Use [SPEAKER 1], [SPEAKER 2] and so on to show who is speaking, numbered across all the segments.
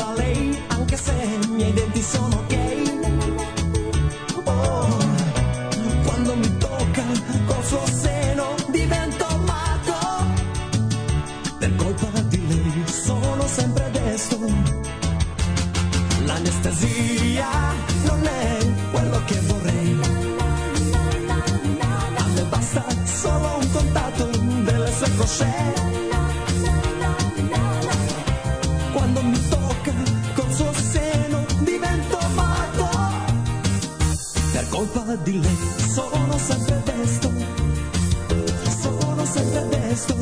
[SPEAKER 1] Oh, colpa di lei, sono sempre destro. L'anestesia non è quello che vorrei. A me basta solo un contatto delle sue cosce. Quando mi tocca col suo seno divento matto. Per colpa di lei sono sempre destro. Sono sempre destro.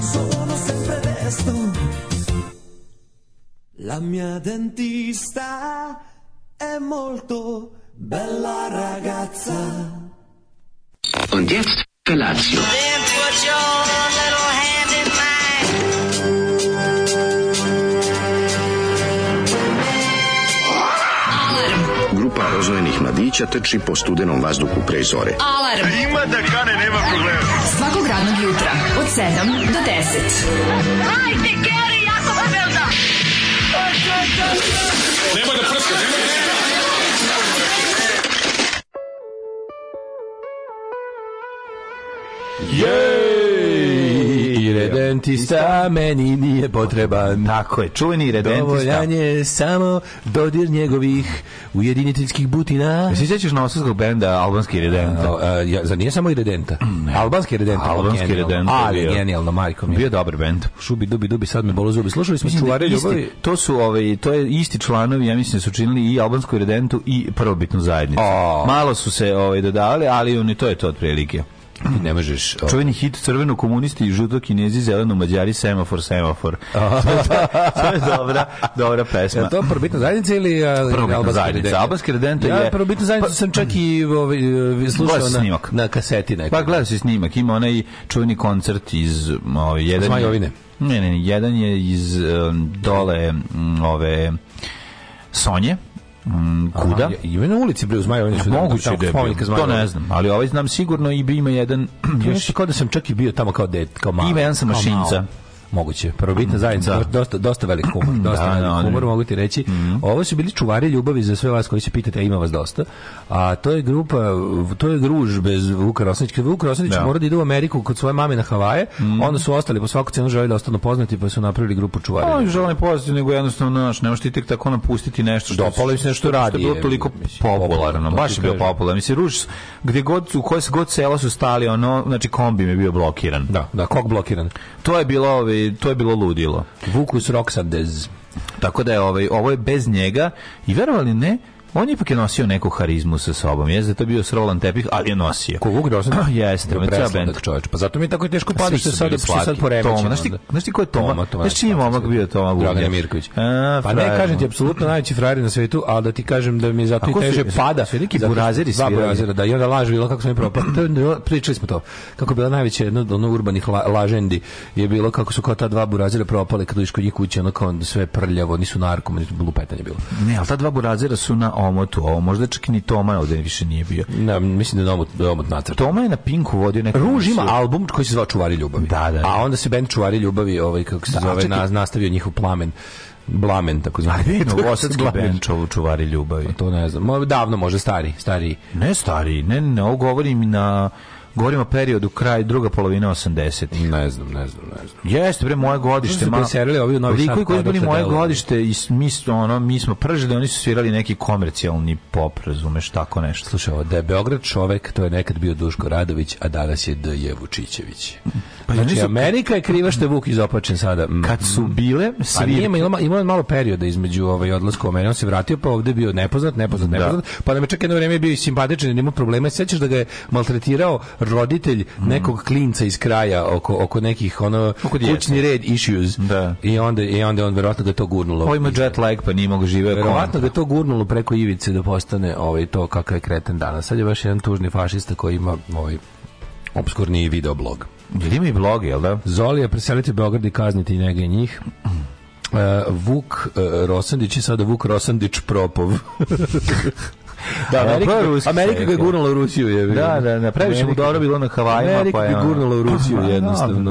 [SPEAKER 1] Sono sempre destro. La mia dentista è molto bella ragazza.
[SPEAKER 2] Und jetzt Felatio.
[SPEAKER 3] Then put your little hand in mine.
[SPEAKER 4] Grupa rozvojenih mladića teči po studenom vazduhu pre zore.
[SPEAKER 5] Alarm. Ima da kane, nema problema. Svakog radnog jutra, od 7 do 10. Hajde, Geri, jako se velda.
[SPEAKER 6] Jej! Redentista meni nije potreban.
[SPEAKER 7] Tako je, čuveni redentista.
[SPEAKER 6] Dovoljan je samo dodir njegovih ujediniteljskih butina.
[SPEAKER 7] Se sjećaš nosovskog benda Albanski redenta?
[SPEAKER 6] A, a, E, ja, zar nije samo i redenta? Albanski redenta.
[SPEAKER 7] Mm, Albanski
[SPEAKER 6] genijalno.
[SPEAKER 7] Redenta
[SPEAKER 6] Ali,
[SPEAKER 7] bio.
[SPEAKER 6] je genijalno, majko mi.
[SPEAKER 7] Bio
[SPEAKER 6] je.
[SPEAKER 7] je dobar bend.
[SPEAKER 6] Šubi, dubi, dubi, sad me bolo zubi. Slušali smo
[SPEAKER 7] Mislim da
[SPEAKER 6] čuvare
[SPEAKER 7] isti-
[SPEAKER 6] ljubavi.
[SPEAKER 7] To su ovaj to je isti članovi, ja mislim da su činili i albansku redentu i prvobitnu zajednicu.
[SPEAKER 6] A.
[SPEAKER 7] Malo su se ovaj dodavali, ali oni to je to otprilike.
[SPEAKER 6] Ne možeš. o,
[SPEAKER 7] Čuveni hit crveno komunisti i žuto kinezi, zeleno mađari, semafor, semafor. to je dobra, dobra pesma.
[SPEAKER 6] Je to prvobitna zajednica ili a,
[SPEAKER 7] Prvobitna
[SPEAKER 6] albanski
[SPEAKER 7] zajednica.
[SPEAKER 6] redenta?
[SPEAKER 7] Albanski redenta
[SPEAKER 6] ja,
[SPEAKER 7] je-
[SPEAKER 6] prvobitna zajednica
[SPEAKER 7] Pa-
[SPEAKER 6] sam čak i ovaj, e,
[SPEAKER 7] Gledao
[SPEAKER 6] slušao
[SPEAKER 7] si
[SPEAKER 6] na,
[SPEAKER 7] snimak.
[SPEAKER 6] na kaseti nekoj.
[SPEAKER 7] Pa gledao si snimak, ima onaj čuveni koncert iz m, ovaj, jedan...
[SPEAKER 6] Zmajovine.
[SPEAKER 7] Ne, ne, ne, jedan je iz em, dole m, ove Sonje, m, kuda.
[SPEAKER 6] Aha, Ima na ulici bre uz Majovinu.
[SPEAKER 7] Moguće da je bio, to ne
[SPEAKER 6] znam.
[SPEAKER 7] znam, ali ovaj znam sigurno i bi ima jedan, još
[SPEAKER 6] Još kao da sam čak i bio tamo kao det, kao malo.
[SPEAKER 7] Ima jedan sa
[SPEAKER 6] kao malo.
[SPEAKER 7] mašinca.
[SPEAKER 6] Moguće. Prvobitna zajednica,
[SPEAKER 7] da.
[SPEAKER 6] Mm-hmm. dosta, dosta velik humor, dosta
[SPEAKER 7] Da,
[SPEAKER 6] velik
[SPEAKER 7] da,
[SPEAKER 6] humor,
[SPEAKER 7] da.
[SPEAKER 6] mogu ti reći. Ovo su bili čuvari ljubavi za sve vas koji se pitate, a ima vas dosta. A to je grupa, to je gruž bez Vuka Rosnića. Kad Vuk Rosnić
[SPEAKER 7] Da.
[SPEAKER 6] mora da Mm-hmm. ide u Ameriku kod svoje mame na Havaje, onda su ostali po svaku cenu želi da ostanu poznati, pa su napravili grupu čuvari.
[SPEAKER 7] Pa, žele ne pozitivno, nego jednostavno, znaš, ne možeš ti tek tako napustiti nešto što...
[SPEAKER 6] Dopalo im se nešto radi,
[SPEAKER 7] Što je bilo
[SPEAKER 6] je,
[SPEAKER 7] toliko
[SPEAKER 6] mislim, popularno,
[SPEAKER 7] popularno,
[SPEAKER 6] to
[SPEAKER 7] baš
[SPEAKER 6] ti
[SPEAKER 7] je bio
[SPEAKER 6] kažem.
[SPEAKER 7] popularno. Mislim, Ruš, gdje god, u koje se god sela su stali, ono, znači, kombi mi je bio blokiran.
[SPEAKER 6] Da, da, kog blokiran.
[SPEAKER 7] To je bilo, ovaj, to je bilo ludilo.
[SPEAKER 6] Vukus Roxandez.
[SPEAKER 7] Tako da je, ovaj, ovo je bez njega. I verovali ne, on je ipak je nosio neku harizmu sa sobom. Jeste da je to bio srolan tepih, ali je nosio.
[SPEAKER 6] Ko Vuk Rosnić?
[SPEAKER 7] Ah, Jeste,
[SPEAKER 6] Bio
[SPEAKER 7] me ceo
[SPEAKER 6] presladak
[SPEAKER 7] bend.
[SPEAKER 6] čoveč. Pa zato mi je tako teško
[SPEAKER 7] Svi
[SPEAKER 6] pada što je
[SPEAKER 7] su
[SPEAKER 6] sad,
[SPEAKER 7] bili
[SPEAKER 6] što je sad
[SPEAKER 7] slatki.
[SPEAKER 6] poremećeno.
[SPEAKER 7] Toma, znaš ti,
[SPEAKER 6] onda.
[SPEAKER 7] znaš ti ko je Toma? Znaš čiji je momak bio Toma Vugljan?
[SPEAKER 6] Dragan Mirković.
[SPEAKER 7] A,
[SPEAKER 6] pa ne,
[SPEAKER 7] frajer
[SPEAKER 6] kažem ti,
[SPEAKER 7] moj.
[SPEAKER 6] apsolutno najveći frajer na svetu, ali da ti kažem da mi je zato
[SPEAKER 7] A
[SPEAKER 6] i
[SPEAKER 7] ko su-
[SPEAKER 6] teže
[SPEAKER 7] su-
[SPEAKER 6] pada.
[SPEAKER 7] su neki
[SPEAKER 6] zato što-
[SPEAKER 7] burazeri
[SPEAKER 6] Dva
[SPEAKER 7] svirali?
[SPEAKER 6] burazera, da, i onda laž bilo kako sam mi propao. To je bilo- Pričali smo to. Kako je bila najveća jedna od ono urbanih la, lažendi je bilo kako su kao ta dva burazera propali kad uđeš kod njih kuće, ono kao sve prljavo, nisu narkomani, lupetanje bilo.
[SPEAKER 7] Ne, ali ta dva burazera su na omotu. Ovo možda čak ni Toma ovde više nije bio.
[SPEAKER 6] Ne, mislim da je omot, da je omot nacrt.
[SPEAKER 7] Toma je na Pinku vodio neku...
[SPEAKER 6] Ruž ima
[SPEAKER 7] emisiju.
[SPEAKER 6] album koji se zvao Čuvari ljubavi.
[SPEAKER 7] Da, da, da.
[SPEAKER 6] A onda se bend Čuvari ljubavi, ovaj kako se
[SPEAKER 7] Da,
[SPEAKER 6] zove,
[SPEAKER 7] čekaj.
[SPEAKER 6] na, nastavio njihov plamen, blamen tako zvani.
[SPEAKER 7] Vino, Vosadski
[SPEAKER 6] Blamen.
[SPEAKER 7] Benčov, čuvari ljubavi.
[SPEAKER 6] To ne znam. Mo- Davno može stari, stari.
[SPEAKER 7] Ne stari, ne, ne, ovo govorim na... Govorim o periodu kraj, druga polovina 80-ih.
[SPEAKER 6] Ne znam, ne znam, ne znam.
[SPEAKER 7] Jeste bre moje
[SPEAKER 6] Što
[SPEAKER 7] godište,
[SPEAKER 6] su
[SPEAKER 7] ma.
[SPEAKER 6] preselili ovi u Novi Sad,
[SPEAKER 7] Likovi koji su
[SPEAKER 6] pa
[SPEAKER 7] bili
[SPEAKER 6] odakle
[SPEAKER 7] moje
[SPEAKER 6] deluju.
[SPEAKER 7] godište i s- mi smo ono mi smo pržili, oni su svirali neki komercijalni pop, razumeš tako nešto.
[SPEAKER 6] Slušaj, ovo, da je Beograd čovek, to je nekad bio Duško Radović, a danas je D.J. Vučićević.
[SPEAKER 7] Pa
[SPEAKER 6] znači,
[SPEAKER 7] oni su-
[SPEAKER 6] Amerika je kriva što je Vuk izopačen sada. Mm.
[SPEAKER 7] Kad su bile
[SPEAKER 6] Pa nije,
[SPEAKER 7] svirke,
[SPEAKER 6] ima, ima, ima on malo perioda između ovaj, odlaska u Ameriku. On se vratio, pa ovde je bio nepoznat, nepoznat, nepoznat. Pa nam je čak jedno vreme bio i simpatičan, jer imao problema. Sećaš da ga je maltretirao roditelj nekog klinca iz kraja oko, oko nekih ono,
[SPEAKER 7] Mhm. Oko djece.
[SPEAKER 6] kućni red issues.
[SPEAKER 7] Da.
[SPEAKER 6] I onda, i onda on verovatno ga je to gurnulo.
[SPEAKER 7] ovo ima jet lag pa nije mogu živjeti.
[SPEAKER 6] Verovatno ga je to gurnulo preko ivice da postane ovaj to kakav je kreten danas. Sad je baš jedan tužni fašista koji ima ovaj obskurni videoblog.
[SPEAKER 7] Jel ima i blog, jel da?
[SPEAKER 6] Zolija preseliti u Beograd i kazniti i njega i njih. E, Vuk e, Rosandić i sada Vuk Rosandić Propov. Da,
[SPEAKER 7] A,
[SPEAKER 6] Amerika,
[SPEAKER 7] prvo je ruski
[SPEAKER 6] Amerika ga je
[SPEAKER 7] serijal.
[SPEAKER 6] gurnula u Rusiju. Je,
[SPEAKER 7] Da, da, da, previše mu dobro bilo na Havajima,
[SPEAKER 6] Amerika
[SPEAKER 7] pa je
[SPEAKER 6] ga je
[SPEAKER 7] ono-
[SPEAKER 6] gurnula u Rusiju
[SPEAKER 7] Pa,
[SPEAKER 6] jednostavno.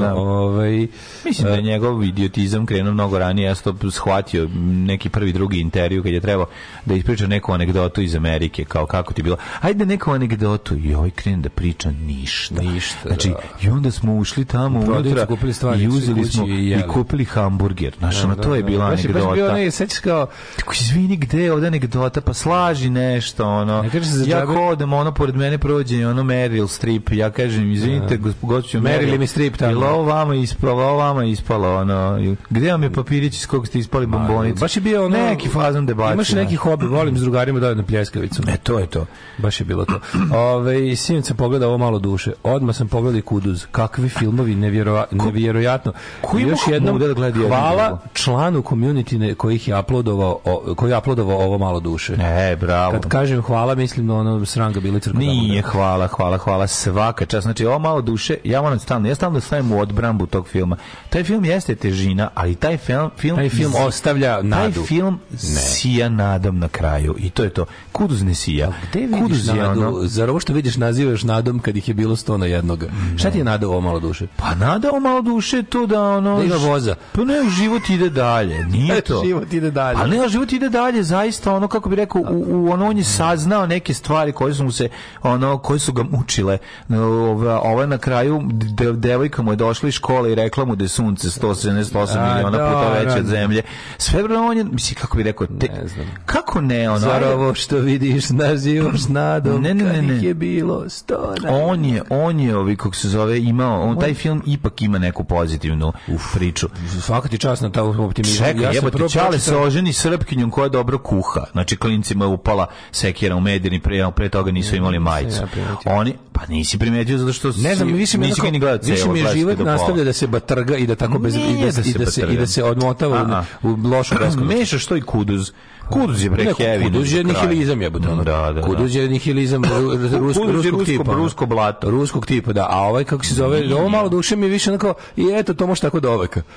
[SPEAKER 7] da, da.
[SPEAKER 6] Ovaj,
[SPEAKER 7] Mislim da je njegov idiotizam krenuo mnogo ranije, ja sam to shvatio neki prvi drugi intervju kad je trebao da ispriča neku anegdotu iz Amerike, kao kako ti je bilo. Ajde neku anegdotu i ovaj krenu da priča ništa.
[SPEAKER 6] Ništa,
[SPEAKER 7] Znači, i onda smo ušli tamo
[SPEAKER 6] U prodavnicu
[SPEAKER 7] unutra
[SPEAKER 6] kupili stvari,
[SPEAKER 7] i
[SPEAKER 6] išli
[SPEAKER 7] uzeli
[SPEAKER 6] kući
[SPEAKER 7] smo
[SPEAKER 6] i
[SPEAKER 7] i,
[SPEAKER 6] jeli.
[SPEAKER 7] kupili hamburger. Znaš, ono, to je bila
[SPEAKER 6] baš, Baš je bio
[SPEAKER 7] anegdota.
[SPEAKER 6] onaj, sećaš kao,
[SPEAKER 7] Tako, izvini, gde je ovde anegdota? Pa slaži nešto, ono.
[SPEAKER 6] Ne kaže se za
[SPEAKER 7] ja
[SPEAKER 6] džabe.
[SPEAKER 7] ko odem, ono, pored mene prođe, i ono, Meryl Strip. Ja kažem, izvinite, gospo- gospođo
[SPEAKER 6] Meryl
[SPEAKER 7] Meryl.
[SPEAKER 6] im je Streep tamo.
[SPEAKER 7] Jel ovo vama ispalo, ovo vama ispalo, ono. i- Gde vam je papirić iz kog ste ispali bombonicu?
[SPEAKER 6] baš je bio ono...
[SPEAKER 7] Neki fazon debaci.
[SPEAKER 6] Imaš neki hobi, volim s drugarima da odem na pljeskavicu.
[SPEAKER 7] E, to je to.
[SPEAKER 6] Baš je bilo to. Ove, sin sam pogledao ovo malo duše. Odmah sam pogledao i Kuduz. Kakvi filmovi, nevjerova, nevjerojatno.
[SPEAKER 7] ko
[SPEAKER 6] I
[SPEAKER 7] ima
[SPEAKER 6] još jednom,
[SPEAKER 7] muda da gleda jedno
[SPEAKER 6] hvala
[SPEAKER 7] drugo?
[SPEAKER 6] članu community ne- kojih je uploadovao, o- koji je uploadovao ovo malo duše.
[SPEAKER 7] E, bravo.
[SPEAKER 6] Kad kažem hvala, mislim na ono sranga bili crkva.
[SPEAKER 7] Nije, hvala, hvala, hvala, svaka čast. Znači, ovo malo duše, ja moram stalno, ja stalno stavim u odbrambu tog filma. Taj film jeste težina, ali taj film... film
[SPEAKER 6] Taj film ostavlja nadu.
[SPEAKER 7] Taj film sija nadom na kraju i to je to. Kuduz ne sija.
[SPEAKER 6] Gde vidiš
[SPEAKER 7] Kuduz je
[SPEAKER 6] nadu?
[SPEAKER 7] ono-
[SPEAKER 6] Zar ovo što vidiš nazivaš nadom kad ih je bilo sto na jednoga? Šta ti je nada ovo malo duše?
[SPEAKER 7] Pa nadao malo duše je to da ono...
[SPEAKER 6] Da ga voza.
[SPEAKER 7] Pa ne, život ide dalje, nije to. Pa
[SPEAKER 6] Život ide dalje.
[SPEAKER 7] Ali ne, život ide dalje, zaista, ono, kako bi rekao, u, u, ono, on je saznao neke stvari koje su mu se, ono, koje su ga mučile. Ova, ova na kraju, de, devojka mu je došla iz škole i rekla mu da je sunce 178
[SPEAKER 6] A,
[SPEAKER 7] miliona
[SPEAKER 6] da,
[SPEAKER 7] puta veće od
[SPEAKER 6] rano.
[SPEAKER 7] zemlje. Sve vrlo on je, mislim, kako bi rekao, te,
[SPEAKER 6] Ne znam.
[SPEAKER 7] kako ne, ono,
[SPEAKER 6] Zar
[SPEAKER 7] ajde.
[SPEAKER 6] ovo što vidiš nazivaš nadom
[SPEAKER 7] Ne, ne, ne,
[SPEAKER 6] kad
[SPEAKER 7] ne.
[SPEAKER 6] ih je bilo sto na
[SPEAKER 7] on je, on je, ovi, kako se zove, imao, on, taj film ipak ima neku pozitivnu priču.
[SPEAKER 6] Svaka ti čast na taj optimizam.
[SPEAKER 7] Čekaj,
[SPEAKER 6] sam
[SPEAKER 7] jebote,
[SPEAKER 6] prvo
[SPEAKER 7] Čale se
[SPEAKER 6] pročitao-
[SPEAKER 7] oženi srpkinjom koja dobro kuha. Znači, klincima je upala sekira u medijeni, pre, pre toga nisu imali majicu.
[SPEAKER 6] ja primetio.
[SPEAKER 7] Oni, pa nisi primetio zato što
[SPEAKER 6] Ne znam,
[SPEAKER 7] si-
[SPEAKER 6] više mi, je
[SPEAKER 7] nisi ga
[SPEAKER 6] onako-
[SPEAKER 7] ni gledao celo.
[SPEAKER 6] više mi je
[SPEAKER 7] gledaš
[SPEAKER 6] život
[SPEAKER 7] ga do pola.
[SPEAKER 6] nastavlja da se batrga i da tako bez i
[SPEAKER 7] Nije
[SPEAKER 6] da, se,
[SPEAKER 7] da se
[SPEAKER 6] i da se i da
[SPEAKER 7] batrga.
[SPEAKER 6] se odmotava
[SPEAKER 7] Aha.
[SPEAKER 6] u, u lošu beskonačnost.
[SPEAKER 7] Meša što i kuduz. Kuduz je bre
[SPEAKER 6] Ne,
[SPEAKER 7] heavy.
[SPEAKER 6] Kuduz je
[SPEAKER 7] do kraja.
[SPEAKER 6] nihilizam, jebote. ono.
[SPEAKER 7] Da, da, da.
[SPEAKER 6] Kuduz je nihilizam ru- ru-
[SPEAKER 7] Kuduz
[SPEAKER 6] rusko,
[SPEAKER 7] je
[SPEAKER 6] ruskog
[SPEAKER 7] rusko-
[SPEAKER 6] tipa. ono.
[SPEAKER 7] rusko blato.
[SPEAKER 6] Ruskog tipa, da. A ovaj, kako se zove, ovo malo duše mi je više onako, i eto, to može tako do oveka.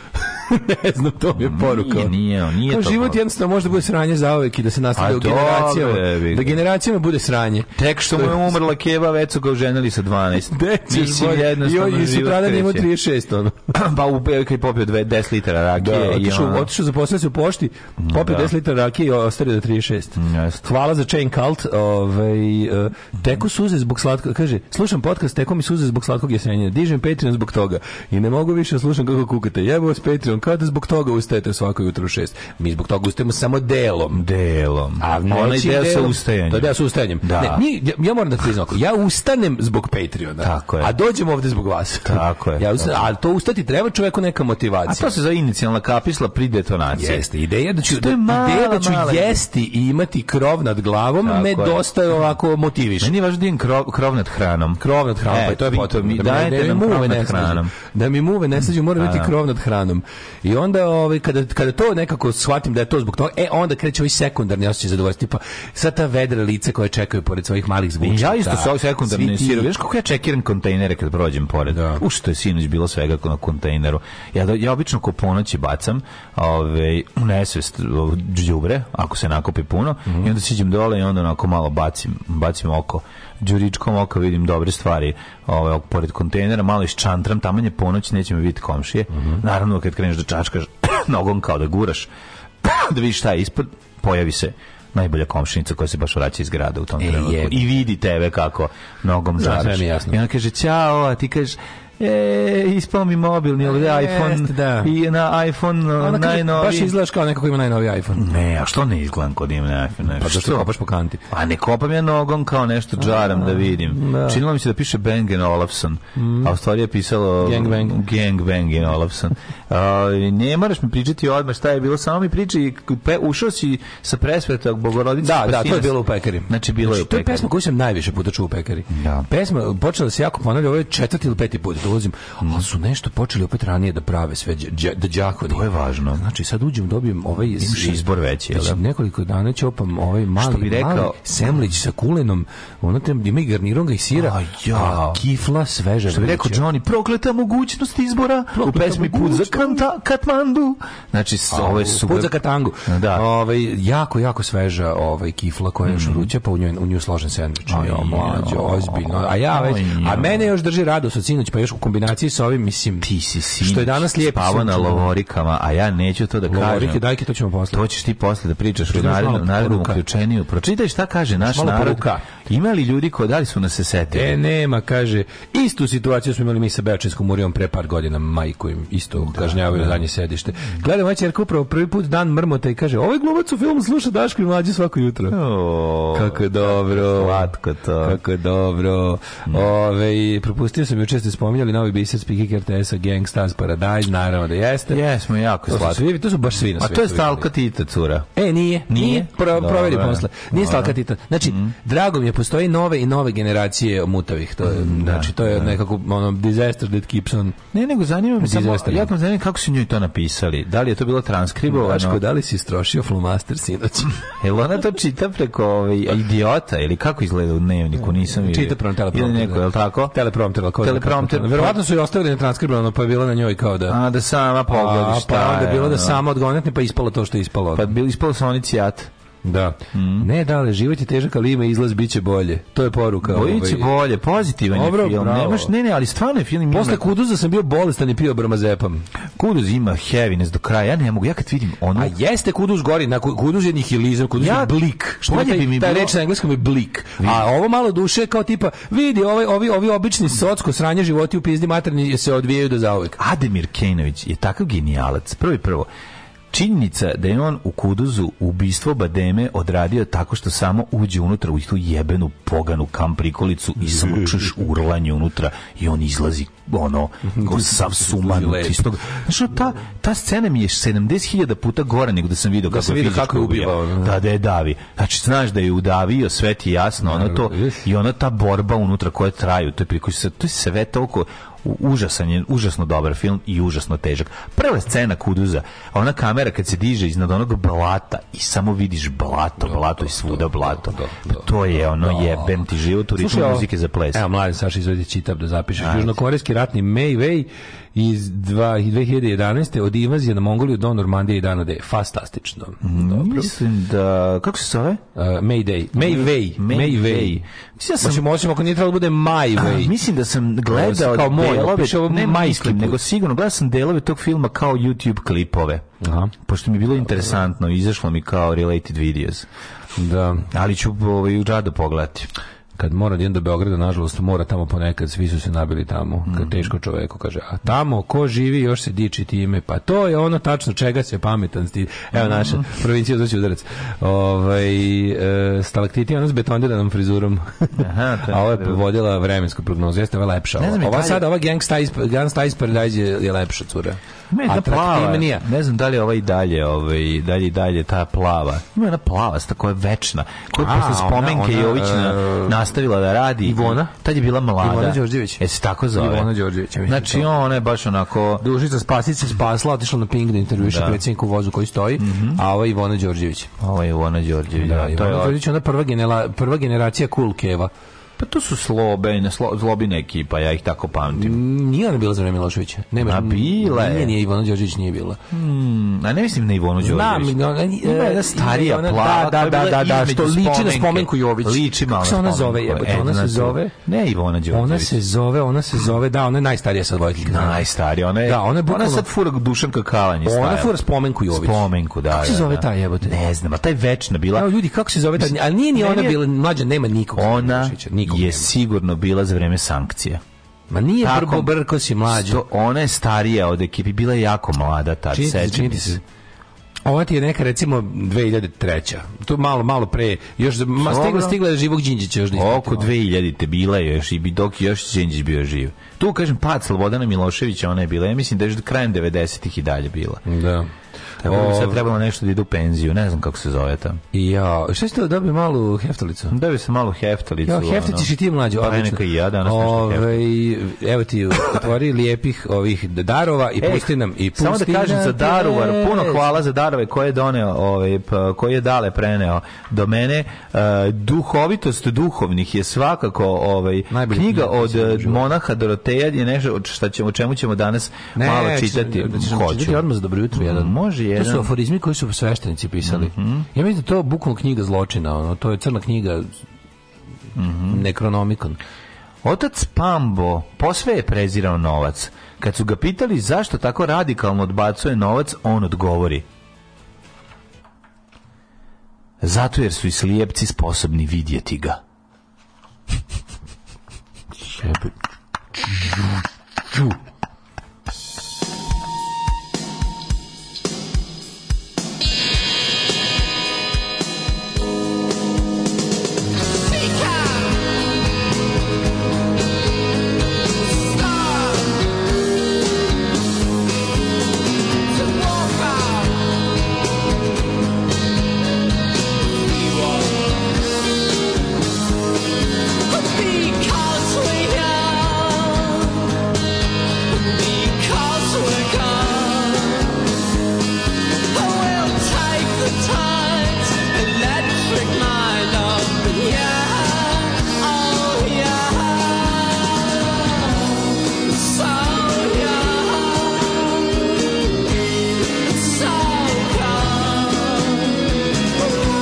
[SPEAKER 6] ne znam, to mi je poruka.
[SPEAKER 7] Nije, nije, nije
[SPEAKER 6] Kao
[SPEAKER 7] to
[SPEAKER 6] život
[SPEAKER 7] poruka.
[SPEAKER 6] jednostavno može da bude sranje za i da se nastavlja
[SPEAKER 7] A
[SPEAKER 6] u generacijama.
[SPEAKER 7] dobro, jebi ga.
[SPEAKER 6] Da generacijama bude sranje.
[SPEAKER 7] Tek što mu je umrla keva, već su ga oženili sa 12.
[SPEAKER 6] Gde ćeš
[SPEAKER 7] Mislim,
[SPEAKER 6] bolje?
[SPEAKER 7] jednostavno
[SPEAKER 6] I, i
[SPEAKER 7] život
[SPEAKER 6] sutradan ima
[SPEAKER 7] kreće.
[SPEAKER 6] 36, ono.
[SPEAKER 7] Pa u Belka je popio dve- 10 litara rakije.
[SPEAKER 6] Da,
[SPEAKER 7] i
[SPEAKER 6] otišao,
[SPEAKER 7] ono-
[SPEAKER 6] otišao zaposlio se u pošti, popio
[SPEAKER 7] Da.
[SPEAKER 6] 10 litara rakije i ostario do 36.
[SPEAKER 7] jeste.
[SPEAKER 6] Hvala za Chain Cult. Ovaj, eh, teku suze zbog slatkog, kaže, slušam podcast, teku mi suze zbog slatkog jesenja. Dižem Patreon zbog toga i ne mogu više da slušam kako kukate. Jebo vas Patreon, kada zbog toga ustajete svako jutro u 6. Mi zbog toga ustajemo samo delom.
[SPEAKER 7] Delom.
[SPEAKER 6] A ne
[SPEAKER 7] onaj
[SPEAKER 6] čim
[SPEAKER 7] deo sa
[SPEAKER 6] delom-
[SPEAKER 7] ustajanjem.
[SPEAKER 6] To je deo Pa sa ustajanjem.
[SPEAKER 7] Da.
[SPEAKER 6] Ne, mi- ja, ja moram da priznam, ovako, ja ustanem zbog Patreona.
[SPEAKER 7] Tako je.
[SPEAKER 6] A dođem ovde zbog vas.
[SPEAKER 7] Tako je.
[SPEAKER 6] Ja ustanem, ali to ustati treba čoveku neka motivacija.
[SPEAKER 7] A to se zove inicijalna kapisla pri detonaciji.
[SPEAKER 6] Jeste, ideja da ću,
[SPEAKER 7] Što je mala,
[SPEAKER 6] ideja da ću
[SPEAKER 7] mala.
[SPEAKER 6] jesti i imati krov nad glavom
[SPEAKER 7] Tako
[SPEAKER 6] me
[SPEAKER 7] je.
[SPEAKER 6] dosta ovako motiviše.
[SPEAKER 7] Meni je važno da imam krov, krov nad hranom.
[SPEAKER 6] Krov nad hranom,
[SPEAKER 7] E,
[SPEAKER 6] pa i to je
[SPEAKER 7] vi to
[SPEAKER 6] potrebno.
[SPEAKER 7] mi
[SPEAKER 6] da, mi-
[SPEAKER 7] dajete
[SPEAKER 6] da mi
[SPEAKER 7] nam
[SPEAKER 6] muve
[SPEAKER 7] krov nad
[SPEAKER 6] ne snađu.
[SPEAKER 7] hranom.
[SPEAKER 6] Da mi muve ne snađu, mora biti krov nad hranom. I onda ovaj, kada, kada to nekako shvatim da je to zbog toga, e, onda kreće ovaj sekundarni osjećaj zadovoljstva. Tipa, sad ta vedra lica koja čekaju pored svojih malih
[SPEAKER 7] I
[SPEAKER 6] zvučnika.
[SPEAKER 7] ja isto sa ovog
[SPEAKER 6] znači. svi
[SPEAKER 7] sekundarne
[SPEAKER 6] ti-
[SPEAKER 7] siru. Viš kako ja čekiram kontejnere kad prođem pored. Da. U što je sinoć bilo svega na kontejneru. Ja, do- ja obično ko ponoći bacam ove, u nesvest o, đubre, ako se nakupi puno, i onda siđem dole i onda onako malo bacim, bacim oko. Đuričkom oka vidim dobre stvari ovaj, ok- pored kontejnera, malo iščantram, tamo je ponoć, neće me vidjeti komšije. Naravno, kad kreneš da čačkaš nogom kao da guraš, da vidiš šta je ispod, pojavi se najbolja komšinica koja se baš vraća iz grada u tom
[SPEAKER 6] E,
[SPEAKER 7] trenutku.
[SPEAKER 6] jebe.
[SPEAKER 7] I vidi tebe kako nogom
[SPEAKER 6] Znam, sve
[SPEAKER 7] žaraš.
[SPEAKER 6] mi je jasno.
[SPEAKER 7] I ona kaže, ćao, a ti kažeš, e, ispao mi mobilni, ali iPhone,
[SPEAKER 6] Jeste, da.
[SPEAKER 7] i na iPhone
[SPEAKER 6] A
[SPEAKER 7] Ona
[SPEAKER 6] Ona kaže,
[SPEAKER 7] najnovi.
[SPEAKER 6] baš izgledaš kao neko ko ima najnovi iPhone.
[SPEAKER 7] Ne, a što ne izgledam kod ima na iPhone?
[SPEAKER 6] Pa zašto
[SPEAKER 7] Što?
[SPEAKER 6] kopaš po kanti?
[SPEAKER 7] A ne kopam ja nogom kao nešto džaram da vidim. Činilo mi se da piše Bang Olufsen, a u stvari je pisalo
[SPEAKER 6] Mm. Gangbang.
[SPEAKER 7] Gangbang in Olufsen. A, ne moraš mi pričati odmah šta je bilo, samo mi priči, pe, ušao si sa presvetog Bogorodice.
[SPEAKER 6] Da, da, to je
[SPEAKER 7] Spasinac.
[SPEAKER 6] bilo u pekari.
[SPEAKER 7] Znači, bilo je u
[SPEAKER 6] To je
[SPEAKER 7] pekari.
[SPEAKER 6] pesma koju sam najviše puta čuo u pekari.
[SPEAKER 7] Da.
[SPEAKER 6] Pesma počela se jako ponavlja, ovo je četvrti ili peti put. dolazim,
[SPEAKER 7] Mm.
[SPEAKER 6] ali su nešto počeli opet ranije da prave sve đa- đa- da đakoni.
[SPEAKER 7] To je važno.
[SPEAKER 6] Znači sad uđem, dobijem ovaj
[SPEAKER 7] Imaš izbor veći, jel da?
[SPEAKER 6] Znači, nekoliko dana ćopam ovaj mali,
[SPEAKER 7] bi rekao-
[SPEAKER 6] mali semlić sa kulenom, ono treba ima i garnirom ga i sira,
[SPEAKER 7] A, jao.
[SPEAKER 6] a kifla sveža.
[SPEAKER 7] Što bi rekao
[SPEAKER 6] vruća.
[SPEAKER 7] Johnny, prokleta mogućnost izbora
[SPEAKER 6] Prokleta
[SPEAKER 7] u pesmi Put za
[SPEAKER 6] mogućnost."
[SPEAKER 7] Kanta, Katmandu. Znači, s- ovo je super.
[SPEAKER 6] Put za katangu.
[SPEAKER 7] Da. Mhm.
[SPEAKER 6] Ovaj, jako, jako sveža ovaj, kifla koja je još vruća, pa u, njoj, u nju složen sandvič.
[SPEAKER 7] Aj,
[SPEAKER 6] Jo, mlađo,
[SPEAKER 7] jao.
[SPEAKER 6] ozbiljno. A ja već,
[SPEAKER 7] Aj,
[SPEAKER 6] a
[SPEAKER 7] jao.
[SPEAKER 6] mene još drži radost od sinoć, pa još u kombinaciji sa ovim, mislim,
[SPEAKER 7] Ti si sinoć
[SPEAKER 6] što je danas lijepo.
[SPEAKER 7] spavao na
[SPEAKER 6] sunčano.
[SPEAKER 7] lovorikama, a ja neću to da
[SPEAKER 6] Lovorike,
[SPEAKER 7] kažem.
[SPEAKER 6] dajke, to ćemo posle.
[SPEAKER 7] To ćeš ti posle da pričaš u
[SPEAKER 6] Pročitaš malo
[SPEAKER 7] narednom, narednom
[SPEAKER 6] poruka.
[SPEAKER 7] uključenju. Pročitaj šta kaže naš
[SPEAKER 6] malo
[SPEAKER 7] narod.
[SPEAKER 6] poruka.
[SPEAKER 7] Ima li ljudi koji da li su nas se setili?
[SPEAKER 6] E, nema, kaže, istu situaciju smo imali mi sa Beočinskom murijom pre par godina, majku im isto kažnjavaju na danje sedište. Gleda moja čerka upravo prvi put dan mrmota i kaže, ovaj glumac u filmu sluša Daško i mlađe svako jutro.
[SPEAKER 7] O,
[SPEAKER 6] Kako je dobro.
[SPEAKER 7] Slatko to.
[SPEAKER 6] Kako je dobro. Ove, propustio sam juče ste spominjali novi biser Spiki RTS-a, Gangstas Paradise, naravno da jeste.
[SPEAKER 7] Jesmo jako
[SPEAKER 6] To su,
[SPEAKER 7] slatko.
[SPEAKER 6] svi, to su baš svi na
[SPEAKER 7] A
[SPEAKER 6] svetu
[SPEAKER 7] to je
[SPEAKER 6] vidjeli.
[SPEAKER 7] stalka Tita cura.
[SPEAKER 6] E, nije.
[SPEAKER 7] Nije?
[SPEAKER 6] Pro,
[SPEAKER 7] Dobro. Mhm.
[SPEAKER 6] proveri posle. Nije
[SPEAKER 7] Dobro.
[SPEAKER 6] stalka Tita. Znači, drago mi je, postoji nove i nove generacije mutavih. To je,
[SPEAKER 7] Mhm,
[SPEAKER 6] znači, to je nekako ono, disaster that keeps on.
[SPEAKER 7] Ne, nego zanima me samo,
[SPEAKER 6] Disaster.
[SPEAKER 7] jako me zanima kako su njoj to napisali. Da li je to bilo
[SPEAKER 6] Daško,
[SPEAKER 7] transkribovano?
[SPEAKER 6] da li si istrošio flomaster sinoć?
[SPEAKER 7] Jel ona to čita preko ovaj, idiota ili kako izgleda u dnevniku, nisam vidio.
[SPEAKER 6] Čita prema teleprompteru.
[SPEAKER 7] Ili neko, je li tako?
[SPEAKER 6] Teleprompter, ali ko zna kako
[SPEAKER 7] Teleprompter.
[SPEAKER 6] to- Verovatno su i ostavili na transkribovano, pa je bilo na njoj kao da...
[SPEAKER 7] A da sama pogledi
[SPEAKER 6] A,
[SPEAKER 7] šta
[SPEAKER 6] pa onda
[SPEAKER 7] je,
[SPEAKER 6] bilo da
[SPEAKER 7] ono.
[SPEAKER 6] samo odgonetne, pa ispalo to što je ispalo.
[SPEAKER 7] Pa bili ispalo sa oni cijat.
[SPEAKER 6] da. Ne, da, ali život je težak, ali ima izlaz, bit će bolje. To je poruka.
[SPEAKER 7] Bojić je
[SPEAKER 6] ovaj.
[SPEAKER 7] bolje, pozitivan
[SPEAKER 6] Dobro,
[SPEAKER 7] je film.
[SPEAKER 6] bravo.
[SPEAKER 7] Nemaš, ne, ne, ali stvarno je film.
[SPEAKER 6] Posle
[SPEAKER 7] ima-
[SPEAKER 6] kuduza sam bio bolestan i pio bramazepam.
[SPEAKER 7] Kuduz ima heaviness do kraja. Ja ne mogu, ja kad vidim ono...
[SPEAKER 6] A jeste kuduz gori, na ku- kuduz je nihilizam, kuduz
[SPEAKER 7] Ja-
[SPEAKER 6] je blik. Što
[SPEAKER 7] bolje
[SPEAKER 6] taj,
[SPEAKER 7] bi mi
[SPEAKER 6] ta
[SPEAKER 7] bilo-
[SPEAKER 6] reč na engleskom je blik. A ovo malo duše kao tipa, vidi, ovi, ovi, ovi obični socko sranje životi u pizdi materni se odvijaju do zauvek.
[SPEAKER 7] Ademir Kenović je takav genijalac. Prvi prvo, činjenica da je on u Kuduzu ubistvo Bademe odradio tako što samo uđe unutra u tu jebenu poganu kam prikolicu i samo čuješ urlanje unutra i on izlazi ono ko sav sumanut
[SPEAKER 6] Lep.
[SPEAKER 7] iz toga. Znaš, ono, ta, ta scena mi je 70.000 puta gora nego da sam vidio kako,
[SPEAKER 6] Pa sam
[SPEAKER 7] je
[SPEAKER 6] vidio
[SPEAKER 7] fizički
[SPEAKER 6] kako je ubivao,
[SPEAKER 7] ubija.
[SPEAKER 6] da.
[SPEAKER 7] Da, da je davi. Znači, znaš da je udavio, sve ti je jasno, ono to, i ona ta borba unutra koja traju, to je priko, to je sve toliko u- užasan je, užasno dobar film i užasno težak. Prva scena Kuduza, a ona kamera kad se diže iznad onog blata i samo vidiš blato, blato i svuda blato. Pa To je ono jebem ti život u ritmu
[SPEAKER 6] ovo.
[SPEAKER 7] muzike za ples.
[SPEAKER 6] Evo, mladen Saša izvedi čitab da zapišeš. Južnokorejski ratni Mei Wei iz dva- 2011. od invazije na Mongoliju do Normandije i Danade. Fantastično. Dobro.
[SPEAKER 7] Mhm. Mislim da, kako se zove?
[SPEAKER 6] Uh, Mayday. May
[SPEAKER 7] May
[SPEAKER 6] Wei. May Wei.
[SPEAKER 7] Wei.
[SPEAKER 6] Ja sam... Možemo, osim ako nije trebalo da bude My
[SPEAKER 7] A,
[SPEAKER 6] Wei.
[SPEAKER 7] Ah, mislim da sam
[SPEAKER 6] Ovo
[SPEAKER 7] gledao
[SPEAKER 6] se kao moj,
[SPEAKER 7] delove,
[SPEAKER 6] piše ovo
[SPEAKER 7] ne
[SPEAKER 6] majski
[SPEAKER 7] mislim,
[SPEAKER 6] put.
[SPEAKER 7] nego sigurno gledao sam delove tog filma kao YouTube klipove.
[SPEAKER 6] Aha.
[SPEAKER 7] Pošto mi je bilo interesantno, izašlo mi kao related videos.
[SPEAKER 6] Da.
[SPEAKER 7] Ali ću ovaj, rado pogledati.
[SPEAKER 6] Kad mora da idem do Beograda, nažalost, mora tamo ponekad, svi su se nabili tamo,
[SPEAKER 7] Mhm.
[SPEAKER 6] kad teško čoveku kaže, a tamo ko živi još se diči time, pa to je ono tačno čega se pametan sti.
[SPEAKER 7] Mhm.
[SPEAKER 6] Evo naša, provincija zvuči udarac. Ovaj, e, stalaktiti je ona s betondiranom frizurom,
[SPEAKER 7] Aha, to je
[SPEAKER 6] a ovo je vodila vremensku prognozu, jeste ova je lepša.
[SPEAKER 7] Ne znam i
[SPEAKER 6] ova
[SPEAKER 7] dalje-
[SPEAKER 6] sad, ova Gangsta iz, Gangsta iz Paradise je, je lepša cura.
[SPEAKER 7] Ima jedna plava,
[SPEAKER 6] Atraktivnija.
[SPEAKER 7] ne znam da li je ova i dalje, ovaj, dalje i dalje ta plava. Ima jedna plava, sta koja je večna, koja
[SPEAKER 6] A,
[SPEAKER 7] je posle
[SPEAKER 6] ona-
[SPEAKER 7] spomenke
[SPEAKER 6] ona,
[SPEAKER 7] Jović na-
[SPEAKER 6] e,
[SPEAKER 7] nastavila da radi.
[SPEAKER 6] Ivona?
[SPEAKER 7] Tad je bila mlada.
[SPEAKER 6] Ivona Đorđević.
[SPEAKER 7] E se tako zove?
[SPEAKER 6] Ivona Đorđević, ja mislim
[SPEAKER 7] Znači ona je baš onako...
[SPEAKER 6] Dušica Spasica spasla, otišla na Ping da intervjuiše
[SPEAKER 7] Da.
[SPEAKER 6] predsjednika u vozu koji stoji, a ovo je Ivona Đorđević.
[SPEAKER 7] Ovo je Ivona Đorđević.
[SPEAKER 6] Da,
[SPEAKER 7] to je
[SPEAKER 6] Ivana Đorđević je ona prva, genela- prva generacija cool keva.
[SPEAKER 7] Pa to su slobe, ne, slo, zlobina ekipa, ja ih tako pamtim.
[SPEAKER 6] Mm, Nije ona bila za vreme Miloševića. Nema,
[SPEAKER 7] A bila je.
[SPEAKER 6] Nije, nije, Ivana Đorđević nije bila.
[SPEAKER 7] A ne mislim na Ivonu Đorđević.
[SPEAKER 6] Znam, ona-
[SPEAKER 7] Ima
[SPEAKER 6] e,
[SPEAKER 7] jedna starija
[SPEAKER 6] ona-
[SPEAKER 7] plava.
[SPEAKER 6] da,
[SPEAKER 7] koja je
[SPEAKER 6] da,
[SPEAKER 7] bila
[SPEAKER 6] da, da,
[SPEAKER 7] između
[SPEAKER 6] što liči na
[SPEAKER 7] spomenke.
[SPEAKER 6] spomenku Jović.
[SPEAKER 7] Liči malo
[SPEAKER 6] Kako se
[SPEAKER 7] na
[SPEAKER 6] ona zove,
[SPEAKER 7] spomenku.
[SPEAKER 6] jebote, ona
[SPEAKER 7] Edna
[SPEAKER 6] se
[SPEAKER 7] tu.
[SPEAKER 6] zove-
[SPEAKER 7] Ne Ivona Đorđević.
[SPEAKER 6] Ona se zove, ona se zove, da, ona je najstarija sad vojiteljka.
[SPEAKER 7] Najstarija, ona je...
[SPEAKER 6] Da, ona je bukvalno-
[SPEAKER 7] sad fura Dušanka Kalanji
[SPEAKER 6] Ona
[SPEAKER 7] stajala.
[SPEAKER 6] fura spomenku Jović.
[SPEAKER 7] Spomenku, da.
[SPEAKER 6] Kako se
[SPEAKER 7] da,
[SPEAKER 6] zove
[SPEAKER 7] da.
[SPEAKER 6] ta jebote?
[SPEAKER 7] Ne znam, a taj večna bila...
[SPEAKER 6] Evo ljudi, kako se zove ta, ali nije ni
[SPEAKER 7] Meni
[SPEAKER 6] ona
[SPEAKER 7] je-
[SPEAKER 6] bila, mlađa nema nikog.
[SPEAKER 7] Ona
[SPEAKER 6] Miloševića, nikog
[SPEAKER 7] je
[SPEAKER 6] nema.
[SPEAKER 7] sigurno bila za vreme sankcija.
[SPEAKER 6] Ma nije
[SPEAKER 7] Tako-
[SPEAKER 6] brko brko si mlađa.
[SPEAKER 7] Sto- ona je starija od ekipi, bila je jako mlada tad,
[SPEAKER 6] Čini ti se,
[SPEAKER 7] sećam
[SPEAKER 6] čini ti se. Ova ti je neka recimo 2003. Tu malo, malo pre, još za- ma, stigla,
[SPEAKER 7] Dobro.
[SPEAKER 6] stigla je živog Đinđića još nisam.
[SPEAKER 7] Oko 2000 te bila je još i bi dok je još Đinđić bio živ. Tu kažem pad Slobodana Miloševića, ona je bila, Ovaj, ja mislim da je još do krajem 90-ih i dalje bila.
[SPEAKER 6] Da.
[SPEAKER 7] Tako da bi sad trebalo nešto da ide u penziju, ne znam kako se zove tamo.
[SPEAKER 6] Ja, šta ste dobili malu heftalicu?
[SPEAKER 7] Da bi se malo heftalicu.
[SPEAKER 6] Ja, heftićeš i ti mlađo,
[SPEAKER 7] Pa
[SPEAKER 6] odlično.
[SPEAKER 7] neka i ja danas nešto
[SPEAKER 6] Ovaj, evo ti otvori lijepih ovih darova i
[SPEAKER 7] Ej,
[SPEAKER 6] pusti nam i pusti
[SPEAKER 7] Samo da kažem za
[SPEAKER 6] nam
[SPEAKER 7] Daruvar,
[SPEAKER 6] te.
[SPEAKER 7] puno hvala za darove koje je doneo, ovaj, pa, koje je Dale preneo do mene. E, duhovitost duhovnih je svakako ovaj,
[SPEAKER 6] Najbolja
[SPEAKER 7] knjiga
[SPEAKER 6] knjiga koju
[SPEAKER 7] od
[SPEAKER 6] sam u
[SPEAKER 7] e,
[SPEAKER 6] životu.
[SPEAKER 7] monaha Doroteja je nešto od šta ćemo, o čemu ćemo danas
[SPEAKER 6] Ne,
[SPEAKER 7] malo
[SPEAKER 6] ću-
[SPEAKER 7] čitati.
[SPEAKER 6] da ćemo
[SPEAKER 7] Hoću.
[SPEAKER 6] čitati odmah za dobro jutro jedan.
[SPEAKER 7] Može
[SPEAKER 6] To su
[SPEAKER 7] jedan. Mhm.
[SPEAKER 6] aforizmi koji su sveštenici pisali. Ja mislim da je to bukvalno knjiga zločina, ono, to je crna knjiga
[SPEAKER 7] Mhm.
[SPEAKER 6] nekronomikon.
[SPEAKER 7] Otac Pambo posve je prezirao novac. Kad su ga pitali zašto tako radikalno odbacuje novac, on odgovori. Zato jer su i slijepci sposobni vidjeti ga.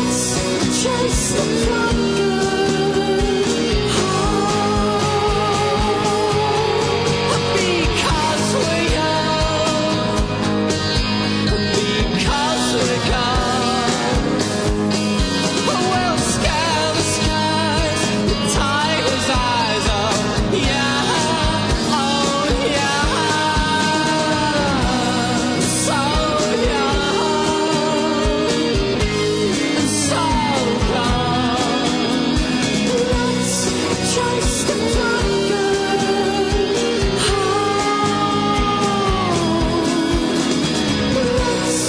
[SPEAKER 8] Chase the dragon because we're young, because we're gone. We'll scare the skies with tiger's eyes. Oh yeah, oh yeah, so young and so gone. Let's chase the dragon high. Let's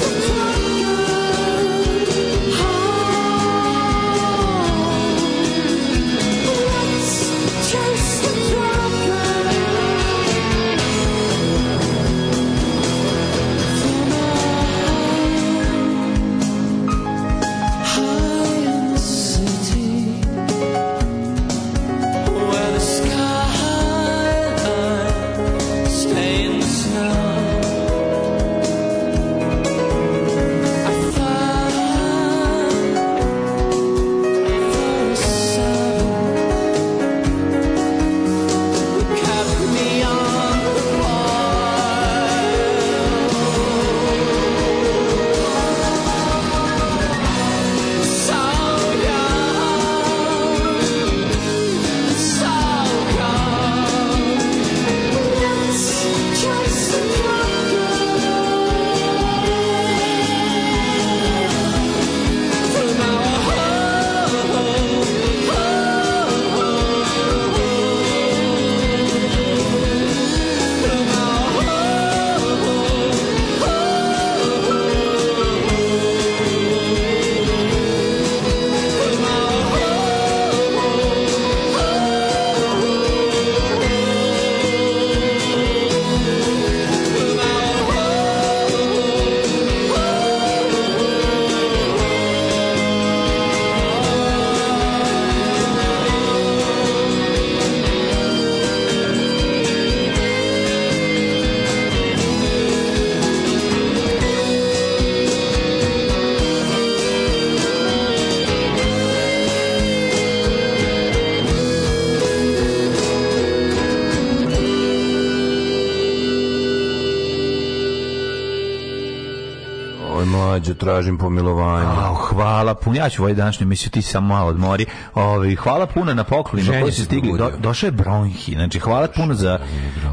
[SPEAKER 8] chase the dragon high. Let's chase the dragon high in the city. Where the skyline stains the snow I find the sun kept me on the wire So young so cold. Let's chase the dragon from our home, from our home, from our home.
[SPEAKER 6] Oj, mlađo, tražim pomilovanje.
[SPEAKER 7] Au, hvala puno. Ja ću ovaj današnju emisiju ti sam malo odmori. Ovaj hvala puno na poklonima
[SPEAKER 6] Ženje
[SPEAKER 7] koji su
[SPEAKER 6] se
[SPEAKER 7] stigli. Do,
[SPEAKER 6] probudio.
[SPEAKER 7] došao je Bronhi. Znači hvala puno za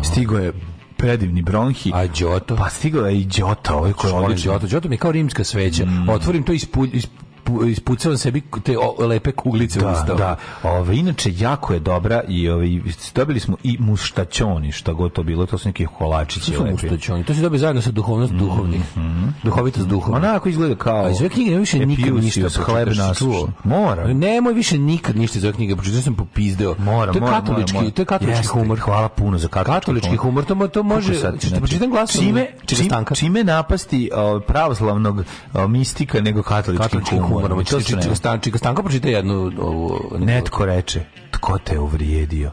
[SPEAKER 7] stigo je predivni Bronhi.
[SPEAKER 6] A Đoto?
[SPEAKER 7] Pa stigao je Mhm. i Đota, ovaj koji
[SPEAKER 6] Ovo je
[SPEAKER 7] odlično.
[SPEAKER 6] Đoto. Đoto mi je kao rimska sveća. Otvorim to i ispulj, ispu, ispucao sebi te o, lepe kuglice u
[SPEAKER 7] Da,
[SPEAKER 6] usta.
[SPEAKER 7] da. Ove, inače, jako je dobra i ove, dobili smo i muštačoni, šta god to bilo, to su neki
[SPEAKER 6] To
[SPEAKER 7] kolačići.
[SPEAKER 6] su
[SPEAKER 7] lepi. Mhm.
[SPEAKER 6] muštačoni. To se dobije zajedno sa duhovnost duhovnih. Duhovitost duhovnih.
[SPEAKER 7] Onako izgleda kao...
[SPEAKER 6] A iz ove knjige nema više nikad
[SPEAKER 7] Epiusius,
[SPEAKER 6] ništa
[SPEAKER 7] hleb
[SPEAKER 6] pročitaš,
[SPEAKER 7] nasušen.
[SPEAKER 6] čuo?
[SPEAKER 7] Moram.
[SPEAKER 6] Nemoj više nikad ništa iz ove knjige, pročitaš sam popizdeo.
[SPEAKER 7] Moram,
[SPEAKER 6] to je
[SPEAKER 7] moram,
[SPEAKER 6] katolički,
[SPEAKER 7] moram, moram.
[SPEAKER 6] to je katolički
[SPEAKER 7] Jeste,
[SPEAKER 6] humor.
[SPEAKER 7] Hvala puno za katolički,
[SPEAKER 6] Katolički humor, to, mo- to može,
[SPEAKER 7] Koliko sati,
[SPEAKER 6] ćeš da
[SPEAKER 7] znači?
[SPEAKER 6] pročitam glasom?
[SPEAKER 7] Čime,
[SPEAKER 6] Čega
[SPEAKER 7] čim-
[SPEAKER 6] stanka?
[SPEAKER 7] čime napasti o, pravoslavnog o, mistika nego katoličkim,
[SPEAKER 6] Katolički humor.
[SPEAKER 7] humorom? To su ne-
[SPEAKER 6] Čika Stanka, Čika Stanka pročita jednu ovu...
[SPEAKER 7] Netko reče, tko te uvrijedio,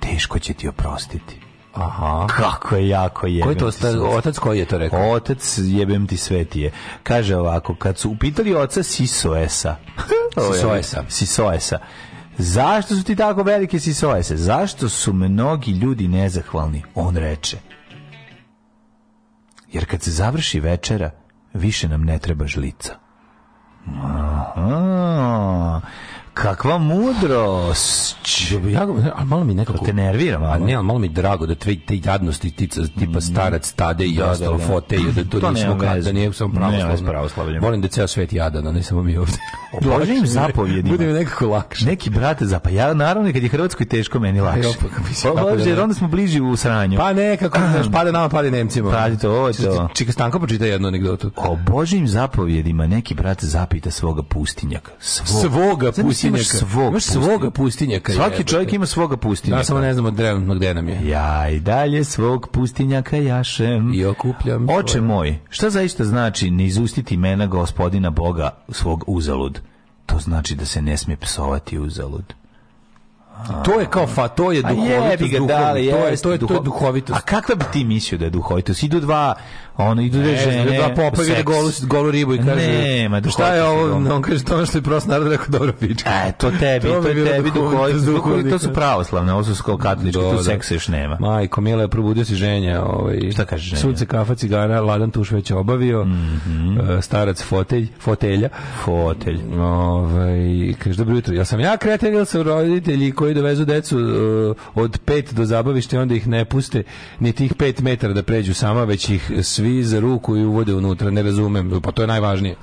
[SPEAKER 7] teško će ti oprostiti.
[SPEAKER 6] Aha.
[SPEAKER 7] Kako je jako je.
[SPEAKER 6] Ko je to, osta- otac koji je to rekao?
[SPEAKER 7] Pa Otac, jebem ti svetije. Kaže ovako, kad su upitali oca Sisoesa.
[SPEAKER 6] Sisoesa.
[SPEAKER 7] Sisoesa. Zašto su ti tako velike Sisoese? Zašto su mnogi ljudi nezahvalni? On reče. Jer kad se završi večera, više nam ne treba žlica. Aha. Kakva mudrost.
[SPEAKER 6] Ja, ga- ali malo mi nekako...
[SPEAKER 7] Te nervira malo.
[SPEAKER 6] A ne, ali malo mi je drago da tve, te jadnosti tica, tipa starac, tade i
[SPEAKER 7] Mm. Da, da,
[SPEAKER 6] ostalo
[SPEAKER 7] da.
[SPEAKER 6] fote, i da to,
[SPEAKER 7] To
[SPEAKER 6] nismo
[SPEAKER 7] nema
[SPEAKER 6] kada,
[SPEAKER 7] veze.
[SPEAKER 6] da nije samo
[SPEAKER 7] Nema veze s
[SPEAKER 6] pravoslavno.
[SPEAKER 7] pravoslavljem.
[SPEAKER 6] Molim da je ceo svet jadan, a ne samo mi ovdje.
[SPEAKER 7] O Božijim zapovjedima.
[SPEAKER 6] Bude mi nekako lakše.
[SPEAKER 7] Neki brate za pa ja naravno kad je Hrvatskoj teško meni lakše.
[SPEAKER 6] E, opa, kako mislim,
[SPEAKER 7] Pa,
[SPEAKER 6] kako da
[SPEAKER 7] Bože, jer
[SPEAKER 6] ne.
[SPEAKER 7] onda smo bliži u sranju.
[SPEAKER 6] Pa ne, kako znaš, pada nama, pada Nemcima.
[SPEAKER 7] Radite ovo, je to.
[SPEAKER 6] Čika Stanko pročita jednu anegdotu.
[SPEAKER 7] O Božim zapovjedima neki brat zapita svoga pustinjaka. Svog,
[SPEAKER 6] Svoga
[SPEAKER 7] Znaš, imaš
[SPEAKER 6] pustinjaka.
[SPEAKER 7] Svog
[SPEAKER 6] Imaš svoga pustinjaka.
[SPEAKER 7] Svaki
[SPEAKER 6] jebote.
[SPEAKER 7] čovjek ima svoga pustinjaka.
[SPEAKER 6] Da, samo ne znamo trenutno gde nam je.
[SPEAKER 7] Ja i dalje svog pustinjaka jašem.
[SPEAKER 6] I okupljam
[SPEAKER 7] Oče
[SPEAKER 6] svoje.
[SPEAKER 7] moj, šta zaista znači ne izustiti imena gospodina Boga svog uzalud? To znači da se ne smije psovati uzalud.
[SPEAKER 6] To je kao fa, to je
[SPEAKER 7] A Pa jebi
[SPEAKER 6] duhovitost.
[SPEAKER 7] ga,
[SPEAKER 6] duhovno.
[SPEAKER 7] da, ali
[SPEAKER 6] to je,
[SPEAKER 7] jest
[SPEAKER 6] to je, to je
[SPEAKER 7] duho-
[SPEAKER 6] duhovitost.
[SPEAKER 7] A kakva bi ti mislio da je duhovitost? Idu dva, ono, idu dve žene.
[SPEAKER 6] Žene, dva popa vide
[SPEAKER 7] seks.
[SPEAKER 6] golu, golu ribu i kaže
[SPEAKER 7] Nema
[SPEAKER 6] šta je
[SPEAKER 7] duhovitosti
[SPEAKER 6] ovo,
[SPEAKER 7] doma."
[SPEAKER 6] on kaže to ono što je prost narod rekao dobro pička.
[SPEAKER 7] E, to tebi,
[SPEAKER 6] To
[SPEAKER 7] to,
[SPEAKER 6] bi
[SPEAKER 7] je
[SPEAKER 6] bilo
[SPEAKER 7] tebi
[SPEAKER 6] duhovitost
[SPEAKER 7] duhovitost. duhovitost. To su
[SPEAKER 6] duhovnika.
[SPEAKER 7] pravoslavne, ovo su skoro katoličke,
[SPEAKER 6] Do,
[SPEAKER 7] tu
[SPEAKER 6] da.
[SPEAKER 7] seksa još nema.
[SPEAKER 6] Majko, Mila je probudio si ženja. Ovaj,
[SPEAKER 7] Šta kaže ženja?
[SPEAKER 6] Sunce, kafa, cigana, ladan tuš već obavio, e, starac fotelj, fotelja.
[SPEAKER 7] Mhm. Fotelj.
[SPEAKER 6] Ovaj, kaže, dobro jutro, ja sam ja kreten ili sam roditelji koji dovezu decu e, od pet do zabavište, onda ih ne puste ni tih pet metara da pređu sama, već ih svi za ruku i uvode unutra, ne razumem, pa to je najvažnije.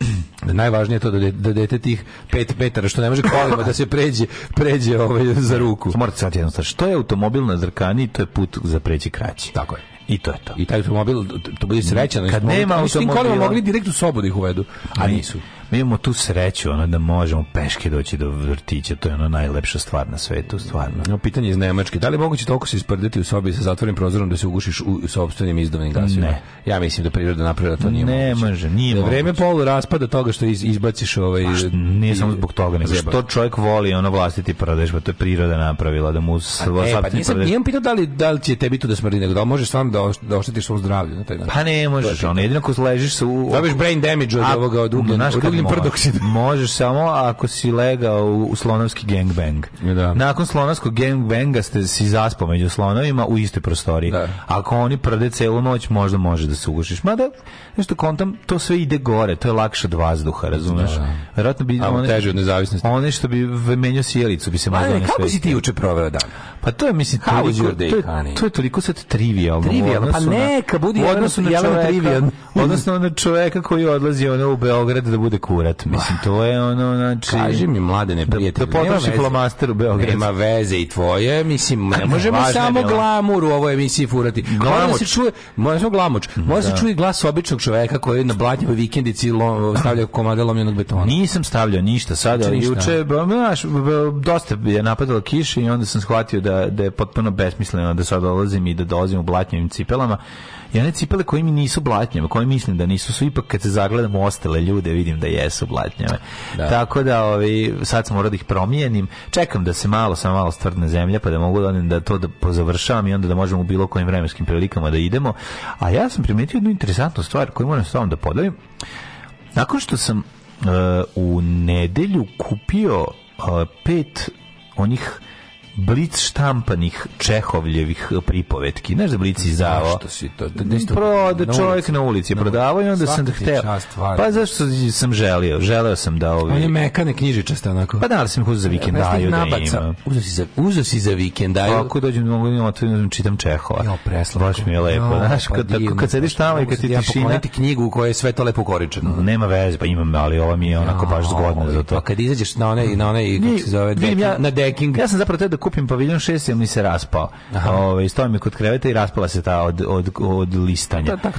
[SPEAKER 6] najvažnije je to da, de, da dete tih pet metara, što ne može kolima da se pređe, pređe ovaj, za ruku.
[SPEAKER 7] Morate sad jednu stvar. Što je automobil na zrkani, to je put za preći kraći.
[SPEAKER 6] Tako je.
[SPEAKER 7] I to je to.
[SPEAKER 6] I taj automobil, to bude srećan.
[SPEAKER 7] Kad nema
[SPEAKER 6] Mislim,
[SPEAKER 7] automobila-
[SPEAKER 6] mogli direkt u sobu da ih uvedu, a nisu.
[SPEAKER 7] Mi imamo tu sreću ono, da možemo peške doći do vrtića, to je ono najlepša stvar na svetu, stvarno.
[SPEAKER 6] No, pitanje iz Nemačke. Da li je moguće toliko se isprditi u sobi sa zatvorenim prozorom da se ugušiš u sobstvenim izdavnim gasima?
[SPEAKER 7] Ne.
[SPEAKER 6] Ja mislim da priroda napravila to nije
[SPEAKER 7] Ne
[SPEAKER 6] moguće.
[SPEAKER 7] može, nije
[SPEAKER 6] Da vreme
[SPEAKER 7] moguće.
[SPEAKER 6] polu raspada toga što iz, izbaciš ovaj...
[SPEAKER 7] Pa što- Nije
[SPEAKER 6] i-
[SPEAKER 7] samo zbog toga, nego
[SPEAKER 6] zajebano.
[SPEAKER 7] što čovjek voli ono vlastiti prdež, pa to je priroda napravila, da mu svo-
[SPEAKER 6] E, pa
[SPEAKER 7] sav ti
[SPEAKER 6] nisam,
[SPEAKER 7] prdež-
[SPEAKER 6] nisam pitao da li, da li će tebi to da smrdi, nego da li možeš stvarno da, oš- da oštetiš svom zdravlju. Na taj način.
[SPEAKER 7] Pa ne možeš, ono, jedino ako ležiš se u...
[SPEAKER 6] Dobiš brain damage od
[SPEAKER 7] A,
[SPEAKER 6] ovoga, od ugljen,
[SPEAKER 7] znaš
[SPEAKER 6] od
[SPEAKER 7] kad
[SPEAKER 6] ugljen
[SPEAKER 7] mo-
[SPEAKER 6] prdoksida.
[SPEAKER 7] Možeš samo ako si legao u, u slonovski gangbang.
[SPEAKER 6] Da.
[SPEAKER 7] Nakon slonovskog gangbanga ste si zaspao među slonovima u istoj prostoriji.
[SPEAKER 6] Da.
[SPEAKER 7] Ako oni prde celu noć, možda može da se ugušiš. Mada, nešto kontam, to sve ide gore, to je lakše od vazduha, razumeš? Verovatno bi...
[SPEAKER 6] A,
[SPEAKER 7] one-
[SPEAKER 6] teže od nezavisnosti.
[SPEAKER 7] One što bi v- menjao sjelicu bi se
[SPEAKER 6] Pa
[SPEAKER 7] možda
[SPEAKER 6] ne,
[SPEAKER 7] one
[SPEAKER 6] kako
[SPEAKER 7] sve-
[SPEAKER 6] si ti juče proveo dan?
[SPEAKER 7] Pa to je, mislim,
[SPEAKER 6] How was
[SPEAKER 7] toliko,
[SPEAKER 6] your day,
[SPEAKER 7] to, je,
[SPEAKER 6] honey?
[SPEAKER 7] to je toliko sad trivialno. u
[SPEAKER 6] Trivialno, pa
[SPEAKER 7] odnosu na-
[SPEAKER 6] neka, budi
[SPEAKER 7] u odnosu na
[SPEAKER 6] Jelena- Jelena
[SPEAKER 7] čoveka,
[SPEAKER 6] trivialno.
[SPEAKER 7] odnosno na čoveka koji odlazi ono u Beograd da bude kurat. Mislim, to je ono, znači...
[SPEAKER 6] Kaži mi, mlade
[SPEAKER 7] da, da
[SPEAKER 6] neprijatelje.
[SPEAKER 7] potroši flomaster u Beograd.
[SPEAKER 6] Nema veze i tvoje, mislim, ne možemo
[SPEAKER 7] važno je
[SPEAKER 6] samo
[SPEAKER 7] bilo.
[SPEAKER 6] glamur u ovoj emisiji furati. Mora da se
[SPEAKER 7] Glamoč.
[SPEAKER 6] čuje, mora samo glamoč. Mora se čuje glas običnog čoveka koji na blatnjoj vikendici lo- stavlja komade lomljenog betona.
[SPEAKER 7] Nisam stavljao ništa sada,
[SPEAKER 6] Znači
[SPEAKER 7] ali
[SPEAKER 6] Ono. ništa.
[SPEAKER 7] juče, ba, znaš, b- b- dosta je napadala kiša i onda sam shvatio da, da je potpuno besmisleno da sad dolazim i da dolazim u blatnjavim cipelama. I one cipele koje mi nisu blatnjave, koje mislim da nisu, su ipak kad se zagledam u ostale ljude vidim da jesu blatnjave. Tako da ovi, sad sam morao da ih promijenim. Čekam da se malo, sam malo stvrdne zemlja pa da mogu da, odem da to da pozavršavam i onda da možemo u bilo kojim vremenskim prilikama da idemo. A ja sam primetio jednu interesantnu stvar koju moram s vama da podelim. Nakon što sam eh, e, u nedelju kupio e, pet eh, onih blic štampanih Čehovljevih pripovetki. Znaš da blic izdavao?
[SPEAKER 6] Zašto si to? Da, da,
[SPEAKER 7] Proda
[SPEAKER 6] na
[SPEAKER 7] čovjek
[SPEAKER 6] ulici.
[SPEAKER 7] na ulici je
[SPEAKER 6] Na
[SPEAKER 7] prodavao i onda sam
[SPEAKER 6] Svaka ti
[SPEAKER 7] hteo.
[SPEAKER 6] čast, varno.
[SPEAKER 7] Pa zašto sam želio? Želeo sam da ovi...
[SPEAKER 6] On je mekane knjižičaste onako.
[SPEAKER 7] Pa da, ali sam ih uzeo za vikendaju da ima.
[SPEAKER 6] Uzo si za, uzo si za vikendaju.
[SPEAKER 7] Pa ako dođem mogu da otvorim čitam Čehova.
[SPEAKER 6] Jo, preslatko.
[SPEAKER 7] Baš mi je lepo,
[SPEAKER 6] Jo,
[SPEAKER 7] znaš,
[SPEAKER 6] pa
[SPEAKER 7] kad, tako
[SPEAKER 6] divno,
[SPEAKER 7] kad sediš tamo i
[SPEAKER 6] mogu
[SPEAKER 7] kad
[SPEAKER 6] sad
[SPEAKER 7] ti
[SPEAKER 6] ja
[SPEAKER 7] tišina,
[SPEAKER 6] pokloniti knjigu u kojoj je sve to lepo koričeno.
[SPEAKER 7] nema veze, pa imam, ali ova mi je onako baš zgodna za
[SPEAKER 6] Pa
[SPEAKER 7] to.
[SPEAKER 6] kad izađeš na one, na one, kako se zove,
[SPEAKER 7] Vidim
[SPEAKER 6] deking, na deking,
[SPEAKER 7] Ja sam zapravo teo da kupim paviljon 6, jer mi se raspao. Ove, stoji mi kod kreveta i raspala se ta od, od, od listanja.
[SPEAKER 6] ta, ta,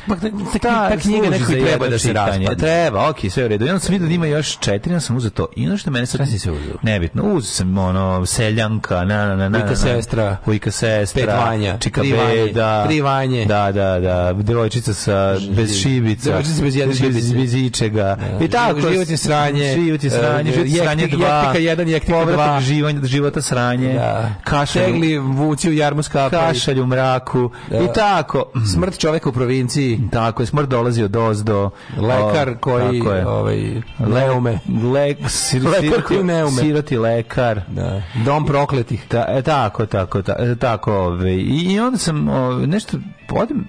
[SPEAKER 6] ta, ta knjiga
[SPEAKER 7] služi
[SPEAKER 6] nekoj
[SPEAKER 7] za
[SPEAKER 6] treba
[SPEAKER 7] jedno
[SPEAKER 6] da se
[SPEAKER 7] čitanje.
[SPEAKER 6] raspadne.
[SPEAKER 7] Pa Treba, okej, sve u redu. I onda sam vidio da ima još četiri, ja sam uzeo to. I ono što mene sad...
[SPEAKER 6] Šta si sve uzeo?
[SPEAKER 7] Nebitno. Uzeo sam ono, seljanka, na, na, na, na.
[SPEAKER 6] Vujka
[SPEAKER 7] na, na.
[SPEAKER 6] sestra.
[SPEAKER 7] Vujka sestra.
[SPEAKER 6] Pet vanja.
[SPEAKER 7] Čika
[SPEAKER 6] Tri vanje.
[SPEAKER 7] beda.
[SPEAKER 6] Tri vanje.
[SPEAKER 7] Da, da, da. Devojčica sa, bez šibica.
[SPEAKER 6] Devojčica bez jedne šibice.
[SPEAKER 7] Bez ičega. I tako.
[SPEAKER 6] Život je sranje.
[SPEAKER 7] Život je sranje.
[SPEAKER 6] E,
[SPEAKER 7] Život je
[SPEAKER 6] jektik-
[SPEAKER 7] sranje dva.
[SPEAKER 6] jektika jedan, jektika
[SPEAKER 7] Povratak
[SPEAKER 6] dva.
[SPEAKER 7] živanja- života sranje.
[SPEAKER 6] Da.
[SPEAKER 7] Kašalj.
[SPEAKER 6] Tegli vuci u jarmu skapa.
[SPEAKER 7] Kašalj u mraku. I tako.
[SPEAKER 6] Smrt čoveka u provinciji.
[SPEAKER 7] Tako je, smrt dolazi od ozdo.
[SPEAKER 6] Lekar
[SPEAKER 7] O,
[SPEAKER 6] koji
[SPEAKER 7] tako je.
[SPEAKER 6] ovaj, neume.
[SPEAKER 7] Leume. Lek, sir,
[SPEAKER 6] Lekar
[SPEAKER 7] siroti-
[SPEAKER 6] koji ne ume.
[SPEAKER 7] Siroti lekar.
[SPEAKER 6] Da. Dom prokletih.
[SPEAKER 7] Ta, e, tako, tako, ta, e, tako. Ove. I, I onda sam ove, nešto, odem,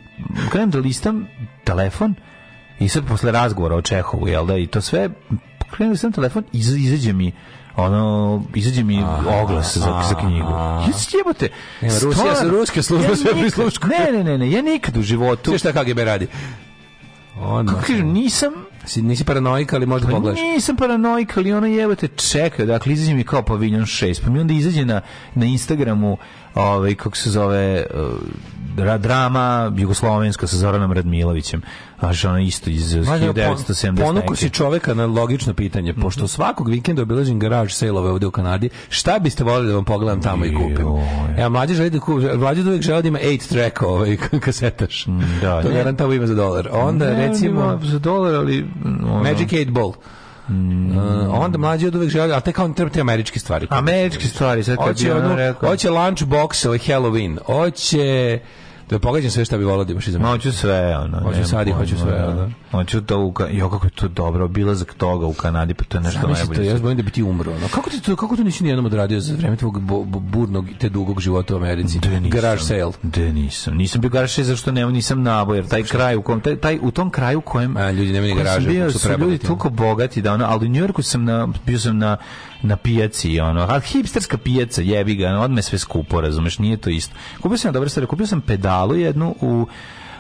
[SPEAKER 7] krenem da listam telefon i sad posle razgovora o Čehovu, jel da, i to sve, krenem da listam telefon i iza- izađe mi ono, izađe mi oglas za, za knjigu. Ja se jebate.
[SPEAKER 6] Nema, Rusija-
[SPEAKER 7] stvarno,
[SPEAKER 6] ruske službe sve
[SPEAKER 7] nikad-
[SPEAKER 6] prisluškuju.
[SPEAKER 7] Ne, ne, ne, ne, ja nikad u životu,
[SPEAKER 6] Sve šta KGB radi. Ono.
[SPEAKER 7] kako kažem, nisam
[SPEAKER 6] Si, nisi paranoika, ali možda
[SPEAKER 7] Pa
[SPEAKER 6] pogledaš.
[SPEAKER 7] nisam paranoik, ali ono jebote čeka. Dakle, izađe mi kao paviljon 6. Pa mi onda izađe na, na Instagramu ovaj, kako se zove uh, ra- drama jugoslovenska sa Zoranom Radmilovićem. A što ono isto iz
[SPEAKER 6] Mlađe, pon-
[SPEAKER 7] 1970.
[SPEAKER 6] Ponuko si
[SPEAKER 7] neke.
[SPEAKER 6] čoveka na logično pitanje,
[SPEAKER 7] Mhm.
[SPEAKER 6] pošto svakog vikenda obilazim garaž sejlove ovde u Kanadi, šta biste volili da vam pogledam tamo i kupim?
[SPEAKER 7] Joj.
[SPEAKER 6] Ja, mlađe želi da kupi, mlađe uvijek želi da ima 8 track ovaj, k- kasetaš.
[SPEAKER 7] Mm, da,
[SPEAKER 6] to
[SPEAKER 7] ne.
[SPEAKER 6] jedan tamo ima za dolar. Onda,
[SPEAKER 7] Ne,
[SPEAKER 6] recimo,
[SPEAKER 7] ima za dolar, ali... ono,
[SPEAKER 6] Magic 8 Ball.
[SPEAKER 7] Mm.
[SPEAKER 6] Uh, onda mlađe od uvek želi, a tek on treba te američke stvari.
[SPEAKER 7] Američke stvari, sad kad bi
[SPEAKER 6] Hoće,
[SPEAKER 7] ono
[SPEAKER 6] onu,
[SPEAKER 7] rekao...
[SPEAKER 6] hoće lunchbox ili Halloween. Hoće... Da pogađam sve šta bi volao da imaš iza
[SPEAKER 7] Ma
[SPEAKER 6] mene.
[SPEAKER 7] hoću sve, ono.
[SPEAKER 6] Hoću
[SPEAKER 7] nemam
[SPEAKER 6] sad i
[SPEAKER 7] pojma,
[SPEAKER 6] hoću sve,
[SPEAKER 7] da.
[SPEAKER 6] ono.
[SPEAKER 7] Hoću to u... Ka- Jo, kako je to dobro, obilazak toga u Kanadi, pa to je nešto
[SPEAKER 6] Zamisli to,
[SPEAKER 7] najbolje.
[SPEAKER 6] ja se bojim da bi ti umro. ono. Kako ti to, kako to nisi nijednom odradio za vreme tvog bu- bu- burnog te dugog života u Americi?
[SPEAKER 7] Da nisam.
[SPEAKER 6] Garage sale.
[SPEAKER 7] Da nisam. Nisam bio garage sale zašto nema nisam nabo jer taj kraj u kom taj, taj u tom kraju u kojem
[SPEAKER 6] A, ljudi nemaju ni
[SPEAKER 7] u kojem sam
[SPEAKER 6] garaže,
[SPEAKER 7] bio,
[SPEAKER 6] kako su
[SPEAKER 7] su ljudi
[SPEAKER 6] prebogati.
[SPEAKER 7] toliko bogati da ono, ali u Njujorku sam na bio sam na na pijaci ono, a hipsterska pijaca jebi ga, ono, odme sve skupo, razumeš, nije to isto. Kupio sam dobre stvari, kupio sam pedalu jednu u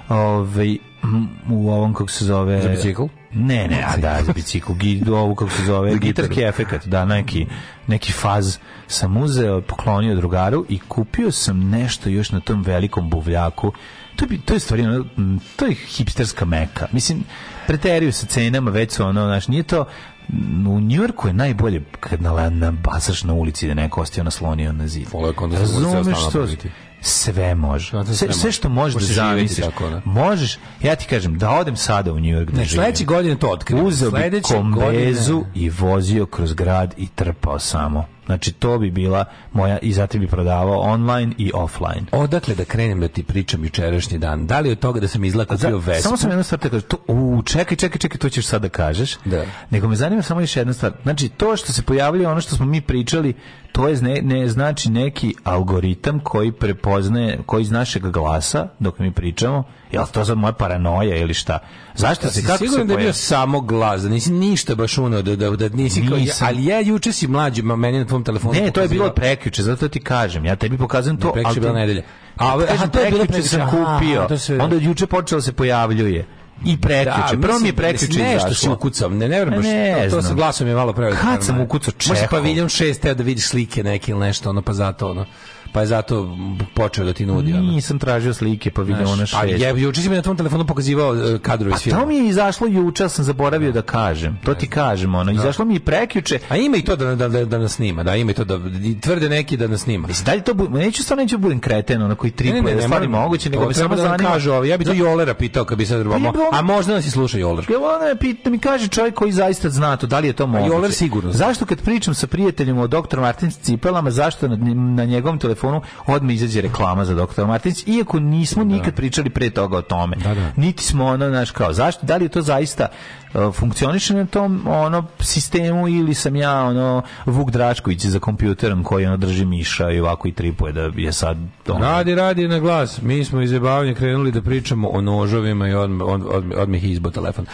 [SPEAKER 7] ovaj m, u ovom kako se zove
[SPEAKER 6] Za bicikl?
[SPEAKER 7] Ne, ne, a da, za bicikl, gi, ovu kako se zove, gitarski efekat, da, neki, neki faz sam uzeo, poklonio drugaru i kupio sam nešto još na tom velikom buvljaku. To, bi, to je stvari, ono, mm, to je hipsterska meka. Mislim, preteruju sa cenama, već su ono, znaš, nije to, mm, u Njujorku je najbolje kad na, na basaš na ulici da neko ostio naslonio na zid.
[SPEAKER 6] Voleo bih onda sam ulica
[SPEAKER 7] Razumeš
[SPEAKER 6] ostala
[SPEAKER 7] što?
[SPEAKER 6] napraviti.
[SPEAKER 7] Sve može.
[SPEAKER 6] Znate, sve
[SPEAKER 7] Sve, sve što
[SPEAKER 6] može.
[SPEAKER 7] možeš da
[SPEAKER 6] Može živjeti
[SPEAKER 7] zamisliš.
[SPEAKER 6] tako, da.
[SPEAKER 7] Možeš, ja ti kažem, da odem sada u Njujork da
[SPEAKER 6] Ne,
[SPEAKER 7] živim.
[SPEAKER 6] sledeće godine to otkrivo.
[SPEAKER 7] Uzeo bi kombezu i vozio kroz grad i trpao samo. Znači, to bi bila moja, i zatim bi prodavao online i offline.
[SPEAKER 6] Odakle da krenem da ti pričam jučerašnji dan? Da li od toga da sam izlako bio
[SPEAKER 7] Za-
[SPEAKER 6] vesel?
[SPEAKER 7] Samo sam jednu stvar te kažem, to, u, čekaj, čekaj, čekaj, to ćeš sad da kažeš.
[SPEAKER 6] Da.
[SPEAKER 7] Nego me zanima samo još jedna stvar. Znači, to što se pojavljuje, ono što smo mi pričali, to je ne, ne znači neki algoritam koji prepoznaje, koji iz našeg glasa, dok mi pričamo, jel to sad moja paranoja ili šta? Zašto se, kako se
[SPEAKER 6] Sigurno da je bio
[SPEAKER 7] pojavljuje?
[SPEAKER 6] samo glas, da nisi ništa baš unao, da, da, da nisi kao,
[SPEAKER 7] Nisam.
[SPEAKER 6] ali ja juče si mlađi, ma meni na tvom telefonu
[SPEAKER 7] Ne, to je bilo
[SPEAKER 6] pokazivao-
[SPEAKER 7] prekjuče, zato ti kažem. Ja tebi pokazujem to.
[SPEAKER 6] prekjuče
[SPEAKER 7] ali
[SPEAKER 6] je bila
[SPEAKER 7] ti-
[SPEAKER 6] nedelja.
[SPEAKER 7] A,
[SPEAKER 6] A,
[SPEAKER 7] kažem,
[SPEAKER 6] aha, to je bilo
[SPEAKER 7] prekjuče sam
[SPEAKER 6] prekjuče, aha,
[SPEAKER 7] kupio.
[SPEAKER 6] to se-
[SPEAKER 7] Onda je juče počelo se pojavljuje. I prekjuče. Prvo mi je prekjuče
[SPEAKER 6] izašlo. Nešto si
[SPEAKER 7] izašlo.
[SPEAKER 6] ukucam, ne, ne verujem baš,
[SPEAKER 7] Ne
[SPEAKER 6] to, to sa
[SPEAKER 7] znam.
[SPEAKER 6] glasom je malo preveliko.
[SPEAKER 7] Kad
[SPEAKER 6] paranoja.
[SPEAKER 7] sam ukucao
[SPEAKER 6] Možda
[SPEAKER 7] Čehov?
[SPEAKER 6] paviljon 6 teo da vidiš slike neke ili nešto, ono, pa zato, ono, pa je zato počeo da ti nudi, ono.
[SPEAKER 7] Nisam tražio slike paviljona
[SPEAKER 6] Znaš, Pa
[SPEAKER 7] šest.
[SPEAKER 6] je, juče si mi na tvom telefonu pokazivao e, kadrove iz
[SPEAKER 7] Pa to
[SPEAKER 6] filma.
[SPEAKER 7] mi je izašlo juče, ali sam zaboravio da kažem. To ti kažem, ono, izašlo mi je prekjuče.
[SPEAKER 6] A ima i to da, da, da, da nas snima, da, ima i to da, i tvrde neki da nas snima.
[SPEAKER 7] Mislim, da li to bu- ma neću stvarno neću da budem kreten, ono koji tripuje, da stvari
[SPEAKER 6] moram-
[SPEAKER 7] moguće, nego
[SPEAKER 6] to
[SPEAKER 7] me
[SPEAKER 6] treba
[SPEAKER 7] samo
[SPEAKER 6] da nam
[SPEAKER 7] zanima.
[SPEAKER 6] kažu ovo, ja bi to Jolera pitao kad bi sad
[SPEAKER 7] je
[SPEAKER 6] robamo,
[SPEAKER 7] bilo-
[SPEAKER 6] a možda nas i sluša Joler.
[SPEAKER 7] Ja volim da me pita, mi kaže čovjek koji zaista zna to, da li je to moguće.
[SPEAKER 6] Joler Pa sigurno zna.
[SPEAKER 7] Zašto kad pričam sa prijateljima o doktor Martin Cipelama, zašto na, na njegovom telefonu, odmah izađe reklama za doktora Martinić, iako nismo nikad pričali pre toga o tome. Niti smo ono, znaš, kao, zašto, da li je to zaista uh, funkcioniše na tom ono sistemu ili sam ja ono Vuk Drašković za kompjuterom koji ono drži miša i ovako i tripuje da je sad ono,
[SPEAKER 6] Radi, radi na glas. Mi smo iz jebavanja krenuli da pričamo o nožovima i odmah od, od, odmah je izbo telefon.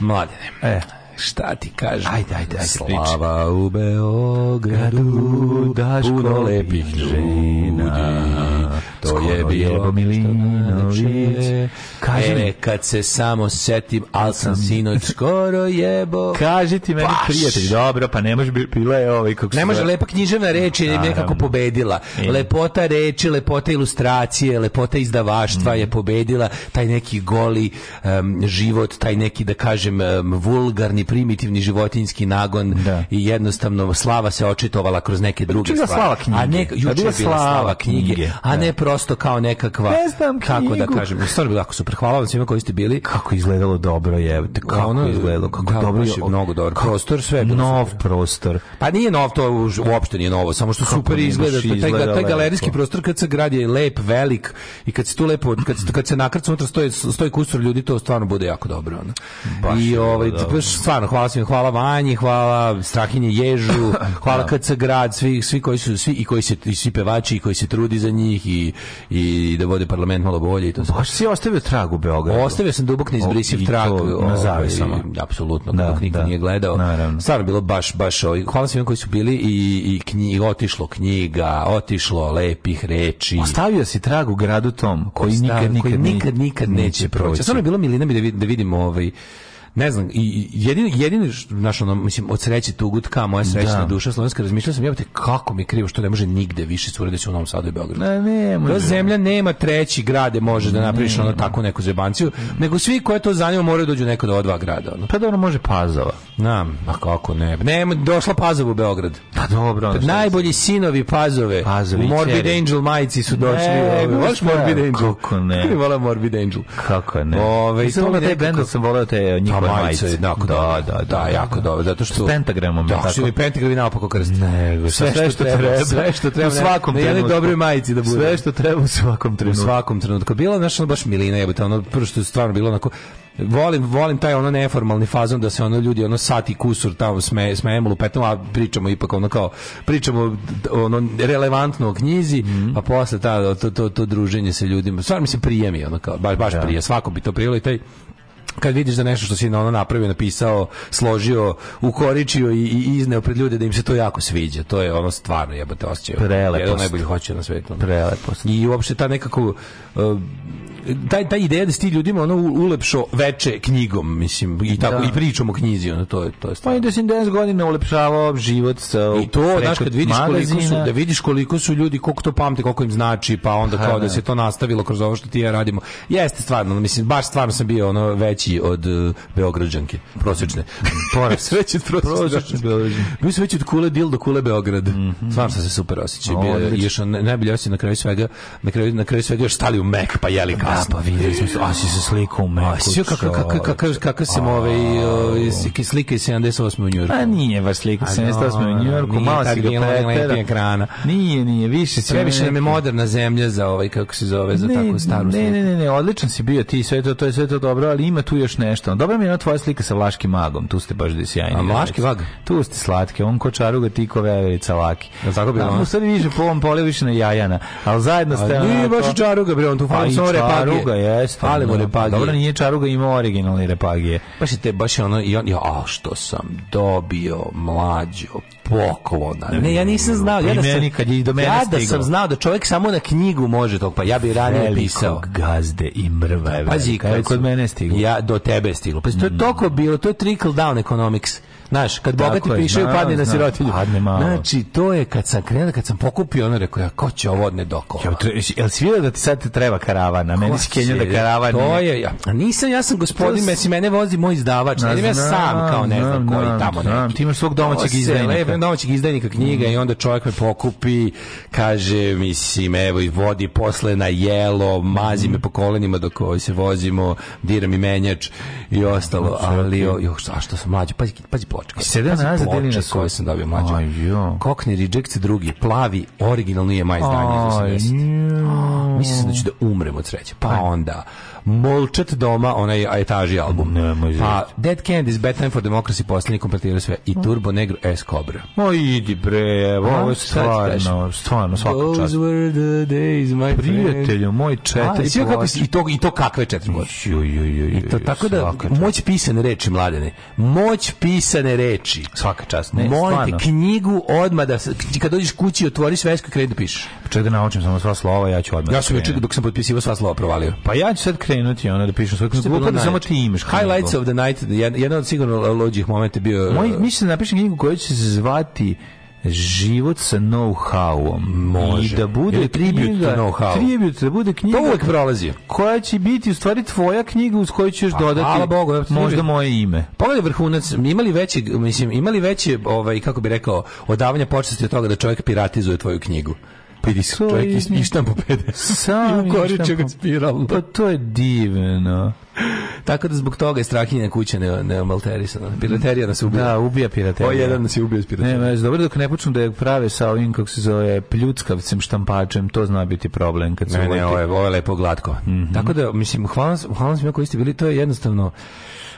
[SPEAKER 6] Mladene,
[SPEAKER 7] E.
[SPEAKER 6] šta ti kažem?
[SPEAKER 7] Ajde, ajde, ajde,
[SPEAKER 6] Slava u Beogradu,
[SPEAKER 7] Daško
[SPEAKER 6] puno lepih
[SPEAKER 7] i
[SPEAKER 6] žena. To
[SPEAKER 7] Skoro
[SPEAKER 6] je bilo
[SPEAKER 7] jebo Milinović.
[SPEAKER 6] Milinović.
[SPEAKER 7] Kaži mi.
[SPEAKER 6] E, kad se samo setim, al sam sinoć skoro jebo.
[SPEAKER 7] Kaži ti meni
[SPEAKER 6] Baš.
[SPEAKER 7] prijatelj, dobro, pa ne može bi- bila je ovaj kako se
[SPEAKER 6] Ne može
[SPEAKER 7] zove-
[SPEAKER 6] lepa književna reč je
[SPEAKER 7] Naravno.
[SPEAKER 6] nekako pobedila.
[SPEAKER 7] I-
[SPEAKER 6] Lepota reči, lepota ilustracije, lepota izdavaštva
[SPEAKER 7] Mm.
[SPEAKER 6] je pobedila taj neki goli em, život, taj neki da kažem em, vulgarni, primitivni životinski nagon
[SPEAKER 7] Da.
[SPEAKER 6] i jednostavno slava se očitovala kroz neke druge
[SPEAKER 7] čega
[SPEAKER 6] stvari.
[SPEAKER 7] slava knjige?
[SPEAKER 6] A ne
[SPEAKER 7] Pa
[SPEAKER 6] juče je bila slava knjige, a
[SPEAKER 7] da.
[SPEAKER 6] ne prosto kao nekakva
[SPEAKER 7] Ne znam
[SPEAKER 6] kako da
[SPEAKER 7] knjigu.
[SPEAKER 6] kažem. Stvarno je bilo jako super. Hvala vam svima koji ste bili.
[SPEAKER 7] kako izgledalo dobro je kako
[SPEAKER 6] Ono,
[SPEAKER 7] je izgledalo kako
[SPEAKER 6] da,
[SPEAKER 7] dobro
[SPEAKER 6] baš je mnogo dobar prostor, sve je bilo
[SPEAKER 7] nov prostor
[SPEAKER 6] Pa nije nov, to už- uopšte nije novo, samo što super
[SPEAKER 7] nije,
[SPEAKER 6] izgleda,
[SPEAKER 7] baš
[SPEAKER 6] taj, taj,
[SPEAKER 7] izgleda
[SPEAKER 6] taj galerijski
[SPEAKER 7] lepo.
[SPEAKER 6] prostor kad se gradi je lep, velik i kad se tu lepo, kad se, kad se nakrca unutra stoji, stoji kusur ljudi, to stvarno bude jako dobro. Ono.
[SPEAKER 7] Baš je
[SPEAKER 6] I
[SPEAKER 7] bilo
[SPEAKER 6] ovaj,
[SPEAKER 7] dobro.
[SPEAKER 6] baš stvarno, hvala svima, hvala Vanji, hvala Strahinje Ježu, hvala kad se grad, svi, svi koji su, svi, i koji se, i svi pevači, i koji se trudi za njih i, i da vode parlament malo bolje i to sve.
[SPEAKER 7] baš Pa si ostavio trag u Beogradu
[SPEAKER 6] Ostavio sam dubok neizbrisiv
[SPEAKER 7] I to
[SPEAKER 6] trag
[SPEAKER 7] na
[SPEAKER 6] ovaj,
[SPEAKER 7] zavisama.
[SPEAKER 6] Apsolutno,
[SPEAKER 7] Da,
[SPEAKER 6] dok niko
[SPEAKER 7] da.
[SPEAKER 6] nije gledao.
[SPEAKER 7] Naravno.
[SPEAKER 6] Stvarno je bilo baš baš ovaj, hvala svima koji su bili i i knji, otišlo knjiga, otišlo lepih reči.
[SPEAKER 7] ostavio si trag u gradu tom koji
[SPEAKER 6] Stav-
[SPEAKER 7] nikad nikad
[SPEAKER 6] koji
[SPEAKER 7] ni-
[SPEAKER 6] nikad nikad neće proći. Stvarno je bilo milina mi da vidim, da vidim ovaj ne znam, i- i jedini, jedini š- znaš, ono, mislim, od sreće tugutka, moja srećna
[SPEAKER 7] Da.
[SPEAKER 6] duša slovenska, razmišljao sam, jebote, kako mi je krivo što ne može nigde više cure da se u Novom Sadu i Beogradu.
[SPEAKER 7] Ne, ne, može.
[SPEAKER 6] Ta zemlja nema treći grade može da napraviš ono tako neku zebanciju, nego svi koje to zanima moraju dođu neko do ova dva grada. Ono.
[SPEAKER 7] Pa dobro, može Pazova.
[SPEAKER 6] Znam, a kako ne. Nema, došla Pazova u Beograd.
[SPEAKER 7] Pa dobro, ono šta-
[SPEAKER 6] Najbolji sinovi Pazove.
[SPEAKER 7] Pazovi,
[SPEAKER 6] u Morbid
[SPEAKER 7] čeri.
[SPEAKER 6] Angel majici su došli.
[SPEAKER 7] Ne,
[SPEAKER 6] Ove, voliš
[SPEAKER 7] šta?
[SPEAKER 6] Morbid Angel?
[SPEAKER 7] Kako ne?
[SPEAKER 6] Kako volim Morbid Angel?
[SPEAKER 7] Kako ne?
[SPEAKER 6] Ove,
[SPEAKER 7] Nisam
[SPEAKER 6] to mi
[SPEAKER 7] volio taj
[SPEAKER 6] nekako-
[SPEAKER 7] bend, ali sam volio te eh,
[SPEAKER 6] Ta
[SPEAKER 7] njihove
[SPEAKER 6] majica je
[SPEAKER 7] Pa majice.
[SPEAKER 6] jednako
[SPEAKER 7] da,
[SPEAKER 6] dobra.
[SPEAKER 7] da, da,
[SPEAKER 6] jako dobro, zato što...
[SPEAKER 7] S pentagramom, je
[SPEAKER 6] Da,
[SPEAKER 7] li
[SPEAKER 6] tako. su
[SPEAKER 7] tako?
[SPEAKER 6] mi pentagrami naopako krst.
[SPEAKER 7] Nego,
[SPEAKER 6] sve, što, treba, sve što treba.
[SPEAKER 7] u svakom
[SPEAKER 6] na, na jednoj
[SPEAKER 7] trenutku.
[SPEAKER 6] dobroj majici da bude.
[SPEAKER 7] Sve što treba u svakom
[SPEAKER 6] u
[SPEAKER 7] trenutku.
[SPEAKER 6] svakom trenutku. Bilo je znaš, ono baš milina jebote, ono prvo što je stvarno bilo onako volim volim taj ono neformalni fazon da se ono ljudi ono sati kusur tamo sme smejemo lupetamo a pričamo ipak ono kao pričamo d- ono relevantno o knjizi
[SPEAKER 7] Mhm.
[SPEAKER 6] a posle ta, to, to, to druženje sa ljudima stvarno mi se prijemi ono kao baš baš prije svako bi to prijelo i taj kad vidiš da nešto što si na ono napravio, napisao, složio, ukoričio i, i izneo pred ljude da im se to jako sviđa. To je ono stvarno jebate osjećaj.
[SPEAKER 7] Prelepost.
[SPEAKER 6] Jedan od najboljih hoće na svetu. ono.
[SPEAKER 7] Prelepo.
[SPEAKER 6] I uopšte ta nekako uh, taj, taj ideja da si ti ljudima ono u- ulepšo veče knjigom, mislim, i tako
[SPEAKER 7] Da.
[SPEAKER 6] i pričom o knjizi, ono to je to
[SPEAKER 7] Pa
[SPEAKER 6] je
[SPEAKER 7] i
[SPEAKER 6] stvarno.
[SPEAKER 7] da si 10 godina ulepšavao život sa
[SPEAKER 6] I to, znaš,
[SPEAKER 7] preko
[SPEAKER 6] kad vidiš koliko su,
[SPEAKER 7] magazina.
[SPEAKER 6] da vidiš koliko su ljudi, koliko to pamte, koliko im znači, pa onda kao da
[SPEAKER 7] da.
[SPEAKER 6] se to nastavilo kroz ovo što ti i ja radimo. Jeste stvarno, ono, mislim, baš stvarno sam bio ono veći od uh, Beograđanke, prosječne. Poras. veći od prosječne.
[SPEAKER 7] Prosječne Beograđanke. Mhm.
[SPEAKER 6] Bio sam veći od kule dil do kule Beograd. Stvarno sam se super osjećao. Bio je
[SPEAKER 7] Odlično.
[SPEAKER 6] još on- najbolje osjećaj na kraju svega, na kraju, na kraju svega još stali u Mek pa jeli
[SPEAKER 7] A,
[SPEAKER 6] kasno.
[SPEAKER 7] pa videli smo se, a si se slikao u meku.
[SPEAKER 6] Sio kako kako kako kako sam ovaj ovaj, slike- slike iz 78 u Njujorku.
[SPEAKER 7] A Pa nije baš slika,
[SPEAKER 6] A
[SPEAKER 7] 78 u
[SPEAKER 6] dobro,
[SPEAKER 7] Njujorku,
[SPEAKER 6] nije
[SPEAKER 7] malo
[SPEAKER 6] tak
[SPEAKER 7] si ga
[SPEAKER 6] bilo
[SPEAKER 7] pretera.
[SPEAKER 6] lepih ekrana.
[SPEAKER 7] Nije, nije, više si...
[SPEAKER 6] Sve više nam je moderna zemlja za ovaj kako se zove za takvu staru
[SPEAKER 7] ne,
[SPEAKER 6] sliku.
[SPEAKER 7] ne, ne, ne, odličan si bio ti, sve to, to je sve to dobro, ali ima tu još nešto. Dobra mi je ona tvoja slika sa Vlaškim magom, tu ste baš da sjajni.
[SPEAKER 6] A Vlaški
[SPEAKER 7] igrač.
[SPEAKER 6] mag?
[SPEAKER 7] Tu ste slatke, on ko čaruga, ti ko veverica laki.
[SPEAKER 6] Jel tako bilo,
[SPEAKER 7] Da,
[SPEAKER 6] a?
[SPEAKER 7] u stvari više po ovom polju više na jajana, ali zajedno ste...
[SPEAKER 6] A nije
[SPEAKER 7] onako-
[SPEAKER 6] baš i čaruga bre, on tu
[SPEAKER 7] Pa
[SPEAKER 6] fali
[SPEAKER 7] i
[SPEAKER 6] samo repagije.
[SPEAKER 7] čaruga, jeste.
[SPEAKER 6] Fali mu
[SPEAKER 7] da.
[SPEAKER 6] repagije.
[SPEAKER 7] Dobro, nije čaruga imao originalni repagije.
[SPEAKER 6] Baš je te, baš je ono, i on, ja, a što sam dobio mlađo poklona. Ne, ja nisam znao, ja
[SPEAKER 7] I
[SPEAKER 6] da sam,
[SPEAKER 7] meni kad je i do mene
[SPEAKER 6] ja da
[SPEAKER 7] stiglo.
[SPEAKER 6] sam znao da čovjek samo na knjigu može to, pa ja bi ranije
[SPEAKER 7] Velikog
[SPEAKER 6] pisao.
[SPEAKER 7] gazde i mrve.
[SPEAKER 6] Pa, Pazi,
[SPEAKER 7] kad
[SPEAKER 6] kad
[SPEAKER 7] kod
[SPEAKER 6] su-
[SPEAKER 7] mene je stiglo. Mm.
[SPEAKER 6] Ja, do tebe je stiglo. Pazi, to je toliko bilo, to je trickle down economics. Znaš, kad
[SPEAKER 7] Tako
[SPEAKER 6] bogati
[SPEAKER 7] je,
[SPEAKER 6] pišaju,
[SPEAKER 7] znam,
[SPEAKER 6] padne na
[SPEAKER 7] znam,
[SPEAKER 6] sirotinju.
[SPEAKER 7] padne malo.
[SPEAKER 6] Znači, to je kad sam krenuo, kad sam pokupio, ono rekao, ja, ko će ovo od nedokola?
[SPEAKER 7] Jel, tre- jel si vidio da ti sad treba karavana? Meni si kenja da karavan
[SPEAKER 6] To
[SPEAKER 7] nije.
[SPEAKER 6] je, ja. A nisam, ja sam gospodin,
[SPEAKER 7] To s-
[SPEAKER 6] mislim, mene vozi moj izdavač, ne idem ja
[SPEAKER 7] znam,
[SPEAKER 6] sam kao ne znam
[SPEAKER 7] znam,
[SPEAKER 6] koji
[SPEAKER 7] znam,
[SPEAKER 6] tamo
[SPEAKER 7] znam.
[SPEAKER 6] neki.
[SPEAKER 7] Ti imaš svog domaćeg
[SPEAKER 6] To se
[SPEAKER 7] izdajnika. Mhm.
[SPEAKER 6] lepo, imam domaćeg izdajnika knjiga i onda čovjek me pokupi, kaže, mislim, evo, i vodi posle na jelo, mazi
[SPEAKER 7] Mhm.
[SPEAKER 6] me po kolenima dok ovaj se vozimo, dira mi menjač i ostalo, ali, jo, jo, a što sam mlađo, pazi, pazi, pločka.
[SPEAKER 7] Sedam
[SPEAKER 6] Pazi
[SPEAKER 7] nazad ili
[SPEAKER 6] ploče
[SPEAKER 7] na su-
[SPEAKER 6] koje sam dobio mlađe.
[SPEAKER 7] Ajo.
[SPEAKER 6] Cockney Rejects drugi, plavi, originalni je maj izdanje iz 80. Mislio sam da ću da umrem od sreće. Mm. Pa onda, Molčet doma, onaj etaži album.
[SPEAKER 7] Nemoj
[SPEAKER 6] pa Dead Candies, Bad Time for Democracy, posljednji kompletirao sve. I Turbo Negro S Cobra.
[SPEAKER 7] Ma idi bre, evo,
[SPEAKER 6] A,
[SPEAKER 7] ovo je
[SPEAKER 6] šta ti kažeš?
[SPEAKER 7] stvarno, stvarno, svaka čast.
[SPEAKER 6] Those were the days, my friend.
[SPEAKER 7] Prijatelju, moj
[SPEAKER 6] A,
[SPEAKER 7] četiri
[SPEAKER 6] jesi vidio kako
[SPEAKER 7] ploče.
[SPEAKER 6] si- I to, I to kakve četiri godine.
[SPEAKER 7] Ju, ju, ju, ju,
[SPEAKER 6] I to, tako da,
[SPEAKER 7] svaka čast.
[SPEAKER 6] moć pisane reči, mladene. Moć pisane reči.
[SPEAKER 7] Svaka čast, ne,
[SPEAKER 6] Molim
[SPEAKER 7] stvarno.
[SPEAKER 6] te, knjigu odmah da, se- kad dođeš kući, otvoriš vesku i kredi da pišeš. Znači,
[SPEAKER 7] Čekaj da naučim samo sva slova, ja ću odmah.
[SPEAKER 6] Ja
[SPEAKER 7] da
[SPEAKER 6] sam juče
[SPEAKER 7] krenem.
[SPEAKER 6] dok sam potpisivao sva slova provalio.
[SPEAKER 7] Pa ja ću sad krenuti, ono, da pišem svoju knjigu. Glupo da samo ti imaš knjigu.
[SPEAKER 6] Highlights of the night, jed- jedan od sigurno lođih momenta je bio...
[SPEAKER 7] Moj,
[SPEAKER 6] uh,
[SPEAKER 7] mislim da napišem knjigu koja će se zvati život sa know-howom.
[SPEAKER 6] Može.
[SPEAKER 7] I da bude
[SPEAKER 6] Ili tribute
[SPEAKER 7] knjiga-
[SPEAKER 6] to know-how.
[SPEAKER 7] Tribute, da bude knjiga
[SPEAKER 6] to uvek prolazi.
[SPEAKER 7] koja će biti u stvari tvoja knjiga uz koju ćeš
[SPEAKER 6] hvala
[SPEAKER 7] dodati
[SPEAKER 6] Bogu, ja sam
[SPEAKER 7] možda
[SPEAKER 6] tribute.
[SPEAKER 7] moje ime.
[SPEAKER 6] Pogledaj vrhunac, imali veći, mislim, imali veći, ovaj, kako bi rekao, odavanja počasti od toga da čovjek piratizuje tvoju knjigu. Vidi se,
[SPEAKER 7] to
[SPEAKER 6] čovjek
[SPEAKER 7] je-
[SPEAKER 6] is, ištampu 50.
[SPEAKER 7] Sam
[SPEAKER 6] I ukoriče ga
[SPEAKER 7] ištampu.
[SPEAKER 6] spiralno.
[SPEAKER 7] Pa to je divno.
[SPEAKER 6] Tako da zbog toga je strahinja kuća ne, ne malterisana. Piraterija nas ubija.
[SPEAKER 7] Da, ubija piraterija.
[SPEAKER 6] O, jedan nas je ubio s
[SPEAKER 7] Ne,
[SPEAKER 6] piraterija.
[SPEAKER 7] ma, dobro dok ne počnu da je prave sa ovim, kako se zove, pljuckavcem, štampačem, to zna biti problem kad se
[SPEAKER 6] Ne,
[SPEAKER 7] uleti.
[SPEAKER 6] ne, ovo je, ovo je lepo glatko. Tako da, mislim, hvala, hvala svima koji ste bili, to je jednostavno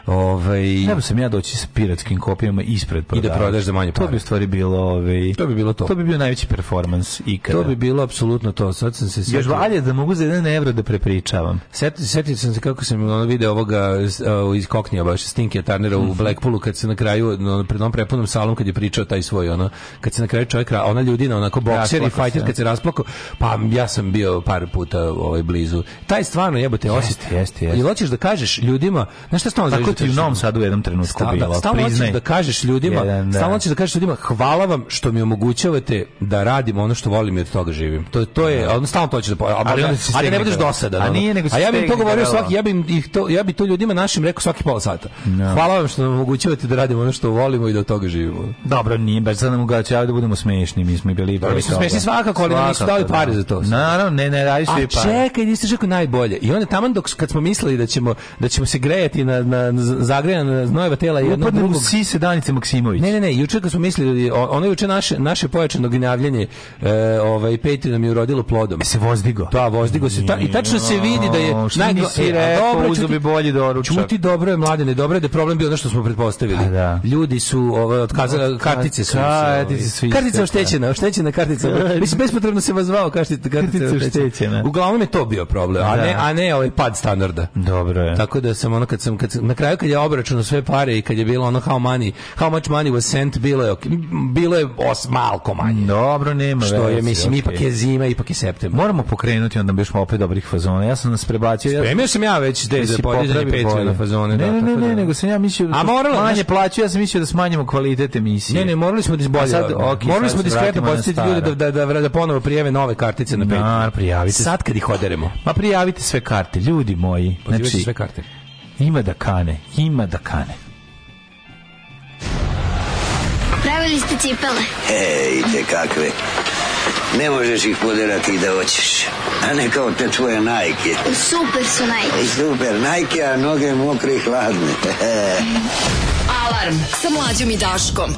[SPEAKER 6] ovaj,
[SPEAKER 7] Treba sam ja doći sa piratskim kopijama ispred prodavača.
[SPEAKER 6] prodaš za manje
[SPEAKER 7] To
[SPEAKER 6] pare.
[SPEAKER 7] bi u stvari bilo... Ovaj,
[SPEAKER 6] To bi bilo to.
[SPEAKER 7] To bi bio najveći performans ikada.
[SPEAKER 6] to bi bilo apsolutno to. Sad sam se
[SPEAKER 7] Još
[SPEAKER 6] sjetio.
[SPEAKER 7] valje da mogu za jedan evro da prepričavam.
[SPEAKER 6] Sjetio, sjetio sam se kako sam ono video ovoga s- a, iz Koknija, baš Stinkija Tarnera
[SPEAKER 7] Mhm.
[SPEAKER 6] u Blackpoolu, kad se na kraju, no, pred onom prepunom salom, kad je pričao taj svoj, ono, kad se na kraju čovjek, ra- ona ljudina, onako bokser i
[SPEAKER 7] Rasplakao
[SPEAKER 6] fajter,
[SPEAKER 7] se.
[SPEAKER 6] kad se rasplako, pa ja sam bio par puta ovaj, blizu. Taj stvarno jebote osjet.
[SPEAKER 7] jeste, jeste.
[SPEAKER 6] Ili hoćeš da kažeš ljudima, znaš šta stalno
[SPEAKER 7] Tako
[SPEAKER 6] želiš da
[SPEAKER 7] ti u
[SPEAKER 6] kažeš?
[SPEAKER 7] Novom Sadu u jednom trenutku
[SPEAKER 6] Sta- da,
[SPEAKER 7] bilo,
[SPEAKER 6] stalno hoćeš
[SPEAKER 7] priznaj.
[SPEAKER 6] da kažeš ljudima,
[SPEAKER 7] Jedan, da.
[SPEAKER 6] stalno hoćeš da kažeš ljudima, hvala vam što mi omogućavate da radim ono što volim i od toga živim. To to je, ono stalno to hoćeš da po- a,
[SPEAKER 7] Ali
[SPEAKER 6] možda-
[SPEAKER 7] onda se
[SPEAKER 6] a da ne
[SPEAKER 7] stegne
[SPEAKER 6] budeš
[SPEAKER 7] kada-
[SPEAKER 6] dosadan.
[SPEAKER 7] a
[SPEAKER 6] ono.
[SPEAKER 7] nije, nego se
[SPEAKER 6] a ja bih im to
[SPEAKER 7] stegne
[SPEAKER 6] govorio
[SPEAKER 7] kada-
[SPEAKER 6] svaki, ja bih ih to ja bih to ljudima našim rekao svaki pola sata. Hvala vam što nam omogućavate da radimo ono što volimo i da od toga živimo.
[SPEAKER 7] Dobro, nije baš sad nam ugaća, da budemo smešni, mi smo i bili...
[SPEAKER 6] mi smo smešni svakako, ali nam nisu dali pare za to.
[SPEAKER 7] Naravno, ne, ne, radi
[SPEAKER 6] A
[SPEAKER 7] svi pare.
[SPEAKER 6] čekaj, niste rekao najbolje. I onda taman dok kad smo mislili da ćemo da ćemo se grejati na na zagrejana znojeva tela i jednog
[SPEAKER 7] Upadne u
[SPEAKER 6] drugog
[SPEAKER 7] sise Danice Maksimović.
[SPEAKER 6] Ne, ne, ne, juče kad smo mislili, da je- ono juče naše, naše pojačano gnjavljenje, e, ovaj, Patreon nam je urodilo plodom.
[SPEAKER 7] E, Se vozdigo.
[SPEAKER 6] Da, vozdigo se. Ta, I tačno se vidi da je...
[SPEAKER 7] Što nisi
[SPEAKER 6] e, a
[SPEAKER 7] rekao,
[SPEAKER 6] dobro,
[SPEAKER 7] uzeo
[SPEAKER 6] čuti-
[SPEAKER 7] bi bolji doručak.
[SPEAKER 6] Čuti, dobro je, mladene, dobro je da je problem bio ono što smo pretpostavili.
[SPEAKER 7] Pa da.
[SPEAKER 6] Ljudi su, ovaj, otkazali, kartice su.
[SPEAKER 7] Kartice su
[SPEAKER 6] ovaj,
[SPEAKER 7] iste,
[SPEAKER 6] Kartica oštećena, oštećena kartica. Mislim, bespotrebno se vazvao kartica, kartica
[SPEAKER 7] Kartica
[SPEAKER 6] oštećena.
[SPEAKER 7] oštećena.
[SPEAKER 6] Uglavnom je to bio problem, a ne,
[SPEAKER 7] Da.
[SPEAKER 6] a ne ovaj pad standarda.
[SPEAKER 7] Dobro je.
[SPEAKER 6] Tako da sam ono kad sam, kad sam- na kraju kad je obračunao sve pare i kad je bilo ono how money, how much money was sent, bilo je, ok- bilo je os, malko manje.
[SPEAKER 7] Dobro, nema
[SPEAKER 6] Što je,
[SPEAKER 7] veze,
[SPEAKER 6] mislim,
[SPEAKER 7] okej.
[SPEAKER 6] ipak je zima, ipak je septembar.
[SPEAKER 7] Moramo pokrenuti, onda bi još malo opet dobrih fazona. Ja sam nas prebacio. Ja,
[SPEAKER 6] Spremio sam ja već da je za
[SPEAKER 7] Jesi
[SPEAKER 6] podizanje
[SPEAKER 7] popravio
[SPEAKER 6] Patreon na
[SPEAKER 7] bolje?
[SPEAKER 6] fazone.
[SPEAKER 7] Ne,
[SPEAKER 6] da,
[SPEAKER 7] ne, ne,
[SPEAKER 6] tako da-
[SPEAKER 7] ne, nego sam ja mislio da
[SPEAKER 6] A
[SPEAKER 7] smo
[SPEAKER 6] moralo,
[SPEAKER 7] manje
[SPEAKER 6] znaš-
[SPEAKER 7] plaću, ja sam mislio da smanjimo kvalitet emisije.
[SPEAKER 6] Ne, ne, morali smo da
[SPEAKER 7] A
[SPEAKER 6] izbolje.
[SPEAKER 7] sad, ok,
[SPEAKER 6] morali
[SPEAKER 7] sad
[SPEAKER 6] smo
[SPEAKER 7] se
[SPEAKER 6] diskretno
[SPEAKER 7] vratimo na
[SPEAKER 6] podsjetiti
[SPEAKER 7] staro.
[SPEAKER 6] ljude da, da, da, da ponovo prijave nove kartice na Patreon.
[SPEAKER 7] Naravno, prijavite se.
[SPEAKER 6] Sad kad ih oderemo.
[SPEAKER 7] Ma prijavite sve karte, ljudi moji.
[SPEAKER 6] Znači,
[SPEAKER 7] Znači,
[SPEAKER 6] sve karte.
[SPEAKER 7] ima da kane, ima da kane.
[SPEAKER 5] Pravili ste cipele.
[SPEAKER 2] Ej, te E, kakve. Ne možeš ih poderati da hoćeš. A ne kao te tvoje najke.
[SPEAKER 5] Super su najbolji.
[SPEAKER 2] I super, najke, a noge mokre i hladne.
[SPEAKER 9] Alarm sa mlađom i Daškom.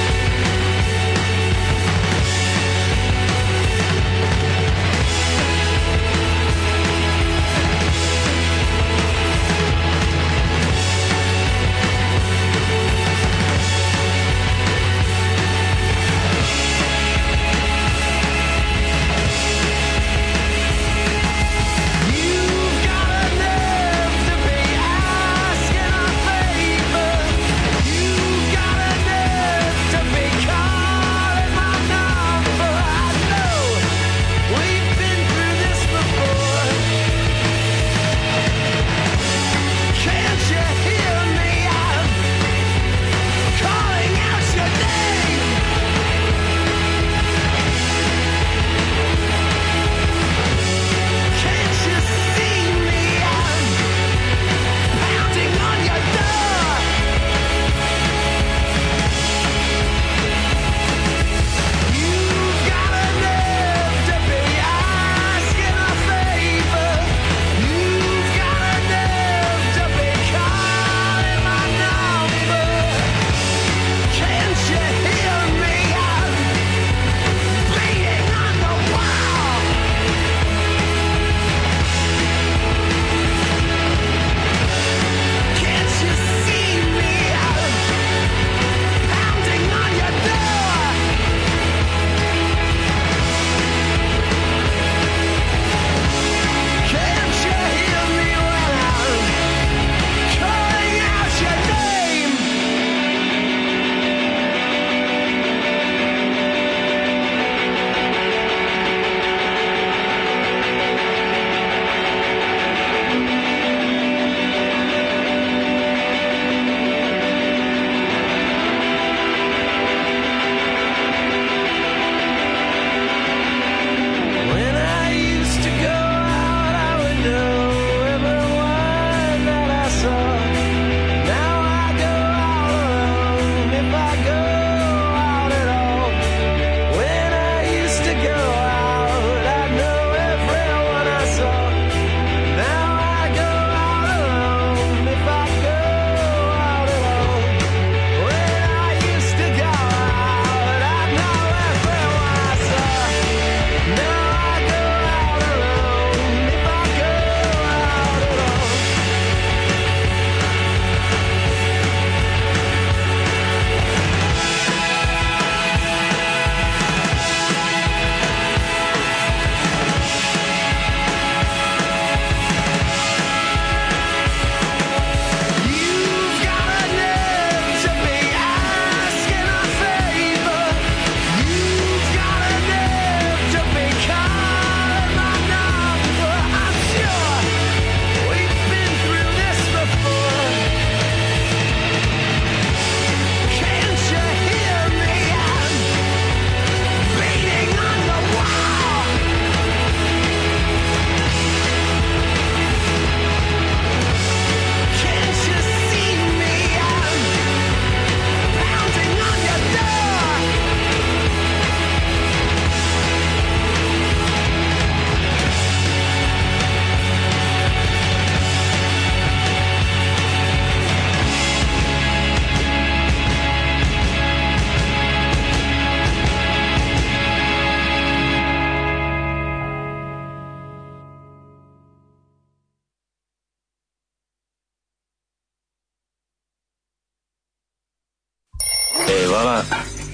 [SPEAKER 8] Thank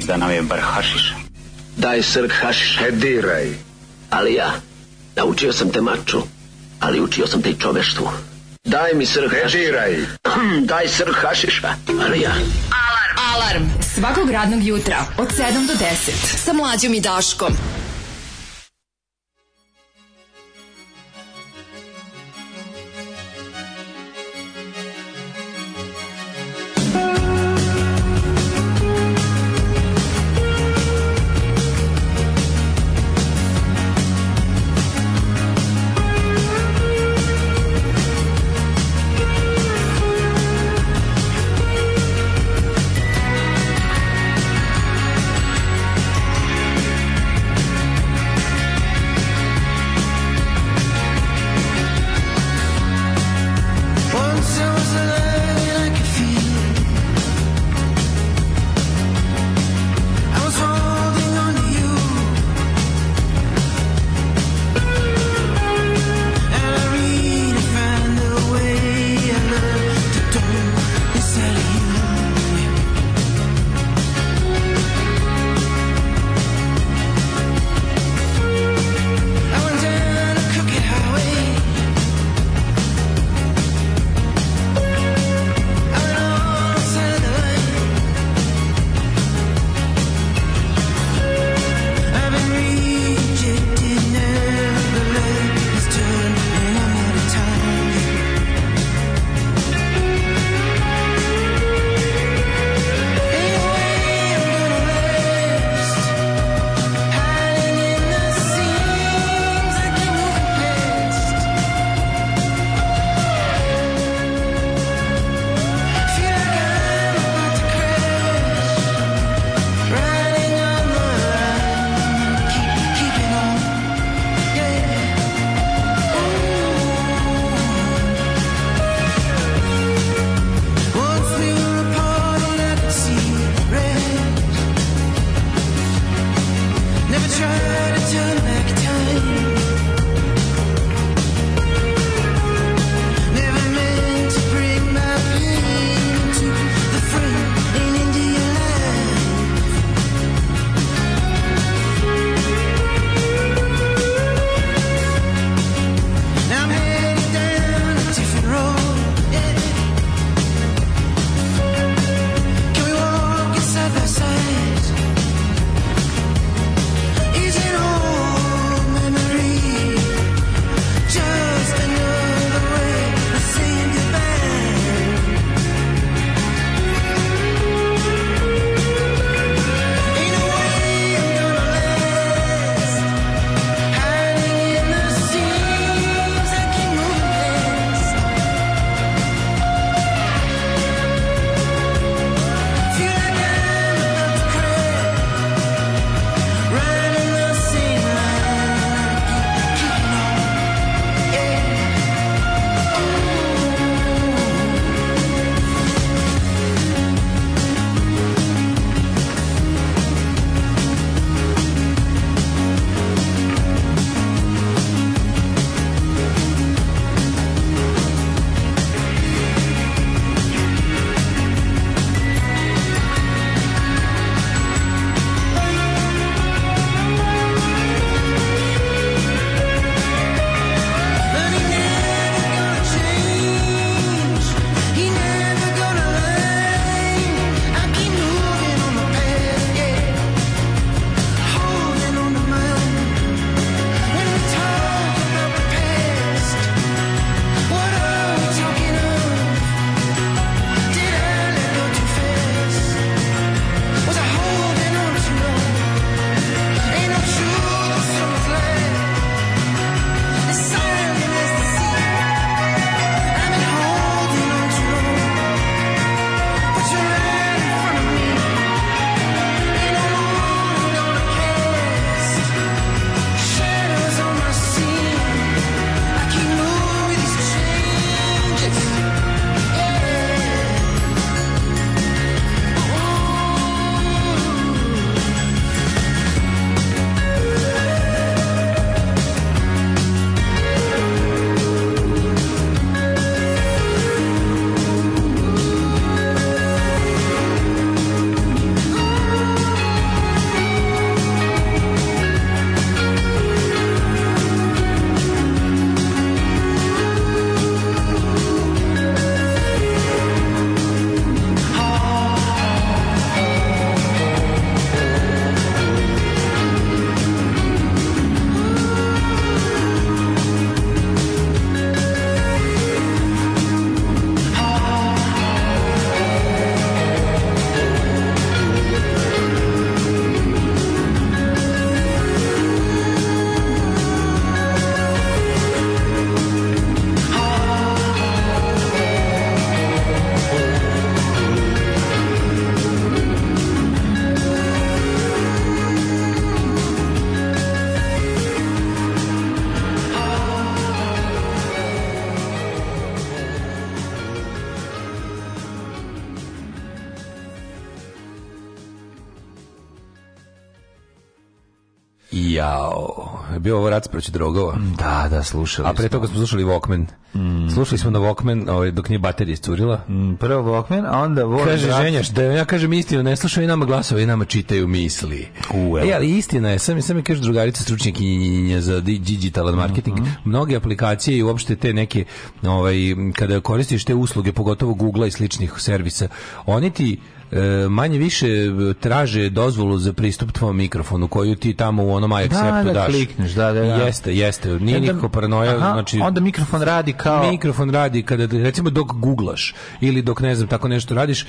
[SPEAKER 8] da nam je bar hašiš. Daj srk hašiš. Ne diraj. Ali ja, naučio sam te maču, ali učio sam te i čoveštvu. Daj mi srk hašiša. Ne diraj. Daj srk hašiša, ali ja.
[SPEAKER 9] Alarm. Alarm. Svakog radnog jutra od 7 do 10. Sa mlađom i Daškom.
[SPEAKER 6] Jao, je bio ovo rat proći drogova. Mm.
[SPEAKER 7] Da, da, slušali
[SPEAKER 6] A pre toga smo slušali Walkman. Slušali smo na Walkman ovaj, dok nije baterija iscurila.
[SPEAKER 7] Mm, Prvo Walkman, a onda Warner
[SPEAKER 6] Kaže
[SPEAKER 7] Bros.
[SPEAKER 6] ženjaš, da ja kažem istinu, ne slušaju nama glasove i nama čitaju misli.
[SPEAKER 7] U, evo.
[SPEAKER 6] E, ali istina je, sam, sam mi kaže drugarica stručnjakinja za di- digitalan marketing,
[SPEAKER 7] Mhm.
[SPEAKER 6] mnoge aplikacije i uopšte te neke, ovaj, kada koristiš te usluge, pogotovo Google i sličnih servisa, oni ti e, manje više e, traže dozvolu za pristup tvom mikrofonu koju ti tamo u onom iAcceptu
[SPEAKER 7] da,
[SPEAKER 6] daš.
[SPEAKER 7] klikneš, da, da, da.
[SPEAKER 6] Jeste, jeste. Nije
[SPEAKER 7] Onda-
[SPEAKER 6] nikako paranoja.
[SPEAKER 7] Aha,
[SPEAKER 6] znači,
[SPEAKER 7] onda mikrofon radi kao-
[SPEAKER 6] mikrofon radi kada recimo dok guglaš ili dok ne znam tako nešto radiš,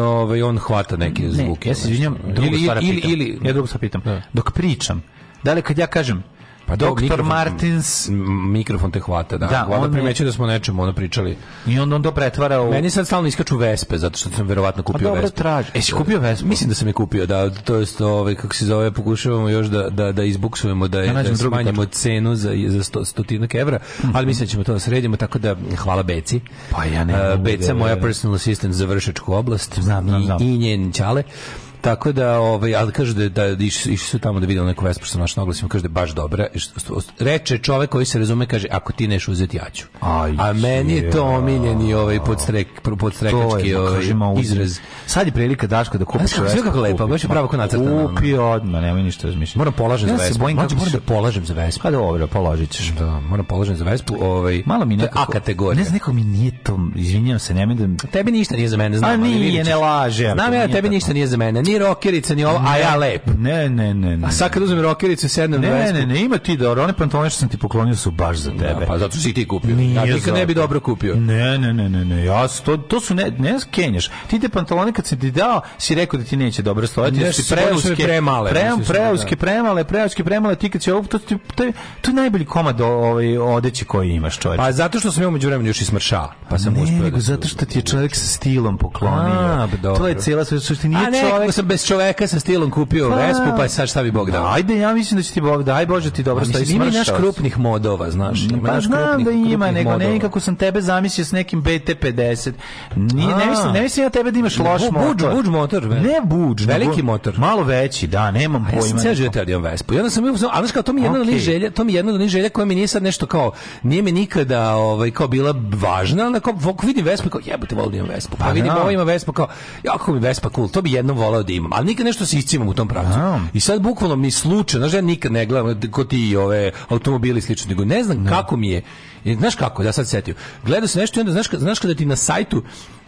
[SPEAKER 6] ovaj on hvata neke
[SPEAKER 7] Ne,
[SPEAKER 6] zvuke.
[SPEAKER 7] E,
[SPEAKER 6] ono.
[SPEAKER 7] ja se izvinjam,
[SPEAKER 6] Ili-
[SPEAKER 7] drugu stvar
[SPEAKER 6] ili,
[SPEAKER 7] pitam.
[SPEAKER 6] ili,
[SPEAKER 7] ja drugu stvar pitam.
[SPEAKER 6] Da.
[SPEAKER 7] Dok pričam, da li kad ja kažem
[SPEAKER 6] Pa da,
[SPEAKER 7] Doktor
[SPEAKER 6] mikrofon-
[SPEAKER 7] Martins
[SPEAKER 6] M- mikrofon te hvata, da.
[SPEAKER 7] Da,
[SPEAKER 6] da Vlada
[SPEAKER 7] on je-
[SPEAKER 6] primećuje da smo o nečemu ono pričali.
[SPEAKER 7] i onda on to pretvara u...
[SPEAKER 6] Meni sad stalno iskaču vespe, zato što sam verovatno kupio
[SPEAKER 7] dobro,
[SPEAKER 6] vespe.
[SPEAKER 7] traži.
[SPEAKER 6] E, si kupio vespe? Mislim da sam je kupio, da. To je ovaj, kako se zove, pokušavamo još da, da, da izbuksujemo, da, je-
[SPEAKER 7] nađemo
[SPEAKER 6] da
[SPEAKER 7] drugu
[SPEAKER 6] smanjimo cenu za, za sto, stotinak evra, ali mislim da ćemo to da sredimo, tako da hvala Beci.
[SPEAKER 7] Pa ja ne
[SPEAKER 6] E,
[SPEAKER 7] mogu
[SPEAKER 6] Beca
[SPEAKER 7] da-
[SPEAKER 6] moja personal assistant za vršačku oblast
[SPEAKER 7] Znam, znam,
[SPEAKER 6] i,
[SPEAKER 7] znam.
[SPEAKER 6] i njen ćale. Tako da, ovaj, ali kaže da, da iš- išli su tamo da vidjeli neku vespu što sam našao na oglasima, kaže da je baš dobra. I što- Reče čovek koji se razume, kaže, ako ti neš uzeti, ja ću.
[SPEAKER 7] Aj,
[SPEAKER 6] A meni je to
[SPEAKER 7] je.
[SPEAKER 6] omiljeni ovaj podstrek, pro-
[SPEAKER 7] To
[SPEAKER 6] podstrekački
[SPEAKER 7] je, ono,
[SPEAKER 6] ovaj,
[SPEAKER 7] kažem, a uz-
[SPEAKER 6] izraz.
[SPEAKER 7] Sad je prilika Daško da kupiš
[SPEAKER 6] Znaš kako- sve kako lepo,
[SPEAKER 7] kupi.
[SPEAKER 6] baš je pravo ko nacrtano.
[SPEAKER 7] Kupi odmah, nemoj ništa razmišljati.
[SPEAKER 6] Moram polažem
[SPEAKER 7] ja
[SPEAKER 6] za
[SPEAKER 7] Ja
[SPEAKER 6] vespu.
[SPEAKER 7] se bojim
[SPEAKER 6] Mlađe,
[SPEAKER 7] kako
[SPEAKER 6] moram
[SPEAKER 7] će-
[SPEAKER 6] da polažem za vespu.
[SPEAKER 7] Pa dobro, položit ćeš.
[SPEAKER 6] Da, moram polažem za vespu. Ovaj,
[SPEAKER 7] Malo mi
[SPEAKER 6] to je
[SPEAKER 7] nekako...
[SPEAKER 6] A kategorija.
[SPEAKER 7] Ne znam, nekako mi nije to... Izvinjam se, nemoj da...
[SPEAKER 6] Tebi ništa nije za mene, znam.
[SPEAKER 7] A
[SPEAKER 6] ali
[SPEAKER 7] nije,
[SPEAKER 6] vidit ćeš.
[SPEAKER 7] ne laže, ako
[SPEAKER 6] Znam ja,
[SPEAKER 7] nije
[SPEAKER 6] da tebi
[SPEAKER 7] tako.
[SPEAKER 6] ništa nije za mene. Ni rokerica, ni ovo, a ja lep.
[SPEAKER 7] Ne, ne, ne, ne.
[SPEAKER 6] A sad kad uzmem rokericu, sednem na
[SPEAKER 7] Ne,
[SPEAKER 6] vespu.
[SPEAKER 7] ne, ne, ima ti dobro, one pantone što sam ti poklonio su baš za tebe.
[SPEAKER 6] Da, pa zato si ti kupio.
[SPEAKER 7] Nije
[SPEAKER 6] ja nikad ne bi
[SPEAKER 7] zato.
[SPEAKER 6] dobro kupio.
[SPEAKER 7] Ne, ne, ne, ne, ne, ja s- to, to su ne, ne skenjaš. Ti te pantalone kad si ti dao, si rekao da ti neće dobro stojati,
[SPEAKER 6] Ne,
[SPEAKER 7] da su ti
[SPEAKER 6] su- bolje su mi
[SPEAKER 7] preuske,
[SPEAKER 6] premale,
[SPEAKER 7] pre-
[SPEAKER 6] mislim,
[SPEAKER 7] preuske, premale, preuske, premale, ti kad si ovo, to, ti- to, je- to je najbolji komad o- ovaj, odeće koji imaš, čovječe.
[SPEAKER 6] Pa zato što sam ja umeđu vremenu još i smršao. Pa sam
[SPEAKER 7] ne,
[SPEAKER 6] uspeo da
[SPEAKER 7] nego
[SPEAKER 6] se-
[SPEAKER 7] zato što ti je čovjek sa stilom poklonio.
[SPEAKER 6] A, pa dobro.
[SPEAKER 7] to je cijela sve, što ti
[SPEAKER 6] A
[SPEAKER 7] nije
[SPEAKER 6] ne, kako
[SPEAKER 7] čovjek...
[SPEAKER 6] sam bez čoveka sa stilom kupio
[SPEAKER 7] Pa-
[SPEAKER 6] vespu, pa sad šta bi Bog dao?
[SPEAKER 7] Da, ajde, ja mislim da će ti Bog, daj Bože ti dobro stoji
[SPEAKER 6] Mislim, ima i naš
[SPEAKER 7] smršao si.
[SPEAKER 6] krupnih modova, znaš. Ima
[SPEAKER 7] Pa
[SPEAKER 6] naš
[SPEAKER 7] znam da
[SPEAKER 6] krupnih-
[SPEAKER 7] ima,
[SPEAKER 6] krupnih
[SPEAKER 7] nego
[SPEAKER 6] modova.
[SPEAKER 7] ne kako sam tebe zamislio s nekim BT50. Nije, ne,
[SPEAKER 6] A.
[SPEAKER 7] mislim, ne mislim ja tebe da imaš loš
[SPEAKER 6] Bu- buđ-
[SPEAKER 7] motor.
[SPEAKER 6] buđ motor, ve.
[SPEAKER 7] Ne buđ.
[SPEAKER 6] Veliki
[SPEAKER 7] nego
[SPEAKER 6] motor.
[SPEAKER 7] Malo veći, da, nemam
[SPEAKER 6] Ja sam
[SPEAKER 7] pojma.
[SPEAKER 6] ceo život teo da imam Vespu. I onda sam imao, a znaš kao, to mi je jedna od
[SPEAKER 7] Okej.
[SPEAKER 6] onih želja, to mi je jedna od onih želja koja mi nije sad nešto kao, nije mi nikada ovaj, kao bila važna, ali kao, vok, vidim Vespu i kao, jebote, volim da imam Vespu. Pa,
[SPEAKER 7] Pa
[SPEAKER 6] vidim,
[SPEAKER 7] da.
[SPEAKER 6] ovo ima Vespu, kao, jako mi je Vespa cool, to bi jednom volao da imam, ali nikad nešto se iscimam u tom pravcu. I sad bukvalno mi slučajno, znaš, ja nikad ne gledam ko ti ove automobili i slično, nego ne znam kako mi je, jer, znaš kako, ja sad setio, gledao sam nešto i onda, znaš, ka- znaš kada ti na sajtu,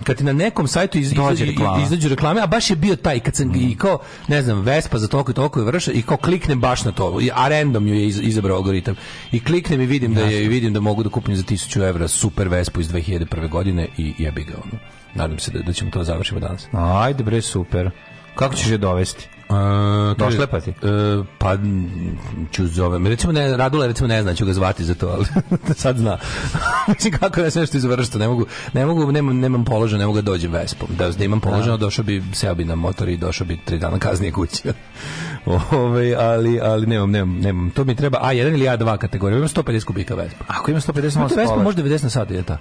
[SPEAKER 6] kad ti na nekom sajtu iz,
[SPEAKER 7] Dođe
[SPEAKER 6] izađe-
[SPEAKER 7] reklama. Mm.
[SPEAKER 6] iz- izađu reklame, a baš je bio taj kad sam i kao, ne znam, Vespa za toliko i toliko je vrša i kao kliknem baš na to, i- a random ju je iz- izabrao algoritam. I kliknem i vidim da je i vidim da mogu da kupim za 1000 evra super Vespu iz 2001. godine i jebi ga ono. Nadam se da, da ćemo to završimo danas.
[SPEAKER 7] Ajde bre, super. Kako ćeš je dovesti? Došla pa ti?
[SPEAKER 6] E, pa m, ću zovem. Recimo ne, Radula recimo ne zna, ću ga zvati za to, ali sad zna. Mislim kako da se nešto izvršta, ne mogu, ne mogu, nemam, nemam položaj, ne mogu da dođem vespom. Da, da imam položaj, došao bi, seo bi na motor i došao bi tri dana kasnije kući. Ove, ali, ali nemam, nemam, nemam. To mi treba A1 ili A2 kategorija. Imam 150 kubika vespa.
[SPEAKER 7] Ako ima 150 malo
[SPEAKER 6] Imate vespa
[SPEAKER 7] spola-
[SPEAKER 6] može 90 na sat, je ta?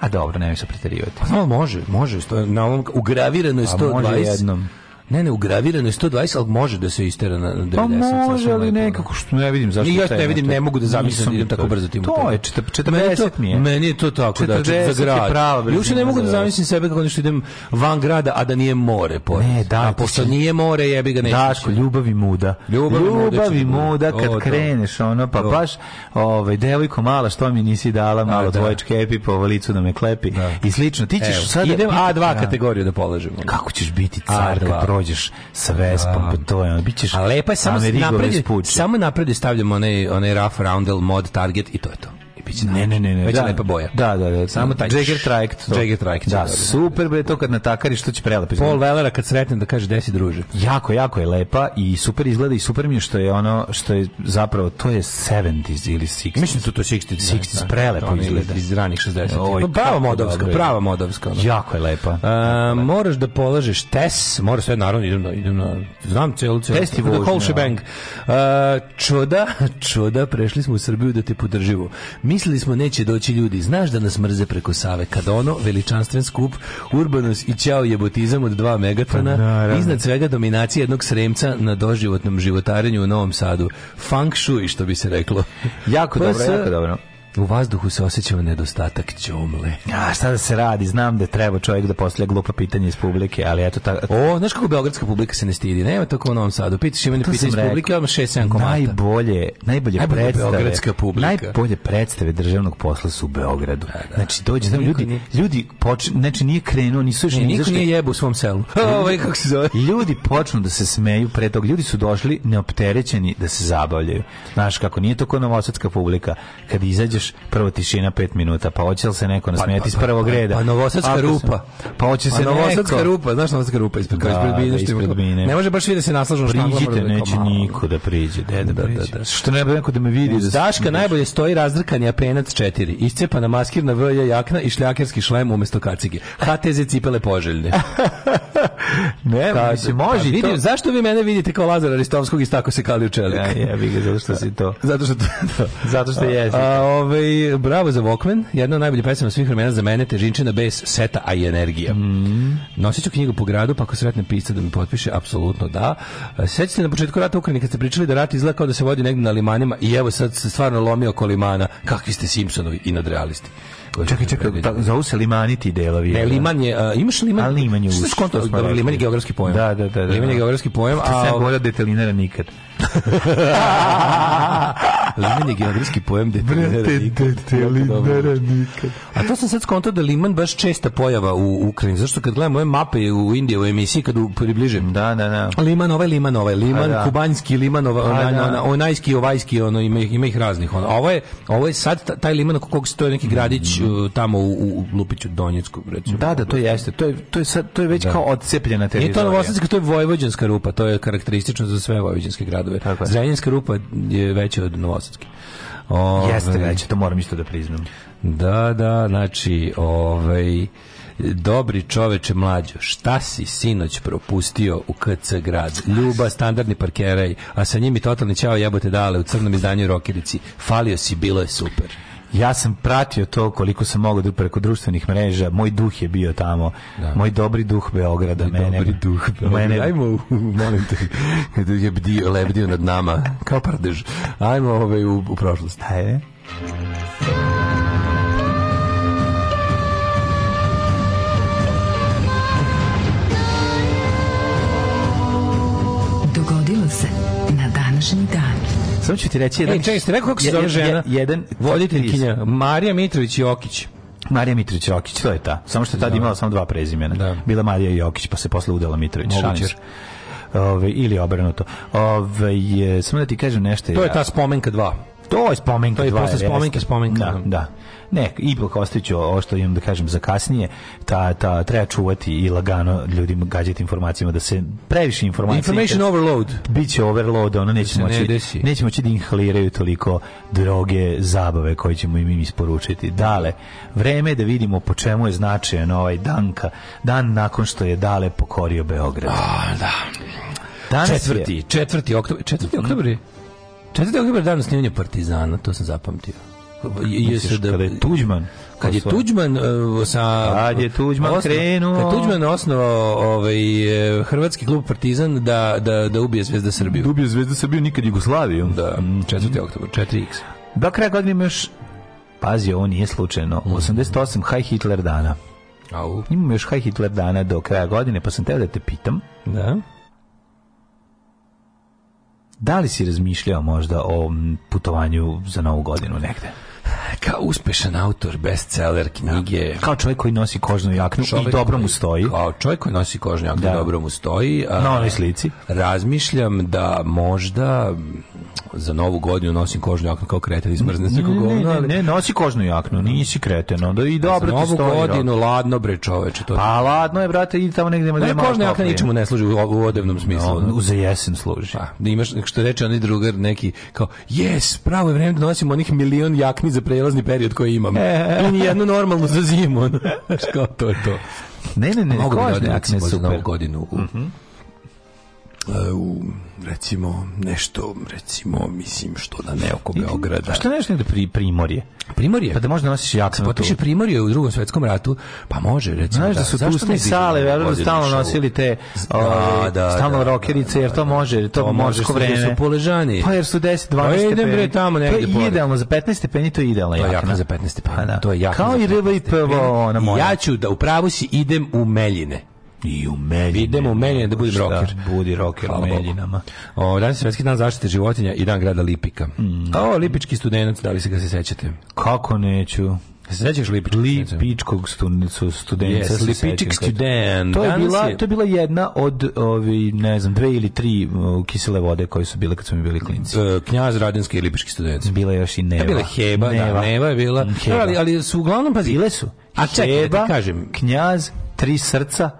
[SPEAKER 7] A dobro, nemoj se preterivati.
[SPEAKER 6] No, Pa može, može. Sto, na ovom, ugravirano je
[SPEAKER 7] A Pa može
[SPEAKER 6] 120.
[SPEAKER 7] jednom.
[SPEAKER 6] Ne, ne, ugravirano je 120, ali može da se istera na na 90.
[SPEAKER 7] Pa može,
[SPEAKER 6] sasvim
[SPEAKER 7] ali
[SPEAKER 6] lepo, da.
[SPEAKER 7] nekako što ne vidim zašto.
[SPEAKER 6] Ni ja
[SPEAKER 7] taj
[SPEAKER 6] ne vidim,
[SPEAKER 7] motor.
[SPEAKER 6] ne mogu da zamislim
[SPEAKER 7] Nisam
[SPEAKER 6] da idem
[SPEAKER 7] vidio
[SPEAKER 6] tako brzo tim.
[SPEAKER 7] To
[SPEAKER 6] putem.
[SPEAKER 7] je, četrde-
[SPEAKER 6] Meni to-
[SPEAKER 7] 40 mi je.
[SPEAKER 6] Meni je to tako, da,
[SPEAKER 7] 40
[SPEAKER 6] čet- za
[SPEAKER 7] je
[SPEAKER 6] grad.
[SPEAKER 7] prava
[SPEAKER 6] I uopšte
[SPEAKER 7] brzina
[SPEAKER 6] ne mogu da
[SPEAKER 7] za-
[SPEAKER 6] zamislim sebe kako nešto idem van grada, a da nije more. Pored.
[SPEAKER 7] Ne, da,
[SPEAKER 6] a
[SPEAKER 7] ti
[SPEAKER 6] pošto
[SPEAKER 7] si-
[SPEAKER 6] nije more, jebi ga neću.
[SPEAKER 7] Daško, ljubav i muda.
[SPEAKER 6] Ljubav i muda će
[SPEAKER 7] i
[SPEAKER 6] da
[SPEAKER 7] muda
[SPEAKER 6] bude.
[SPEAKER 7] kad
[SPEAKER 6] O, to.
[SPEAKER 7] kreneš, ono, pa
[SPEAKER 6] To.
[SPEAKER 7] baš, ovaj, devojko mala, što mi nisi dala, malo
[SPEAKER 6] da.
[SPEAKER 7] tvoj čkepi, po volicu da me klepi i slično. Ti ćeš
[SPEAKER 6] Evo,
[SPEAKER 7] sada...
[SPEAKER 6] idem A2
[SPEAKER 7] Da.
[SPEAKER 6] kategoriju da polažemo.
[SPEAKER 7] Kako ćeš biti car
[SPEAKER 6] A2.
[SPEAKER 7] kad prođeš sa Vespom,
[SPEAKER 6] Da.
[SPEAKER 7] pa to je, ono, bit ćeš
[SPEAKER 6] A lepa je samo
[SPEAKER 7] Amerigo
[SPEAKER 6] napred,
[SPEAKER 7] Vespucci.
[SPEAKER 6] samo napred stavljamo onaj onaj rough roundel mod target i to je to. I biće
[SPEAKER 7] Ne, ne, ne, ne.
[SPEAKER 6] Već
[SPEAKER 7] da.
[SPEAKER 6] je lepa boja.
[SPEAKER 7] Da, da, da.
[SPEAKER 6] Samo taj-
[SPEAKER 7] Jagger Trajekt.
[SPEAKER 6] Jagger trajekt,
[SPEAKER 7] Da,
[SPEAKER 6] da, da.
[SPEAKER 7] super bre, to kad natakariš, to će prelepo. izgledati.
[SPEAKER 6] Paul Wellera kad sretnem da kaže desi druže.
[SPEAKER 7] Jako, jako je lepa i super izgleda i super mi je što je ono, što je zapravo, to je 70s ili 60s.
[SPEAKER 6] Mislim da to 60
[SPEAKER 7] 60s prelepo izgleda.
[SPEAKER 6] Iz ranih 60.
[SPEAKER 7] Oj,
[SPEAKER 6] Pa prava
[SPEAKER 7] kako
[SPEAKER 6] modovska,
[SPEAKER 7] dobro je.
[SPEAKER 6] prava modovska. ono.
[SPEAKER 7] Jako je lepa.
[SPEAKER 6] A, moraš da polažeš tes, moraš sve naravno idem na, idem na znam celu celu.
[SPEAKER 7] Test i
[SPEAKER 6] tako da
[SPEAKER 7] vožnja,
[SPEAKER 6] whole shebang. A, čuda, čuda, prešli smo u Srbiju da te podržimo. Mi Mislili smo neće doći ljudi, znaš da nas mrze preko Save. Kad ono, veličanstven skup, urbanos i ćao jebotizam od dva megatona,
[SPEAKER 7] Pa naravno.
[SPEAKER 6] iznad svega dominacija jednog sremca na doživotnom životarenju u Novom Sadu. Fang shui, što bi se reklo.
[SPEAKER 7] Jako dobro,
[SPEAKER 6] PS,
[SPEAKER 7] jako dobro.
[SPEAKER 6] U vazduhu se osjećao nedostatak ćomle.
[SPEAKER 7] A šta da se radi, znam da treba čovjek da postavlja glupa pitanja iz publike, ali eto tako...
[SPEAKER 6] O, znaš kako beogradska publika se ne stidi? Nema tako u Novom Sadu. Pitaš imene
[SPEAKER 7] To
[SPEAKER 6] pitanje
[SPEAKER 7] sam
[SPEAKER 6] iz
[SPEAKER 7] rekao.
[SPEAKER 6] publike, odmah 6-7 komata.
[SPEAKER 7] Najbolje, najbolje,
[SPEAKER 6] Najbolja
[SPEAKER 7] predstave.
[SPEAKER 6] beogradska publika.
[SPEAKER 7] Najbolje predstave državnog posla su u Beogradu. Znači dođe tamo
[SPEAKER 6] Niko
[SPEAKER 7] ljudi,
[SPEAKER 6] nije-
[SPEAKER 7] ljudi počne, znači nije krenuo, nisu još
[SPEAKER 6] Ne,
[SPEAKER 7] ni
[SPEAKER 6] niko
[SPEAKER 7] izašli.
[SPEAKER 6] nije jebo u svom selu. Ovaj, kako se zove?
[SPEAKER 7] Ljudi počnu da se smeju pre tog. Ljudi su došli neopterećeni da se zabavljaju. Znaš kako, nije to kao novosadska publika. Kad izađeš, prvo tišina pet minuta, pa hoće li se neko nasmijeti iz prvog reda?
[SPEAKER 6] Pa, pa novosadska
[SPEAKER 7] Ako se-
[SPEAKER 6] rupa.
[SPEAKER 7] Pa hoće se
[SPEAKER 6] pa novosadska
[SPEAKER 7] neko-
[SPEAKER 6] rupa, znaš novosadska rupa ispred, kao
[SPEAKER 7] Da,
[SPEAKER 6] ispred
[SPEAKER 7] da,
[SPEAKER 6] bine. što ima
[SPEAKER 7] ispred
[SPEAKER 6] kao-
[SPEAKER 7] bine.
[SPEAKER 6] Ne može baš vidjeti da se naslažu na štangla, mora
[SPEAKER 7] Priđite,
[SPEAKER 6] da je
[SPEAKER 7] neće
[SPEAKER 6] kao malo.
[SPEAKER 7] niko da priđe. Da, da,
[SPEAKER 6] Da, da,
[SPEAKER 7] priđe.
[SPEAKER 6] da.
[SPEAKER 7] Što ne bi neko da me vidi.
[SPEAKER 6] Uz
[SPEAKER 7] Da
[SPEAKER 6] Daška najbolje stoji razdrkani apenac 4. Iscepana maskirna VJ jakna i šljakerski šlem umesto kacige. HTZ cipele poželjne.
[SPEAKER 7] Ne,
[SPEAKER 6] Kaže,
[SPEAKER 7] mislim, može
[SPEAKER 6] pa
[SPEAKER 7] i to.
[SPEAKER 6] vidim, Zašto vi mene vidite kao Lazara Aristovskog i tako se kali u čelik?
[SPEAKER 7] Ja, ja bih ga zato što si to.
[SPEAKER 6] Zato što
[SPEAKER 7] Zato što jesi.
[SPEAKER 6] A, ovaj, bravo za Walkman, jedna od najboljih pesama svih vremena za mene, težinčina bez seta, a i energija. Nosit ću knjigu po gradu, pa ako sretnem pisca da mi potpiše, apsolutno da. E, Sjećate se na početku rata u Ukrajini kad ste pričali da rat izgleda kao da se vodi negdje na limanima i evo sad se stvarno lomi oko limana. Kakvi ste Simpsonovi i nadrealisti.
[SPEAKER 7] Čekaj, čekaj,
[SPEAKER 6] pa
[SPEAKER 7] ta, zovu se limaniti delovi.
[SPEAKER 6] Ne, liman je, a, imaš liman?
[SPEAKER 7] A liman je
[SPEAKER 6] Šta
[SPEAKER 7] uš,
[SPEAKER 6] znaš konto?
[SPEAKER 7] to smo
[SPEAKER 6] Dobro,
[SPEAKER 7] rekli.
[SPEAKER 6] liman je geografski pojam.
[SPEAKER 7] Da, da, da, da.
[SPEAKER 6] Liman je geografski pojam,
[SPEAKER 7] Ti sam
[SPEAKER 6] a
[SPEAKER 7] govorio detelinara nikad.
[SPEAKER 6] Liman je geografski pojem detelinara nikad.
[SPEAKER 7] detelinara nikad.
[SPEAKER 6] A to sam sad skontao da je liman baš česta pojava u Ukrajini. Zašto kad gledam ove mape u Indiji u emisiji, kad u- približim,
[SPEAKER 7] Da, da, da.
[SPEAKER 6] Liman ovaj, liman ovaj, liman,
[SPEAKER 7] Pa da.
[SPEAKER 6] kubanjski liman, ova,
[SPEAKER 7] Pa
[SPEAKER 6] ona,
[SPEAKER 7] da.
[SPEAKER 6] ona, onajski, ovajski, ono, ima, ih, ima ih raznih. Ono. A Ovo, je, ovo je sad ta- taj liman oko kog stoje neki gradić uh, tamo u, u Lupiću, Donjecku, recimo.
[SPEAKER 7] Mm. Da, da, to jeste. To je, to je, sad, to je već kao odcepljena
[SPEAKER 6] Nije
[SPEAKER 7] teritorija.
[SPEAKER 6] to novosadska, to je ono, vojvođanska rupa, to je karakteristično za sve vojvođanske gradove.
[SPEAKER 7] Tako je.
[SPEAKER 6] Zrenjanska rupa je veća od novosadske. Ove,
[SPEAKER 7] Jeste već, to moram isto da priznam.
[SPEAKER 6] Da, da, znači, ovaj, dobri čoveče mlađo, šta si sinoć propustio u KC grad? Ljuba, standardni parkeraj, a sa njim i totalni ćao jebote dale u crnom izdanju Rokirici. Falio si, bilo je super.
[SPEAKER 7] Ja sam pratio to koliko sam mogao da preko društvenih mreža. Moj duh je bio tamo. Moj dobri duh Beograda. mene,
[SPEAKER 6] Dobri duh.
[SPEAKER 7] Mene,
[SPEAKER 6] Ajmo, u- u- molim te, kada je bdio, lebdio nad nama, kao pardež. Ajmo ovaj, u, u prošlost.
[SPEAKER 7] Ajde.
[SPEAKER 9] Dogodilo se na današnji dan.
[SPEAKER 7] Samo ću ti reći jedan...
[SPEAKER 6] Ej, E, čekaj, ste rekao kako se
[SPEAKER 7] je-
[SPEAKER 6] zove
[SPEAKER 7] je-
[SPEAKER 6] žena?
[SPEAKER 7] Jedan...
[SPEAKER 6] Voditeljkinja, Marija Mitrović Jokić.
[SPEAKER 7] Marija Mitrović Jokić, to je ta. Samo što je tad imala samo dva prezimena.
[SPEAKER 6] Da.
[SPEAKER 7] Bila Marija Jokić, pa se posle udala Mitrović.
[SPEAKER 6] Moguće.
[SPEAKER 7] Šalim se. Ove, ili obrnuto. Ove, je, samo da ti kažem nešto.
[SPEAKER 6] To je
[SPEAKER 7] ja-
[SPEAKER 6] ta spomenka 2.
[SPEAKER 7] To je spomenka.
[SPEAKER 6] To je
[SPEAKER 7] dva,
[SPEAKER 6] posle
[SPEAKER 7] jeste.
[SPEAKER 6] spomenke, spomenka,
[SPEAKER 7] Da,
[SPEAKER 6] da.
[SPEAKER 7] da. Ne, ipak ostavit ću ovo što imam da kažem za kasnije. Ta, ta, treba čuvati i lagano ljudima gađati informacijama da se previše informacije...
[SPEAKER 6] Information overload.
[SPEAKER 7] Biće overload, ono neće
[SPEAKER 6] se ne
[SPEAKER 7] moći,
[SPEAKER 6] desi.
[SPEAKER 7] neće moći da inhaliraju toliko droge, zabave koje ćemo im isporučiti. Dale, vreme je da vidimo po čemu je značajan ovaj danka, dan nakon što je Dale pokorio Beograd. Danas je-
[SPEAKER 6] Ah, Četvrti, četvrti oktobar, četvrti oktobar je? Mhm. Četvrti oktobar je dan snimanja Partizana, to sam zapamtio. I-
[SPEAKER 7] Misliš,
[SPEAKER 6] JSD
[SPEAKER 7] kada je Tuđman
[SPEAKER 6] Kad je
[SPEAKER 7] osvojio?
[SPEAKER 6] Tuđman e, sa
[SPEAKER 7] Kad je Tuđman krenuo.
[SPEAKER 6] Kad je Tuđman osnovao ovaj e, hrvatski klub Partizan da da da ubije Zvezda Srbiju.
[SPEAKER 7] Dubio zvezda se bio nikad Jugoslaviju.
[SPEAKER 6] Da, 4. oktobar, 4x.
[SPEAKER 7] Do kraja godine ima još Pazi, ovo nije slučajno.
[SPEAKER 6] Mhm.
[SPEAKER 7] 88 High Hitler dana.
[SPEAKER 6] Au.
[SPEAKER 7] Imamo još High Hitler dana do kraja godine, pa sam teo da te pitam,
[SPEAKER 6] Da.
[SPEAKER 7] da li si razmišljao možda o mm, putovanju za novu godinu negde?
[SPEAKER 6] E, Kao uspešan autor, bestseller knjige.
[SPEAKER 7] Kao čovjek koji nosi kožnu jaknu i dobro mu
[SPEAKER 6] E. koji-
[SPEAKER 7] stoji.
[SPEAKER 6] Kao čovjek koji nosi kožnjak,
[SPEAKER 7] Da.
[SPEAKER 6] da. dobro mu stoji. a-
[SPEAKER 7] Na onoj slici.
[SPEAKER 6] Razmišljam da možda m, za novu godinu nosim kožnju jaknu kao kreten iz mrzne sve
[SPEAKER 7] Ne,
[SPEAKER 6] kako
[SPEAKER 7] ne,
[SPEAKER 6] govno,
[SPEAKER 7] ne,
[SPEAKER 6] ali
[SPEAKER 7] ne, nosi kožnu jaknu, nisi kreten, onda i dobro
[SPEAKER 6] za
[SPEAKER 7] ti
[SPEAKER 6] novu
[SPEAKER 7] stoji. rok.
[SPEAKER 6] godinu, ladno bre čoveče, to
[SPEAKER 7] Pa ladno je, brate, idi tamo negdje.
[SPEAKER 6] Ne, kožna jakna ničemu ne služi u, u odevnom smislu.
[SPEAKER 7] No, Ono, za jesen služi.
[SPEAKER 6] Pa, da imaš, što reče onaj drugar, neki kao, jes, pravo je vreme da nosim onih milion jakni za prelazni period koji imam.
[SPEAKER 7] E.
[SPEAKER 6] I nijednu normalnu za zimu. ono. Znaš, kao, to je to.
[SPEAKER 7] Ne, ne, ne,
[SPEAKER 6] Mogu bi da
[SPEAKER 7] kožne
[SPEAKER 6] odem,
[SPEAKER 7] jakne Mhm.
[SPEAKER 6] recimo, za
[SPEAKER 7] super.
[SPEAKER 6] novu godinu u e, u, recimo, nešto, recimo, mislim, što da ne oko Beograda.
[SPEAKER 7] A što nešto negde pri, primorje?
[SPEAKER 6] Primorje?
[SPEAKER 7] Pa da možda nosiš jaknu
[SPEAKER 6] se potiše
[SPEAKER 7] tu.
[SPEAKER 6] primorje u drugom svetskom ratu, pa može, recimo.
[SPEAKER 7] Znaš da su
[SPEAKER 6] Zašto
[SPEAKER 7] puste i
[SPEAKER 6] ne bi
[SPEAKER 7] sale, verujem da
[SPEAKER 6] vodili
[SPEAKER 7] stalno
[SPEAKER 6] šou?
[SPEAKER 7] nosili te
[SPEAKER 6] Da,
[SPEAKER 7] ovaj,
[SPEAKER 6] da,
[SPEAKER 7] stalno
[SPEAKER 6] da,
[SPEAKER 7] rokerice, jer to može, jer to,
[SPEAKER 6] To može
[SPEAKER 7] može
[SPEAKER 6] što
[SPEAKER 7] vreme.
[SPEAKER 6] su poležani.
[SPEAKER 7] Pa jer su 10, 12
[SPEAKER 6] Pa idem,
[SPEAKER 7] stepeni.
[SPEAKER 6] bre, tamo negde
[SPEAKER 7] To je
[SPEAKER 6] pored.
[SPEAKER 7] idealno, za 15 stepeni to je idealna
[SPEAKER 6] To je
[SPEAKER 7] jakna.
[SPEAKER 6] jakna za 15 stepeni.
[SPEAKER 7] Pa da.
[SPEAKER 6] To je jakna
[SPEAKER 7] Kao
[SPEAKER 6] za
[SPEAKER 7] i
[SPEAKER 6] 15
[SPEAKER 7] RVIPVO, ona
[SPEAKER 6] I
[SPEAKER 7] moja.
[SPEAKER 6] Ja ću da u pravu si idem u Meljine.
[SPEAKER 7] I u Meljine.
[SPEAKER 6] Idem u Meljine da budem
[SPEAKER 7] Šta,
[SPEAKER 6] rocker.
[SPEAKER 7] Budi rocker u
[SPEAKER 6] Hvala Bogu.
[SPEAKER 7] Meljinama.
[SPEAKER 6] O, danas je svetski dan zaštite životinja i dan grada Lipika.
[SPEAKER 7] Mm.
[SPEAKER 6] A o, Lipički studenac, da li se ga se sećate?
[SPEAKER 7] Kako neću?
[SPEAKER 6] Se sećaš Lipički
[SPEAKER 7] Lipičkog studenicu studenta.
[SPEAKER 6] Yes,
[SPEAKER 7] se
[SPEAKER 6] Lipičik
[SPEAKER 7] sećam kad-
[SPEAKER 6] student.
[SPEAKER 7] To je,
[SPEAKER 6] Danas
[SPEAKER 7] bila,
[SPEAKER 6] je-
[SPEAKER 7] to je bila jedna od, ovi, ne znam, dve ili tri uh, kisele vode koje su bile kad su mi bili klinci.
[SPEAKER 6] E, Knjaz Radinski i Lipički studenac.
[SPEAKER 7] Bila je još i Neva. Mm,
[SPEAKER 6] Ja bila Heba, Neva. da, Neva je bila.
[SPEAKER 7] Heba.
[SPEAKER 6] Ali, ali su uglavnom, pazi,
[SPEAKER 7] Bile su.
[SPEAKER 6] A čekaj, da ti
[SPEAKER 7] Heba,
[SPEAKER 6] kažem.
[SPEAKER 7] Knjaz, Tri srca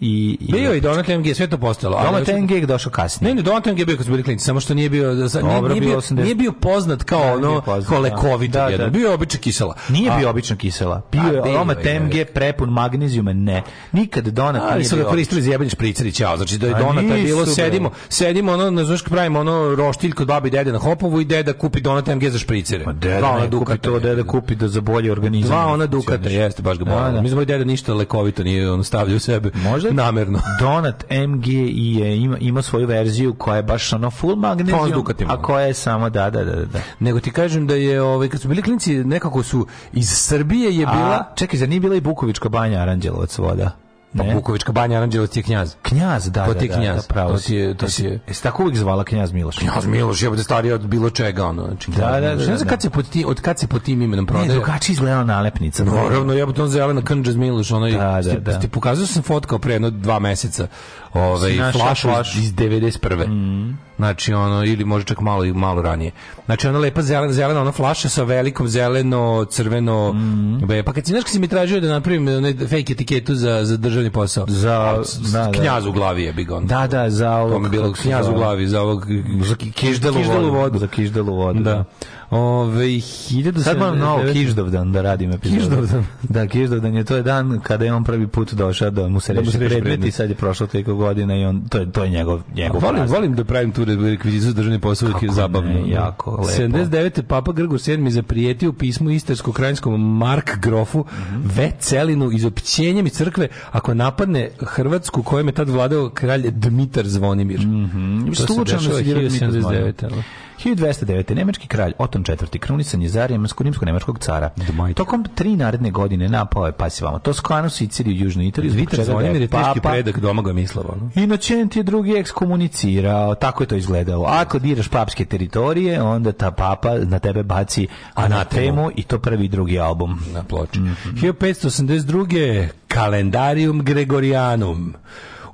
[SPEAKER 7] i... i
[SPEAKER 6] Bio je i Donat MG, sve to postalo. ali-
[SPEAKER 7] Doma Tengeg došao kasnije.
[SPEAKER 6] Ne, ne, Donat MG je bio kad su bili klinici, samo što nije bio, sa- nije,
[SPEAKER 7] Dobro,
[SPEAKER 6] nije,
[SPEAKER 7] bio
[SPEAKER 6] bio,
[SPEAKER 7] 80.
[SPEAKER 6] nije bio poznat kao
[SPEAKER 7] Da, nije
[SPEAKER 6] ono,
[SPEAKER 7] poznat, da.
[SPEAKER 6] kao lekovito.
[SPEAKER 7] Da,
[SPEAKER 6] jedno.
[SPEAKER 7] da.
[SPEAKER 6] Bio je običaj kisela.
[SPEAKER 7] Nije
[SPEAKER 6] A-
[SPEAKER 7] bio obično kisela. Bio
[SPEAKER 6] A,
[SPEAKER 7] je
[SPEAKER 6] bio
[SPEAKER 7] aroma
[SPEAKER 6] je,
[SPEAKER 7] TMG prepun magnezijuma, ne. Nikad donat
[SPEAKER 6] Ali
[SPEAKER 7] nije
[SPEAKER 6] su ga
[SPEAKER 7] bio.
[SPEAKER 6] koristili za jebanje špriceri, ćao. Znači da je
[SPEAKER 7] A
[SPEAKER 6] donata je bilo,
[SPEAKER 7] nisu, bre.
[SPEAKER 6] sedimo, sedimo ono, ne znaš kako pravimo ono roštilj kod babi i dede na Hopovu i deda kupi donat MG za špricere.
[SPEAKER 7] Ma deda
[SPEAKER 6] Dva
[SPEAKER 7] ne
[SPEAKER 6] ona
[SPEAKER 7] kupi
[SPEAKER 6] dukata,
[SPEAKER 7] to, deda kupi da za bolje Znači, organizam.
[SPEAKER 6] Dva ona
[SPEAKER 7] ne
[SPEAKER 6] dukata,
[SPEAKER 7] funkcioniše.
[SPEAKER 6] jeste, baš ga
[SPEAKER 7] Da,
[SPEAKER 6] bolam.
[SPEAKER 7] da.
[SPEAKER 6] Mislim da moj deda ništa lekovito nije on stavljao u sebe.
[SPEAKER 7] Možda je
[SPEAKER 6] Namerno.
[SPEAKER 7] Donat MG i je, ima, ima svoju verziju koja je baš ono full
[SPEAKER 6] To s
[SPEAKER 7] magnezijum,
[SPEAKER 6] dukatima.
[SPEAKER 7] a koja je samo da, da, da, da.
[SPEAKER 6] Nego ti kažem da je, ovaj, kad su bili klinci, nekako su iz Srbije je
[SPEAKER 7] A,
[SPEAKER 6] bila...
[SPEAKER 7] čekaj, zar nije bila i Bukovička banja Aranđelovac voda?
[SPEAKER 6] Pa
[SPEAKER 7] Ne?
[SPEAKER 6] Bukovička banja, Aranđelovac je knjaz.
[SPEAKER 7] Knjaz, da,
[SPEAKER 6] To
[SPEAKER 7] da,
[SPEAKER 6] Pa ti
[SPEAKER 7] da,
[SPEAKER 6] knjaz,
[SPEAKER 7] da, pravo
[SPEAKER 6] to
[SPEAKER 7] si.
[SPEAKER 6] ti je- to
[SPEAKER 7] Jesi-
[SPEAKER 6] ti je-
[SPEAKER 7] Jesi tako uvijek zvala knjaz Miloš?
[SPEAKER 6] Knjaz Miloš je bude stariji od bilo čega, ono. Znači,
[SPEAKER 7] Da, da, da,
[SPEAKER 6] Ne znam
[SPEAKER 7] da.
[SPEAKER 6] kad se pod ti, od kad se pod tim imenom
[SPEAKER 7] Ne,
[SPEAKER 6] prodaje.
[SPEAKER 7] drugačije izgledala nalepnica.
[SPEAKER 6] pa Naravno, ja on zelena Kanđaz Miloš, ono
[SPEAKER 7] Da,
[SPEAKER 6] da,
[SPEAKER 7] da, da.
[SPEAKER 6] ti pokazao sam fotkao pre jedno dva meseca.
[SPEAKER 7] Si
[SPEAKER 6] Ovaj
[SPEAKER 7] našao
[SPEAKER 6] flašu
[SPEAKER 7] flašu. Mm.
[SPEAKER 6] iz, iz 91. Znači ono ili možda čak malo i malo ranije. Znači ona lepa zelena zelena ona flaša sa velikom zeleno crveno
[SPEAKER 7] Mm.
[SPEAKER 6] be. Pa kad si znaš kad si mi tražio da napravim onaj fake etiketu za za državni posao.
[SPEAKER 7] Za- da, da.
[SPEAKER 6] knjaz u glavi je bigon.
[SPEAKER 7] Da, da, za ovog...
[SPEAKER 6] To mi je bilo
[SPEAKER 7] kako se
[SPEAKER 6] knjaz u
[SPEAKER 7] zove?
[SPEAKER 6] glavi za ovog
[SPEAKER 7] Za
[SPEAKER 6] za
[SPEAKER 7] ki-
[SPEAKER 6] kiždelu vodu.
[SPEAKER 7] Za kiždelu vodu.
[SPEAKER 6] Da. e, Ove, 1000
[SPEAKER 7] Sad moram novo Kiždovdan da radim epizodu.
[SPEAKER 6] Kiždovdan.
[SPEAKER 7] Da, Kiždovdan je, to je dan kada je on prvi put došao da mu se
[SPEAKER 6] Da mu
[SPEAKER 7] reši
[SPEAKER 6] se reši
[SPEAKER 7] predmet i
[SPEAKER 6] predmet.
[SPEAKER 7] sad je prošlo toliko godina i on, to je, to je njegov, njegov
[SPEAKER 6] Volim,
[SPEAKER 7] praznik.
[SPEAKER 6] volim da pravim tu rekvizicu za državni posao, uvijek je
[SPEAKER 7] Kako
[SPEAKER 6] zabavno.
[SPEAKER 7] ne, jako lepo.
[SPEAKER 6] 79. Papa Grgur VII zaprijetio u pismu istarsko-krajinskom Mark Grofu Vecelinu izopćenjem iz crkve ako napadne Hrvatsku kojem je tad vladao kralj Dmitar Zvonimir. Mm -hmm. To se
[SPEAKER 7] Mhm. Slučajno
[SPEAKER 6] dešava
[SPEAKER 7] se dirao Dmitar
[SPEAKER 6] 1079.
[SPEAKER 7] Zvonimir.
[SPEAKER 6] ali.
[SPEAKER 7] 1209. Nemački kralj Oton IV. krunisan je za rimsko- rimsko-nemačkog cara. Tokom tri naredne godine pa, napao je pasivamo Toskanu, Siciliju i Južnu Italiju. zbog
[SPEAKER 6] Dmitar
[SPEAKER 7] čega ga
[SPEAKER 6] Zvonimir je teški
[SPEAKER 7] papa-
[SPEAKER 6] predak domaga Mislava. no?
[SPEAKER 7] Inocent je drugi ekskomunicirao, tako je to izgledalo. Ako diraš papske teritorije, onda ta papa na tebe baci anatemu i to prvi i drugi album.
[SPEAKER 6] na ploči. 1582. Kalendarium Gregorianum.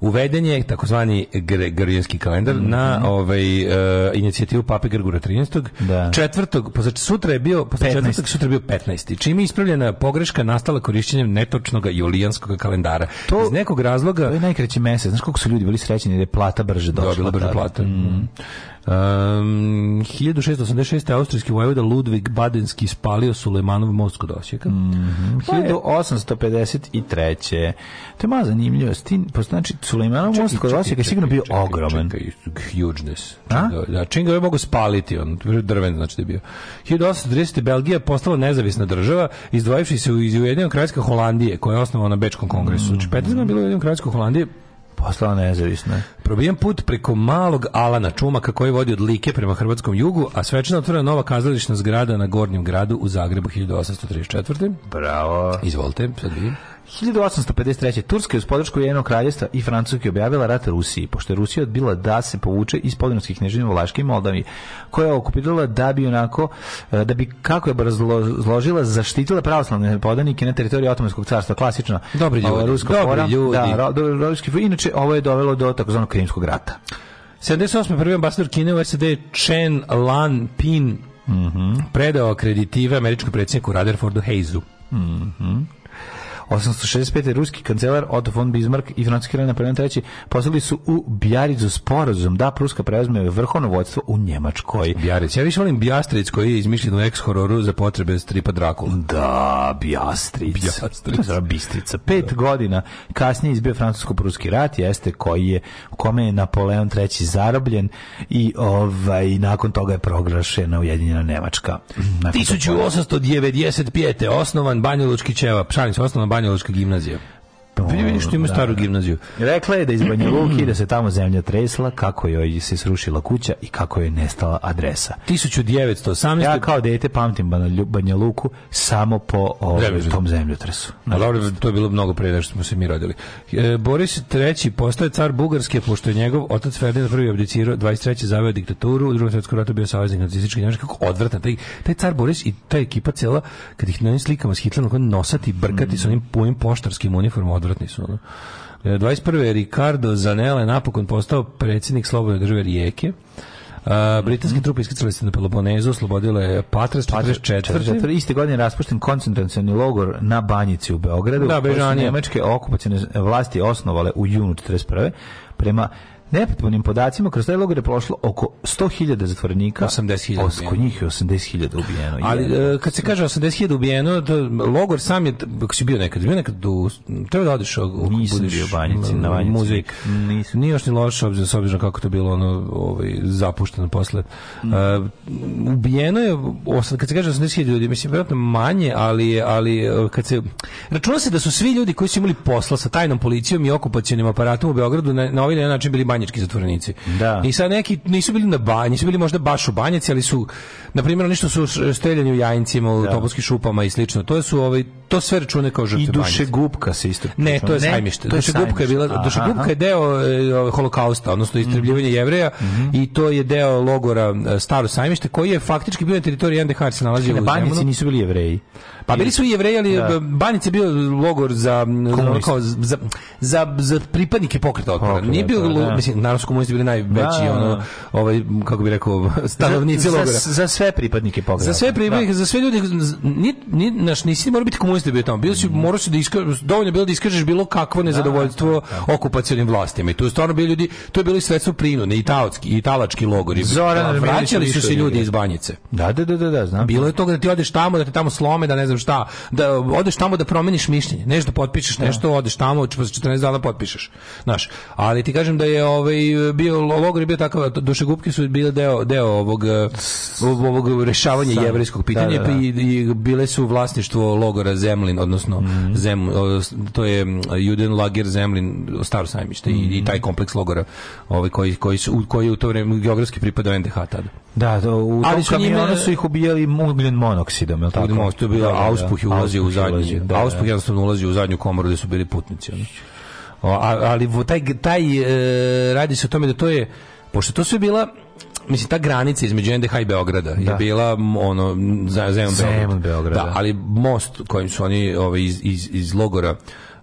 [SPEAKER 6] Uveden je takozvani gregorijanski kalendar
[SPEAKER 7] Mhm.
[SPEAKER 6] na ovaj e, inicijativu pape Gregora 13.
[SPEAKER 7] Da.
[SPEAKER 6] Četvrtog, posle sutra je bio posle
[SPEAKER 7] 15..
[SPEAKER 6] četvrtog, sutra je bio 15. Čime je ispravljena pogreška nastala korišćenjem netočnog julijanskog kalendara.
[SPEAKER 7] To-
[SPEAKER 6] Iz nekog razloga
[SPEAKER 7] To je najkraći mesec. Znaš koliko su ljudi bili srećeni da je plata brže došla?
[SPEAKER 6] dobila brže Mhm.
[SPEAKER 7] tada?
[SPEAKER 6] plata. Um, 1686. austrijski vojvoda Ludvig Badenski spalio Sulemanov most kod Osijeka.
[SPEAKER 7] Mhm. 1853. To je malo zanimljivo. S tim, pa znači, Sulejmanov most kod Osijeka je sigurno bio ogroman.
[SPEAKER 6] Čekaj, čekaj, hugeness.
[SPEAKER 7] A?
[SPEAKER 6] Činga- Da, čim ga je mogu spaliti, on drven znači da je bio. 1830. Belgija je postala nezavisna država, izdvojivši se iz Ujedinjenog kraljevstva Holandije, koja je osnovana na Bečkom kongresu. Znači, 15 godina je bilo Ujedinjeno kraljevstvo Holandije,
[SPEAKER 7] Postala nezavisna.
[SPEAKER 6] Probijem put preko malog Alana Čumaka koji vodi od Like prema Hrvatskom jugu, a svečano otvora nova kazališna zgrada na Gornjem gradu u Zagrebu 1834.
[SPEAKER 7] Bravo.
[SPEAKER 6] Izvolite, sad vidim.
[SPEAKER 7] 1853. Turska je uz podršku Jedinog kraljestva i Francuske objavila rat Rusiji, pošto je Rusija odbila da se povuče iz podrinskih knežina Vlaške i Moldavije, koja je okupirala da bi onako, e, da bi, kako je razložila, zaštitila pravoslavne podanike na teritoriji Otomanskog carstva, klasično.
[SPEAKER 6] Dobri ljudi,
[SPEAKER 7] Ova ruska
[SPEAKER 6] dobri
[SPEAKER 7] fora.
[SPEAKER 6] ljudi.
[SPEAKER 7] Da, ro- do- ruski for- Inače, ovo je dovelo do takozvanog krimskog rata.
[SPEAKER 6] 78. prvi ambasador Kine u SAD Chen Lan Pin predao akreditive američkom predsjedniku Rutherfordu Hayesu.
[SPEAKER 7] 865. ruski kancelar Otto von Bismarck i francuski kralj Napoleon III poslali su u Bjaricu sporazum da Pruska preuzme vrhovno vodstvo u Njemačkoj.
[SPEAKER 6] Bjarić. Ja više volim Bjastrić koji je izmišljen u ex-hororu za potrebe stripa Drakula.
[SPEAKER 7] Da, Bjastric.
[SPEAKER 6] Bjastric.
[SPEAKER 7] Zara Bistrica. Pet godina kasnije izbio francusko-pruski rat, jeste koji je, u kome je Napoleon III zarobljen i ovaj, nakon toga je proglašena Ujedinjena Nemačka. Nakon
[SPEAKER 6] 1895. osnovan Banjalučki ćevap. Šalim se, osnovan Banjalučka gimnazija.
[SPEAKER 7] toga-
[SPEAKER 6] Vidi, vidiš, tu ima staru gimnaziju.
[SPEAKER 7] Rekla je da je iz Banja Luki, da se tamo zemlja tresla, kako joj se srušila kuća i kako joj nestala adresa.
[SPEAKER 6] 1918.
[SPEAKER 7] Ja kao dete pamtim Banja- Banja Luku samo po ovaj,
[SPEAKER 6] Zemljotres.
[SPEAKER 7] tom zemljotresu.
[SPEAKER 6] A dobro, to je bilo mnogo pre nego što smo se mi rodili. E, Boris III. postaje car Bugarske, pošto je njegov otac Ferdinand I. abdicirao, 23. zaveo diktaturu, u drugom svjetskom ratu bio saveznik nacističke Njemačke, kako odvratan. Taj, taj car Boris i ta ekipa cela, kad ih na onim slikama s Hitlerom, kako nosati, brkati sa onim punim poštarskim uniformom, odvratni su. Ono. E, 21. Ricardo Zanella je napokon postao predsjednik slobodne države Rijeke. A, britanske trupe iskrcale se na Peloponezu, oslobodile je Patras 44.
[SPEAKER 7] Iste godine je raspušten koncentracioni logor na Banjici u Beogradu,
[SPEAKER 6] Da,
[SPEAKER 7] koji su
[SPEAKER 6] Bežanije.
[SPEAKER 7] nemačke okupacione vlasti osnovale u junu 41. Prema nepotpunim podacima, kroz taj logor je prošlo oko 100.000 zatvorenika.
[SPEAKER 6] 80.000
[SPEAKER 7] Os- Kod njih je 80.000 ubijeno.
[SPEAKER 6] Ali
[SPEAKER 7] Jebote.
[SPEAKER 6] e, kad se kaže 80.000 ubijeno, to logor sam je ako si bio nekad, bio nekad u treba da odeš u
[SPEAKER 7] Nisam bio u Banjici, na Banjici.
[SPEAKER 6] Muzej.
[SPEAKER 7] Nisam.
[SPEAKER 6] Nije još ni loš obzirom s obzirom kako to bilo ono ovaj zapušteno posle.
[SPEAKER 7] Mm.
[SPEAKER 6] E, ubijeno je osam- kad se kaže 80.000 ljudi, mislim verovatno manje, ali je- ali e, kad se računa se da su svi ljudi koji su imali posla sa tajnom policijom i okupacionim aparatom u Beogradu na, na ovaj ili onaj način bili banjički zatvorenici.
[SPEAKER 7] Da.
[SPEAKER 6] I i sad neki nisu bili na banji, nisu bili možda baš u banjaci, ali su, na primjer, oni što su š- streljani u jajincima, u topovskim šupama i slično. To su, ovaj, to sve račune kao žrtve
[SPEAKER 7] I
[SPEAKER 6] banjice.
[SPEAKER 7] duše gubka se isto
[SPEAKER 6] Ne, to je
[SPEAKER 7] pričalo.
[SPEAKER 6] sajmište.
[SPEAKER 7] to
[SPEAKER 6] Dušegupka je bila,
[SPEAKER 7] sajmište.
[SPEAKER 6] Dušegupka
[SPEAKER 7] Aha. Mhm.
[SPEAKER 6] je deo e, ovaj, holokausta, odnosno istrebljivanja jevreja i to je deo logora e, Staro sajmište koji je faktički bio na teritoriji NDH jer se nalazio
[SPEAKER 7] Na
[SPEAKER 6] u
[SPEAKER 7] Banjici
[SPEAKER 6] Zemunu.
[SPEAKER 7] nisu bili jevreji.
[SPEAKER 6] Pa bili su i jevreji, ali
[SPEAKER 7] Da.
[SPEAKER 6] da. Banjica je bio logor za, za,
[SPEAKER 7] Komunista.
[SPEAKER 6] kao za, za, za pripadnike pokreta otpora.
[SPEAKER 7] Pokreta,
[SPEAKER 6] Nije bio,
[SPEAKER 7] da, da.
[SPEAKER 6] lo- mislim, naravno su komunisti bili najveći,
[SPEAKER 7] Da, da,
[SPEAKER 6] ono,
[SPEAKER 7] da.
[SPEAKER 6] ovaj, kako bi rekao, stanovnici
[SPEAKER 7] za,
[SPEAKER 6] logora.
[SPEAKER 7] za, za sve pripadnike pogleda.
[SPEAKER 6] Za sve pripadnike, za sve ljudi, z- ni, ni, naš, nisi morao biti komunista da bio tamo. Bilo si, morao si da iskažeš, dovoljno je bilo da iskažeš bilo kakvo nezadovoljstvo okupacionim vlastima. I tu je stvarno bili ljudi, to je bilo i sredstvo prinune, i taotski, i talački logori.
[SPEAKER 7] Zoran
[SPEAKER 6] Da,
[SPEAKER 7] Radmilović
[SPEAKER 6] Vraćali
[SPEAKER 7] više
[SPEAKER 6] su se
[SPEAKER 7] od
[SPEAKER 6] ljudi
[SPEAKER 7] njega.
[SPEAKER 6] iz banjice.
[SPEAKER 7] Da, da, da, da, da, znam.
[SPEAKER 6] Bilo je toga da ti odeš tamo, da te tamo slome, da ne znam šta, da odeš tamo da promeniš mišljenje, nešto da potpišeš, nešto odeš tamo, čep- posle 14 dana potpišeš. Znaš, ali ti kažem da je ovaj bio logor je bio takav, dušegupke su bile deo deo ovog eh, ovog rešavanja jevrejskog pitanja
[SPEAKER 7] da, da.
[SPEAKER 6] I, i bile su vlasništvo logora Zemlin, odnosno
[SPEAKER 7] Mhm.
[SPEAKER 6] Zem, o, s- to je mm, Juden Lager Zemlin, staro sajmište i, i taj
[SPEAKER 7] Mhm.
[SPEAKER 6] kompleks logora, ovaj koji koji su u- koji je u to vreme geografski pripadao NDH tada.
[SPEAKER 7] Da, da, u tom
[SPEAKER 6] Ali su njime-
[SPEAKER 7] kamionu su ih ubijali ugljen monoksidom, je li tako?
[SPEAKER 6] Tako, to je bio
[SPEAKER 7] Da, da, da.
[SPEAKER 6] auspuh je ulazio u
[SPEAKER 7] Auspuh je
[SPEAKER 6] zadnji.
[SPEAKER 7] ulazio, da,
[SPEAKER 6] Da,
[SPEAKER 7] da.
[SPEAKER 6] auspuh jednostavno ulazio u zadnju komoru gde su bili putnici. Ono. O, a- ali vo- taj, taj e, radi se o tome da to je, pošto to sve bila Mislim, ta granica između NDH i Beograda je bila m, ono, za- Zemun
[SPEAKER 7] Zemun
[SPEAKER 6] Beograd.
[SPEAKER 7] Beograd, da.
[SPEAKER 6] Da, ali most kojim su oni ovaj, iz, iz, iz logora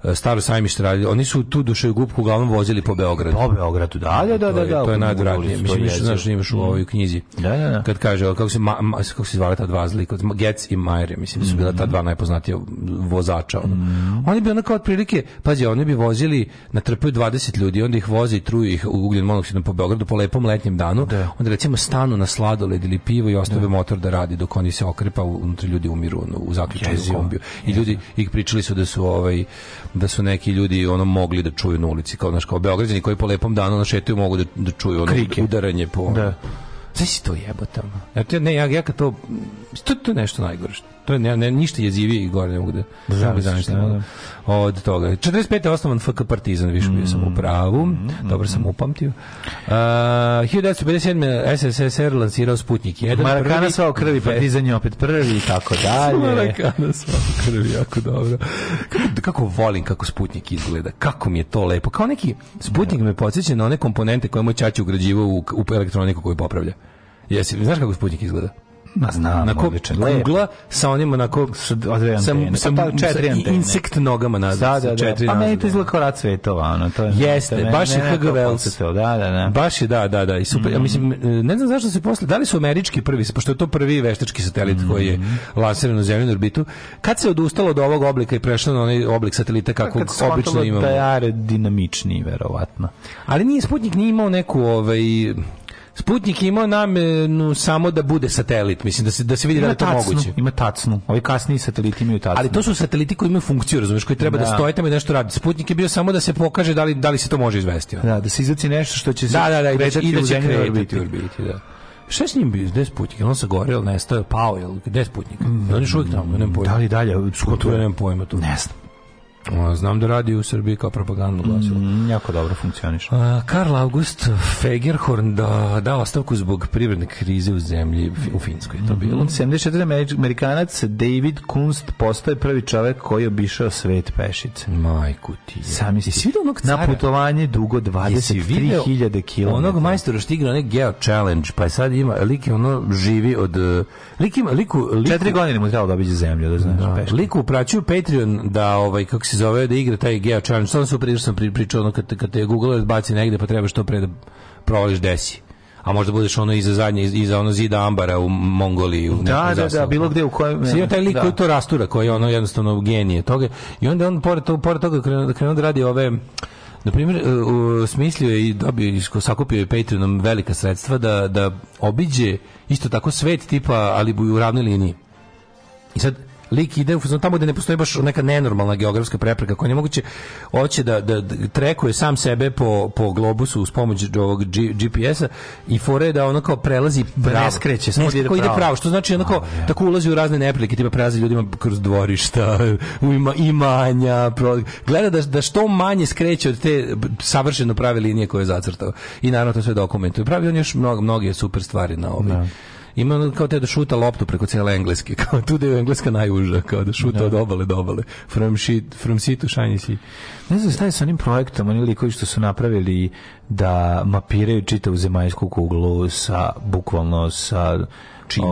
[SPEAKER 6] e, staro sajmište radili, oni su tu dušaju gubku uglavnom vozili po Beogradu.
[SPEAKER 7] Po Beogradu, da, da, da,
[SPEAKER 6] To
[SPEAKER 7] da.
[SPEAKER 6] je-
[SPEAKER 7] da,
[SPEAKER 6] to je
[SPEAKER 7] u-
[SPEAKER 6] najodvratnije.
[SPEAKER 7] ulicu,
[SPEAKER 6] Mislim,
[SPEAKER 7] to je
[SPEAKER 6] više znaš,
[SPEAKER 7] jezivo.
[SPEAKER 6] imaš u ovoj knjizi.
[SPEAKER 7] Da, da, da.
[SPEAKER 6] Kad kaže, ali kako se, ma, ma- kako se zvala ta dva zlika, Getz i Majer, mislim, su bila ta dva najpoznatija vozača. Ono.
[SPEAKER 7] Mm.
[SPEAKER 6] Oni bi onako otprilike, pazi, oni bi vozili, natrpaju 20 ljudi, onda ih voze i truju ih ugljen monoksidom po Beogradu, po lepom letnjem danu, onda recimo stanu na sladoled ili pivo i ostave motor da radi dok oni se okrepa, unutra ljudi umiru ono, u zaključenom kombiju. I ljudi ih pričali su da su ovaj da su neki ljudi ono mogli da čuju na ulici kao naš kao beograđani koji po lepom danu ono, šetaju mogu da, da čuju ono
[SPEAKER 7] Krike.
[SPEAKER 6] udaranje po
[SPEAKER 7] Da.
[SPEAKER 6] Znaš si to jebote, ono? Ja, to- ne, ja, ja kad to... To, to je nešto najgore. što- To je ne, ne, ništa jezivije i gore ne mogu da...
[SPEAKER 7] Da,
[SPEAKER 6] ne mogu zamisliti,
[SPEAKER 7] da, Mm. da.
[SPEAKER 6] ono. Od toga. 45. je osnovan FK Partizan, više bio sam u pravu. Dobro
[SPEAKER 7] mm,
[SPEAKER 6] sam upamtio. Uh, 1957. SSSR lansirao Sputnik 1.
[SPEAKER 7] Marakana
[SPEAKER 6] prvi.
[SPEAKER 7] sva u krvi, partizan je opet prvi i tako dalje.
[SPEAKER 6] Marakana sva u krvi, jako dobro. Kako, kako volim kako Sputnik izgleda, kako mi je to lepo. Kao neki, Sputnik me podsjeća na one komponente koje je moj čači ugrađivao u, u elektroniku koju popravlja. Jesi, znaš kako Sputnik izgleda?
[SPEAKER 7] Ma znam,
[SPEAKER 6] na
[SPEAKER 7] odličan, lep.
[SPEAKER 6] kugla sa onim onako sa
[SPEAKER 7] antene.
[SPEAKER 6] sa,
[SPEAKER 7] Pa, pa, četiri
[SPEAKER 6] sa
[SPEAKER 7] antene.
[SPEAKER 6] insekt nogama nazad.
[SPEAKER 7] Da,
[SPEAKER 6] sa
[SPEAKER 7] da, da.
[SPEAKER 6] četiri
[SPEAKER 7] Pa meni
[SPEAKER 6] nazad.
[SPEAKER 7] to izgleda kao rad cvetova, ono, to je...
[SPEAKER 6] Jeste,
[SPEAKER 7] to je-
[SPEAKER 6] baš je
[SPEAKER 7] mene
[SPEAKER 6] H.G.
[SPEAKER 7] to
[SPEAKER 6] Wells.
[SPEAKER 7] podsjetilo, Da, da, da.
[SPEAKER 6] Baš je, da, da, da. I super.
[SPEAKER 7] Mhm.
[SPEAKER 6] Ja mislim, ne znam zašto se posle, da li su američki prvi, pošto je to prvi veštački satelit
[SPEAKER 7] Mhm.
[SPEAKER 6] koji je lansiran u zemljenu orbitu. Kad se odustalo od ovog oblika i prešlo na onaj oblik satelita kakvog
[SPEAKER 7] Kad shvatilo
[SPEAKER 6] obično imamo?
[SPEAKER 7] Da je aerodinamičniji, verovatno.
[SPEAKER 6] Ali nije Sputnik nije imao neku ovaj Sputnik je imao namenu samo da bude satelit, mislim da se da se vidi da li je to
[SPEAKER 7] tacnu,
[SPEAKER 6] moguće.
[SPEAKER 7] Ima tacnu. Ovi kasniji sateliti imaju tacnu.
[SPEAKER 6] Ali to su sateliti koji imaju funkciju, razumeš, koji treba da,
[SPEAKER 7] Da.
[SPEAKER 6] stoje tamo i nešto radi. Sputnik je bio samo da se pokaže da li, da li se to može izvesti. ono.
[SPEAKER 7] Da, da se izbaci nešto što će se
[SPEAKER 6] Da, da, da, i da će,
[SPEAKER 7] kretati
[SPEAKER 6] i da
[SPEAKER 7] u
[SPEAKER 6] će
[SPEAKER 7] zemljinoj
[SPEAKER 6] kretati
[SPEAKER 7] orbiti.
[SPEAKER 6] u orbiti, da. Šta je s njim bio? Gde je Sputnik? Je li On se gore, ili nestao, pao, je li? Gde je Sputnik? Mm, on je još uvijek tamo, ja nemam pojma.
[SPEAKER 7] Da li dalje?
[SPEAKER 6] Tu ja nemam pojma tu.
[SPEAKER 7] Ne znam.
[SPEAKER 6] A, Znam da radi u Srbiji kao propagandno glasilo.
[SPEAKER 7] Mm, jako dobro funkcioniš.
[SPEAKER 6] A, Karl August Fegerhorn da, da ostavku zbog privredne krize u zemlji fi- u Finskoj je to bilo.
[SPEAKER 7] 74. Mm, Ameri- Amerikanac David Kunst postaje prvi čovek koji je obišao svet pešice.
[SPEAKER 6] Majku ti. je.
[SPEAKER 7] Sami si
[SPEAKER 6] Jesi vidio onog cara?
[SPEAKER 7] Na putovanje dugo
[SPEAKER 6] Jesi video
[SPEAKER 7] 23.000 km.
[SPEAKER 6] Onog majstora što igra onaj Geo Challenge, pa je sad ima, lik je ono živi od... eh, Lik ima, liku, liku,
[SPEAKER 7] Četiri godine mu trebalo da obiđe zemlju, da znaš.
[SPEAKER 6] Da,
[SPEAKER 7] peške.
[SPEAKER 6] liku upraćuju Patreon da ovaj kako se zove da igra taj Geo Challenge. Sad sam prišao sam pri- pričao ono kad kad te Google odbaci negde pa treba što pre da provališ desi. A možda budeš ono iza zadnje iz- iza ono zida ambara u Mongoliji u nekom
[SPEAKER 7] da, da,
[SPEAKER 6] zastavu.
[SPEAKER 7] bilo gde u kojem-
[SPEAKER 6] Svi taj lik
[SPEAKER 7] da.
[SPEAKER 6] koji to rastura koji je ono jednostavno genije toga. I onda on pored toga, pored toga krenuo, krenuo da radi ove Na primjer, e, u- smislio je i dobio, isko- sakupio je Patreonom velika sredstva da, da obiđe isto tako svet tipa, ali u ravnoj liniji. I sad lik ide u fazon tamo gde ne postoji baš neka nenormalna geografska prepreka koja je nemoguće hoće da, da, da trekuje sam sebe po, po globusu uz pomoć ovog G- GPS-a i fore je da ono kao prelazi pravo.
[SPEAKER 7] ne skreće, samo
[SPEAKER 6] Ne,
[SPEAKER 7] ide
[SPEAKER 6] kao ide
[SPEAKER 7] pravo.
[SPEAKER 6] pravo, što znači onako tako ulazi u razne neprilike, tipa prelazi ljudima kroz dvorišta, u ima, imanja, pro- gleda da, da što manje skreće od te savršeno prave linije koje je zacrtao. I naravno to sve dokumentuje. Pravi on još mnogo, mnoge super stvari na ovaj ima ono kao te da šuta loptu preko cijele engleske, kao tu da je engleska najuža, kao da šuta od obale do obale. From, shit, from sea to shiny sea.
[SPEAKER 7] Ne znam šta je sa onim projektom, oni likovi što su napravili da mapiraju čitavu zemaljsku kuglu sa, bukvalno sa... Čime?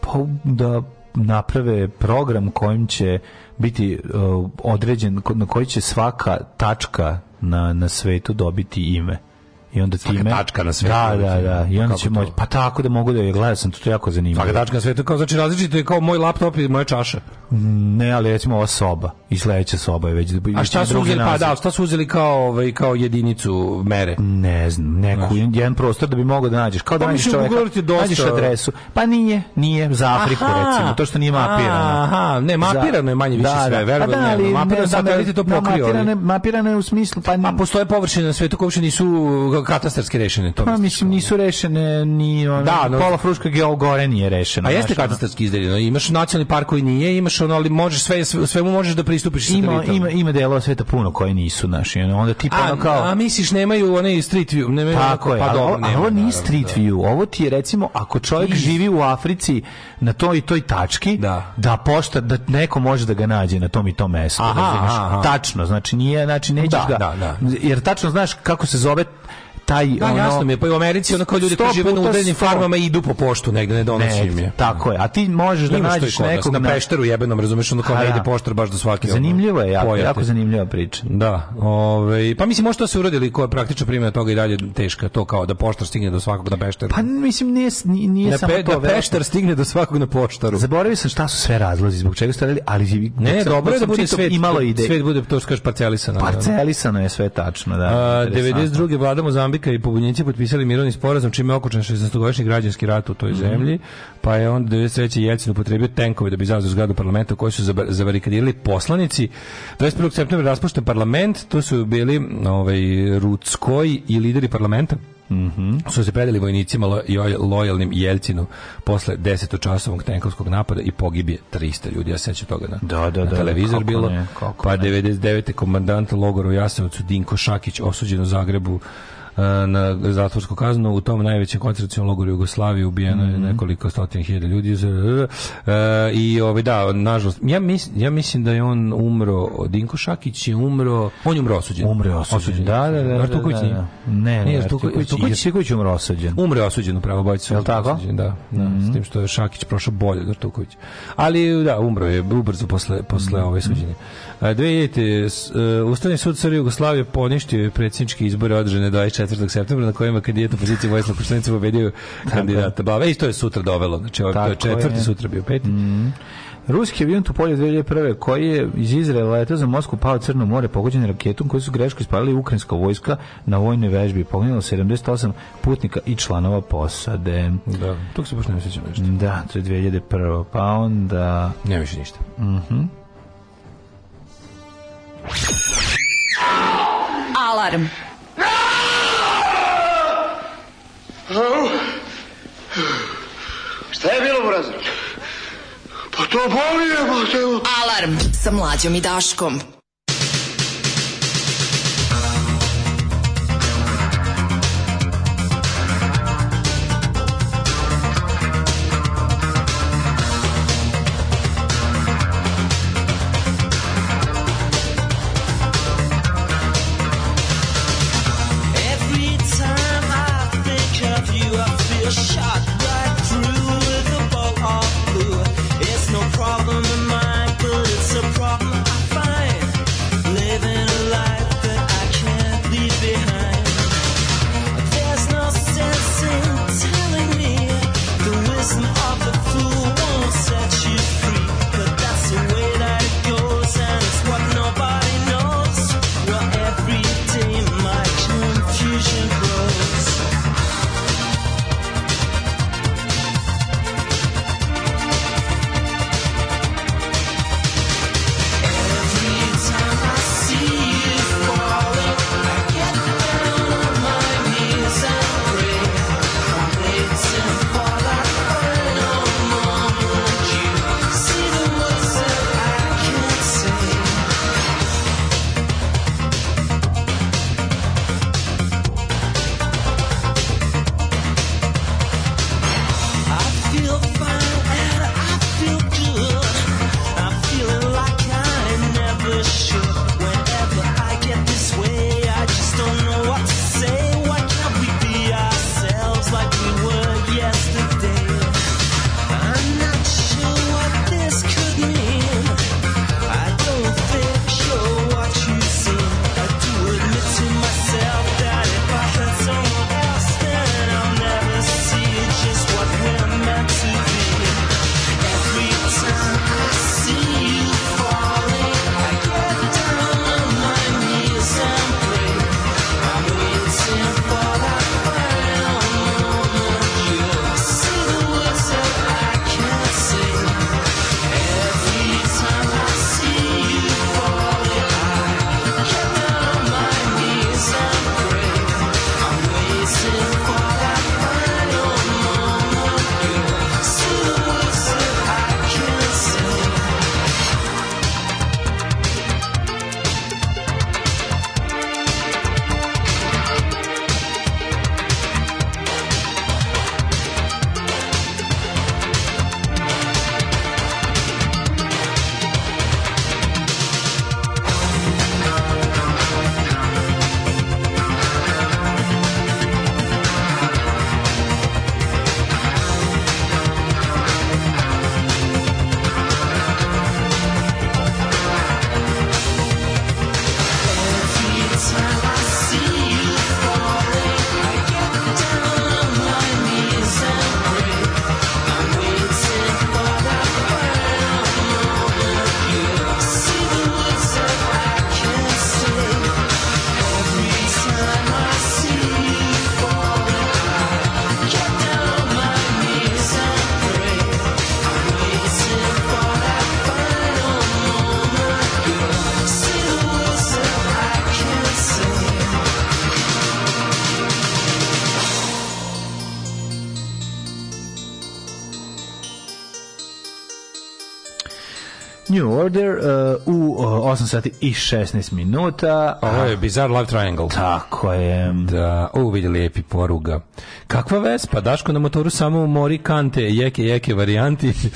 [SPEAKER 7] pa da naprave program kojim će biti uh, određen, ko- na koji će svaka tačka na, na svetu dobiti ime. I onda svaka time...
[SPEAKER 6] tačka na svetu
[SPEAKER 7] Da,
[SPEAKER 6] dobiti
[SPEAKER 7] da,
[SPEAKER 6] ime.
[SPEAKER 7] da. I onda
[SPEAKER 6] Kako
[SPEAKER 7] će
[SPEAKER 6] to?
[SPEAKER 7] moći... Pa tako da mogu da je gledao sam, to, to je jako zanimljivo.
[SPEAKER 6] Svaka tačka na svetu, kao znači različito je kao moj laptop i moja čaša.
[SPEAKER 7] Ne, ali recimo ova soba. I sledeća soba je već...
[SPEAKER 6] A šta su
[SPEAKER 7] drugi
[SPEAKER 6] uzeli? Pa
[SPEAKER 7] naziv.
[SPEAKER 6] da, šta su uzeli kao, ovaj, kao jedinicu mere?
[SPEAKER 7] Ne znam, neku, jedan prostor da bi mogao da nađeš. Kao da
[SPEAKER 6] Pa
[SPEAKER 7] nađeš
[SPEAKER 6] mislim,
[SPEAKER 7] čoveka,
[SPEAKER 6] Google ti je dosta-
[SPEAKER 7] nađeš adresu. Pa nije, nije, za Afriku recimo, to što nije mapirano.
[SPEAKER 6] Aha, ne, mapirano je manje više
[SPEAKER 7] Da,
[SPEAKER 6] sve,
[SPEAKER 7] da.
[SPEAKER 6] verujem,
[SPEAKER 7] Pa da, ali
[SPEAKER 6] mapirano
[SPEAKER 7] ne,
[SPEAKER 6] sad
[SPEAKER 7] da,
[SPEAKER 6] vidite to
[SPEAKER 7] da,
[SPEAKER 6] pokrio.
[SPEAKER 7] mapirano je-
[SPEAKER 6] ali-
[SPEAKER 7] Mapirano je u smislu, pa
[SPEAKER 6] A postoje površine na svetu koje uopšte nisu uh, katastarski rešene. To
[SPEAKER 7] Pa
[SPEAKER 6] misliš?
[SPEAKER 7] mislim nisu rešene ni ono,
[SPEAKER 6] Da, no-
[SPEAKER 7] pola Fruška Geo- gore nije rešeno.
[SPEAKER 6] A jeste
[SPEAKER 7] znaš, ono.
[SPEAKER 6] katastarski izdeljeno. Imaš nacionalni park koji nije, imaš ono, ali možeš sve, sve- svemu možeš da pristupiš
[SPEAKER 7] Ima,
[SPEAKER 6] satelitom.
[SPEAKER 7] ima, ima delova sveta puno koji nisu naši. ono, Onda tipa
[SPEAKER 6] A,
[SPEAKER 7] ono kao...
[SPEAKER 6] a misliš nemaju one street view, nemaju
[SPEAKER 7] Tako je,
[SPEAKER 6] pa
[SPEAKER 7] ali
[SPEAKER 6] dobro,
[SPEAKER 7] ovo, ali
[SPEAKER 6] nemaju,
[SPEAKER 7] ovo nije
[SPEAKER 6] naravno,
[SPEAKER 7] street view, ovo ti je recimo, ako čovjek živi u Africi na toj i toj tački,
[SPEAKER 6] Da.
[SPEAKER 7] pošta, da neko može da ga nađe na tom i tom mestu,
[SPEAKER 6] Aha,
[SPEAKER 7] razumeš?
[SPEAKER 6] aha, aha.
[SPEAKER 7] tačno, znači nije, znači nećeš
[SPEAKER 6] Da,
[SPEAKER 7] ga,
[SPEAKER 6] da, da.
[SPEAKER 7] jer tačno znaš kako se zove taj,
[SPEAKER 6] Da,
[SPEAKER 7] ono,
[SPEAKER 6] jasno mi je, pa i u Americi ono kao ljudi koji
[SPEAKER 7] sto
[SPEAKER 6] žive na
[SPEAKER 7] puta
[SPEAKER 6] udaljenim
[SPEAKER 7] sto-
[SPEAKER 6] farmama i idu po poštu negde, ne donosi im
[SPEAKER 7] Ne,
[SPEAKER 6] je.
[SPEAKER 7] tako je, a ti možeš da
[SPEAKER 6] Ima što je
[SPEAKER 7] nađeš
[SPEAKER 6] kod nas,
[SPEAKER 7] nekog
[SPEAKER 6] na
[SPEAKER 7] na-
[SPEAKER 6] pešteru jebenom, razumeš, ono kao
[SPEAKER 7] A,
[SPEAKER 6] ne
[SPEAKER 7] da.
[SPEAKER 6] ide poštar baš do svake. ono,
[SPEAKER 7] Zanimljivo je, jako,
[SPEAKER 6] pojate.
[SPEAKER 7] jako zanimljiva priča.
[SPEAKER 6] Da, ovaj, pa mislim, može to se uradili koja je praktično primjena toga i dalje teška, to kao da poštar stigne do svakog na peštaru.
[SPEAKER 7] Pa mislim, nije, nije
[SPEAKER 6] da,
[SPEAKER 7] samo
[SPEAKER 6] pe,
[SPEAKER 7] to.
[SPEAKER 6] da
[SPEAKER 7] verovatno-
[SPEAKER 6] peštar stigne do svakog na poštaru.
[SPEAKER 7] Zaboravio sam šta su sve razlozi zbog čega ste radili, ali
[SPEAKER 6] Ne,
[SPEAKER 7] dok sam- dok
[SPEAKER 6] dobro je da
[SPEAKER 7] sam
[SPEAKER 6] bude
[SPEAKER 7] čitao,
[SPEAKER 6] svet, Pa
[SPEAKER 7] imalo ide.
[SPEAKER 6] svet bude, to što kažeš, parcelisano. da.
[SPEAKER 7] Pa, Parcelisano je sve tačno, da.
[SPEAKER 6] A,
[SPEAKER 7] interesantno.
[SPEAKER 6] 92. vlada Mozambika i pobunjenici potpisali mirovni sporazum čime je okončan 16-godišnji građanski rat u
[SPEAKER 7] Mhm.
[SPEAKER 6] toj zemlji, pa je onda 93. Jelcin upotrebio tenkove da bi zauzeo zgradu parlamenta koji su zaba- zabarikadirali poslanici. 21. septembra raspušten parlament, tu su bili ovaj, Ruckoj i lideri parlamenta
[SPEAKER 7] Mhm.
[SPEAKER 6] su se predali vojnicima lo- joj- lojalnim Jelcinu posle 10-časovog tenkovskog napada i pogibije 300 ljudi, ja se sećam toga na,
[SPEAKER 7] Da, da,
[SPEAKER 6] na
[SPEAKER 7] da,
[SPEAKER 6] televizor
[SPEAKER 7] kako
[SPEAKER 6] bilo.
[SPEAKER 7] ne, kako
[SPEAKER 6] pa 99. komandant logora u Jasenovcu Dinko Šakić osuđen u Zagrebu e, na zatvorsku kaznu. U tom najvećem koncentracijom logoru Jugoslavije ubijeno
[SPEAKER 7] Mhm.
[SPEAKER 6] je nekoliko stotina hiljada ljudi. Z- e, I ovaj, da, nažalost, ja, mis, ja mislim da je on umro, Dinko Šakić je umro, on je umro osuđen.
[SPEAKER 7] Umre osuđen. Da, da, da, da,
[SPEAKER 6] Artuković
[SPEAKER 7] da, da.
[SPEAKER 6] nije?
[SPEAKER 7] Ne, ne,
[SPEAKER 6] Nije
[SPEAKER 7] Artuković- Artuković je umro osuđen.
[SPEAKER 6] Umre osuđen u pravobojicu.
[SPEAKER 7] Jel tako?
[SPEAKER 6] Osuđen, Da, da, s tim što je Šakić prošao bolje od Artukovića. Ali da, umro je ubrzo posle, posle ove suđenje. A, da vidite, s- e, Ustavni sud Crne Jugoslavije poništio je predsjedničke izbore održane 24. septembra na kojima kandidat opozicije Vojislav Koštunica pobedio kandidata Blava. I to je sutra dovelo. Znači, ovo, to je Mhm.
[SPEAKER 7] Tako je.
[SPEAKER 6] četvrti, sutra bio peti.
[SPEAKER 7] Ruski avion Tupolje 2001. koji je iz Izraela letao za Moskvu pao u Crno more pogođen raketom koju su greško ispalili ukrajinska vojska na vojnoj vežbi. Poginulo 78 putnika i članova posade.
[SPEAKER 6] Da, Mhm. tog se baš ne osjećam nešto.
[SPEAKER 7] Da, to je 2001. Pa onda...
[SPEAKER 6] Nema više ništa.
[SPEAKER 7] Mhm.
[SPEAKER 9] Alarm.
[SPEAKER 10] Šta je bilo, brazo? Pa to boli, je,
[SPEAKER 9] Alarm sa mlađom i Daškom.
[SPEAKER 8] Every time I think of you, I feel shot right through with a bolt of blue. It's no problem of mine, but it's a problem I find.
[SPEAKER 7] New Order uh, u uh, 8 sati i 16 minuta.
[SPEAKER 6] Ovo je Bizarre Love Triangle.
[SPEAKER 7] Tako je.
[SPEAKER 6] Da, ovo vidi lijepi poruga. Kakva vespa, Daško na motoru samo u mori kante, jeke, jeke varijanti.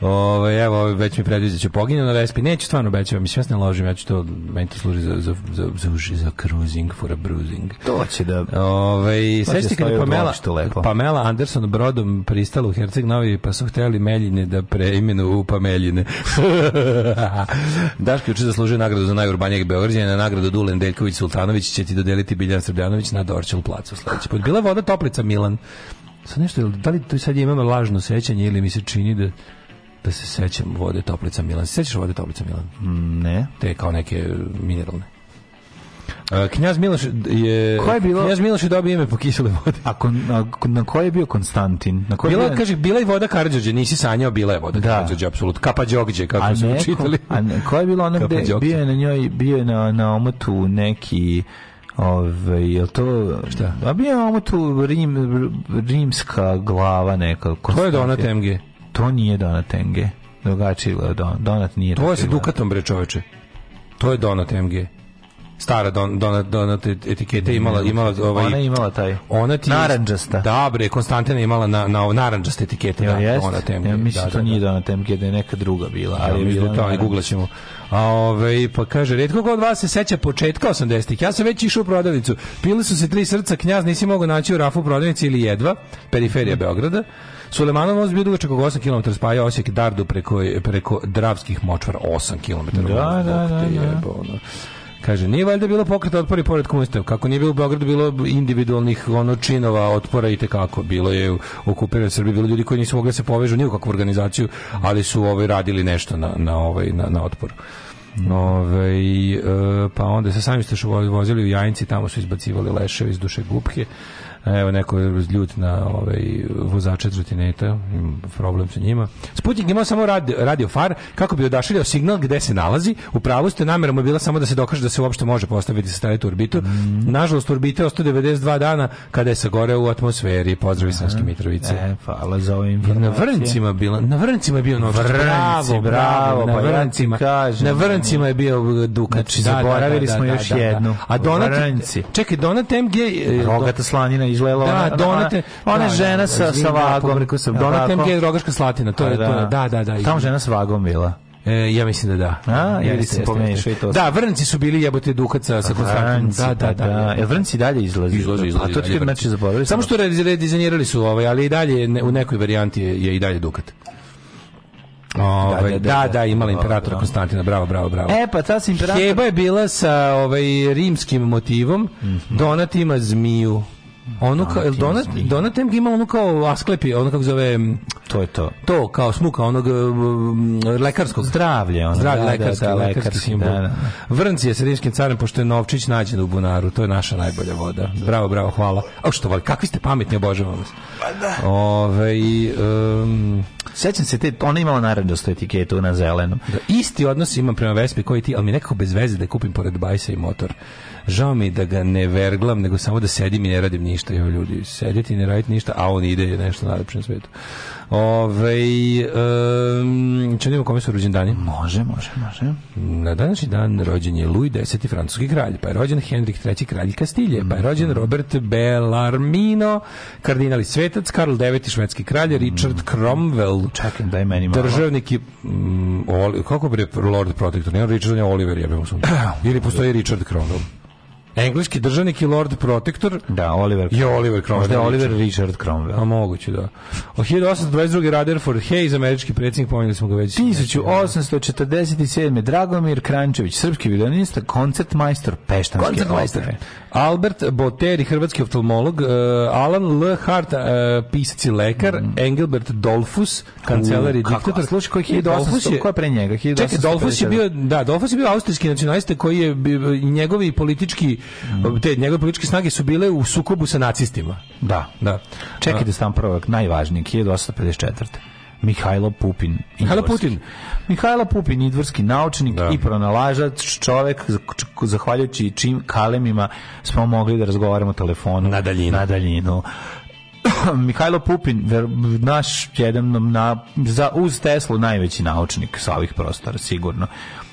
[SPEAKER 6] Ove, evo, ovaj već mi predviđa da ću poginu na Vespi. Neću stvarno obećavam, mislim, ja se ne ložim, ja ću to, meni to služi za, za, za, za, uži, za cruising for a bruising.
[SPEAKER 7] To će da...
[SPEAKER 6] Ove,
[SPEAKER 7] To će
[SPEAKER 6] sećate Pa kad
[SPEAKER 7] stoji
[SPEAKER 6] je
[SPEAKER 7] u
[SPEAKER 6] Pamela,
[SPEAKER 7] dvorištu lepo.
[SPEAKER 6] Pamela Anderson brodom pristala u Herceg Novi, pa su hteli Meljine da preimenu u Pameljine. Daško juče zaslužio nagradu za najurbanijeg Beograđana, nagradu Dulen Deljković Sultanović će ti dodeliti Biljan Srbljanović na Dorčel placu sledeći put. Bila je voda Toplica Milan. Sad nešto, jel- da li tu sad imamo lažno sećanje ili mi se čini da da se sećam vode Toplica Milan. Se Sećaš vode Toplica Milan?
[SPEAKER 7] mm, Ne.
[SPEAKER 6] Te kao neke e, mineralne. E, Knjaz Miloš je...
[SPEAKER 7] Ko je bilo-
[SPEAKER 6] Knjaz Miloš je dobio ime po kisele vode.
[SPEAKER 7] A, kon, a kon- na koji je bio Konstantin? Na koji je
[SPEAKER 6] bila,
[SPEAKER 7] bio-
[SPEAKER 6] kaže, bila je voda Karadžođe, nisi sanjao, bila je voda
[SPEAKER 7] Da.
[SPEAKER 6] Karadžođe, apsolutno. Kapa Đogđe,
[SPEAKER 7] a
[SPEAKER 6] kako su
[SPEAKER 7] neko-
[SPEAKER 6] učitali.
[SPEAKER 7] A ne, koja je bila ona
[SPEAKER 6] Kapa
[SPEAKER 7] gde
[SPEAKER 6] Đokić.
[SPEAKER 7] bio je na njoj, bio je na, na omotu neki Ove, je to... Šta? A bio je na omotu rim, rimska glava neka.
[SPEAKER 6] To je
[SPEAKER 7] Konstantin.
[SPEAKER 6] Donat MG.
[SPEAKER 7] To nije Donat MG. Drugačije je Don, Donat nije.
[SPEAKER 6] To je sa
[SPEAKER 7] tako izgleda.
[SPEAKER 6] Dukatom, bre, čoveče. To je Donat MG. Stara don, donat, donat etikete imala, imala ovaj,
[SPEAKER 7] Ona je imala taj.
[SPEAKER 6] Ona ti je-
[SPEAKER 7] Narandžasta.
[SPEAKER 6] Da, bre, Konstantina je imala na, na naranđaste etikete.
[SPEAKER 7] Jel
[SPEAKER 6] da,
[SPEAKER 7] jest?
[SPEAKER 6] ona temke,
[SPEAKER 7] Ja mislim
[SPEAKER 6] da,
[SPEAKER 7] to
[SPEAKER 6] da,
[SPEAKER 7] nije Donat MG, da je neka druga bila.
[SPEAKER 6] Ja
[SPEAKER 7] ali je
[SPEAKER 6] mislim
[SPEAKER 7] bila
[SPEAKER 6] da to, ali
[SPEAKER 7] narandžasta.
[SPEAKER 6] googlat ćemo. A ovaj pa kaže retko ko od vas se seća početka 80-ih. Ja sam već išao u prodavnicu. Pili su se tri srca, knjaz nisi mogao naći u rafu prodavnice ili jedva, periferija
[SPEAKER 7] Mhm.
[SPEAKER 6] Beograda. Sulemanov most bio dugačak oko 8 km, spaja Osijek i Dardu preko, preko Dravskih močvara 8 km.
[SPEAKER 7] Da, da, da, da.
[SPEAKER 6] ono. Kaže, nije valjda bilo pokreta otpora i pored komunista. Kako nije bilo u Beogradu, bilo individualnih ono, činova otpora i tekako. Bilo je u okupiranoj Srbiji, bilo ljudi koji nisu mogli da se povežu ni u kakvu organizaciju, ali su ovaj, radili nešto na, na, ovaj, na, na otporu. Ove, pa onda se sami ste što vo- vozili u Jajinci, tamo su izbacivali leševe iz duše gubke. Evo neko je ljut na ovaj vozače trotineta, imam problem sa njima. Sputnik imao samo radio, radio far kako bi odašiljao signal gde se nalazi. U pravu ste, namera mu je bila samo da se dokaže da se uopšte može postaviti satelit u orbitu.
[SPEAKER 7] Mhm.
[SPEAKER 6] Nažalost, orbita je ostao 92 dana kada je sagore u atmosferi. Pozdrav iz Sremske Mitrovice.
[SPEAKER 7] E, hvala za ove
[SPEAKER 6] I Na
[SPEAKER 7] informacije.
[SPEAKER 6] vrncima bila, na vrncima je bio Novčić.
[SPEAKER 7] Vrnci, bravo,
[SPEAKER 6] na
[SPEAKER 7] pa ja ti
[SPEAKER 6] vrncima.
[SPEAKER 7] kažem.
[SPEAKER 6] na vrncima je bio e, Dukač.
[SPEAKER 7] Znači, zaboravili smo još jednu.
[SPEAKER 6] A Donat,
[SPEAKER 7] Vrnci.
[SPEAKER 6] Čekaj, Donat MG... e,
[SPEAKER 7] Rogata slanina izgledala
[SPEAKER 6] Da,
[SPEAKER 7] ona,
[SPEAKER 6] Donate,
[SPEAKER 7] ona, ona
[SPEAKER 6] da,
[SPEAKER 7] žena
[SPEAKER 6] da,
[SPEAKER 7] sa, sa
[SPEAKER 6] izvini,
[SPEAKER 7] vagom.
[SPEAKER 6] pobrkao sam.
[SPEAKER 7] Jel
[SPEAKER 6] Donat
[SPEAKER 7] tako? Pa
[SPEAKER 6] MG je Rogaška Slatina, to je to, je- da, da, da.
[SPEAKER 7] Tamo žena sa vagom bila.
[SPEAKER 6] E, ja mislim da da.
[SPEAKER 7] A,
[SPEAKER 6] Jeste,
[SPEAKER 7] jeste,
[SPEAKER 6] jeste,
[SPEAKER 7] pomešao
[SPEAKER 6] jeste.
[SPEAKER 7] i to.
[SPEAKER 6] Da, vrnci su bili jebote Dukat sa, sa Konstantinom.
[SPEAKER 7] Vrnci,
[SPEAKER 6] Da, da, pa da. E,
[SPEAKER 7] Jel vrnci dalje izlazi?
[SPEAKER 6] Izlazi,
[SPEAKER 7] A
[SPEAKER 6] izlazi,
[SPEAKER 7] to ti
[SPEAKER 6] dalje
[SPEAKER 7] kad znači
[SPEAKER 6] vrnci.
[SPEAKER 7] zaboravili
[SPEAKER 6] Samo
[SPEAKER 7] smo.
[SPEAKER 6] što redi- redizajnirali su ovaj, ali i dalje je ne- u nekoj varijanti je, je i dalje Dukat. Ovaj,
[SPEAKER 7] da,
[SPEAKER 6] da, da,
[SPEAKER 7] da.
[SPEAKER 6] imala
[SPEAKER 7] Dobro,
[SPEAKER 6] imperatora
[SPEAKER 7] bravo.
[SPEAKER 6] Konstantina, bravo, bravo, bravo.
[SPEAKER 7] E, pa ta se imperator...
[SPEAKER 6] Heba je bila sa ovaj rimskim motivom.
[SPEAKER 7] Mhm.
[SPEAKER 6] Donat ima zmiju. Onu kao, jel Donat, Donat MG ima onu kao asklepi, ono kako zove, m,
[SPEAKER 7] To je to.
[SPEAKER 6] to kao smuka onog m, lekarskog.
[SPEAKER 7] Zdravlje, ono.
[SPEAKER 6] Zdravlje,
[SPEAKER 7] da, da,
[SPEAKER 6] lekarski,
[SPEAKER 7] da,
[SPEAKER 6] lekarski, simbol.
[SPEAKER 7] da, da.
[SPEAKER 6] Vrnci je sa rimskim carem, pošto je Novčić nađen u bunaru. To je naša najbolja voda. Bravo, bravo, hvala. A što, voli, kakvi ste pametni, obožavam vas. Ovaj, em,
[SPEAKER 7] Sećam se, te, ona je imala naranđastu etiketu na zelenom.
[SPEAKER 6] Da, Pa isti odnos imam prema Vespi koji ti, ali mi je nekako bez veze da je kupim pored bajsa i motor. Žao mi je da ga ne verglam, nego samo da sedim i ne radim ništa. Evo ljudi, sedjeti i ne raditi ništa, a on ide je nešto najlepše na svijetu. Ove, um, će vidimo kome su rođendani?
[SPEAKER 7] Može, može, može.
[SPEAKER 6] Na današnji dan rođen je Louis X. francuski kralj, pa je rođen Henrik III. kralj Kastilje, pa je rođen Robert Bellarmino, kardinali svetac, Karl IX. švedski kralj, Richard Cromwell,
[SPEAKER 7] Čekaj, daj meni malo.
[SPEAKER 6] Državnik je, mm, Oli- kako bi Lord Protector, ne Richard, on je Oliver, jebemo sunce. Ili postoji Richard Cromwell. Engleski državnik i Lord Protector
[SPEAKER 7] Da, Oliver.
[SPEAKER 6] je Oliver Cromwell.
[SPEAKER 7] Možda je
[SPEAKER 6] ne
[SPEAKER 7] Oliver
[SPEAKER 6] Richard.
[SPEAKER 7] Richard Cromwell.
[SPEAKER 6] A moguće, da. O 1822. Rutherford Hayes, američki predsjednik, pomenuli smo ga već.
[SPEAKER 7] 1847. Dragomir Krančević, srpski violinista, koncertmajstor Peštanske
[SPEAKER 6] Koncertmajstor.
[SPEAKER 7] opere.
[SPEAKER 6] Albert Boteri, hrvatski oftalmolog, eh, Alan L. Hart, eh, pisac i lekar, Engelbert Dolfus, kancelar i
[SPEAKER 7] Mm. U, kako?
[SPEAKER 6] diktator.
[SPEAKER 7] A slušaj, koji
[SPEAKER 6] I Dolfus
[SPEAKER 7] 1800, ko je pre njega?
[SPEAKER 6] Čekaj, Dolfus je
[SPEAKER 7] 1857.
[SPEAKER 6] bio, da, Dolfus je bio austrijski nacionalista koji je, bi- i njegovi politički, te njegove političke snage su bile u sukobu sa nacistima.
[SPEAKER 7] Da.
[SPEAKER 6] Mm. Da.
[SPEAKER 7] Čekaj da sam prvo, najvažniji, 1854. Mihajlo Pupin.
[SPEAKER 6] Mihajlo
[SPEAKER 7] idvorski.
[SPEAKER 6] Putin.
[SPEAKER 7] Mihajlo Pupin, idvorski naučnik
[SPEAKER 6] Da.
[SPEAKER 7] i pronalažac, čovek za- č- zahvaljujući čim kalemima smo mogli da razgovaramo telefonom
[SPEAKER 6] Na daljinu.
[SPEAKER 7] Na daljinu. Pa, Mihajlo Pupin, ver, naš jedan na, za, uz Teslu najveći naučnik sa ovih prostora, sigurno.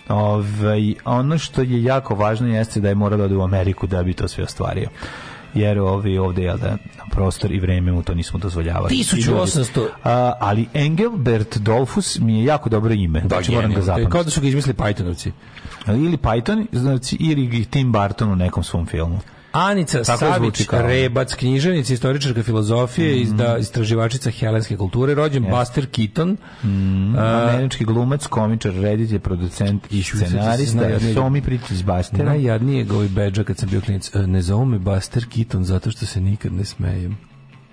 [SPEAKER 7] Ovaj, ono što je jako važno jeste da je morao da ode u Ameriku da bi to sve ostvario. Jer ovi ovde je da prostor i vreme mu to nismo dozvoljavali.
[SPEAKER 6] 1800.
[SPEAKER 7] A, ali Engelbert Dolfus mi je jako dobro ime. Da, znači, moram ga
[SPEAKER 6] genijalno. To je
[SPEAKER 7] zapamtiti.
[SPEAKER 6] Kao da su ga izmislili Pythonovci.
[SPEAKER 7] Ili Python, znači ili Tim Burton u nekom svom filmu.
[SPEAKER 6] Anica
[SPEAKER 7] Tako
[SPEAKER 6] Savić
[SPEAKER 7] zvuči kao ono.
[SPEAKER 6] Rebac, književnica, istoričarka filozofije, izda, istraživačica helenske kulture, rođen Buster Keaton,
[SPEAKER 7] Američki glumac, komičar, reditelj, producent i
[SPEAKER 6] sad se
[SPEAKER 7] scenarista.
[SPEAKER 6] zna, ja ne-
[SPEAKER 7] Somi priči iz Bastera.
[SPEAKER 6] Najjadnije je govi bedža kad sam bio klinic. E, Ne zovu me Buster Keaton zato što se nikad ne smejem.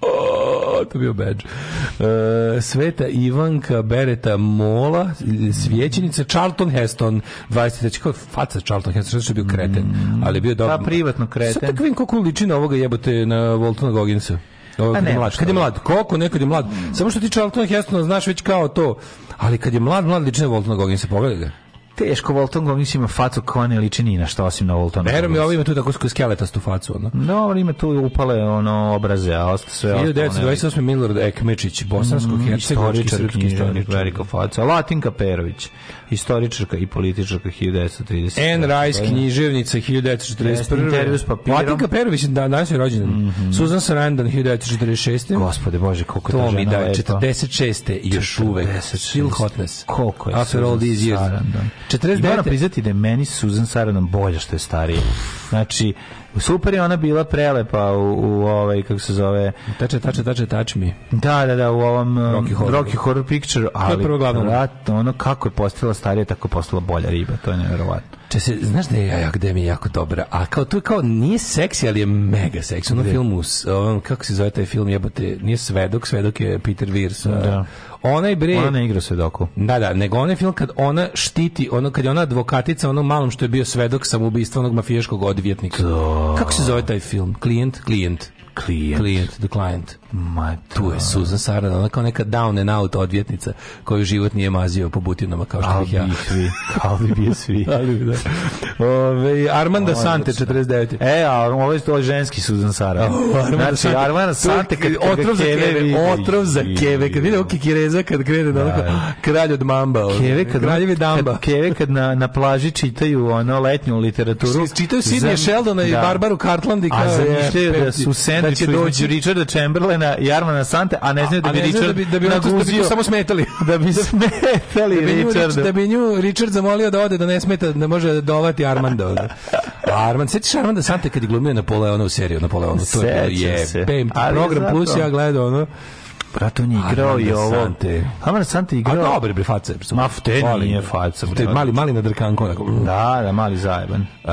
[SPEAKER 6] O, to je bio bedž. E, Sveta Ivanka Bereta Mola, svjećenica Charlton Heston, 23. Kako je faca Charlton Heston, što je bio kreten, ali je bio dobro.
[SPEAKER 7] Pa, privatno kreten.
[SPEAKER 6] Sad tako vidim koliko liči na ovoga jebote na Voltona Gogginsa. Ovo,
[SPEAKER 7] A
[SPEAKER 6] kad,
[SPEAKER 7] Pa ne,
[SPEAKER 6] je mlad,
[SPEAKER 7] šta
[SPEAKER 6] kad je
[SPEAKER 7] je. Mm.
[SPEAKER 6] mlad, koliko nekad je mlad. Samo što ti Charlton Heston znaš već kao to, ali kad je mlad, mlad liči na Voltona Gogginsa, pogledaj ga.
[SPEAKER 7] Teško, Walton Goggins ima facu koja ne liči ni na što osim na Walton
[SPEAKER 6] Verujem mi, ovo ima tu tako sk- skeletastu facu, ono.
[SPEAKER 7] Dobro, ima tu upale ono obraze, a osta sve ostalo. Mm,
[SPEAKER 6] 1928. Milorad Ekmečić, bosansko-hercegovački
[SPEAKER 7] Istoričar,
[SPEAKER 6] srpski
[SPEAKER 7] književnik,
[SPEAKER 6] istoričar.
[SPEAKER 7] velika faca. Latinka Perović, istoričarka i političarka 1930.
[SPEAKER 6] Anne Rice,
[SPEAKER 7] godine.
[SPEAKER 6] književnica
[SPEAKER 7] Jeste, intervju s
[SPEAKER 6] 1941.
[SPEAKER 7] papirom. Mhm.
[SPEAKER 6] Latinka Perović, da, danas je rođena. Susan Sarandon, 1946.
[SPEAKER 7] Gospode Bože, koliko ta
[SPEAKER 6] to mi
[SPEAKER 7] žena
[SPEAKER 6] da
[SPEAKER 7] lepa.
[SPEAKER 6] 46. još uvek. Still hotness.
[SPEAKER 7] Koliko je
[SPEAKER 6] After all these years.
[SPEAKER 7] Sarandon. 49. I moram
[SPEAKER 6] 49.
[SPEAKER 7] priznati da je meni Susan Sarandon bolja što je starija. Znači, super je ona bila prelepa u, u ovaj, kako se zove,
[SPEAKER 6] Tače, tače, tače, tač mi.
[SPEAKER 7] da, da, da, u ovom um,
[SPEAKER 6] Rocky
[SPEAKER 7] Rocky
[SPEAKER 6] Horror.
[SPEAKER 7] Horror, Picture, ali
[SPEAKER 6] prva glavna uloga.
[SPEAKER 7] vrat, ono kako je postala starija, tako je postala bolja riba, to je nevjerovatno.
[SPEAKER 6] Če se, znaš da je Jaja Akademija jako dobra, a kao tu kao nije seksi, ali je mega seksi. Ono film u, s- ovom, kako se zove taj film, jebote, nije Svedok, Svedok je Peter Weirs. Da. Onaj bre...
[SPEAKER 7] Ona ne igra se doku.
[SPEAKER 6] Da, da, nego onaj film kad ona štiti, ono kad je ona advokatica onom malom što je bio svedok samoubistva onog mafijaškog odvjetnika. Kako se zove taj film? Klijent, klijent.
[SPEAKER 7] Klijent.
[SPEAKER 6] Klijent, the client.
[SPEAKER 7] Ma,
[SPEAKER 6] Tu je Susan Sarandon, ona kao neka down and out odvjetnica koju život nije mazio po butinama kao što
[SPEAKER 7] Kao
[SPEAKER 6] bih ja.
[SPEAKER 7] bi svi, kao bi bio svi.
[SPEAKER 6] Ali, da. Ove, Armanda Sante, 49.
[SPEAKER 7] E, a
[SPEAKER 6] ovaj
[SPEAKER 7] ovo je to ženski Susan Sarandon. znači, Arvana Sante, kad, kad
[SPEAKER 6] otrov za keve,
[SPEAKER 7] vidi.
[SPEAKER 6] otrov za keve. Kad vidi ovo kikireza, kad krene da onako, kralj od mamba. ono.
[SPEAKER 7] Keve kad,
[SPEAKER 6] Kraljevi damba.
[SPEAKER 7] kad, keve kad na, na plaži čitaju ono letnju literaturu.
[SPEAKER 6] Svi Čitaju Sidney Sheldona i Barbaru Cartland i
[SPEAKER 7] A
[SPEAKER 6] kao,
[SPEAKER 7] zamišljaju
[SPEAKER 6] je,
[SPEAKER 7] da su
[SPEAKER 6] da će
[SPEAKER 7] sandviču
[SPEAKER 6] doći
[SPEAKER 7] između Richarda Chamberlaina i Armana Sante, a ne znaju da
[SPEAKER 6] A
[SPEAKER 7] bi
[SPEAKER 6] ne znam
[SPEAKER 7] Richard
[SPEAKER 6] da bi, da bi, ono- da bi
[SPEAKER 7] naguzio
[SPEAKER 6] nju samo smetali.
[SPEAKER 7] da bi smetali
[SPEAKER 6] Da bi, nju, Richard,
[SPEAKER 7] Richardu.
[SPEAKER 6] da bi nju Richard zamolio da ode, da ne smeta, da može dovati Armando. ovde. A Armand, sećaš Armanda Sante kad je glumio Napoleona u seriju Napoleona? To je bilo
[SPEAKER 7] Sećam
[SPEAKER 6] je,
[SPEAKER 7] se.
[SPEAKER 6] pem, ti
[SPEAKER 7] Ali
[SPEAKER 6] program
[SPEAKER 7] zato-
[SPEAKER 6] plus, ja gledao ono.
[SPEAKER 7] Brat, on je igrao i
[SPEAKER 6] Armando
[SPEAKER 7] ovo.
[SPEAKER 6] Sante.
[SPEAKER 7] Armand Sante je
[SPEAKER 6] A
[SPEAKER 7] igrao...
[SPEAKER 6] Pa dobro, bre, faca. je, bre,
[SPEAKER 7] Ma, te
[SPEAKER 6] Volim
[SPEAKER 7] nije
[SPEAKER 6] ga.
[SPEAKER 7] faca,
[SPEAKER 6] Te
[SPEAKER 7] brate.
[SPEAKER 6] mali, mali na drkanku. onako.
[SPEAKER 7] Da, da, mali zajeban.
[SPEAKER 6] Uh,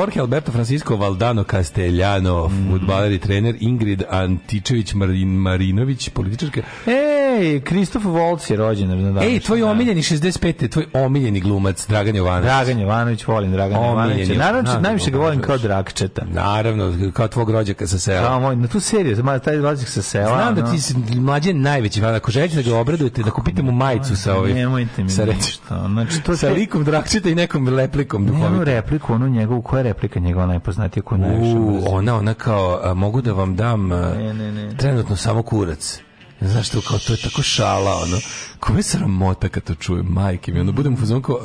[SPEAKER 6] Jorge Alberto Francisco Valdano Castellano, fudbaler i trener, Ingrid Antičević Marin, Marinović, političarka.
[SPEAKER 7] Ej, Kristof Volc je rođen. na današnji
[SPEAKER 6] Ej, tvoj
[SPEAKER 7] dan.
[SPEAKER 6] omiljeni 65. tvoj omiljeni glumac Dragan Jovanović.
[SPEAKER 7] Dragan Jovanović, volim Dragan Jovanovića.
[SPEAKER 6] Omiljen je.
[SPEAKER 7] Naravno,
[SPEAKER 6] Dragan
[SPEAKER 7] najviše ga volim
[SPEAKER 6] Jovanović.
[SPEAKER 7] kao Drakčeta.
[SPEAKER 6] Naravno, kao tvog rođaka sa sela.
[SPEAKER 7] Kao moj, na tu seriju, ma, taj dolazak sa sela.
[SPEAKER 6] Znam da
[SPEAKER 7] ono.
[SPEAKER 6] ti si mlađen najveći fan. Ako želite da ga obradujete, da kupite mu majicu sa ovim.
[SPEAKER 7] Nemojte mi
[SPEAKER 6] sa, re-
[SPEAKER 7] ništa. Znači, to
[SPEAKER 6] sa
[SPEAKER 7] te-
[SPEAKER 6] likom Drakčeta i nekom leplikom
[SPEAKER 7] Ne, onu
[SPEAKER 6] duhovitom.
[SPEAKER 7] repliku, onu njegovu, koja je replika njegova najpoznatija, koju najviše
[SPEAKER 6] U,
[SPEAKER 7] mrzim?
[SPEAKER 6] ona, ona kao, a, mogu da vam dam a,
[SPEAKER 7] Ne, ne, ne.
[SPEAKER 6] trenutno samo kurac. Znaš to, kao, to je tako šala, ono. Kome sramota kad to čujem, majke mi, ono, budem u fazonu kao,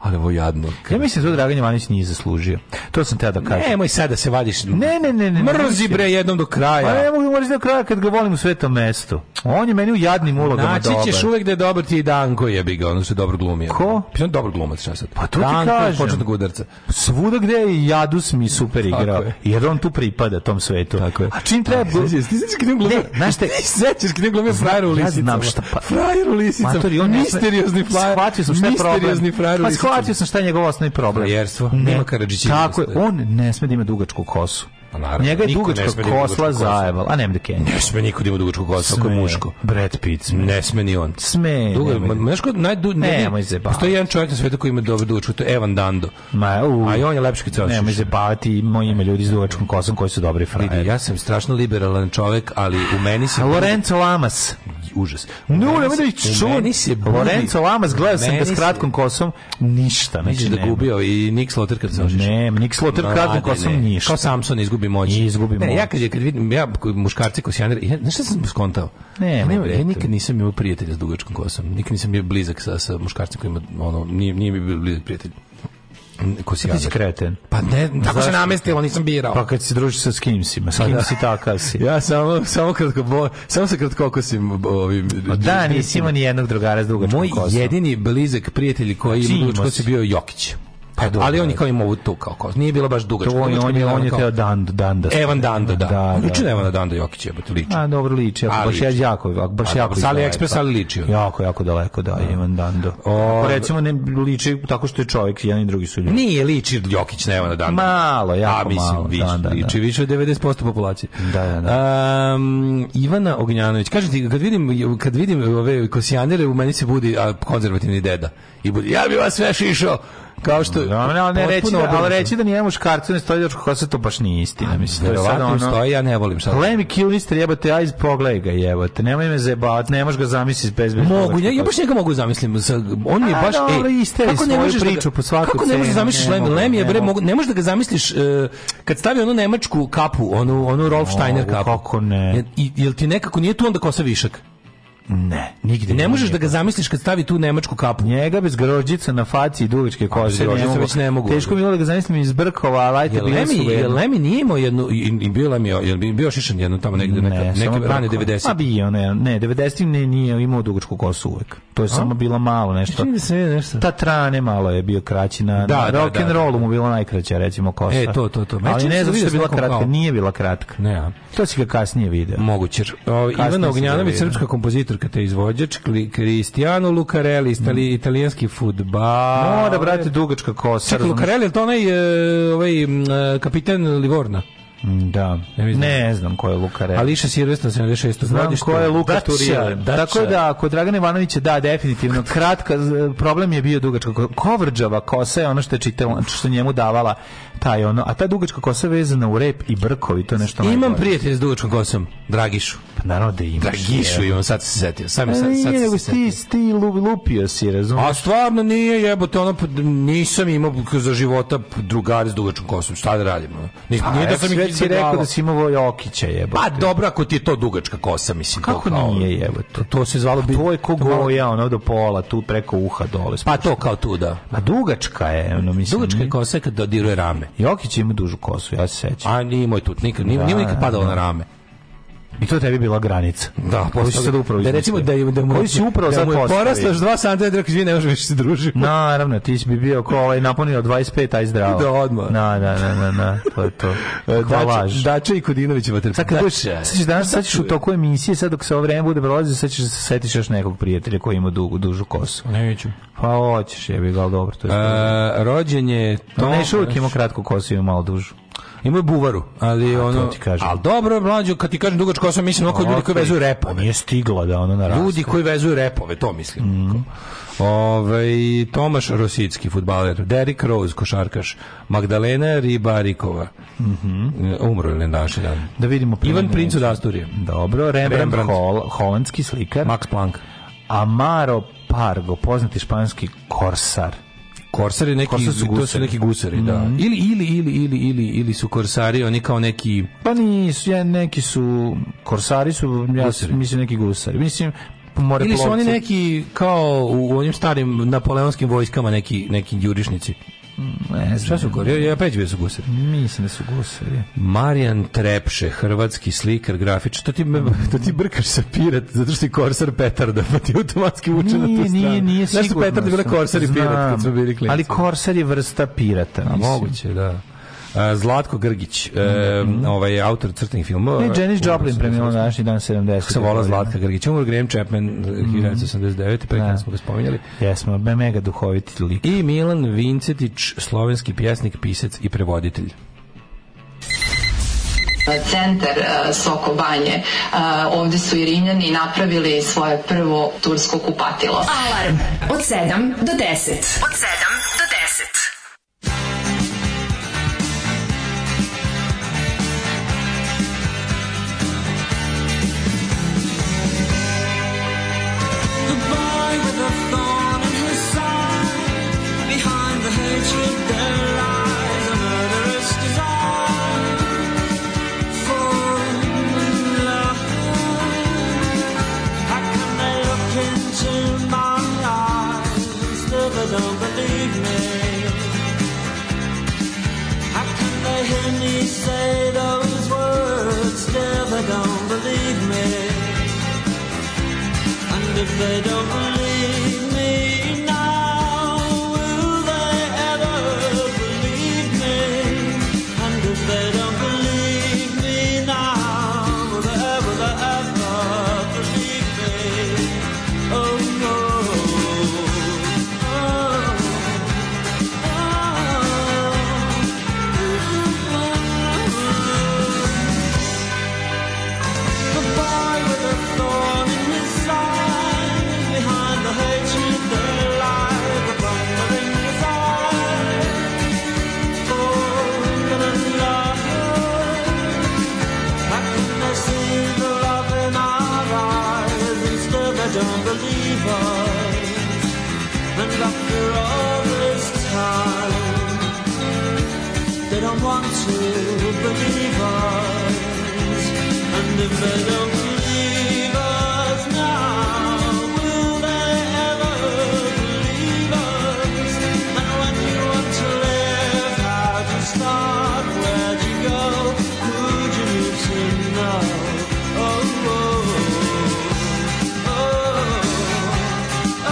[SPEAKER 6] ali ovo jadno.
[SPEAKER 7] Ja mislim da to Dragan Jovanović nije zaslužio. To sam teo da kažem.
[SPEAKER 6] Nemoj sad da se vadiš.
[SPEAKER 7] Ne, ne, ne, ne.
[SPEAKER 6] Mrzi
[SPEAKER 7] mislim.
[SPEAKER 6] bre jednom do
[SPEAKER 7] Pa ne
[SPEAKER 6] kraja.
[SPEAKER 7] mogu moraš do kraja kad ga volim u svetom mestu. On je meni u jadnim ulogama
[SPEAKER 6] Naći
[SPEAKER 7] dobar.
[SPEAKER 6] ćeš uvek da je dobar ti i Danko jebi ga, ono što je dobro glumio.
[SPEAKER 7] Ko?
[SPEAKER 6] Pa je on dobar glumac, šta sad? Pa
[SPEAKER 7] to ti
[SPEAKER 6] Danko je
[SPEAKER 7] kažem.
[SPEAKER 6] početnog udarca.
[SPEAKER 7] Svuda gde je Jadus mi super igrao.
[SPEAKER 6] je.
[SPEAKER 7] Jer on tu pripada tom svetu.
[SPEAKER 6] Tako je.
[SPEAKER 7] A čim treba...
[SPEAKER 6] Ti sećaš ti sećaš kad je on glumio?
[SPEAKER 7] Ne, znaš šta-
[SPEAKER 6] Ti sećaš kad je on glumio frajer u
[SPEAKER 7] Ja
[SPEAKER 6] lisicama?
[SPEAKER 7] znam šta pa-
[SPEAKER 6] Frajer u lisicama.
[SPEAKER 7] Matori, on ne sme-
[SPEAKER 6] Misteriozni frajer.
[SPEAKER 7] Shvatio sam šta je problem.
[SPEAKER 6] Misteriozni frajer u
[SPEAKER 7] Pa
[SPEAKER 6] lisicama.
[SPEAKER 7] shvatio sam šta je njegov osnovni problem.
[SPEAKER 6] Frajerstvo,
[SPEAKER 7] Ne.
[SPEAKER 6] nema Karadžićevine.
[SPEAKER 7] Tako je, on ne sme da ima dugačku kosu.
[SPEAKER 6] Pa naravno,
[SPEAKER 7] Njega je
[SPEAKER 6] niko ne
[SPEAKER 7] dugačka
[SPEAKER 6] sme da ima dugačku
[SPEAKER 7] kosla
[SPEAKER 6] kosu.
[SPEAKER 7] zajebala, a nema da kenja.
[SPEAKER 6] Ne sme niko da ima dugačku kosu, ako je muško.
[SPEAKER 7] Brad Pitt sme.
[SPEAKER 6] Ne sme ni on.
[SPEAKER 7] Sme,
[SPEAKER 6] Dugo,
[SPEAKER 7] nemoj.
[SPEAKER 6] ma- znaš ko najdu... ne-
[SPEAKER 7] Nemoj zajebavati.
[SPEAKER 6] Postoji jedan čovjek na svetu koji ima dobro dugačku, to je Evan Dando.
[SPEAKER 7] Ma, u,
[SPEAKER 6] A i on je lepši kad se osjeća.
[SPEAKER 7] Nemoj zajebavati, moje ime ljudi s dugačkom kosom koji su dobri
[SPEAKER 6] Vidi,
[SPEAKER 7] frajeri.
[SPEAKER 6] ja sam strašno liberalan čovjek, ali u meni se...
[SPEAKER 7] Lorenzo Lamas.
[SPEAKER 6] u užas. U
[SPEAKER 7] No,
[SPEAKER 6] meni
[SPEAKER 7] nemoj
[SPEAKER 6] se-
[SPEAKER 7] da
[SPEAKER 6] u
[SPEAKER 7] ih čujem.
[SPEAKER 6] meni se budi-
[SPEAKER 7] Lorenzo Lamas, gledao sam
[SPEAKER 6] meni
[SPEAKER 7] ga s
[SPEAKER 6] se-
[SPEAKER 7] kratkom kosom, ništa.
[SPEAKER 6] Misliš da gubi ovaj i Nick Slaughter kad se ožiš?
[SPEAKER 7] Ne, Nick Slaughter kratkom kosom ništa.
[SPEAKER 6] Kao Samson izgubi moć.
[SPEAKER 7] Izgubi
[SPEAKER 6] ne,
[SPEAKER 7] moć.
[SPEAKER 6] Ja kad, je- kad vidim, ja koji muškarci kosjaner, ja, znaš šta sam skontao?
[SPEAKER 7] Ne,
[SPEAKER 6] ja, nema-
[SPEAKER 7] ne,
[SPEAKER 6] ja nikad nisam imao prijatelja s dugačkom kosom. Nikad nisam bio blizak sa, sa muškarcem koji ima, ono, nije, nije mi bio blizak prijatelj. Kosjaner.
[SPEAKER 7] Ti si kreten.
[SPEAKER 6] Pa ne, tako se
[SPEAKER 7] Zašto?
[SPEAKER 6] namestilo, nisam birao.
[SPEAKER 7] Pa kad se družiš sa skimsima, s kim
[SPEAKER 6] Pa da.
[SPEAKER 7] si takav si.
[SPEAKER 6] Ja samo samo kratko bo, samo se kratko kosim ovim.
[SPEAKER 7] Pa Da, nisi imao ni jednog drugara s dugačkom
[SPEAKER 6] Pa Moj
[SPEAKER 7] kosom.
[SPEAKER 6] jedini blizak prijatelj koji
[SPEAKER 7] Znači,
[SPEAKER 6] ima
[SPEAKER 7] imao
[SPEAKER 6] dugačku
[SPEAKER 7] si.
[SPEAKER 6] kosu je bio Jokić.
[SPEAKER 7] Pa dobro.
[SPEAKER 6] Ali on je kao imao ovu tu kao kosu. Nije bila baš
[SPEAKER 7] To
[SPEAKER 6] dugačka.
[SPEAKER 7] on,
[SPEAKER 6] dugačka
[SPEAKER 7] on je,
[SPEAKER 6] bila
[SPEAKER 7] on
[SPEAKER 6] ona
[SPEAKER 7] je
[SPEAKER 6] kao- E,
[SPEAKER 7] teo Dando, Danda.
[SPEAKER 6] Evan Danda, da.
[SPEAKER 7] Da,
[SPEAKER 6] da.
[SPEAKER 7] da.
[SPEAKER 6] Liči na Evana Danda Jokić, jebote, liči.
[SPEAKER 7] A dobro liči,
[SPEAKER 6] A,
[SPEAKER 7] ako baš
[SPEAKER 6] liči.
[SPEAKER 7] ja jako, ako baš
[SPEAKER 6] A,
[SPEAKER 7] jako.
[SPEAKER 6] dobro, sa
[SPEAKER 7] izgleda,
[SPEAKER 6] AliExpressa,
[SPEAKER 7] pa.
[SPEAKER 6] ali liči on.
[SPEAKER 7] Jako, jako daleko, da, Ivan Dando.
[SPEAKER 6] O,
[SPEAKER 7] Pa recimo ne liči tako što je čovjek, jedan i drugi su ljudi.
[SPEAKER 6] Nije liči Jokić na Evana Danda.
[SPEAKER 7] Malo, jako
[SPEAKER 6] A, mislim,
[SPEAKER 7] malo.
[SPEAKER 6] više,
[SPEAKER 7] da, da, da.
[SPEAKER 6] liči više od 90% populacije.
[SPEAKER 7] Da, da,
[SPEAKER 6] Um, Ivana Ognjanović, kaže ti, kad vidim, kad vidim ove kosijanere, u meni se budi a, konzervativni deda. I budi, ja bi vas sve šišao. Kao što...
[SPEAKER 7] Da, ne, ali ne reći,
[SPEAKER 6] potpuno
[SPEAKER 7] da,
[SPEAKER 6] obrnuto.
[SPEAKER 7] ali reći da nije muškarcu, ne stoji dočko kosa, to baš nije istina, mislim. To je sad
[SPEAKER 6] Verovatno im
[SPEAKER 7] ono...
[SPEAKER 6] stoji, ja ne volim šta.
[SPEAKER 7] Lemi Kilnister, jebate, ajde pogledaj ga, jebate. Nemoj me zajebavati, ne možeš ga zamisliti bez bez
[SPEAKER 6] Mogu,
[SPEAKER 7] dugačke
[SPEAKER 6] ja, ja baš
[SPEAKER 7] kose.
[SPEAKER 6] njega mogu zamislim. Sa, on je
[SPEAKER 7] A,
[SPEAKER 6] baš...
[SPEAKER 7] dobro,
[SPEAKER 6] ej,
[SPEAKER 7] isteri svoju
[SPEAKER 6] možeš da ga-
[SPEAKER 7] priču po svaku
[SPEAKER 6] Kako ne možeš
[SPEAKER 7] cenu,
[SPEAKER 6] zamisliš
[SPEAKER 7] ne
[SPEAKER 6] Lem,
[SPEAKER 7] mogu,
[SPEAKER 6] Lem je,
[SPEAKER 7] ne
[SPEAKER 6] bre,
[SPEAKER 7] mogu.
[SPEAKER 6] mogu- ne možeš da ga zamisliš e, kad stavi onu nemačku kapu, onu, onu Rolf Steiner
[SPEAKER 7] Mogu,
[SPEAKER 6] kapu.
[SPEAKER 7] kako ne?
[SPEAKER 6] Je- i- Jel ti nekako nije tu onda kosa višak?
[SPEAKER 7] Ne, nigde.
[SPEAKER 6] Ne možeš
[SPEAKER 7] nije.
[SPEAKER 6] da ga zamisliš kad stavi tu nemačku kapu.
[SPEAKER 7] Njega bez grožđica na faci i dugačke kože.
[SPEAKER 6] bez grožđica već ne mogu.
[SPEAKER 7] Teško mi je bilo da ga zamislim iz brkova, ali ajte
[SPEAKER 6] Jel
[SPEAKER 7] bili
[SPEAKER 6] Lemi,
[SPEAKER 7] su
[SPEAKER 6] jel
[SPEAKER 7] jedno.
[SPEAKER 6] Lemi nije imao jednu, i, i bio Lemi, jel bi bio šišan jedno tamo negde, neka,
[SPEAKER 7] Ne, samo Pa
[SPEAKER 6] neke rane
[SPEAKER 7] brkova.
[SPEAKER 6] 90.
[SPEAKER 7] Ma bio, ne, ne, 90 ne, nije imao dugačku kosu uvek. To je samo bilo malo nešto.
[SPEAKER 6] Čini mi se vidi nešto.
[SPEAKER 7] Ta trane malo je bio kraći na,
[SPEAKER 6] Da,
[SPEAKER 7] na
[SPEAKER 6] da,
[SPEAKER 7] rock
[SPEAKER 6] da,
[SPEAKER 7] and
[SPEAKER 6] da.
[SPEAKER 7] rollu mu bila najkraća recimo kosa.
[SPEAKER 6] E, to, to, to. Ma,
[SPEAKER 7] Ali
[SPEAKER 6] čini
[SPEAKER 7] ne
[SPEAKER 6] se
[SPEAKER 7] znam
[SPEAKER 6] vidio
[SPEAKER 7] što je
[SPEAKER 6] sam
[SPEAKER 7] bila
[SPEAKER 6] nekom
[SPEAKER 7] kratka,
[SPEAKER 6] kao-
[SPEAKER 7] nije bila kratka.
[SPEAKER 6] Ne, a?
[SPEAKER 7] To si ga kasnije video.
[SPEAKER 6] Moguće. O,
[SPEAKER 7] Kasnije
[SPEAKER 6] Ivana
[SPEAKER 7] se
[SPEAKER 6] Ognjanović,
[SPEAKER 7] zavira.
[SPEAKER 6] srpska kompozitorka te izvođač, Kli- Cristiano Lucarelli, istali, italijanski futbal.
[SPEAKER 7] Mora, Mm. brate, dugačka kosa.
[SPEAKER 6] Čekaj,
[SPEAKER 7] razumeš?
[SPEAKER 6] Lucarelli, je li to onaj e, ovaj, m, e, kapitan Livorna?
[SPEAKER 7] Da.
[SPEAKER 6] Ne znam.
[SPEAKER 7] Ne znam ko je Lukarelli.
[SPEAKER 6] Ališa Sirvestan, 76.
[SPEAKER 7] Znam
[SPEAKER 6] godište.
[SPEAKER 7] ko je Luka
[SPEAKER 6] Dača,
[SPEAKER 7] Turija.
[SPEAKER 6] Dača.
[SPEAKER 7] Tako da, kod Dragana Ivanovića, da, definitivno. Kratka, z- problem je bio dugačka ko- kovrđava kosa je ono što je čitala, što je njemu davala taj ono. A ta dugačka kosa je vezana u rep i brkovi, to je nešto
[SPEAKER 6] Imam
[SPEAKER 7] najgore.
[SPEAKER 6] prijatelja s dugačkom kosom, Dragišu.
[SPEAKER 7] Pa naravno da imaš.
[SPEAKER 6] Dragišu E, imam, sad se setio. Sam, je-
[SPEAKER 7] Sad,
[SPEAKER 6] sad, sad,
[SPEAKER 7] nije,
[SPEAKER 6] sam
[SPEAKER 7] nego
[SPEAKER 6] se setio.
[SPEAKER 7] ti, ti lu- lupio si, razumiješ?
[SPEAKER 6] A stvarno nije jebote, ono pa, nisam imao za života drugari s dugačkom kosom. Šta da radim? ono? Ni, nije da sam ih
[SPEAKER 7] Pa, Sve si rekao
[SPEAKER 6] izbjegavao.
[SPEAKER 7] da si imao Jokića, jebote.
[SPEAKER 6] Pa dobro, ako ti je to dugačka kosa, mislim. to
[SPEAKER 7] Kako
[SPEAKER 6] kao-
[SPEAKER 7] nije, jebote?
[SPEAKER 6] To, to se zvalo... bi-
[SPEAKER 7] To je ko
[SPEAKER 6] to malo-
[SPEAKER 7] goja, ono do pola, tu preko uha dole.
[SPEAKER 6] Pa to kao tu, da.
[SPEAKER 7] A dugačka je, ono mislim.
[SPEAKER 6] Dugačka je
[SPEAKER 7] nije-
[SPEAKER 6] kosa kad dodiruje rame.
[SPEAKER 7] Jokić ima dužu kosu, ja se sećam.
[SPEAKER 6] A nije moj tut, nikad, nije, nije mu nikad
[SPEAKER 7] Da,
[SPEAKER 6] padalo
[SPEAKER 7] da.
[SPEAKER 6] na rame.
[SPEAKER 7] I to je tebi bila granica.
[SPEAKER 6] Da,
[SPEAKER 7] koju si sad upravo
[SPEAKER 6] da
[SPEAKER 7] izmislio.
[SPEAKER 6] recimo da, je- da mu,
[SPEAKER 7] Koju si upravo
[SPEAKER 6] da
[SPEAKER 7] sad
[SPEAKER 6] mu je
[SPEAKER 7] postavio.
[SPEAKER 6] poraslo još dva santa, da rekao, "Izvini, ne možeš više se družiti.
[SPEAKER 7] Naravno, ti si bi bio ko ovaj napunio 25, aj zdravo.
[SPEAKER 6] Da, odmah. E,
[SPEAKER 7] Na, da, da, da, da, to je to. Ko laž.
[SPEAKER 6] Dača i Kodinović vater.
[SPEAKER 7] Sad kad budeš, sad ćeš danas, sad ćeš u toku emisije, sad dok se ovo vreme bude prolazio, sad ćeš da se setiš još nekog prijatelja koji ima dugu, dužu kosu.
[SPEAKER 6] Neću.
[SPEAKER 7] Pa hoćeš, jebi ga, ali dobro, to je.
[SPEAKER 6] E, rođen je
[SPEAKER 7] to
[SPEAKER 6] Tom...
[SPEAKER 7] ne, uvijek ima kratku kosu, ima malo dužu.
[SPEAKER 6] Imao je buvaru, ali ono...
[SPEAKER 7] ti kažem.
[SPEAKER 6] Ali dobro, mlađo, kad ti kažem dugačko kosa, mislim oko ljudi koji vezuju
[SPEAKER 7] Pa
[SPEAKER 6] repove.
[SPEAKER 7] Nije stigla da ono narasta.
[SPEAKER 6] Ljudi koji vezuju repove, to mislim. Ovaj, Tomaš Rosicki, futbaler, Derrick Rose, košarkaš, Magdalena Ribarikova, E, umro je na današnji dan.
[SPEAKER 7] Da vidimo prvi
[SPEAKER 6] Ivan
[SPEAKER 7] na
[SPEAKER 6] Princ od
[SPEAKER 7] licu.
[SPEAKER 6] Asturije,
[SPEAKER 7] Dobro, Rembrandt,
[SPEAKER 6] Rembrandt.
[SPEAKER 7] Hol- holandski slikar.
[SPEAKER 6] Max Planck.
[SPEAKER 7] Amaro Pargo, poznati španski korsar.
[SPEAKER 6] Korsar je neki,
[SPEAKER 7] Korsar su
[SPEAKER 6] to su
[SPEAKER 7] gusari.
[SPEAKER 6] neki gusari, Mhm. da. Ili, ili, ili, ili, ili, ili su korsari, oni kao neki...
[SPEAKER 7] Pa nisu, ja, neki su, korsari su, ja
[SPEAKER 6] Gusari.
[SPEAKER 7] mislim neki gusari. Mislim, more
[SPEAKER 6] Ili su oni neki, kao u onim starim napoleonskim vojskama, neki, neki jurišnici.
[SPEAKER 7] Ne znam,
[SPEAKER 6] Šta su korsari? Ja, ja peć bio su gusari.
[SPEAKER 7] mislim da su gusari.
[SPEAKER 6] Marijan Trepše, hrvatski slikar, grafič, to ti, me- to ti brkaš sa pirat, zato što je korsar petarda, pa ti automatski vuče na tu
[SPEAKER 7] Nije,
[SPEAKER 6] stranu.
[SPEAKER 7] nije, nije
[SPEAKER 6] Znaš su
[SPEAKER 7] sigurno.
[SPEAKER 6] petarda bile
[SPEAKER 7] sam.
[SPEAKER 6] korsar i pirat kad smo
[SPEAKER 7] Znam,
[SPEAKER 6] bili klinci.
[SPEAKER 7] Ali korsar je vrsta pirata.
[SPEAKER 6] A,
[SPEAKER 7] mislim.
[SPEAKER 6] moguće, da. A, Zlatko Grgić, e, ovaj autor crtenih filmova.
[SPEAKER 7] Mhm. Ne, Janis Joplin premijela na današnji dan 70.
[SPEAKER 6] Kako sam volao Zlatka Grgić. Umro Graham Chapman eh, 1989. Prekada
[SPEAKER 7] Mhm. Da.
[SPEAKER 6] smo ga spominjali.
[SPEAKER 7] Jesmo, be- mega duhoviti lik.
[SPEAKER 6] I Milan Vincetić, slovenski pjesnik, pisac i prevoditelj.
[SPEAKER 11] centar e, Soko Banje. E, Ovde su i Rimljani napravili svoje prvo tursko kupatilo.
[SPEAKER 9] Alarm od 7 do 10.
[SPEAKER 5] Od 7 do 10.
[SPEAKER 12] If they don't believe me now, will they ever believe me? And if they don't believe me now, will they ever, they ever believe me? Oh no. Oh, oh, oh. The boy with a thorn in his side, behind the hatred there lies the thunder in his eyes. Oh, Broken and loving, how can they see the love in our eyes? And still they don't believe us. And after all this time, they don't want to believe us. And if they don't believe us now, will they ever believe us? And when you want to live, how do you start? Where do you go? Who do you need to know? Oh, oh, oh, oh,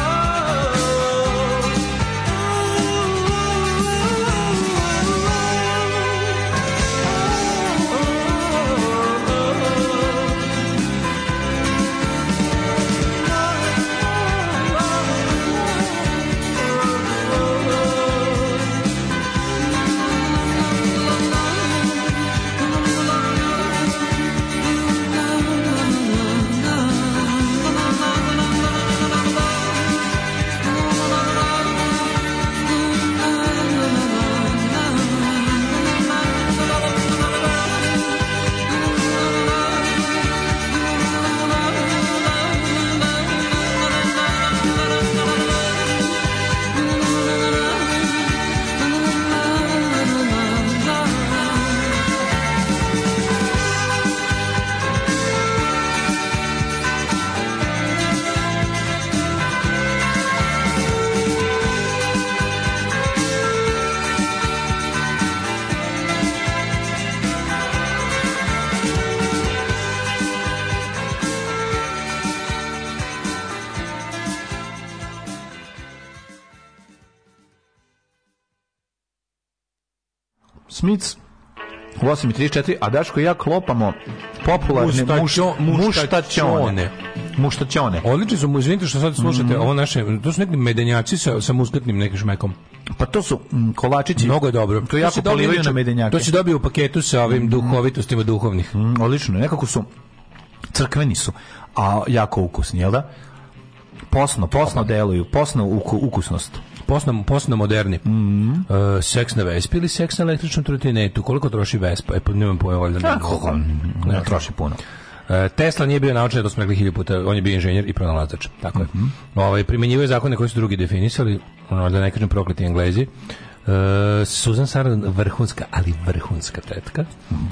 [SPEAKER 7] Smiths u 8.34, a Daško i ja klopamo popularne
[SPEAKER 6] Muštačo-
[SPEAKER 7] muš- muštačone.
[SPEAKER 6] muštačone.
[SPEAKER 7] Muštačone.
[SPEAKER 6] Odlični su mu, izvinite što sad slušate,
[SPEAKER 7] Mhm.
[SPEAKER 6] ovo naše, to su neki medenjaci sa, sa muskatnim nekim šmekom.
[SPEAKER 7] Pa to su mm, kolačići.
[SPEAKER 6] Mnogo je dobro.
[SPEAKER 7] To jako
[SPEAKER 6] si dobio
[SPEAKER 7] polivaju
[SPEAKER 6] inače-
[SPEAKER 7] na medenjake. Mhm.
[SPEAKER 6] To se dobio u paketu sa ovim duhovitostima duhovnih.
[SPEAKER 7] Mm, odlično, nekako su crkveni su, a jako ukusni, jel da? Posno, posno deluju, posno uku- ukusnost.
[SPEAKER 6] Posno, posno moderni.
[SPEAKER 7] Mhm.
[SPEAKER 6] Mm -hmm. seks na Vespi ili seks na električnom trotinetu? Koliko troši Vespa? E, pa nemam pojma, valjda.
[SPEAKER 7] A,
[SPEAKER 6] ne-
[SPEAKER 7] koliko? Ne troši puno.
[SPEAKER 6] E, Tesla nije bio naučen, to smo rekli hilju puta, on je bio inženjer i pronalazač. Tako je. Ovaj, primenjivao je zakone koji su drugi definisali, ono, da ne kažem prokleti englezi. E, Susan Sarandon, vrhunska, ali vrhunska tetka.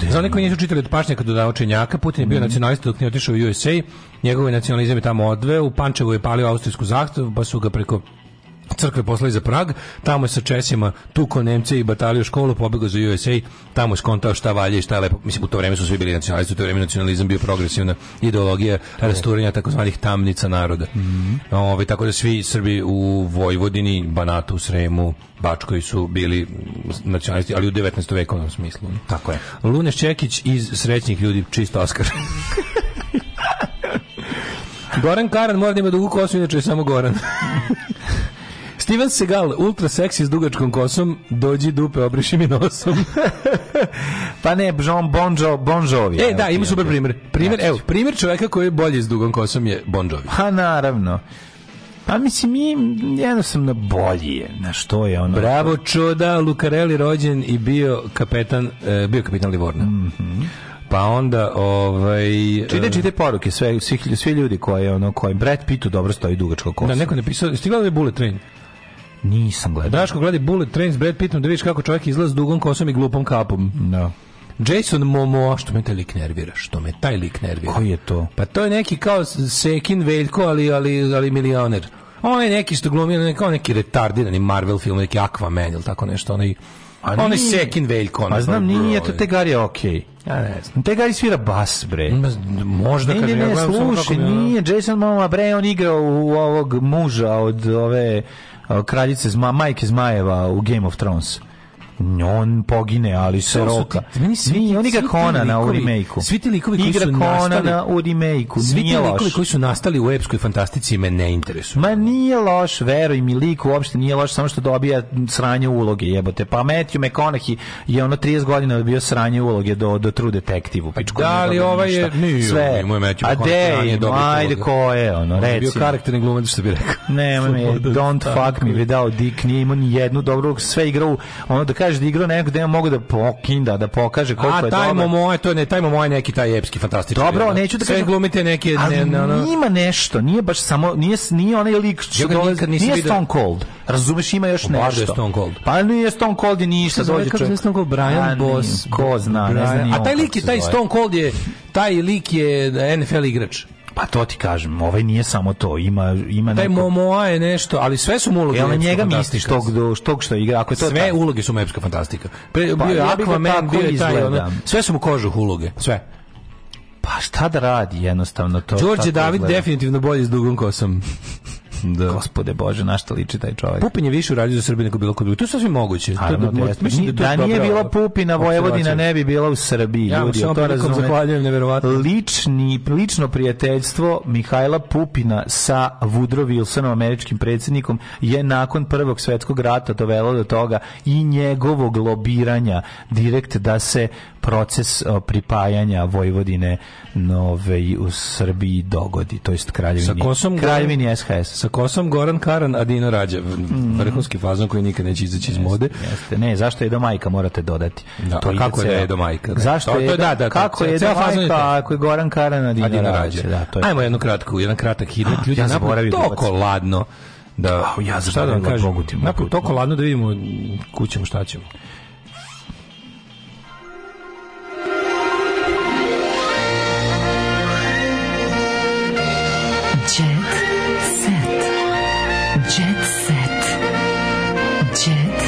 [SPEAKER 6] Za one koji nisu čitali od pašnjaka do naučenjaka, Putin je bio nacionalista dok nije otišao u USA, njegov je nacionalizam je tamo odveo, u Pančevu je palio austrijsku zahtevu, pa su ga preko crkve poslali za Prag, tamo je sa Česima tuko Nemce i batalio školu, pobegao za USA, tamo je skontao šta valje i šta je lepo. Mislim, u to vreme su svi bili nacionalisti, u to vreme nacionalizam bio progresivna ideologija rasturanja takozvanih tamnica naroda.
[SPEAKER 7] Mhm.
[SPEAKER 6] Ovaj, tako da svi Srbi u Vojvodini, Banatu, Sremu, Bačkoj su bili nacionalisti, ali u 19. vekovnom smislu.
[SPEAKER 7] Tako je.
[SPEAKER 6] Luneš Čekić iz Srećnih ljudi, čisto Oskar. Goran Karan mora da ima dugu kosu, inače je samo Goran. Steven Segal, ultra seksi s dugačkom kosom, dođi dupe, obriši mi nosom.
[SPEAKER 7] Pa ne, Jean Bon, jo, bon Jovi.
[SPEAKER 6] e,
[SPEAKER 7] evo ti
[SPEAKER 6] da,
[SPEAKER 7] Znači.
[SPEAKER 6] ima super
[SPEAKER 7] onda.
[SPEAKER 6] primjer. Primjer, evo, primjer čoveka koji je bolji s dugom kosom je Bon Jovi.
[SPEAKER 7] Ha, naravno. Pa mislim, mi jednostavno bolji je. Na što je ono?
[SPEAKER 6] Bravo čuda, Lucarelli rođen i bio kapetan, e, bio kapitan Livorna.
[SPEAKER 7] Mhm.
[SPEAKER 6] Pa onda, ovaj...
[SPEAKER 7] Čite,
[SPEAKER 6] e,
[SPEAKER 7] čite poruke, sve, svi, svi ljudi koji, ono, koji Brad Pittu dobro stoji dugačko kosa.
[SPEAKER 6] Da, neko je napisao, jesi ti gledali Bullet Train?
[SPEAKER 7] Nisam gledao.
[SPEAKER 6] Daško, gledaj Bullet Train s Brad Pittom da vidiš kako čovjek izlazi s dugom kosom i glupom kapom.
[SPEAKER 7] Da.
[SPEAKER 6] Jason Momoa, što me taj lik nervira, što me taj lik nervira.
[SPEAKER 7] Koji je to?
[SPEAKER 6] Pa to je neki kao Sekin Veljko, ali, ali, ali milioner. On je neki što glumi, on je kao neki retardirani Marvel film, neki Aquaman ili tako nešto, onaj A on je Sekin Veljko. ono,
[SPEAKER 7] Pa znam,
[SPEAKER 6] bro,
[SPEAKER 7] nije
[SPEAKER 6] ovaj.
[SPEAKER 7] to Tegari je okej.
[SPEAKER 6] Ja ne znam.
[SPEAKER 7] Tegari svira bas, bre.
[SPEAKER 6] Možda
[SPEAKER 7] ne,
[SPEAKER 6] kad
[SPEAKER 7] ne,
[SPEAKER 6] ja
[SPEAKER 7] ne,
[SPEAKER 6] gledam samo kako
[SPEAKER 7] slušaj,
[SPEAKER 6] mi je ono-
[SPEAKER 7] nije, Jason Momoa, bre, on igrao u ovog muža od ove a, kraljice, zma, majke Zmajeva u Game of Thrones. On pogine, ali se
[SPEAKER 6] Samo su
[SPEAKER 7] roka.
[SPEAKER 6] ti- meni svi-
[SPEAKER 7] Nije, on igra
[SPEAKER 6] svi ti
[SPEAKER 7] Konana u
[SPEAKER 6] likovi-
[SPEAKER 7] remake-u.
[SPEAKER 6] Svi ti likovi koji
[SPEAKER 7] igra
[SPEAKER 6] su
[SPEAKER 7] Konana
[SPEAKER 6] nastali-
[SPEAKER 7] u remake-u.
[SPEAKER 6] Svi ti
[SPEAKER 7] nije loš.
[SPEAKER 6] likovi koji su nastali u epskoj fantastici me ne interesuju.
[SPEAKER 7] Ma nije loš, veruj mi, lik uopšte nije loš, samo što dobija sranje uloge, jebote. Pa Matthew McConaughey je ono 30 godina bio sranje uloge do, do True Detective-u. pičku,
[SPEAKER 6] Da,
[SPEAKER 7] nije
[SPEAKER 6] ali
[SPEAKER 7] dobio
[SPEAKER 6] ovaj
[SPEAKER 7] ništa.
[SPEAKER 6] je... Nije,
[SPEAKER 7] Sve.
[SPEAKER 6] Moj
[SPEAKER 7] A de, ajde, ko je, ono,
[SPEAKER 6] On je bio
[SPEAKER 7] reci.
[SPEAKER 6] karakterni glumac, što bi rekao.
[SPEAKER 7] Nema me, don't fuck me without dick, nije imao ni jednu dobru, ulogu, sve igrao, ono da kaže da igrao nekog da ja mogu da pokinda, da pokaže koliko
[SPEAKER 6] A
[SPEAKER 7] je
[SPEAKER 6] taj
[SPEAKER 7] dobar.
[SPEAKER 6] moje, to ne, taj moje neki taj epski fantastičan.
[SPEAKER 7] Dobro,
[SPEAKER 6] ono.
[SPEAKER 7] neću da
[SPEAKER 6] Sve
[SPEAKER 7] kažem.
[SPEAKER 6] glumite neke ne,
[SPEAKER 7] Ali
[SPEAKER 6] ne, ono-
[SPEAKER 7] ima nešto, nije baš samo, nije, nije onaj lik
[SPEAKER 6] Ja
[SPEAKER 7] što
[SPEAKER 6] ga
[SPEAKER 7] dolazi,
[SPEAKER 6] nikad nisam
[SPEAKER 7] nije
[SPEAKER 6] vidio.
[SPEAKER 7] Stone Cold, razumeš, ima još
[SPEAKER 6] Baš da je
[SPEAKER 7] nešto.
[SPEAKER 6] Stone Cold.
[SPEAKER 7] Pa nije Stone Cold i ništa,
[SPEAKER 6] Kako se zove,
[SPEAKER 7] dođe
[SPEAKER 6] kako se
[SPEAKER 7] čovjek.
[SPEAKER 6] zove Stone Cold? Brian
[SPEAKER 7] A, ne,
[SPEAKER 6] Boss.
[SPEAKER 7] Ko zna, ne zna
[SPEAKER 6] Brian-
[SPEAKER 7] ni
[SPEAKER 6] A
[SPEAKER 7] on
[SPEAKER 6] taj
[SPEAKER 7] kako
[SPEAKER 6] lik je,
[SPEAKER 7] se
[SPEAKER 6] taj
[SPEAKER 7] zove.
[SPEAKER 6] Stone Cold je, taj lik je NFL igrač.
[SPEAKER 7] Pa to ti kažem, ovaj nije samo to, ima, ima
[SPEAKER 6] Taj
[SPEAKER 7] neko...
[SPEAKER 6] Momoa je nešto, ali sve su mu uloge.
[SPEAKER 7] Jel na
[SPEAKER 6] epska
[SPEAKER 7] njega misliš
[SPEAKER 6] fantastika.
[SPEAKER 7] tog, do, tog što igra? Ako je to
[SPEAKER 6] sve
[SPEAKER 7] tako?
[SPEAKER 6] uloge su mu epska fantastika. Pre,
[SPEAKER 7] Pa,
[SPEAKER 6] bio je
[SPEAKER 7] ja bi ga
[SPEAKER 6] Aquaman,
[SPEAKER 7] tako
[SPEAKER 6] bio je taj,
[SPEAKER 7] izgleda.
[SPEAKER 6] ono, sve su mu kožuh uloge, sve.
[SPEAKER 7] Pa šta da radi jednostavno to?
[SPEAKER 6] Đorđe
[SPEAKER 7] tako
[SPEAKER 6] David
[SPEAKER 7] izgleda.
[SPEAKER 6] definitivno bolji s dugom kosom. da.
[SPEAKER 7] Gospode Bože, na šta liči taj čovjek?
[SPEAKER 6] Pupin je više uradio za Srbiju nego bilo ko drugi. To je sasvim moguće. To je-
[SPEAKER 7] Naravno, da, jeste.
[SPEAKER 6] mislim
[SPEAKER 7] da,
[SPEAKER 6] je to
[SPEAKER 7] nije
[SPEAKER 6] dobra
[SPEAKER 7] bila Pupina, Vojvodina
[SPEAKER 6] observacija.
[SPEAKER 7] ne bi bila u Srbiji.
[SPEAKER 6] Ja mu
[SPEAKER 7] ljudi,
[SPEAKER 6] se
[SPEAKER 7] jel
[SPEAKER 6] ovom
[SPEAKER 7] to
[SPEAKER 6] prilikom
[SPEAKER 7] razumete?
[SPEAKER 6] zahvaljujem, neverovatno.
[SPEAKER 7] Lični, lično prijateljstvo Mihajla Pupina sa Woodrow Wilsonom, američkim predsjednikom, je nakon Prvog svjetskog rata dovelo do toga i njegovog lobiranja direkt da se proces o, pripajanja Vojvodine nove u Srbiji dogodi, to jest
[SPEAKER 6] Sa
[SPEAKER 7] kraljevini,
[SPEAKER 6] kosom
[SPEAKER 7] kraljevini SHS.
[SPEAKER 6] Sa kosom Goran Karan, a Dino Rađa. Vrhunski fazon koji nikad neće izaći iz mode.
[SPEAKER 7] Mhm. Jeste, ne, zašto je do majka morate dodati.
[SPEAKER 6] Da, a
[SPEAKER 7] ide
[SPEAKER 6] kako je da
[SPEAKER 7] ceo-
[SPEAKER 6] je do majka, da.
[SPEAKER 7] Zašto
[SPEAKER 6] To- to
[SPEAKER 7] je,
[SPEAKER 6] je- da, da,
[SPEAKER 7] kako
[SPEAKER 6] to-
[SPEAKER 7] je
[SPEAKER 6] ceo
[SPEAKER 7] do
[SPEAKER 6] fazon je
[SPEAKER 7] majka,
[SPEAKER 6] taj.
[SPEAKER 7] ako je Goran Karana
[SPEAKER 6] A
[SPEAKER 7] Dina
[SPEAKER 6] Dino
[SPEAKER 7] Rađe.
[SPEAKER 6] Rađe.
[SPEAKER 7] Da, to je.
[SPEAKER 6] Ajmo jednu kratku, jedan kratak hidet. Ljudi,
[SPEAKER 7] Ja
[SPEAKER 6] napolju
[SPEAKER 7] zaboravio da
[SPEAKER 6] toliko
[SPEAKER 7] ubacim.
[SPEAKER 6] ladno da
[SPEAKER 7] Au, ja
[SPEAKER 6] šta da vam
[SPEAKER 7] zaboravio,
[SPEAKER 6] kažem
[SPEAKER 7] Bogu ti, Bogu
[SPEAKER 6] napolju
[SPEAKER 7] ti.
[SPEAKER 6] toliko ladno da vidimo kućemo šta ćemo
[SPEAKER 9] Jet set. Jet set. Jet set.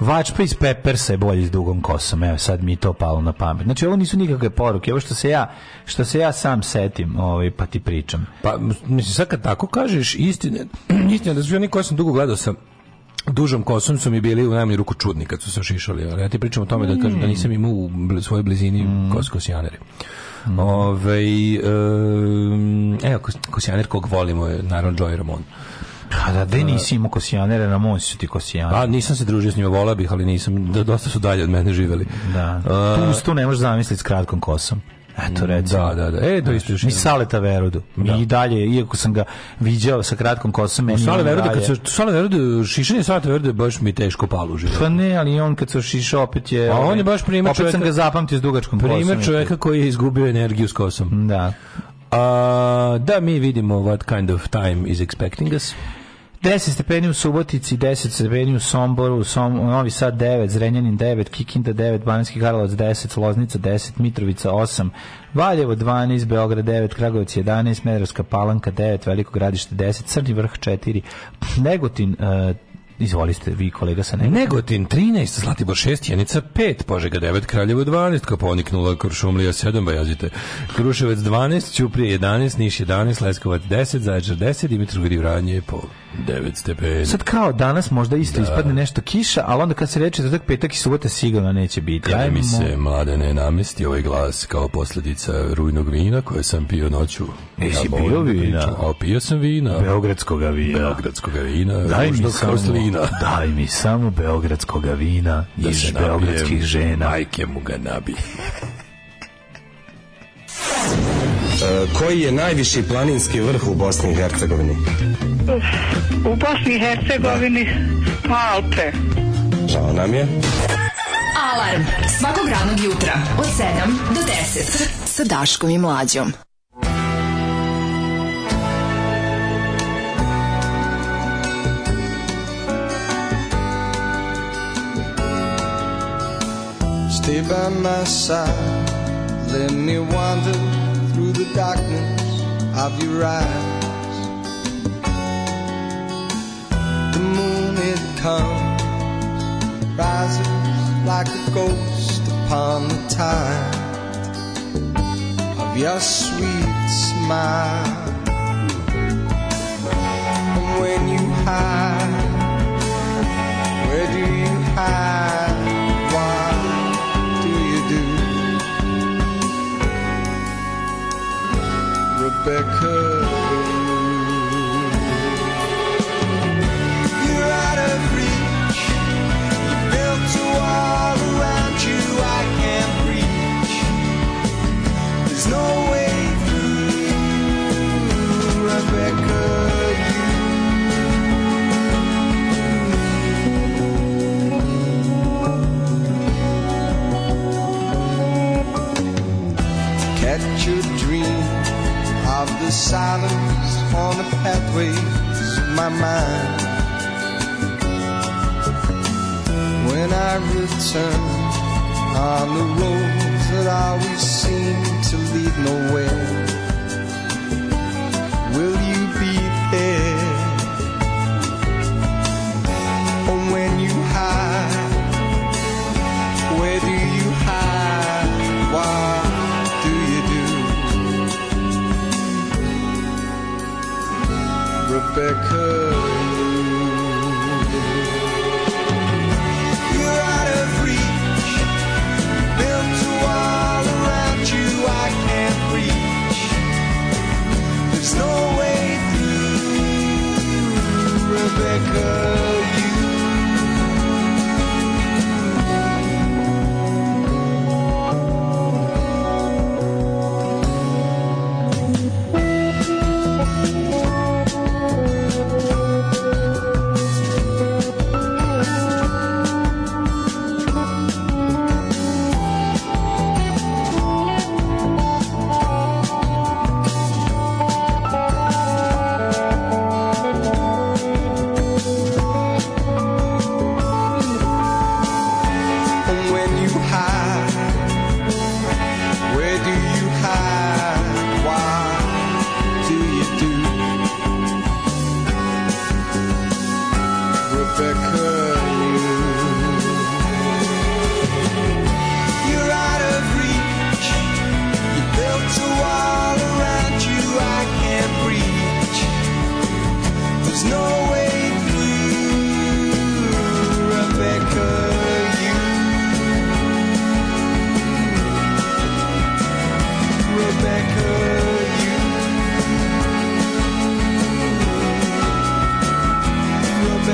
[SPEAKER 7] Vačpa iz Peppersa je bolji s dugom kosom. Evo, sad mi je to palo na pamet. Znači, ovo nisu nikakve poruke. Ovo što se ja, što se ja sam setim, ovaj, pa ti pričam.
[SPEAKER 6] Pa, mislim, sad kad tako kažeš, istine, istine da su oni koji sam dugo gledao sa dužom kosom su mi bili u najmanju ruku čudni kad su se šišali. Ali ja ti pričam o tome da
[SPEAKER 7] Mm.
[SPEAKER 6] kažem da nisam imao u bl- svojoj blizini mm. kos kosijanere.
[SPEAKER 7] Mm.
[SPEAKER 6] Ove, um, evo, kos, kosijaner kog volimo je naravno Joey Ramon. Pa
[SPEAKER 7] A da, da nisi imao kosijanere, na moj su ti kosijanere.
[SPEAKER 6] A nisam se družio s njima, volao bih, ali nisam, d- dosta su dalje od mene živeli.
[SPEAKER 7] Da. tu, tu ne možeš zamisliti s kratkom kosom. Eto, recimo.
[SPEAKER 6] Pa, e- Da, da, da. E, to isto još
[SPEAKER 7] Ni
[SPEAKER 6] jedno.
[SPEAKER 7] Saleta Verodu. Mi i dalje, iako sam ga viđao sa kratkom kosom, meni
[SPEAKER 6] Sale
[SPEAKER 7] on
[SPEAKER 6] Verde, kad
[SPEAKER 7] dalje-
[SPEAKER 6] se Sale Verde, šišanje Sale Verde baš mi teško palo u životu.
[SPEAKER 7] Pa ne, ali on kad se ošišao opet je...
[SPEAKER 6] A on
[SPEAKER 7] ovaj,
[SPEAKER 6] je baš primer
[SPEAKER 7] Opet sam
[SPEAKER 6] čoveka-
[SPEAKER 7] ga zapamtio s dugačkom kosom.
[SPEAKER 6] Primer čovjeka koji je izgubio energiju s kosom.
[SPEAKER 7] Da.
[SPEAKER 6] A, da mi vidimo what kind of time is expecting us.
[SPEAKER 7] 10 stepeni u Subotici, 10 stepeni u Somboru, u Som, u Novi Sad 9, Zrenjanin 9, Kikinda 9, Bananski Karlovac 10, Loznica 10, Mitrovica 8, Valjevo 12, Beograd 9, Kragovic 11, Medrovska Palanka 9, Veliko Gradište 10, Crni Vrh 4, Negotin, e, izvolite vi kolega sa Negotin.
[SPEAKER 6] Negotin 13, Zlatibor 6, Jenica 5, Požega 9, Kraljevo 12, Koponik 0, Kuršumlija 7, Bajazite, Kruševac 12, Ćuprije 11, Niš 11, Leskovac 10, Zaječar 10, Dimitrov Grivanje po 9 stepeni.
[SPEAKER 7] Sad kao danas možda isto ispadne nešto kiša, ali onda kad se reče da tak petak i subota sigurno neće biti.
[SPEAKER 6] Kada mi
[SPEAKER 7] Ajmo.
[SPEAKER 6] se mladene namesti ovaj glas kao posljedica rujnog vina koje sam pio noću.
[SPEAKER 7] Jesi
[SPEAKER 6] volim
[SPEAKER 7] pio
[SPEAKER 6] da
[SPEAKER 7] vina?
[SPEAKER 6] pričam, A pio sam vina.
[SPEAKER 7] Beogradskoga vina.
[SPEAKER 6] Beogradskoga vina.
[SPEAKER 7] Daj mi,
[SPEAKER 6] ružnog
[SPEAKER 7] samo,
[SPEAKER 6] kao slina.
[SPEAKER 7] daj mi samo beogradskoga vina
[SPEAKER 6] da
[SPEAKER 7] iz
[SPEAKER 6] se
[SPEAKER 7] beogradskih žena.
[SPEAKER 6] Majke mu ga nabi.
[SPEAKER 13] Koji je najviši planinski vrh u Bosni i Hercegovini?
[SPEAKER 14] U Bosni i Hercegovini pa Alpe.
[SPEAKER 13] Žao nam je.
[SPEAKER 9] Alarm. Svakog radnog jutra od 7 do 10. Sa Daškom i Mlađom.
[SPEAKER 15] Stay by my side. Let me wander through the darkness of your eyes. The comes rises like a ghost upon the tide of your sweet smile. And when you hide, where do you hide? What do you do? Rebecca. Blue. You're out of reach. Built a wall around you I can't reach. There's no way through, Rebecca. You catch your dream of the silence on the pathways of my mind. when I return on the roads that always seem to lead nowhere. Will you be there? And when you hide, where do you hide? What do you do? Rebecca. You're out of reach. Built a wall around you I can't reach. There's no way through, Rebecca. You. And when you hide, where do you hide? Why do you do? Rebecca, you. You're out of reach. You built a wall around you I can't reach. There's no way through, Rebecca, you. Rebecca, you.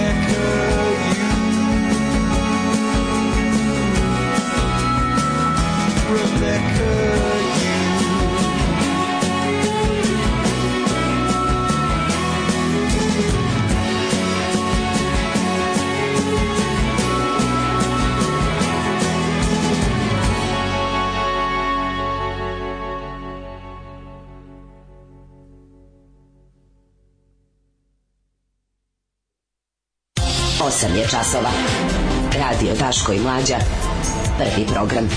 [SPEAKER 15] Rebecca, you. Rebecca, you.
[SPEAKER 16] Osam je časova. Radio Daško i Mlađa. Prvi program.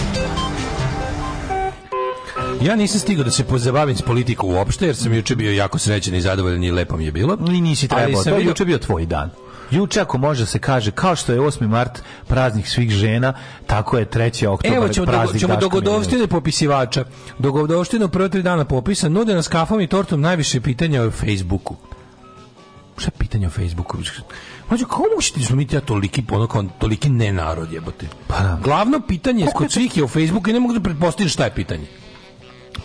[SPEAKER 6] Ja nisam stigao da se pozabavim s politikom uopšte, jer sam juče bio jako srećan i zadovoljan i lepo mi je bilo. I nisi
[SPEAKER 7] trebao, to je juče bio tvoj dan. Juče ako može se kaže, kao što je 8. mart praznih svih žena, tako je 3. oktobar
[SPEAKER 6] Evo ćemo, dogo,
[SPEAKER 7] praznik
[SPEAKER 6] ćemo
[SPEAKER 7] Daška
[SPEAKER 6] dogodovštine popisivača. Dogodovštine u prve tri dana popisa nude nas kafom i tortom najviše pitanja o Facebooku. Šta je pitanje o Facebooku? Mađo, kako možete izumiti ja toliki, ono, kao, toliki nenarod jebote?
[SPEAKER 7] Pa
[SPEAKER 6] Glavno pitanje kod svih je o Facebooku i ne mogu da pretpostavim šta je pitanje.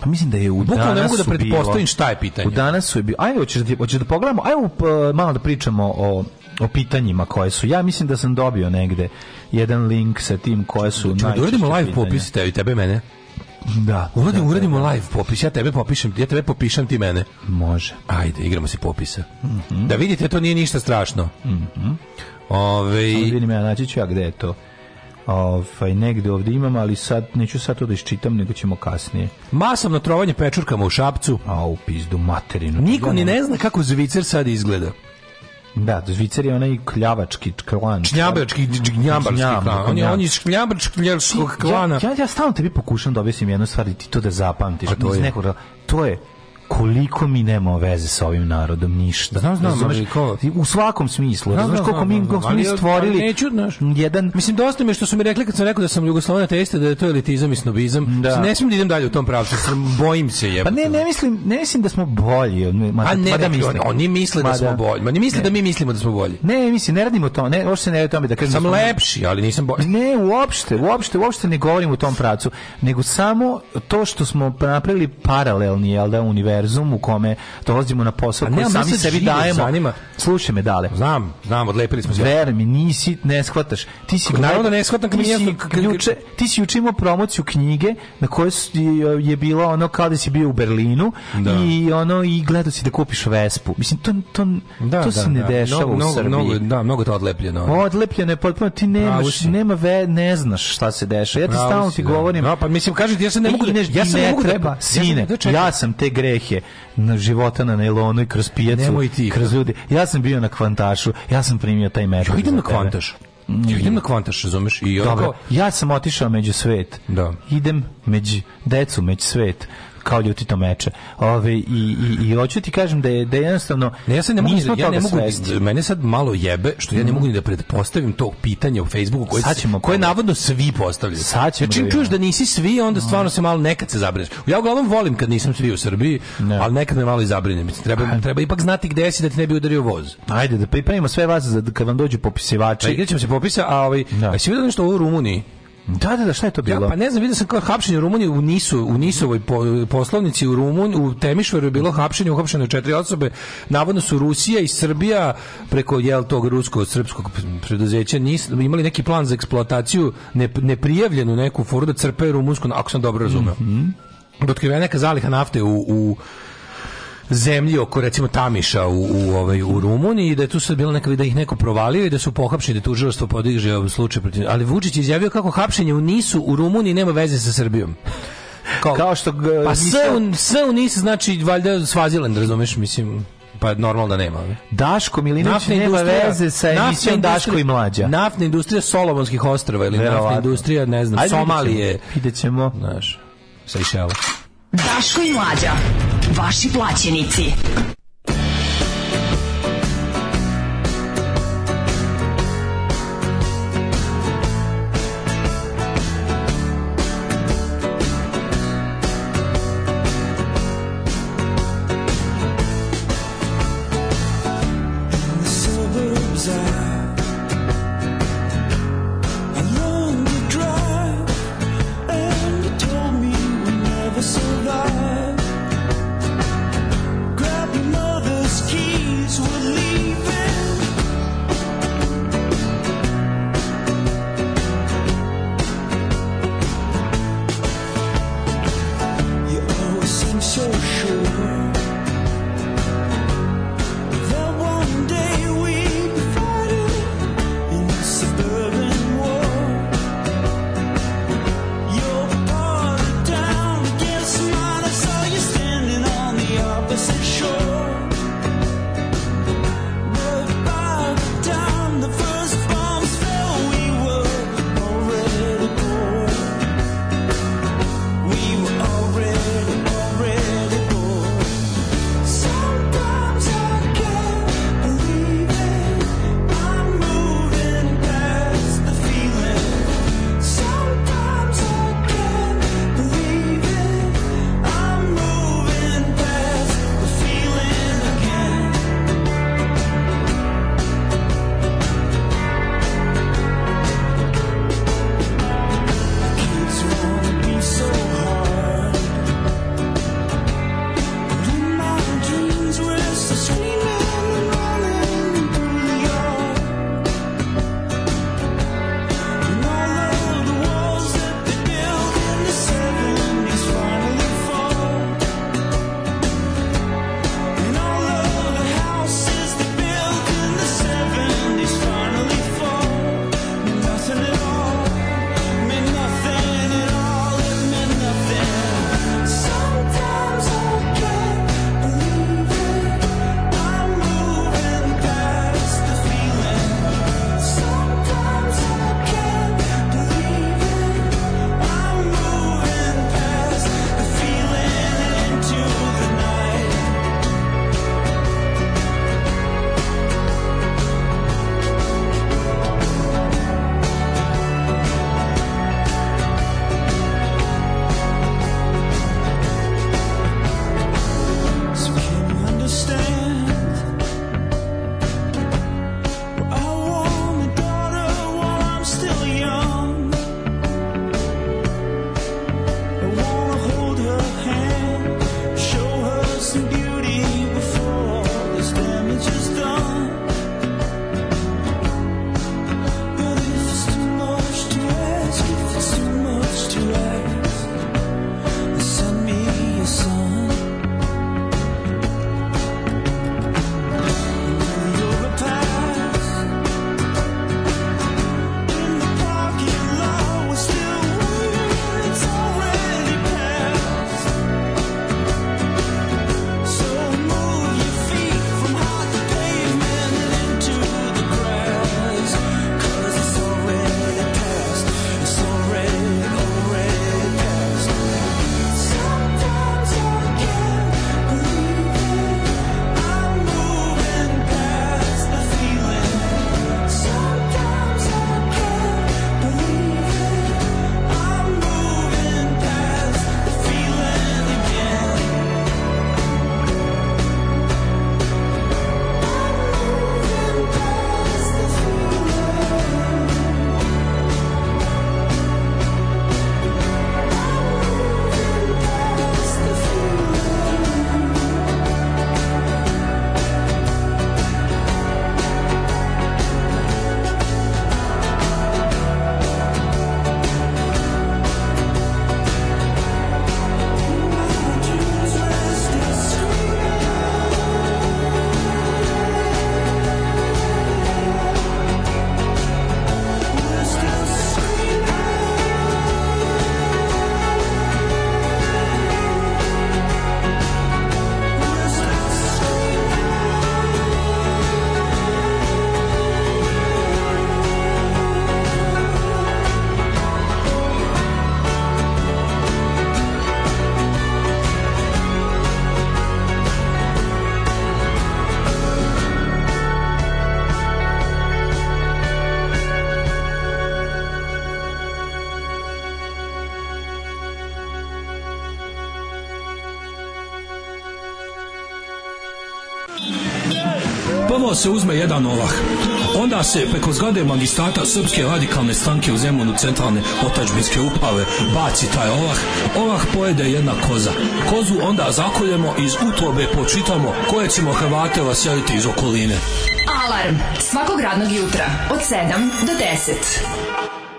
[SPEAKER 7] Pa mislim da je u
[SPEAKER 6] Bukvalno ne mogu da
[SPEAKER 7] su bilo-
[SPEAKER 6] pretpostavim šta je pitanje.
[SPEAKER 7] U danas su je bilo. Ajde, hoćeš da, hoćeš da pogledamo. Ajmo p- malo da pričamo o o pitanjima koje su. Ja mislim da sam dobio negde jedan link sa tim koje su
[SPEAKER 6] Čemo da
[SPEAKER 7] najčešće
[SPEAKER 6] uradimo live
[SPEAKER 7] pitanja.
[SPEAKER 6] popis tebe, tebe i mene?
[SPEAKER 7] Da.
[SPEAKER 6] Uradimo, uradimo live popis, ja tebe popišem, ja tebe popišem ti mene.
[SPEAKER 7] Može.
[SPEAKER 6] Ajde, igramo se popisa.
[SPEAKER 7] Mhm.
[SPEAKER 6] Da vidite, to nije ništa strašno. Ove...
[SPEAKER 7] Vidim ja, naći ću ja gde je to. Ovaj, negde ovde imam, ali sad, neću sad to da iščitam, nego ćemo kasnije.
[SPEAKER 6] Masovno trovanje pečurkama u Šapcu.
[SPEAKER 7] A u pizdu materinu.
[SPEAKER 6] Niko ni ne zna kako Zvicer sad izgleda.
[SPEAKER 7] Da, Zvicer je onaj kljavački klan.
[SPEAKER 6] Čnjabački, gnjambarski
[SPEAKER 7] Gnjam,
[SPEAKER 6] klan. On je,
[SPEAKER 7] gnjam.
[SPEAKER 6] on je iz gnjambarčkog klana.
[SPEAKER 7] Ja, ja, ja stalno tebi pokušam da objasnim jednu stvar i ti to da zapamtiš.
[SPEAKER 6] A to
[SPEAKER 7] iz
[SPEAKER 6] je?
[SPEAKER 7] nekog razloga. to je koliko mi nemamo veze sa ovim narodom, ništa.
[SPEAKER 6] Znam, znam,
[SPEAKER 7] Razumeš?
[SPEAKER 6] ali ko-
[SPEAKER 7] U svakom smislu.
[SPEAKER 6] Znam,
[SPEAKER 7] Znaš
[SPEAKER 6] znam,
[SPEAKER 7] koliko
[SPEAKER 6] znam,
[SPEAKER 7] mi,
[SPEAKER 6] znam,
[SPEAKER 7] koliko smo
[SPEAKER 6] ali
[SPEAKER 7] mi
[SPEAKER 6] ja-
[SPEAKER 7] stvorili...
[SPEAKER 6] ali neću, znaš.
[SPEAKER 7] jedan...
[SPEAKER 6] Mislim, dosta mi je što su mi rekli kad sam rekao da sam jugosloven ateista, da je to elitizam i snobizam.
[SPEAKER 7] Da.
[SPEAKER 6] Ne smijem da idem dalje u tom pravcu, jer sam- bojim se jebate.
[SPEAKER 7] Pa ne, ne mislim, ne mislim da smo bolji. od- Ma,
[SPEAKER 6] A ne,
[SPEAKER 7] ma da
[SPEAKER 6] ne,
[SPEAKER 7] mislim.
[SPEAKER 6] oni- oni misle da
[SPEAKER 7] Ma
[SPEAKER 6] smo bolji. Ma ne misle da mi mislimo da smo bolji.
[SPEAKER 7] Ne, mislim, ne radimo to. Ne, uopšte ne radimo o tome da kažem.
[SPEAKER 6] Sam
[SPEAKER 7] da smo-
[SPEAKER 6] lepši, ali nisam bolji.
[SPEAKER 7] Ne, uopšte, uopšte, uopšte ne govorim u tom pracu, nego samo to što smo napravili paralelni, jel da, univerzum u kome dolazimo na posao
[SPEAKER 6] A ne,
[SPEAKER 7] koji
[SPEAKER 6] ali
[SPEAKER 7] sami
[SPEAKER 6] mene sad
[SPEAKER 7] sebi
[SPEAKER 6] živo
[SPEAKER 7] dajemo.
[SPEAKER 6] zanima.
[SPEAKER 7] Slušaj me, dale.
[SPEAKER 6] Znam, znam, odlepili smo se.
[SPEAKER 7] Ver mi, nisi, ne shvataš. Ti si
[SPEAKER 6] Naravno da ne shvatam, kad mi
[SPEAKER 7] ti si,
[SPEAKER 6] jasno- kad- kad-
[SPEAKER 7] juče, ti si juče imao promociju knjige na kojoj su- je- je bilo ono kao da si bio u Berlinu i ono i gledao si da kupiš Vespu. Mislim, to, to, to se ne dešava
[SPEAKER 6] Mnogo-
[SPEAKER 7] u
[SPEAKER 6] mnogo-
[SPEAKER 7] Srbiji.
[SPEAKER 6] Mnogo, da, mnogo je to odlepljeno.
[SPEAKER 7] Odlepljeno je potpuno, ti
[SPEAKER 6] Pravo
[SPEAKER 7] nemaš,
[SPEAKER 6] si.
[SPEAKER 7] nema ve, ne znaš šta se dešava. Ja ti
[SPEAKER 6] Pravo
[SPEAKER 7] stalno
[SPEAKER 6] si,
[SPEAKER 7] ti
[SPEAKER 6] da.
[SPEAKER 7] govorim.
[SPEAKER 6] No, pa mislim, kažete, ja se ne
[SPEAKER 7] ti
[SPEAKER 6] mogu da-
[SPEAKER 7] ideš
[SPEAKER 6] ja se
[SPEAKER 7] di
[SPEAKER 6] ne mogu da-
[SPEAKER 7] treba,
[SPEAKER 6] ja se-
[SPEAKER 7] sine,
[SPEAKER 6] da,
[SPEAKER 7] ja,
[SPEAKER 6] čekaj.
[SPEAKER 7] sam te grehe na života na nailonu i kroz pijacu,
[SPEAKER 6] Nemoj ti.
[SPEAKER 7] kroz ljudi. Ja sam bio na kvantašu, ja sam primio taj metak.
[SPEAKER 6] Ja idem
[SPEAKER 7] za
[SPEAKER 6] na
[SPEAKER 7] tebe.
[SPEAKER 6] kvantaš. Ja idem na kvantaš, razumeš? I ono
[SPEAKER 7] Dobro,
[SPEAKER 6] kao,
[SPEAKER 7] ja sam otišao među svet. Idem među decu, među svet kao ljutito meče. Ove, i, i, I hoću ti kažem da je, da je jednostavno
[SPEAKER 6] Ne, ja se ne mogu,
[SPEAKER 7] nismo
[SPEAKER 6] ni- ja ne
[SPEAKER 7] toga
[SPEAKER 6] mogu,
[SPEAKER 7] svesni.
[SPEAKER 6] mene sad malo jebe što ja ne mogu ni da pretpostavim to pitanje u Facebooku koje,
[SPEAKER 7] Sad ćemo pa
[SPEAKER 6] koje navodno svi postavljaju.
[SPEAKER 7] Sad ćemo
[SPEAKER 6] Jer čim
[SPEAKER 7] da Mhm.
[SPEAKER 6] čuješ da nisi svi, onda stvarno se malo nekad se zabrineš. Ja uglavnom volim kad nisam svi u Srbiji, ali nekad me malo i zabrinem. Mislim, Treba, treba ipak znati gde si da ti ne bi udario voz.
[SPEAKER 7] Ajde, da pripremimo sve vas za, kad vam dođu popisivači.
[SPEAKER 6] Pa igrat ćemo se popisa, a ovaj, da. si vidio nešto ovo u Rumuniji?
[SPEAKER 7] Da, da, da, šta je to bilo?
[SPEAKER 6] Ja, pa ne znam, vidio sam kao hapšenje u Rumuniji u Nisu, u Nisovoj po- poslovnici u Rumun, u Temišvaru je bilo hapšenje, uhapšene četiri osobe. Navodno su Rusija i Srbija preko jel tog rusko-srpskog preduzeća nis, imali neki plan za eksploataciju ne, neprijavljenu neku foru da crpe rumunsku, ako sam dobro razumeo.
[SPEAKER 7] Mhm.
[SPEAKER 6] Mm je neka zaliha nafte u, u zemlji oko recimo Tamiša u, u, ovaj, u Rumuniji i da je tu sad bilo neka da ih neko provalio i da su pohapšeni da je tužilaštvo podiže ovaj slučaj protiv ali Vučić je izjavio kako hapšenje u Nisu u Rumuniji nema veze sa Srbijom kao,
[SPEAKER 7] što
[SPEAKER 6] pa sve u, sve u Nisu znači valjda Svaziland razumeš mislim pa normalno da nema ali.
[SPEAKER 7] Daško Milinović
[SPEAKER 6] Naftna
[SPEAKER 7] Znači, nema
[SPEAKER 6] industrija-
[SPEAKER 7] veze sa
[SPEAKER 6] naftna
[SPEAKER 7] emisijom
[SPEAKER 6] industrija-
[SPEAKER 7] Daško i mlađa.
[SPEAKER 6] Naftna industrija Solomonskih ostrava ili naftna
[SPEAKER 7] Verovatno.
[SPEAKER 6] industrija, ne znam,
[SPEAKER 7] Ajde, vidjet ćemo.
[SPEAKER 6] Somalije.
[SPEAKER 7] Vidjet ćemo.
[SPEAKER 6] Znaš, Sejšela.
[SPEAKER 9] Daško i Mlađa. Vaši plaćenici.
[SPEAKER 1] The suburbs are a lonely drive, and you told me we'll never survive. Grabbing
[SPEAKER 17] Ponovo se uzme jedan ovah. Onda se preko zgrade magistrata srpske radikalne stranke u Zemunu centralne otačbinske uprave baci taj ovah. Ovah pojede jedna koza. Kozu onda zakoljemo i iz utrobe počitamo koje ćemo Hrvate vaseliti iz okoline.
[SPEAKER 9] Alarm svakog radnog jutra od 7 do 10.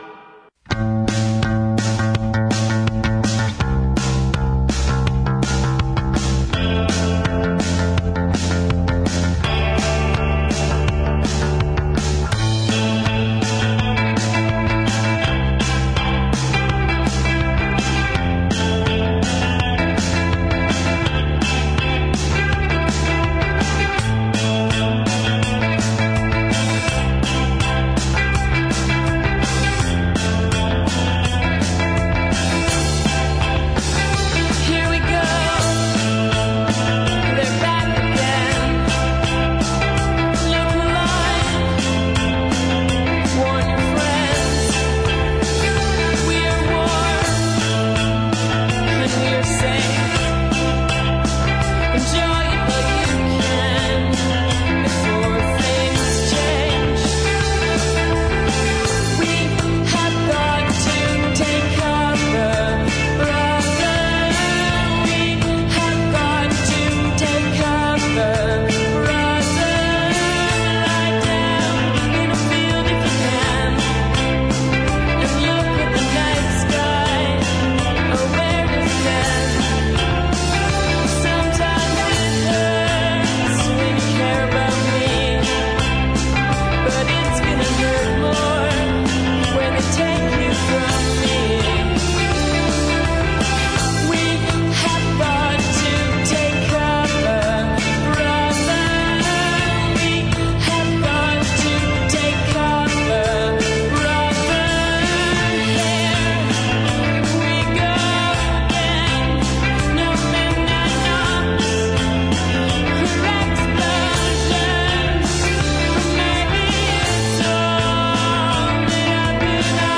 [SPEAKER 8] Here we go. They're back again. Look alive. Warn your friends. We are warm and we are safe. Enjoy it while you can before things change. We have got to take cover, brother. We have got to take cover, brother. Lie down in a field if you can, and look at the night sky. Oh, where does that? Sometimes it hurts when you care about me, but it's gonna hurt more when they take you from me. We have got to take cover, brother. We have got to take cover, brother. Here we go then. No midnight knocks. Correct explosions. Maybe it's all made up in our heads. This happens to me when you murder friends. You is the best part of the song. Where I admit that I'm not being wrong. 'Cause if that good, I'm that right. Now I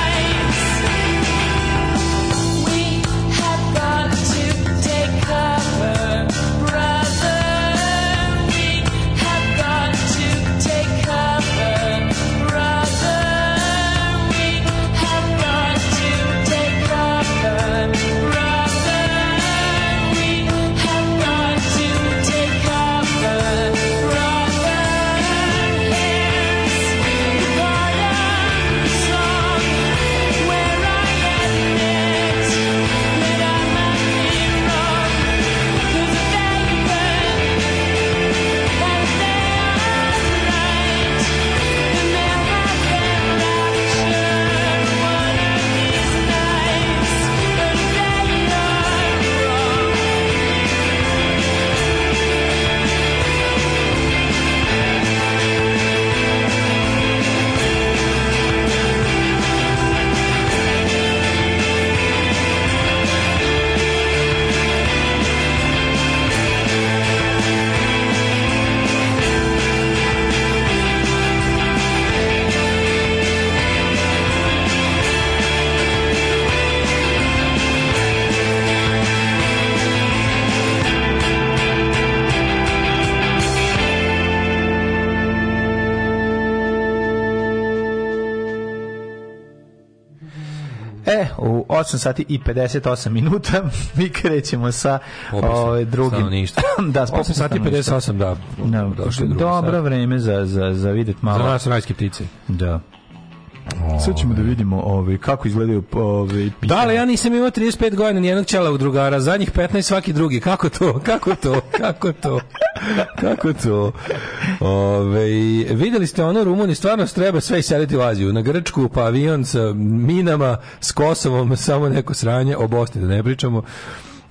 [SPEAKER 8] get raptured one of these nights. We have got to take cover, brother. We have got to take cover, brother. We have got to take cover, brother. We have got to take cover, brother. Here's the part of the song where I admit that I might be wrong. 'Cause if they burn, and they are right, then they'll have their rapture one of these nights. But if they are
[SPEAKER 7] E, u 8 sati i 58 minuta mi krećemo sa ovaj drugim.
[SPEAKER 6] stanovništva.
[SPEAKER 7] da, s popisom
[SPEAKER 6] 8 sati i 58, da.
[SPEAKER 7] No,
[SPEAKER 6] Došlo je drugo
[SPEAKER 7] dobro
[SPEAKER 6] sad.
[SPEAKER 7] vreme za, za, za vidjet malo.
[SPEAKER 6] Za nas rajske ptice.
[SPEAKER 7] Da. Sad ćemo da vidimo ovaj, kako izgledaju ovaj,
[SPEAKER 6] Da, ali ja nisam imao 35 godina nijednog čela u drugara, zadnjih 15 svaki drugi. Kako to? Kako to? Kako to? Kako to? Ove, videli ste ono, Rumuni stvarno treba sve iseliti u Aziju. Na Grčku, pa avion sa minama, s Kosovom, samo neko sranje, o Bosni da ne pričamo.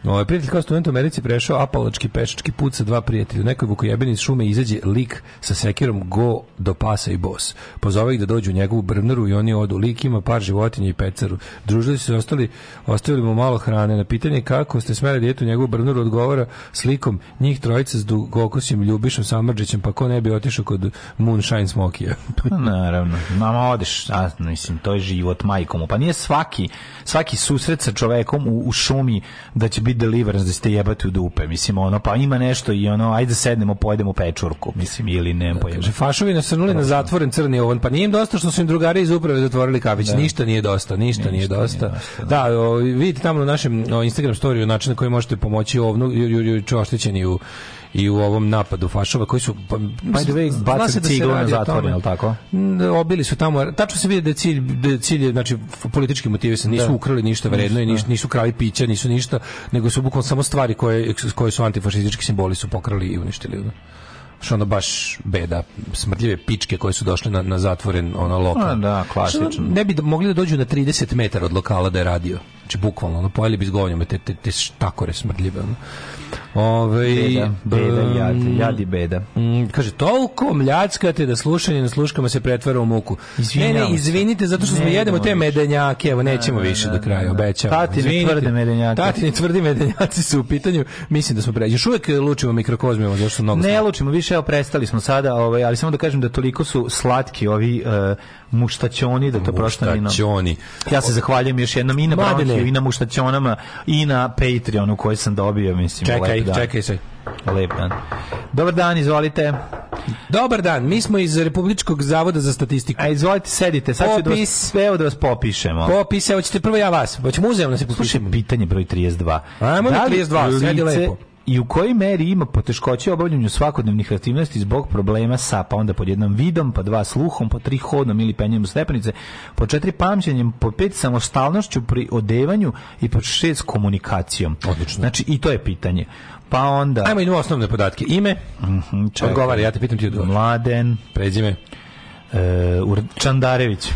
[SPEAKER 6] Ovaj prijatelj kao student u Americi prešao apalački pešački put sa dva prijatelja. U nekoj vukojebini iz šume izađe lik sa sekirom go do pasa i bos. Pozove ih da dođu u njegovu brvnaru i oni odu. Lik ima par životinja i pecaru. Družili su se ostali, ostavili mu malo hrane. Na pitanje kako ste smeli djetu u njegovu brvnaru odgovara slikom njih trojica s dugokosim Ljubišom Samrđićem, pa ko ne bi otišao kod Moonshine Smokija.
[SPEAKER 7] Pa Naravno. Mama, odeš, a, mislim, to je život majkomu. Pa nije svaki, svaki susret sa čovekom u, u šumi da će biti deliverance, da ste jebati u dupe. Mislim, ono, pa ima nešto i ono, ajde sednemo, pojedemo pečurku, mislim, ili ne pojedemo.
[SPEAKER 6] Kaže, fašovi nasrnuli na zatvoren crni ovan, pa nije im dosta što su im drugari iz uprave zatvorili kafić,
[SPEAKER 7] Da.
[SPEAKER 6] ništa nije dosta, ništa, nije dosta. da, o, vidite tamo na našem o, Instagram storiju način na koji možete pomoći ovnu, ju, ju, ju, ću oštećeni u i u ovom napadu fašova koji su pa,
[SPEAKER 7] By the way,
[SPEAKER 6] zna
[SPEAKER 7] bacili
[SPEAKER 6] se da se
[SPEAKER 7] ciglu na
[SPEAKER 6] radi o
[SPEAKER 7] zatvore,
[SPEAKER 6] tome.
[SPEAKER 7] jel tako?
[SPEAKER 6] N- Obili su tamo, tačno se vidi da je cilj, da je cilj je, znači f- politički motivi se nisu
[SPEAKER 7] Da.
[SPEAKER 6] ukrali ništa vredno i niš, nisu krali pića, nisu ništa, nego su bukvalno samo stvari koje, koje su antifašistički simboli su pokrali i uništili. Što ono baš beda, smrdljive pičke koje su došle na, na zatvoren ono lokal.
[SPEAKER 7] A, da, klasično.
[SPEAKER 6] Što Ne bi do- mogli da dođu na 30 metara od lokala da je radio. Znači bukvalno, ono, pojeli bi s govnjom te, te, te štakore smrdljive. Ono. Ovaj, Ove,
[SPEAKER 7] Beda, beda,
[SPEAKER 6] em,
[SPEAKER 7] jad, jad i beda.
[SPEAKER 6] Mm, kaže, toliko mljackate da slušanje na sluškama se pretvara u muku.
[SPEAKER 7] Izvinjavam
[SPEAKER 6] ne, ne,
[SPEAKER 7] se.
[SPEAKER 6] izvinite, zato što smo
[SPEAKER 7] Ne idemo
[SPEAKER 6] jedemo te
[SPEAKER 7] više.
[SPEAKER 6] medenjake, evo, nećemo više do kraja, obećavam.
[SPEAKER 7] Tatini
[SPEAKER 6] Izvinite.
[SPEAKER 7] tvrde medenjake.
[SPEAKER 6] Tatini tvrdi medenjaci su u pitanju, mislim da smo pre... Još uvijek lučimo mikrokozmijama, zašto su mnogo...
[SPEAKER 7] Ne lučimo više, evo prestali smo sada, ovaj, ali samo da kažem da toliko su slatki ovi uh, muštaćoni, da to prosto ni na-
[SPEAKER 6] Muštaćoni.
[SPEAKER 7] Ja se zahvaljujem još jednom i na
[SPEAKER 6] Mladene.
[SPEAKER 7] Bronhiju, i na muštaćonama, i na Patreonu koji sam dobio, mislim.
[SPEAKER 6] Čekaj,
[SPEAKER 7] lep dan.
[SPEAKER 6] čekaj se.
[SPEAKER 7] Lep dan. Dobar dan, izvolite.
[SPEAKER 6] Dobar dan, mi smo iz Republičkog zavoda za statistiku.
[SPEAKER 7] A E, izvolite, sedite, sad ću da
[SPEAKER 6] Popis.
[SPEAKER 7] vas, evo da vas popišemo.
[SPEAKER 6] Popise, hoćete prvo ja vas, hoćemo uzemno se
[SPEAKER 7] Slušaj,
[SPEAKER 6] popisati.
[SPEAKER 7] pitanje broj 32.
[SPEAKER 6] Ajmo na
[SPEAKER 7] Da li
[SPEAKER 6] 32, sedi lepo.
[SPEAKER 7] I u kojoj meri ima poteškoće u obavljanju svakodnevnih aktivnosti zbog problema sa, pa onda pod jednom vidom, pa dva sluhom, po tri hodom ili penjem u stepenice, po četiri pamćenjem, po pet samostalnošću pri odevanju i po šest komunikacijom. Odlično. Znači, i to je pitanje. Pa onda...
[SPEAKER 6] Ajmo idemo osnovne podatke. Ime?
[SPEAKER 7] Mhm, čekaj.
[SPEAKER 6] Odgovara, ja te pitam ti odgovor.
[SPEAKER 7] Mladen.
[SPEAKER 6] Prezime?
[SPEAKER 7] E, Ur... Čandarević.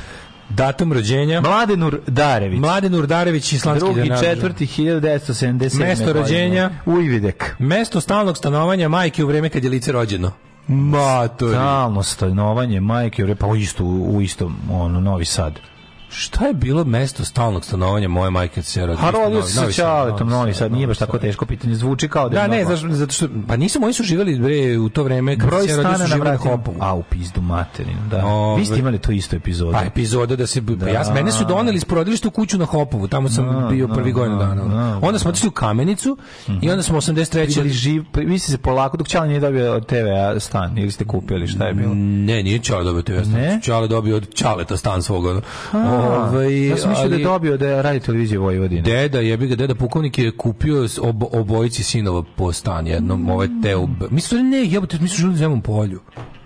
[SPEAKER 6] Datum rođenja?
[SPEAKER 7] Mladen Urdarević.
[SPEAKER 6] Mladen Urdarević, islamski
[SPEAKER 7] Drugi,
[SPEAKER 6] general.
[SPEAKER 7] četvrti, 1977.
[SPEAKER 6] Mesto
[SPEAKER 7] godine.
[SPEAKER 6] rođenja?
[SPEAKER 7] Ujvidek.
[SPEAKER 6] Mesto stalnog stanovanja majke u vrijeme kad je lice rođeno. Matori.
[SPEAKER 7] Stalno stanovanje majke, bre, pa u isto, u istom, ono, Novi Sad.
[SPEAKER 6] Šta je bilo mesto stalnog stanovanja moje majke kad se rodio?
[SPEAKER 7] A rodio se sa Čaletom, Novi Sad, nije baš tako teško pitanje, zvuči kao da
[SPEAKER 6] Da,
[SPEAKER 7] je ono-
[SPEAKER 6] ne,
[SPEAKER 7] mnogo.
[SPEAKER 6] zašto, zato što, pa nisu, oni su živjeli bre, u to vreme kad
[SPEAKER 7] Broj
[SPEAKER 6] se rodio,
[SPEAKER 7] stana
[SPEAKER 6] su
[SPEAKER 7] na
[SPEAKER 6] živjeli na
[SPEAKER 7] vratima.
[SPEAKER 6] hopu.
[SPEAKER 7] A, u pizdu materinu, da.
[SPEAKER 6] Ove.
[SPEAKER 7] Vi ste imali tu istu epizodu.
[SPEAKER 6] Pa epizoda da se pa ja mene su doneli iz porodilišta u kuću na Hopovu, tamo sam bio prvi godinu dana. ono. onda smo otišli u Kamenicu i onda smo 83.
[SPEAKER 7] Vidjeli živ, pa, vi ste se polako, dok Čale nije dobio od TV-a stan, ili ste kupili, šta je bilo?
[SPEAKER 6] Ne, nije Čale dobio TV stan.
[SPEAKER 7] Ne?
[SPEAKER 6] Čale dobio od Čaleta stan svog. ono.
[SPEAKER 7] Ovaj,
[SPEAKER 6] Ovaj,
[SPEAKER 7] ja sam mislio da
[SPEAKER 6] ali-
[SPEAKER 7] je dobio da je radio televizije Vojvodine.
[SPEAKER 6] Deda, jebi ga, deda pukovnik je kupio s ob, obojici sinova po stan jednom, ovaj teo. Mi smo ne, jebote, mi smo živeli u Zemom polju.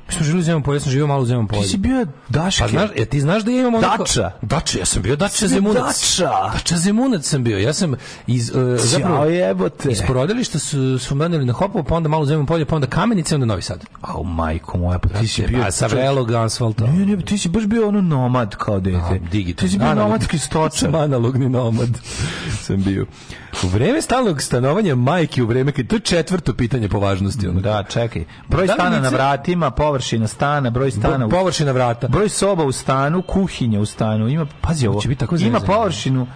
[SPEAKER 6] Mi smo živeli u Zemom polju, ja sam živio malo u Zemom polju.
[SPEAKER 7] Ti si bio Daške.
[SPEAKER 6] Pa znaš, e, ti znaš da ja imam onako...
[SPEAKER 7] Dača.
[SPEAKER 6] Dača, ja sam bio
[SPEAKER 7] bio
[SPEAKER 6] Dača Zemunac.
[SPEAKER 7] Dača.
[SPEAKER 6] Dača Zemunac sam bio. Ja sam iz... e, zapravo,
[SPEAKER 7] Ćao jebote.
[SPEAKER 6] iz porodilišta su, su menili na Hopovo, pa onda malo u Zemom polje, pa onda Kamenice, onda Novi Sad.
[SPEAKER 7] Au, majko moja, pa ti si bio...
[SPEAKER 6] A sa vrelog asfalta.
[SPEAKER 7] Ne, ne, ti si baš bio ono nomad kao dete.
[SPEAKER 6] digitalni.
[SPEAKER 7] Ti si bio
[SPEAKER 6] Analogni.
[SPEAKER 7] nomadski stočar.
[SPEAKER 6] Sam analogni nomad sam bio. U vreme stalnog stanovanja majke u vreme kad to je četvrto pitanje po važnosti ono.
[SPEAKER 7] Da, čekaj. Broj
[SPEAKER 6] Da li
[SPEAKER 7] stana na
[SPEAKER 6] lice-
[SPEAKER 7] vratima, površina stana, broj stana, u-
[SPEAKER 6] Po- površina vrata.
[SPEAKER 7] broj soba u stanu, kuhinja u stanu. Ima, pazi ovo,
[SPEAKER 6] Hoće biti tako
[SPEAKER 7] ima
[SPEAKER 6] zezanje.
[SPEAKER 7] površinu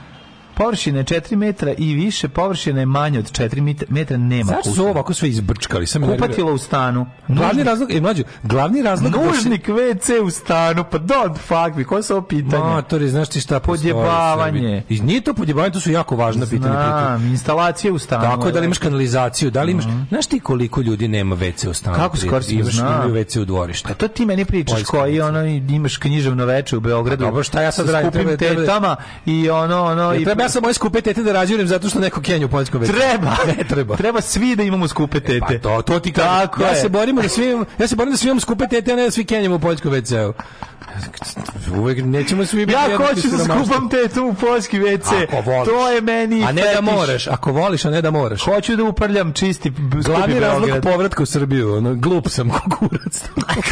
[SPEAKER 7] Površina je 4 metra i više, površina je manje od 4 mit- metra, nema
[SPEAKER 6] Zašto su
[SPEAKER 7] kuhinje.
[SPEAKER 6] ovo ovako sve izbrčkali? Sam
[SPEAKER 7] Kupatilo u stanu.
[SPEAKER 6] Glavni razlog, e, mlađu, glavni razlog... da se-
[SPEAKER 7] Nužnik WC u stanu, pa don't fuck me, koje su ovo pitanje?
[SPEAKER 6] Matori, znaš ti šta postoji u sebi?
[SPEAKER 7] Podjebavanje.
[SPEAKER 6] I nije to podjebavanje, to su jako važna pitanja. pritom.
[SPEAKER 7] Znam, instalacije u stanu.
[SPEAKER 6] Tako je, da li imaš kanalizaciju, da li imaš... Znaš ti koliko ljudi nema WC u stanu?
[SPEAKER 7] Kako
[SPEAKER 6] pritom?
[SPEAKER 7] skoro sam
[SPEAKER 6] imaš,
[SPEAKER 7] znao.
[SPEAKER 6] imaju WC u dvorištu.
[SPEAKER 7] Pa to ti meni pričaš
[SPEAKER 6] Poljska
[SPEAKER 7] koji ono imaš književno veče u Beogradu.
[SPEAKER 6] A dobro, šta ja sad
[SPEAKER 7] sa
[SPEAKER 6] radim?
[SPEAKER 7] skupim
[SPEAKER 6] Treba- treba-
[SPEAKER 7] tetama i ono ono
[SPEAKER 6] Ja
[SPEAKER 7] i
[SPEAKER 6] treba ja sam moje skupe tete da rađujem zato što neko kenju u poljskom WC.
[SPEAKER 7] treba.
[SPEAKER 6] Ne treba.
[SPEAKER 7] Treba svi da imamo skupe tete.
[SPEAKER 6] Pa to, to ti kažem.
[SPEAKER 7] Tako
[SPEAKER 6] ja
[SPEAKER 7] je.
[SPEAKER 6] se borim da svi, imamo- ja se borim da svi imamo skupe tete, a ne da svi kenjamo u poljskom WC-u. Uvek nećemo svi biti
[SPEAKER 7] Ja
[SPEAKER 6] jednaki
[SPEAKER 7] hoću da
[SPEAKER 6] siromašni.
[SPEAKER 7] skupam tetu u poljski WC.
[SPEAKER 6] Ako voliš.
[SPEAKER 7] To je meni
[SPEAKER 6] A ne da
[SPEAKER 7] fetiš.
[SPEAKER 6] moraš, ako voliš, a ne da moraš.
[SPEAKER 7] Hoću da uprljam čisti b-
[SPEAKER 6] Glavni
[SPEAKER 7] skupi
[SPEAKER 6] razlog
[SPEAKER 7] Beograd.
[SPEAKER 6] povratka u Srbiju, ono, glup sam kukurac.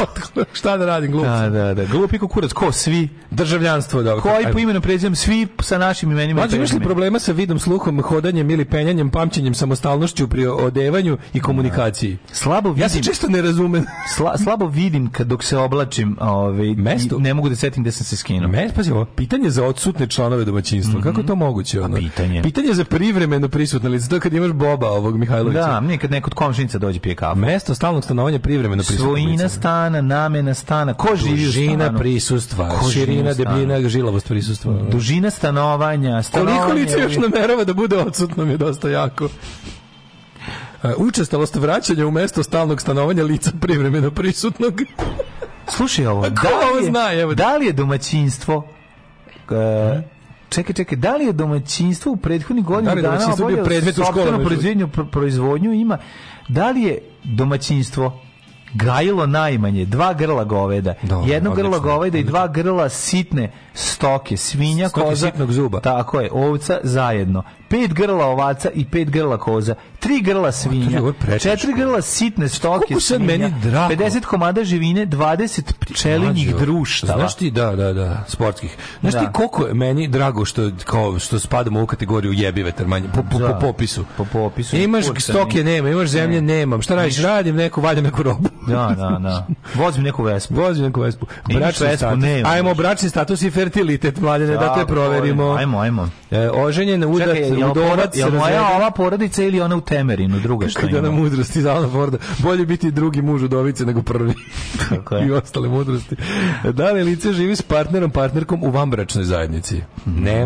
[SPEAKER 6] Šta da radim, glup
[SPEAKER 7] Da,
[SPEAKER 6] sam.
[SPEAKER 7] da, da. Glupi kukurac, ko svi?
[SPEAKER 6] Državljanstvo, dobro.
[SPEAKER 7] Koji po imenu prezimom svi sa našim imenima i
[SPEAKER 6] Mlađe, imaš li problema sa vidom, sluhom, hodanjem ili penjanjem, pamćenjem, samostalnošću pri odevanju i komunikaciji?
[SPEAKER 7] Slabo vidim.
[SPEAKER 6] Ja se često ne razumem.
[SPEAKER 7] Sla, slabo vidim kad dok se oblačim, ovaj mesto. Ne mogu da setim gde sam se skinuo.
[SPEAKER 6] Mesto, pazi ovo, pitanje za odsutne članove domaćinstva. Kako je to moguće? Ono?
[SPEAKER 7] pitanje.
[SPEAKER 6] Pitanje za privremeno prisutne lice. To je kad imaš Boba ovog Mihajlovića.
[SPEAKER 7] Da, nekad neko od komšinica dođe pije kafu.
[SPEAKER 6] Mesto stalnog stanovanja privremeno prisutno
[SPEAKER 7] Svojina
[SPEAKER 6] lice.
[SPEAKER 7] stana, namena stana, ko živi u
[SPEAKER 6] Dužina
[SPEAKER 7] stanu?
[SPEAKER 6] prisustva,
[SPEAKER 7] Ko živi u
[SPEAKER 6] širina,
[SPEAKER 7] stanu? Mhm.
[SPEAKER 6] debljina, žilavost prisustva.
[SPEAKER 7] Dužina stanovanja, stanovanje...
[SPEAKER 6] Koliko lice još namerava da bude odsutno mi je dosta jako. E, Učestalost vraćanja u mesto stalnog stanovanja lica privremeno prisutnog.
[SPEAKER 7] Slušaj ovo,
[SPEAKER 6] ko
[SPEAKER 7] da li,
[SPEAKER 6] ovo
[SPEAKER 7] je,
[SPEAKER 6] zna, evo
[SPEAKER 7] da li je domaćinstvo... e, čekaj, čekaj, da li je domaćinstvo u prethodnih godinu
[SPEAKER 6] Da li je
[SPEAKER 7] dana
[SPEAKER 6] domaćinstvo bio
[SPEAKER 7] obavljalo
[SPEAKER 6] predmet u
[SPEAKER 7] sopstvenu
[SPEAKER 6] školama?
[SPEAKER 7] proizvodnju, pro- proizvodnju ima... Da li je domaćinstvo gajilo najmanje dva grla goveda, jedno grlo
[SPEAKER 6] odlično,
[SPEAKER 7] goveda i dva grla sitne stoke, svinja,
[SPEAKER 6] Stoke
[SPEAKER 7] koza,
[SPEAKER 6] sitnog zuba.
[SPEAKER 7] tako je, ovca zajedno, pet grla ovaca i pet grla koza, tri grla svinja,
[SPEAKER 6] ovo je pretežko.
[SPEAKER 7] četiri grla sitne stoke,
[SPEAKER 6] Koliko sad
[SPEAKER 7] svinja,
[SPEAKER 6] meni drago.
[SPEAKER 7] 50 komada živine, 20 pčelinjih
[SPEAKER 6] Mlađo,
[SPEAKER 7] društava.
[SPEAKER 6] Znaš ti, da, da, da, sportskih. Znaš
[SPEAKER 7] Da.
[SPEAKER 6] ti koliko je meni drago što, kao, što spadamo u kategoriju jebi vetermanje, po, po,
[SPEAKER 7] Da.
[SPEAKER 6] po popisu. E,
[SPEAKER 7] Po popisu.
[SPEAKER 6] Imaš
[SPEAKER 7] Kurca
[SPEAKER 6] stoke,
[SPEAKER 7] mi-
[SPEAKER 6] nema, imaš zemlje, nemam. Šta radiš? Radim neku, valjam neku robu.
[SPEAKER 7] Da, da, da. Vozim neku vespu.
[SPEAKER 6] Vozim neku vespu.
[SPEAKER 7] Imaš
[SPEAKER 6] Bračni
[SPEAKER 7] vespu,
[SPEAKER 6] status.
[SPEAKER 7] nemaš.
[SPEAKER 6] Ajmo, bračni status i fertilitet, mladine, da te
[SPEAKER 7] Tako,
[SPEAKER 6] proverimo.
[SPEAKER 7] Ajmo, ajmo.
[SPEAKER 6] E, oženjen, udac,
[SPEAKER 7] Čekaj, jel,
[SPEAKER 6] udovac,
[SPEAKER 7] jel
[SPEAKER 6] razveden.
[SPEAKER 7] moja ova porodica ili ona u Temerinu, druga što
[SPEAKER 6] Kada na
[SPEAKER 7] ima?
[SPEAKER 6] mudrosti za Alana Forda. Bolje biti drugi muž udovice nego prvi.
[SPEAKER 7] Tako je.
[SPEAKER 6] I ostale mudrosti. Da li lice živi s partnerom, partnerkom u vanbračnoj zajednici? Ne,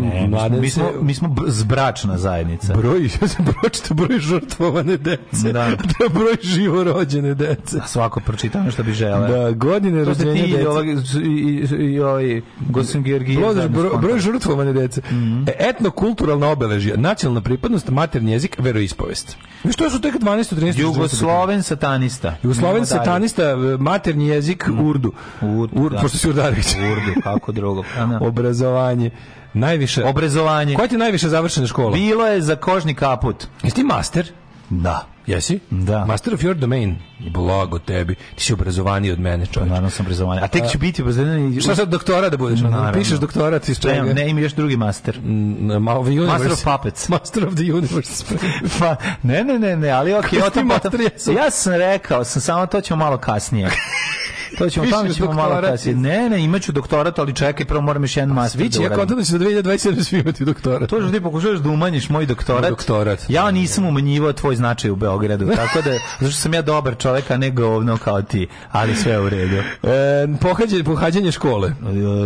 [SPEAKER 7] Ne, mi smo,
[SPEAKER 6] mladen
[SPEAKER 7] E, mi
[SPEAKER 6] se-
[SPEAKER 7] smo, mi smo br- zbračna zajednica.
[SPEAKER 6] Broj, ja sam pročitao broj žrtvovane
[SPEAKER 7] Da.
[SPEAKER 6] dece, da. broj živorođene dece.
[SPEAKER 7] Svako pročita ono što bi želeo.
[SPEAKER 6] Da, godine
[SPEAKER 7] To ste ti
[SPEAKER 6] rođenja
[SPEAKER 7] i
[SPEAKER 6] dece.
[SPEAKER 7] ovog- i, i, i ovaj Gosen Georgije.
[SPEAKER 6] Plodaš
[SPEAKER 7] zajedno Mhm.
[SPEAKER 6] bro-
[SPEAKER 7] skontam.
[SPEAKER 6] broj žrtvovane dece. E, Etnokulturalna obeležja, nacionalna pripadnost, maternji jezik, veroispovest. Znaš, to su tek 12. 13.
[SPEAKER 7] Jugosloven satanista.
[SPEAKER 6] Jugosloven
[SPEAKER 7] Idemo dalje. Mhm.
[SPEAKER 6] satanista, maternji jezik Urdu.
[SPEAKER 7] Urdu,
[SPEAKER 6] Ur,
[SPEAKER 7] da.
[SPEAKER 6] Pošto si Urdarević.
[SPEAKER 7] Urdu, kako drugo. A, da.
[SPEAKER 6] Obrazovanje. Najviše.
[SPEAKER 7] Obrazovanje.
[SPEAKER 6] Koja ti je najviše završena škola?
[SPEAKER 7] Bilo je za kožni kaput.
[SPEAKER 6] Jesi ti master?
[SPEAKER 7] Da.
[SPEAKER 6] Jesi?
[SPEAKER 7] Da.
[SPEAKER 6] Master of your domain. Blago tebi. Ti si obrazovaniji od mene, čovječe.
[SPEAKER 7] Naravno sam obrazovanje. A tek ću biti pa obrazovanje. i-
[SPEAKER 6] Šta sad doktora da budeš? ono?
[SPEAKER 7] Naravno.
[SPEAKER 6] Pišeš doktorat iz čega?
[SPEAKER 7] Ne, ne, ima još drugi master.
[SPEAKER 6] Mm, ma- of the universe.
[SPEAKER 7] Master of Puppets.
[SPEAKER 6] Master of the universe.
[SPEAKER 7] Pa, ne, ne, ne, ne, ali okej,
[SPEAKER 6] Koji
[SPEAKER 7] o tom
[SPEAKER 6] ti
[SPEAKER 7] potom.
[SPEAKER 6] mater jesu?
[SPEAKER 7] Ja sam rekao, sam samo to ćemo malo kasnije. To ćemo, tamo
[SPEAKER 6] Pišeš
[SPEAKER 7] ćemo malo
[SPEAKER 6] doktorat
[SPEAKER 7] kasnije. Ne, ne, imaću doktorat, ali čekaj, prvo moram još jedan master
[SPEAKER 6] Svi će,
[SPEAKER 7] da
[SPEAKER 6] ja
[SPEAKER 7] uradim.
[SPEAKER 6] kontam da će do 2027 svi imati doktorat.
[SPEAKER 7] To što ti pokušavaš da umanjiš moj doktorat.
[SPEAKER 6] Moj doktorat.
[SPEAKER 7] Ja nisam umanjivao tvoj značaj u Beogradu, tako da, zato što sam ja dobar čovek, a ne govno kao ti, ali sve je u redu.
[SPEAKER 6] E, pohađanje, pohađanje škole.
[SPEAKER 7] E,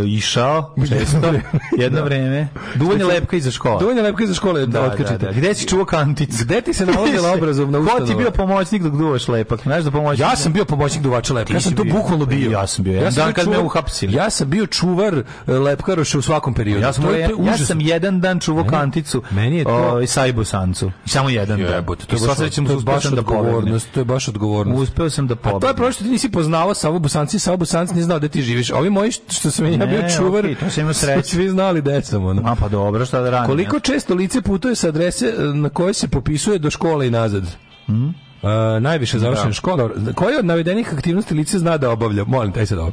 [SPEAKER 7] Išao, Znači, često, jedno vreme. Duvanje lepka iza škola.
[SPEAKER 6] Duvanje lepke za škole da,
[SPEAKER 7] da, da,
[SPEAKER 6] otkačite.
[SPEAKER 7] da. Gde si čuo kanticu?
[SPEAKER 6] Gde ti se nalazila obrazovna
[SPEAKER 7] Ko
[SPEAKER 6] ustanova?
[SPEAKER 7] ti bio pomoćnik dok duvaš lepak? Znaš da pomoćnik...
[SPEAKER 6] Ja sam bio pomoćnik duvača lepka. Ja
[SPEAKER 7] Ti
[SPEAKER 6] sam
[SPEAKER 7] si
[SPEAKER 6] to
[SPEAKER 7] bio.
[SPEAKER 6] bukvalno bio.
[SPEAKER 7] Ja sam bio. Jedan
[SPEAKER 6] sam
[SPEAKER 7] dan kad me
[SPEAKER 6] čuvar-
[SPEAKER 7] uhapsili.
[SPEAKER 6] Ja sam bio čuvar e, lepkaroša u svakom periodu.
[SPEAKER 7] Ja sam,
[SPEAKER 6] to je, to je
[SPEAKER 7] ja
[SPEAKER 6] užasno.
[SPEAKER 7] sam jedan dan čuvao kanticu
[SPEAKER 6] meni je to-
[SPEAKER 7] ovaj, sa Ibusancu. Samo jedan dan.
[SPEAKER 6] Jebote,
[SPEAKER 7] I
[SPEAKER 6] to je baš,
[SPEAKER 7] sva sreća mu
[SPEAKER 6] to je
[SPEAKER 7] uspeo
[SPEAKER 6] baš
[SPEAKER 7] sam da pobegnem.
[SPEAKER 6] odgovornost. To je baš odgovornost.
[SPEAKER 7] Uspeo sam da
[SPEAKER 6] A to je
[SPEAKER 7] pobegnem.
[SPEAKER 6] prošlo što ti nisi poznavao Savo Bosanci, Savo Bosanci nije znao gde ti živiš. A Ovi moji što- što sam ja
[SPEAKER 7] Ne,
[SPEAKER 6] bio čuvar,
[SPEAKER 7] okej, to sam imao
[SPEAKER 6] su
[SPEAKER 7] sreće.
[SPEAKER 6] svi znali gde sam. Ono.
[SPEAKER 7] A pa dobro, šta da radim?
[SPEAKER 6] Koliko
[SPEAKER 7] ja?
[SPEAKER 6] često lice putuje sa adrese e, na kojoj se popisuje do škole i nazad?
[SPEAKER 7] Mm.
[SPEAKER 6] E, najviše završena škola. Dobro. Koje od navedenih aktivnosti lice zna da obavlja? Molim, taj sad ovo.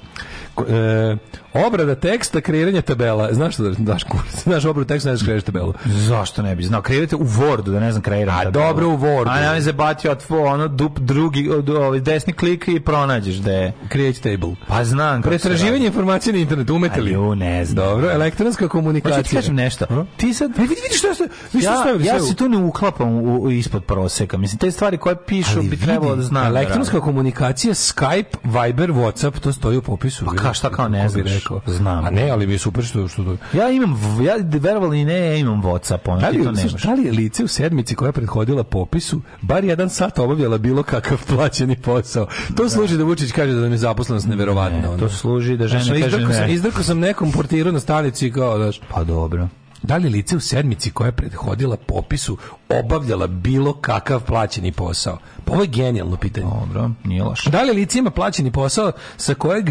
[SPEAKER 6] Ko- e, obrada teksta, kreiranje tabela. Znaš što da daš kurs? Znaš obradu teksta, ne znaš kreiraš tabelu.
[SPEAKER 7] Zašto ne bi znao? Kreirate u Wordu, da ne znam kreiram.
[SPEAKER 6] A
[SPEAKER 7] tabelu.
[SPEAKER 6] dobro u Wordu.
[SPEAKER 7] A ne zabatio otvo, ono, dup, drugi, od- ovaj, desni klik i pronađeš da je.
[SPEAKER 6] Create table.
[SPEAKER 7] Pa znam. kako se
[SPEAKER 6] Pretraživanje informacije na internetu, umete li?
[SPEAKER 7] A ju, ne znam.
[SPEAKER 6] Dobro, elektronska
[SPEAKER 7] radi.
[SPEAKER 6] komunikacija.
[SPEAKER 7] Hoću ti kažem nešto. Ti sad...
[SPEAKER 6] Hm? Ne, vidi, vidi što ste, vi ste
[SPEAKER 7] Ja,
[SPEAKER 6] stavili
[SPEAKER 7] ja
[SPEAKER 6] sve u-
[SPEAKER 7] se tu ne uklapam u, u- ispod proseka. Mislim, te stvari koje pišu
[SPEAKER 6] Ali
[SPEAKER 7] bi
[SPEAKER 6] vidi,
[SPEAKER 7] trebalo da znam. da
[SPEAKER 6] Elektronska
[SPEAKER 7] radim.
[SPEAKER 6] komunikacija, Skype, Viber, Whatsapp, to stoji u popisu.
[SPEAKER 7] Pa ka- šta kao ne
[SPEAKER 6] Kako bi
[SPEAKER 7] znaš?
[SPEAKER 6] Rekao.
[SPEAKER 7] Znam.
[SPEAKER 6] A ne, ali mi je super što, što to...
[SPEAKER 7] Ja imam, v- ja verovali i ne, ja imam Whatsapp, ono,
[SPEAKER 6] Da
[SPEAKER 7] ti
[SPEAKER 6] li,
[SPEAKER 7] to nemaš.
[SPEAKER 6] slušaj, da li je lice u sedmici koja je prethodila popisu bar jedan sat obavljala bilo kakav plaćeni posao? To služi da Vučić kaže da nam je zaposlenost neverovatna. ono.
[SPEAKER 7] To služi da
[SPEAKER 6] Znaš,
[SPEAKER 7] žene kaže
[SPEAKER 6] izdrkao sam,
[SPEAKER 7] ne.
[SPEAKER 6] izdrkao sam nekom portiru na stanici i kao, znaš,
[SPEAKER 7] Pa dobro.
[SPEAKER 6] Da li lice u sedmici koja je prethodila popisu obavljala bilo kakav plaćeni posao? Pa ovo je genijalno pitanje.
[SPEAKER 7] Dobro, nije loše.
[SPEAKER 6] Da li lice ima plaćeni posao sa kojeg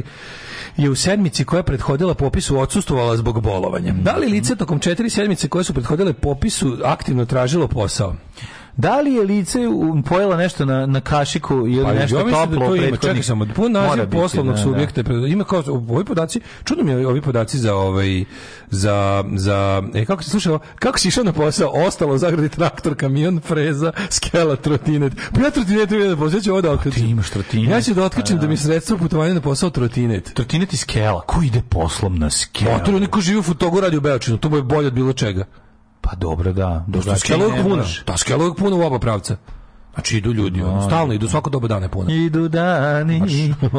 [SPEAKER 6] je u sedmici koja je prethodila popisu odsustvovala zbog bolovanja? Da li lice tokom četiri sedmice koje su prethodile popisu aktivno tražilo posao?
[SPEAKER 7] Da li je lice u- pojela nešto na, na kašiku ili
[SPEAKER 6] Pa,
[SPEAKER 7] nešto
[SPEAKER 6] ja
[SPEAKER 7] toplo?
[SPEAKER 6] mislim da to ima, čekaj
[SPEAKER 7] prethodnih-
[SPEAKER 6] samo, pun naziv
[SPEAKER 7] Mora biti,
[SPEAKER 6] poslovnog
[SPEAKER 7] da, da.
[SPEAKER 6] subjekta, pre- ima kao, ovi podaci, čudno mi je ovi podaci za ovaj, za, za, e, kako se slušao, kako si išao na posao, ostalo u zagradi traktor, kamion, freza, skela, trotinet, pa ja trotinet imam na posao, ja ću ovo da otkačim. Pa ti imaš trotinet. Ja ću da otkačim da, mi sredstvo putovanja na posao trotinet.
[SPEAKER 7] Trotinet i skela, ko ide poslom na skelu?
[SPEAKER 6] Motor, niko živi u Futogu radi u Beočinu, to mu je bolje od bilo čega.
[SPEAKER 7] Pa dobro, da.
[SPEAKER 6] Došto
[SPEAKER 7] Drugačije
[SPEAKER 6] skela je uvijek
[SPEAKER 7] ne
[SPEAKER 6] puna,
[SPEAKER 7] može.
[SPEAKER 6] ta skela je uvijek puna u oba pravca. Znači idu ljudi, ono, stalno idu, svako doba dana je puna.
[SPEAKER 7] Idu dani,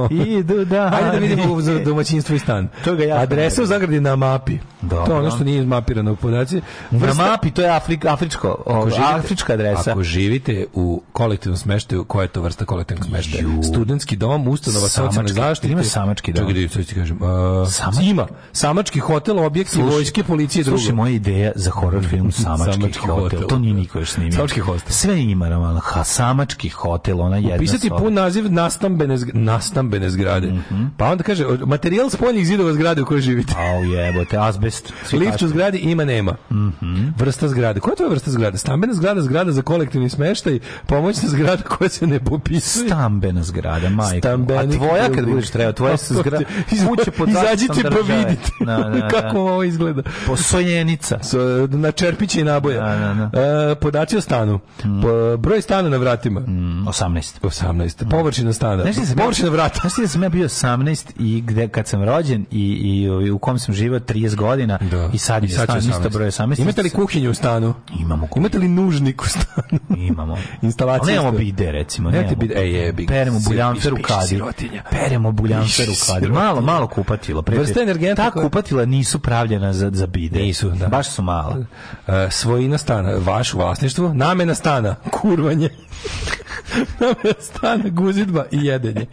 [SPEAKER 7] idu dani.
[SPEAKER 6] Ajde da vidimo za domaćinstvo i stan.
[SPEAKER 7] Toga ja
[SPEAKER 6] Adresa u zagradi na mapi.
[SPEAKER 7] Dobro.
[SPEAKER 6] To je ono što nije izmapirano u podaci.
[SPEAKER 7] Na mapi, to je Afrik, afričko, o, afrička adresa.
[SPEAKER 6] Ako živite u kolektivnom smeštaju, koja je to vrsta kolektivnog smeštaja? Studentski dom, ustanova
[SPEAKER 7] Samački-
[SPEAKER 6] socijalne zaštite.
[SPEAKER 7] ima samački dom?
[SPEAKER 6] Čekaj, da ću ti kažem. a, Ima. Samački hotel, objekti,
[SPEAKER 7] Slušaj,
[SPEAKER 6] vojske, policije, drugo.
[SPEAKER 7] Slušaj, moja ideja za horror film Mm, Samački,
[SPEAKER 6] Samački
[SPEAKER 7] hotel.
[SPEAKER 6] hotel.
[SPEAKER 7] To nije niko još snimio.
[SPEAKER 6] Samački hotel.
[SPEAKER 7] Sve ima, Roman. Ha, Samački hotel, ona jedna
[SPEAKER 6] Pisati
[SPEAKER 7] soba. Mhm.
[SPEAKER 6] pun naziv nastambene, zg- nastambene zgrade. Pa onda kaže, o- materijal spoljnih zidova zgrade u kojoj živite.
[SPEAKER 7] Au jebote, azbest. Svi Mhm.
[SPEAKER 6] Lift u
[SPEAKER 7] azbest.
[SPEAKER 6] zgradi ima nema. Vrsta zgrade. Koja je to vrsta zgrade? Stambena zgrada, zgrada za kolektivni smeštaj, pomoćna zgrada koja se ne popisuje.
[SPEAKER 7] Stambena zgrada, majko.
[SPEAKER 6] Stambeni
[SPEAKER 7] A tvoja kad
[SPEAKER 6] krugovi.
[SPEAKER 7] budeš trebao, tvoja se
[SPEAKER 6] Pa,
[SPEAKER 7] zgrada,
[SPEAKER 6] iz-
[SPEAKER 7] kuće pod
[SPEAKER 6] Izađite
[SPEAKER 7] zaštitom
[SPEAKER 6] pa
[SPEAKER 7] države.
[SPEAKER 6] vidite
[SPEAKER 7] Da, da, da.
[SPEAKER 6] kako vam ovo izgleda.
[SPEAKER 7] Posojenica.
[SPEAKER 6] S, e, Na čerpiće i naboja.
[SPEAKER 7] Da, da,
[SPEAKER 6] E, podaci o stanu.
[SPEAKER 7] Mm.
[SPEAKER 6] Po- broj stana na vratima.
[SPEAKER 7] 18.
[SPEAKER 6] 18. Površina
[SPEAKER 7] Mm.
[SPEAKER 6] stana.
[SPEAKER 7] Znaš ti da sam ja-
[SPEAKER 6] Površina vrata.
[SPEAKER 7] Znaš ti da sam ja bio 18 i gde, kad sam rođen i, i, ovi, u kom sam živao 30 godina i sad mi je stan isto broj 18.
[SPEAKER 6] Imate li kuhinju u stanu?
[SPEAKER 7] Imamo kuhinju.
[SPEAKER 6] Imate li nužnik u stanu?
[SPEAKER 7] Imamo.
[SPEAKER 6] Instalacija
[SPEAKER 7] Ali nemamo
[SPEAKER 6] isto.
[SPEAKER 7] bide, recimo.
[SPEAKER 6] Nemate
[SPEAKER 7] Nemamo
[SPEAKER 6] bide, e, jebi ga,
[SPEAKER 7] Peremo
[SPEAKER 6] si-
[SPEAKER 7] buljanfer u
[SPEAKER 6] piši
[SPEAKER 7] kadi.
[SPEAKER 6] sirotinja.
[SPEAKER 7] Peremo buljanfer u
[SPEAKER 6] Piši
[SPEAKER 7] kadi.
[SPEAKER 6] sirotinja.
[SPEAKER 7] Malo, malo kupatilo. Pre-
[SPEAKER 6] Vrsta energenta
[SPEAKER 7] Ta
[SPEAKER 6] koja-
[SPEAKER 7] kupatila nisu pravljena za, za bide.
[SPEAKER 6] Nisu, da.
[SPEAKER 7] Baš su mala.
[SPEAKER 6] E, svojina stana, vaš vlasništvo, namena stana, kurvanje. namena stana, guzidba i jedenje.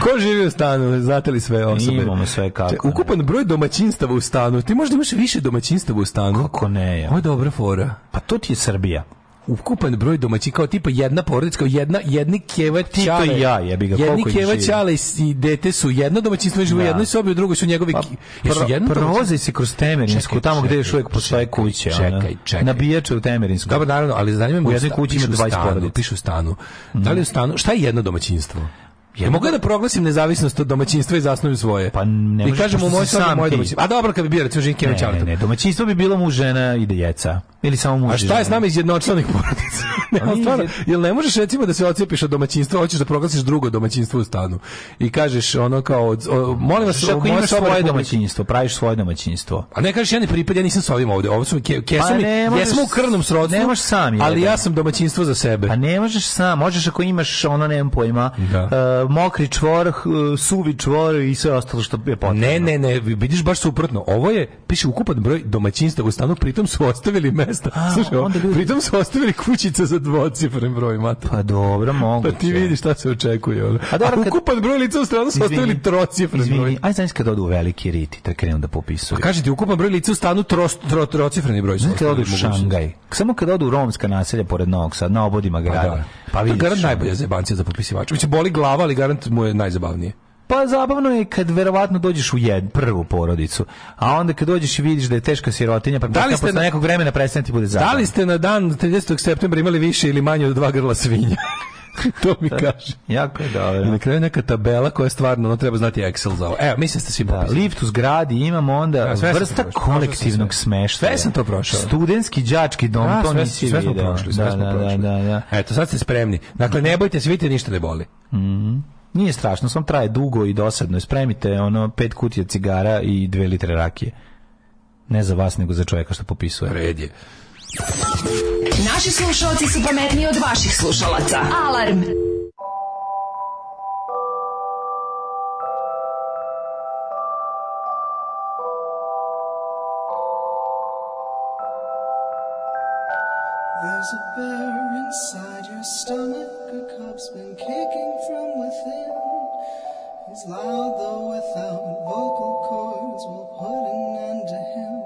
[SPEAKER 6] Ko živi u stanu, znate li sve osobe?
[SPEAKER 7] Imamo sve kako
[SPEAKER 6] Če- Ukupan broj domaćinstava u stanu. Ti možda imaš više domaćinstava u stanu.
[SPEAKER 7] Kako ne, ja.
[SPEAKER 6] Ovo je dobra fora.
[SPEAKER 7] Pa to ti je Srbija.
[SPEAKER 6] Ukupan broj domaćinstava, kao tipa jedna porodica, kao jedna, jedni keva
[SPEAKER 7] i
[SPEAKER 6] ćale.
[SPEAKER 7] ja, jebi ga,
[SPEAKER 6] Jedni
[SPEAKER 7] koliko ih
[SPEAKER 6] keva
[SPEAKER 7] živi?
[SPEAKER 6] ćale i s- i dete su jedno domaćinstvo i žive u
[SPEAKER 7] Da. Pa,
[SPEAKER 6] jednoj sobi, u drugoj su njegovi... ki- Jesu
[SPEAKER 7] Pro-
[SPEAKER 6] jedno domaćinstvo?
[SPEAKER 7] provozaj se kroz Temerinsku,
[SPEAKER 6] Čekaj,
[SPEAKER 7] tamo gde
[SPEAKER 6] čekaj,
[SPEAKER 7] još uvijek postoje
[SPEAKER 6] čekaj,
[SPEAKER 7] kuće.
[SPEAKER 6] čekaj,
[SPEAKER 7] ono.
[SPEAKER 6] čekaj.
[SPEAKER 7] Nabijače u Temerinsku.
[SPEAKER 6] Dobro, naravno, ali zanima me
[SPEAKER 7] U jednoj
[SPEAKER 6] sta-
[SPEAKER 7] kući ima
[SPEAKER 6] pišu
[SPEAKER 7] 20
[SPEAKER 6] stanu,
[SPEAKER 7] porodica. Mhm.
[SPEAKER 6] Pišu stanu. Da li u stanu, šta je jedno domaćinstvo? Ja mogu ja da proglasim nezavisnost od domaćinstva i zasnujem svoje.
[SPEAKER 7] Pa ne
[SPEAKER 6] I
[SPEAKER 7] možeš,
[SPEAKER 6] kažem u
[SPEAKER 7] pošto
[SPEAKER 6] moj
[SPEAKER 7] si
[SPEAKER 6] sobi
[SPEAKER 7] sam
[SPEAKER 6] moje
[SPEAKER 7] ti.
[SPEAKER 6] domaćinstvo. A dobro, kad bi bio recimo Žinke
[SPEAKER 7] Ne, ne, ne, domaćinstvo bi bilo mu žena i djeca. Ili samo muž
[SPEAKER 6] A
[SPEAKER 7] i
[SPEAKER 6] šta je s
[SPEAKER 7] žena.
[SPEAKER 6] nama iz jednočlanih porodica?
[SPEAKER 7] Pa
[SPEAKER 6] Ne, ali stvarno, jel ne možeš recimo da se ocepiš od domaćinstva, hoćeš da proglasiš drugo domaćinstvo u stanu i kažeš ono kao, od- o, molim vas,
[SPEAKER 7] Znaš, ako
[SPEAKER 6] moja
[SPEAKER 7] imaš
[SPEAKER 6] soba
[SPEAKER 7] svoje
[SPEAKER 6] republika-
[SPEAKER 7] domaćinstvo, praviš svoje domaćinstvo.
[SPEAKER 6] A ne kažeš ja ne pripadam, ja nisam s ovim ovde. Ovo su mi ke, kesu
[SPEAKER 7] Pa
[SPEAKER 6] mi,
[SPEAKER 7] ne možeš-
[SPEAKER 6] jesmo u krvnom srodstvu.
[SPEAKER 7] ne možeš sam,
[SPEAKER 6] ali
[SPEAKER 7] jebe.
[SPEAKER 6] ja sam domaćinstvo za sebe.
[SPEAKER 7] Pa ne možeš sam, možeš ako imaš ono, nemam pojma,
[SPEAKER 6] Da.
[SPEAKER 7] e, mokri čvor, h- suvi čvor i sve ostalo što je potrebno.
[SPEAKER 6] Ne, ne, ne, vidiš baš suprotno. Ovo je, piše ukupan broj domaćinstava u stanu, pritom su ostavili mesta.
[SPEAKER 7] A,
[SPEAKER 6] Slušaj, ovo,
[SPEAKER 7] onda ljudi-
[SPEAKER 6] pritom su ostavili kućice za dvocifren broj, mata.
[SPEAKER 7] Pa dobro, moguće.
[SPEAKER 6] Pa ti vidiš šta se očekuje. ono.
[SPEAKER 7] Znači, A
[SPEAKER 6] A,
[SPEAKER 7] dobro, kad-
[SPEAKER 6] ukupan broj lica u stanu su
[SPEAKER 7] Izvini,
[SPEAKER 6] ostavili trocifren broj.
[SPEAKER 7] Izvini, aj znaš kad odu u veliki rit i to krenu da popisuju.
[SPEAKER 6] Kaže ti, ukupan broj lica u stanu tro, tro, trocifreni broj. Pa su
[SPEAKER 7] Znaš kad odu u
[SPEAKER 6] ostavili mogućnost.
[SPEAKER 7] Šangaj, samo kad odu u romska naselja pored Novog Sada, na obodima
[SPEAKER 6] Pa
[SPEAKER 7] grada.
[SPEAKER 6] da. Pa vidiš. Garant
[SPEAKER 7] ono.
[SPEAKER 6] najbolja zebancija za popisivača. Mislim, boli glava, ali garant mu je najzabavnije.
[SPEAKER 7] Pa zabavno je kad verovatno dođeš u jed, prvu porodicu, a onda kad dođeš i vidiš da je teška sirotinja, pa da
[SPEAKER 6] li ste
[SPEAKER 7] posle
[SPEAKER 6] na-
[SPEAKER 7] nekog vremena prestane ti bude zabavno.
[SPEAKER 6] Da li ste na dan 30. septembra imali više ili manje od dva grla svinja? to mi kaže.
[SPEAKER 7] Jako je
[SPEAKER 6] I
[SPEAKER 7] dobro.
[SPEAKER 6] na kraju neka tabela koja je stvarno, ono treba znati Excel za ovo. Evo, mislim ste svi
[SPEAKER 7] Da,
[SPEAKER 6] popisali.
[SPEAKER 7] lift u zgradi imamo onda
[SPEAKER 6] Ja, sve sam
[SPEAKER 7] vrsta
[SPEAKER 6] prošao, prošao
[SPEAKER 7] kolektivnog
[SPEAKER 6] sam sve.
[SPEAKER 7] smeštaja.
[SPEAKER 6] Sve sam to prošao.
[SPEAKER 7] Studentski đački dom,
[SPEAKER 6] Da,
[SPEAKER 7] to
[SPEAKER 6] sve,
[SPEAKER 7] nisi
[SPEAKER 6] sve smo
[SPEAKER 7] video.
[SPEAKER 6] prošli, sve
[SPEAKER 7] da,
[SPEAKER 6] smo
[SPEAKER 7] da,
[SPEAKER 6] prošli.
[SPEAKER 7] Da, da, da.
[SPEAKER 6] Eto, sad ste spremni. Dakle, ne bojte se, vidite, ništa ne boli.
[SPEAKER 7] Nije strašno, sam traje dugo i dosadno. Spremite ono pet kutija cigara i dve litre rakije. Ne za vas, nego za čovjeka što popisuje.
[SPEAKER 6] Red je.
[SPEAKER 9] Naši slušalci su pametniji od vaših slušalaca. Alarm!
[SPEAKER 15] There's a bear inside your stomach, a cop's been kicking from within. He's loud though without vocal cords, we'll put an end to him.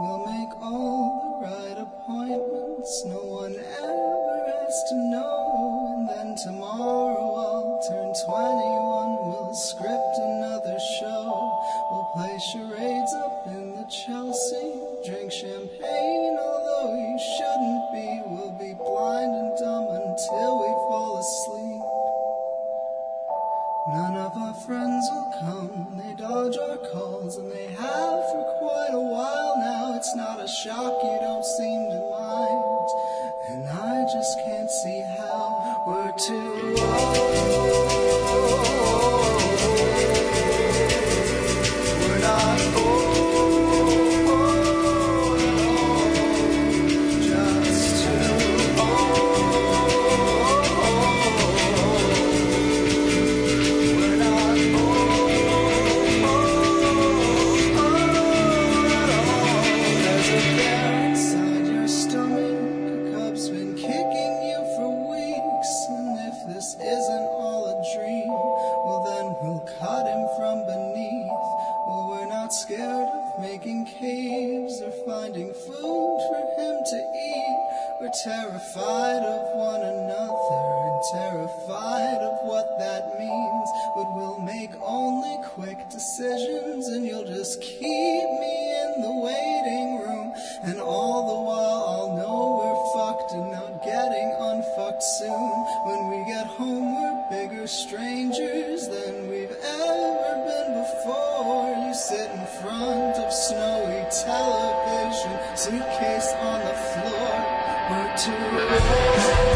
[SPEAKER 15] We'll make all the right appointments, no one ever has to know. And then tomorrow I'll turn 21, we'll script another show. We'll play charades up in the Chelsea, drink champagne, although you shouldn't be. We'll be blind and Inside your stomach, a cub's been kicking you for weeks. And if this isn't all a dream, well then we'll cut him from beneath. Well, we're not scared of making caves or finding food for him to eat. We're terrified of one another and terrified of what that means. But we'll make only quick decisions, and you'll just keep me in the waiting room. And all the while, I'll know we're fucked and not getting unfucked soon. When we get home, we're bigger strangers than we've ever been before. You sit in front of snowy television, suitcase on the floor. We're too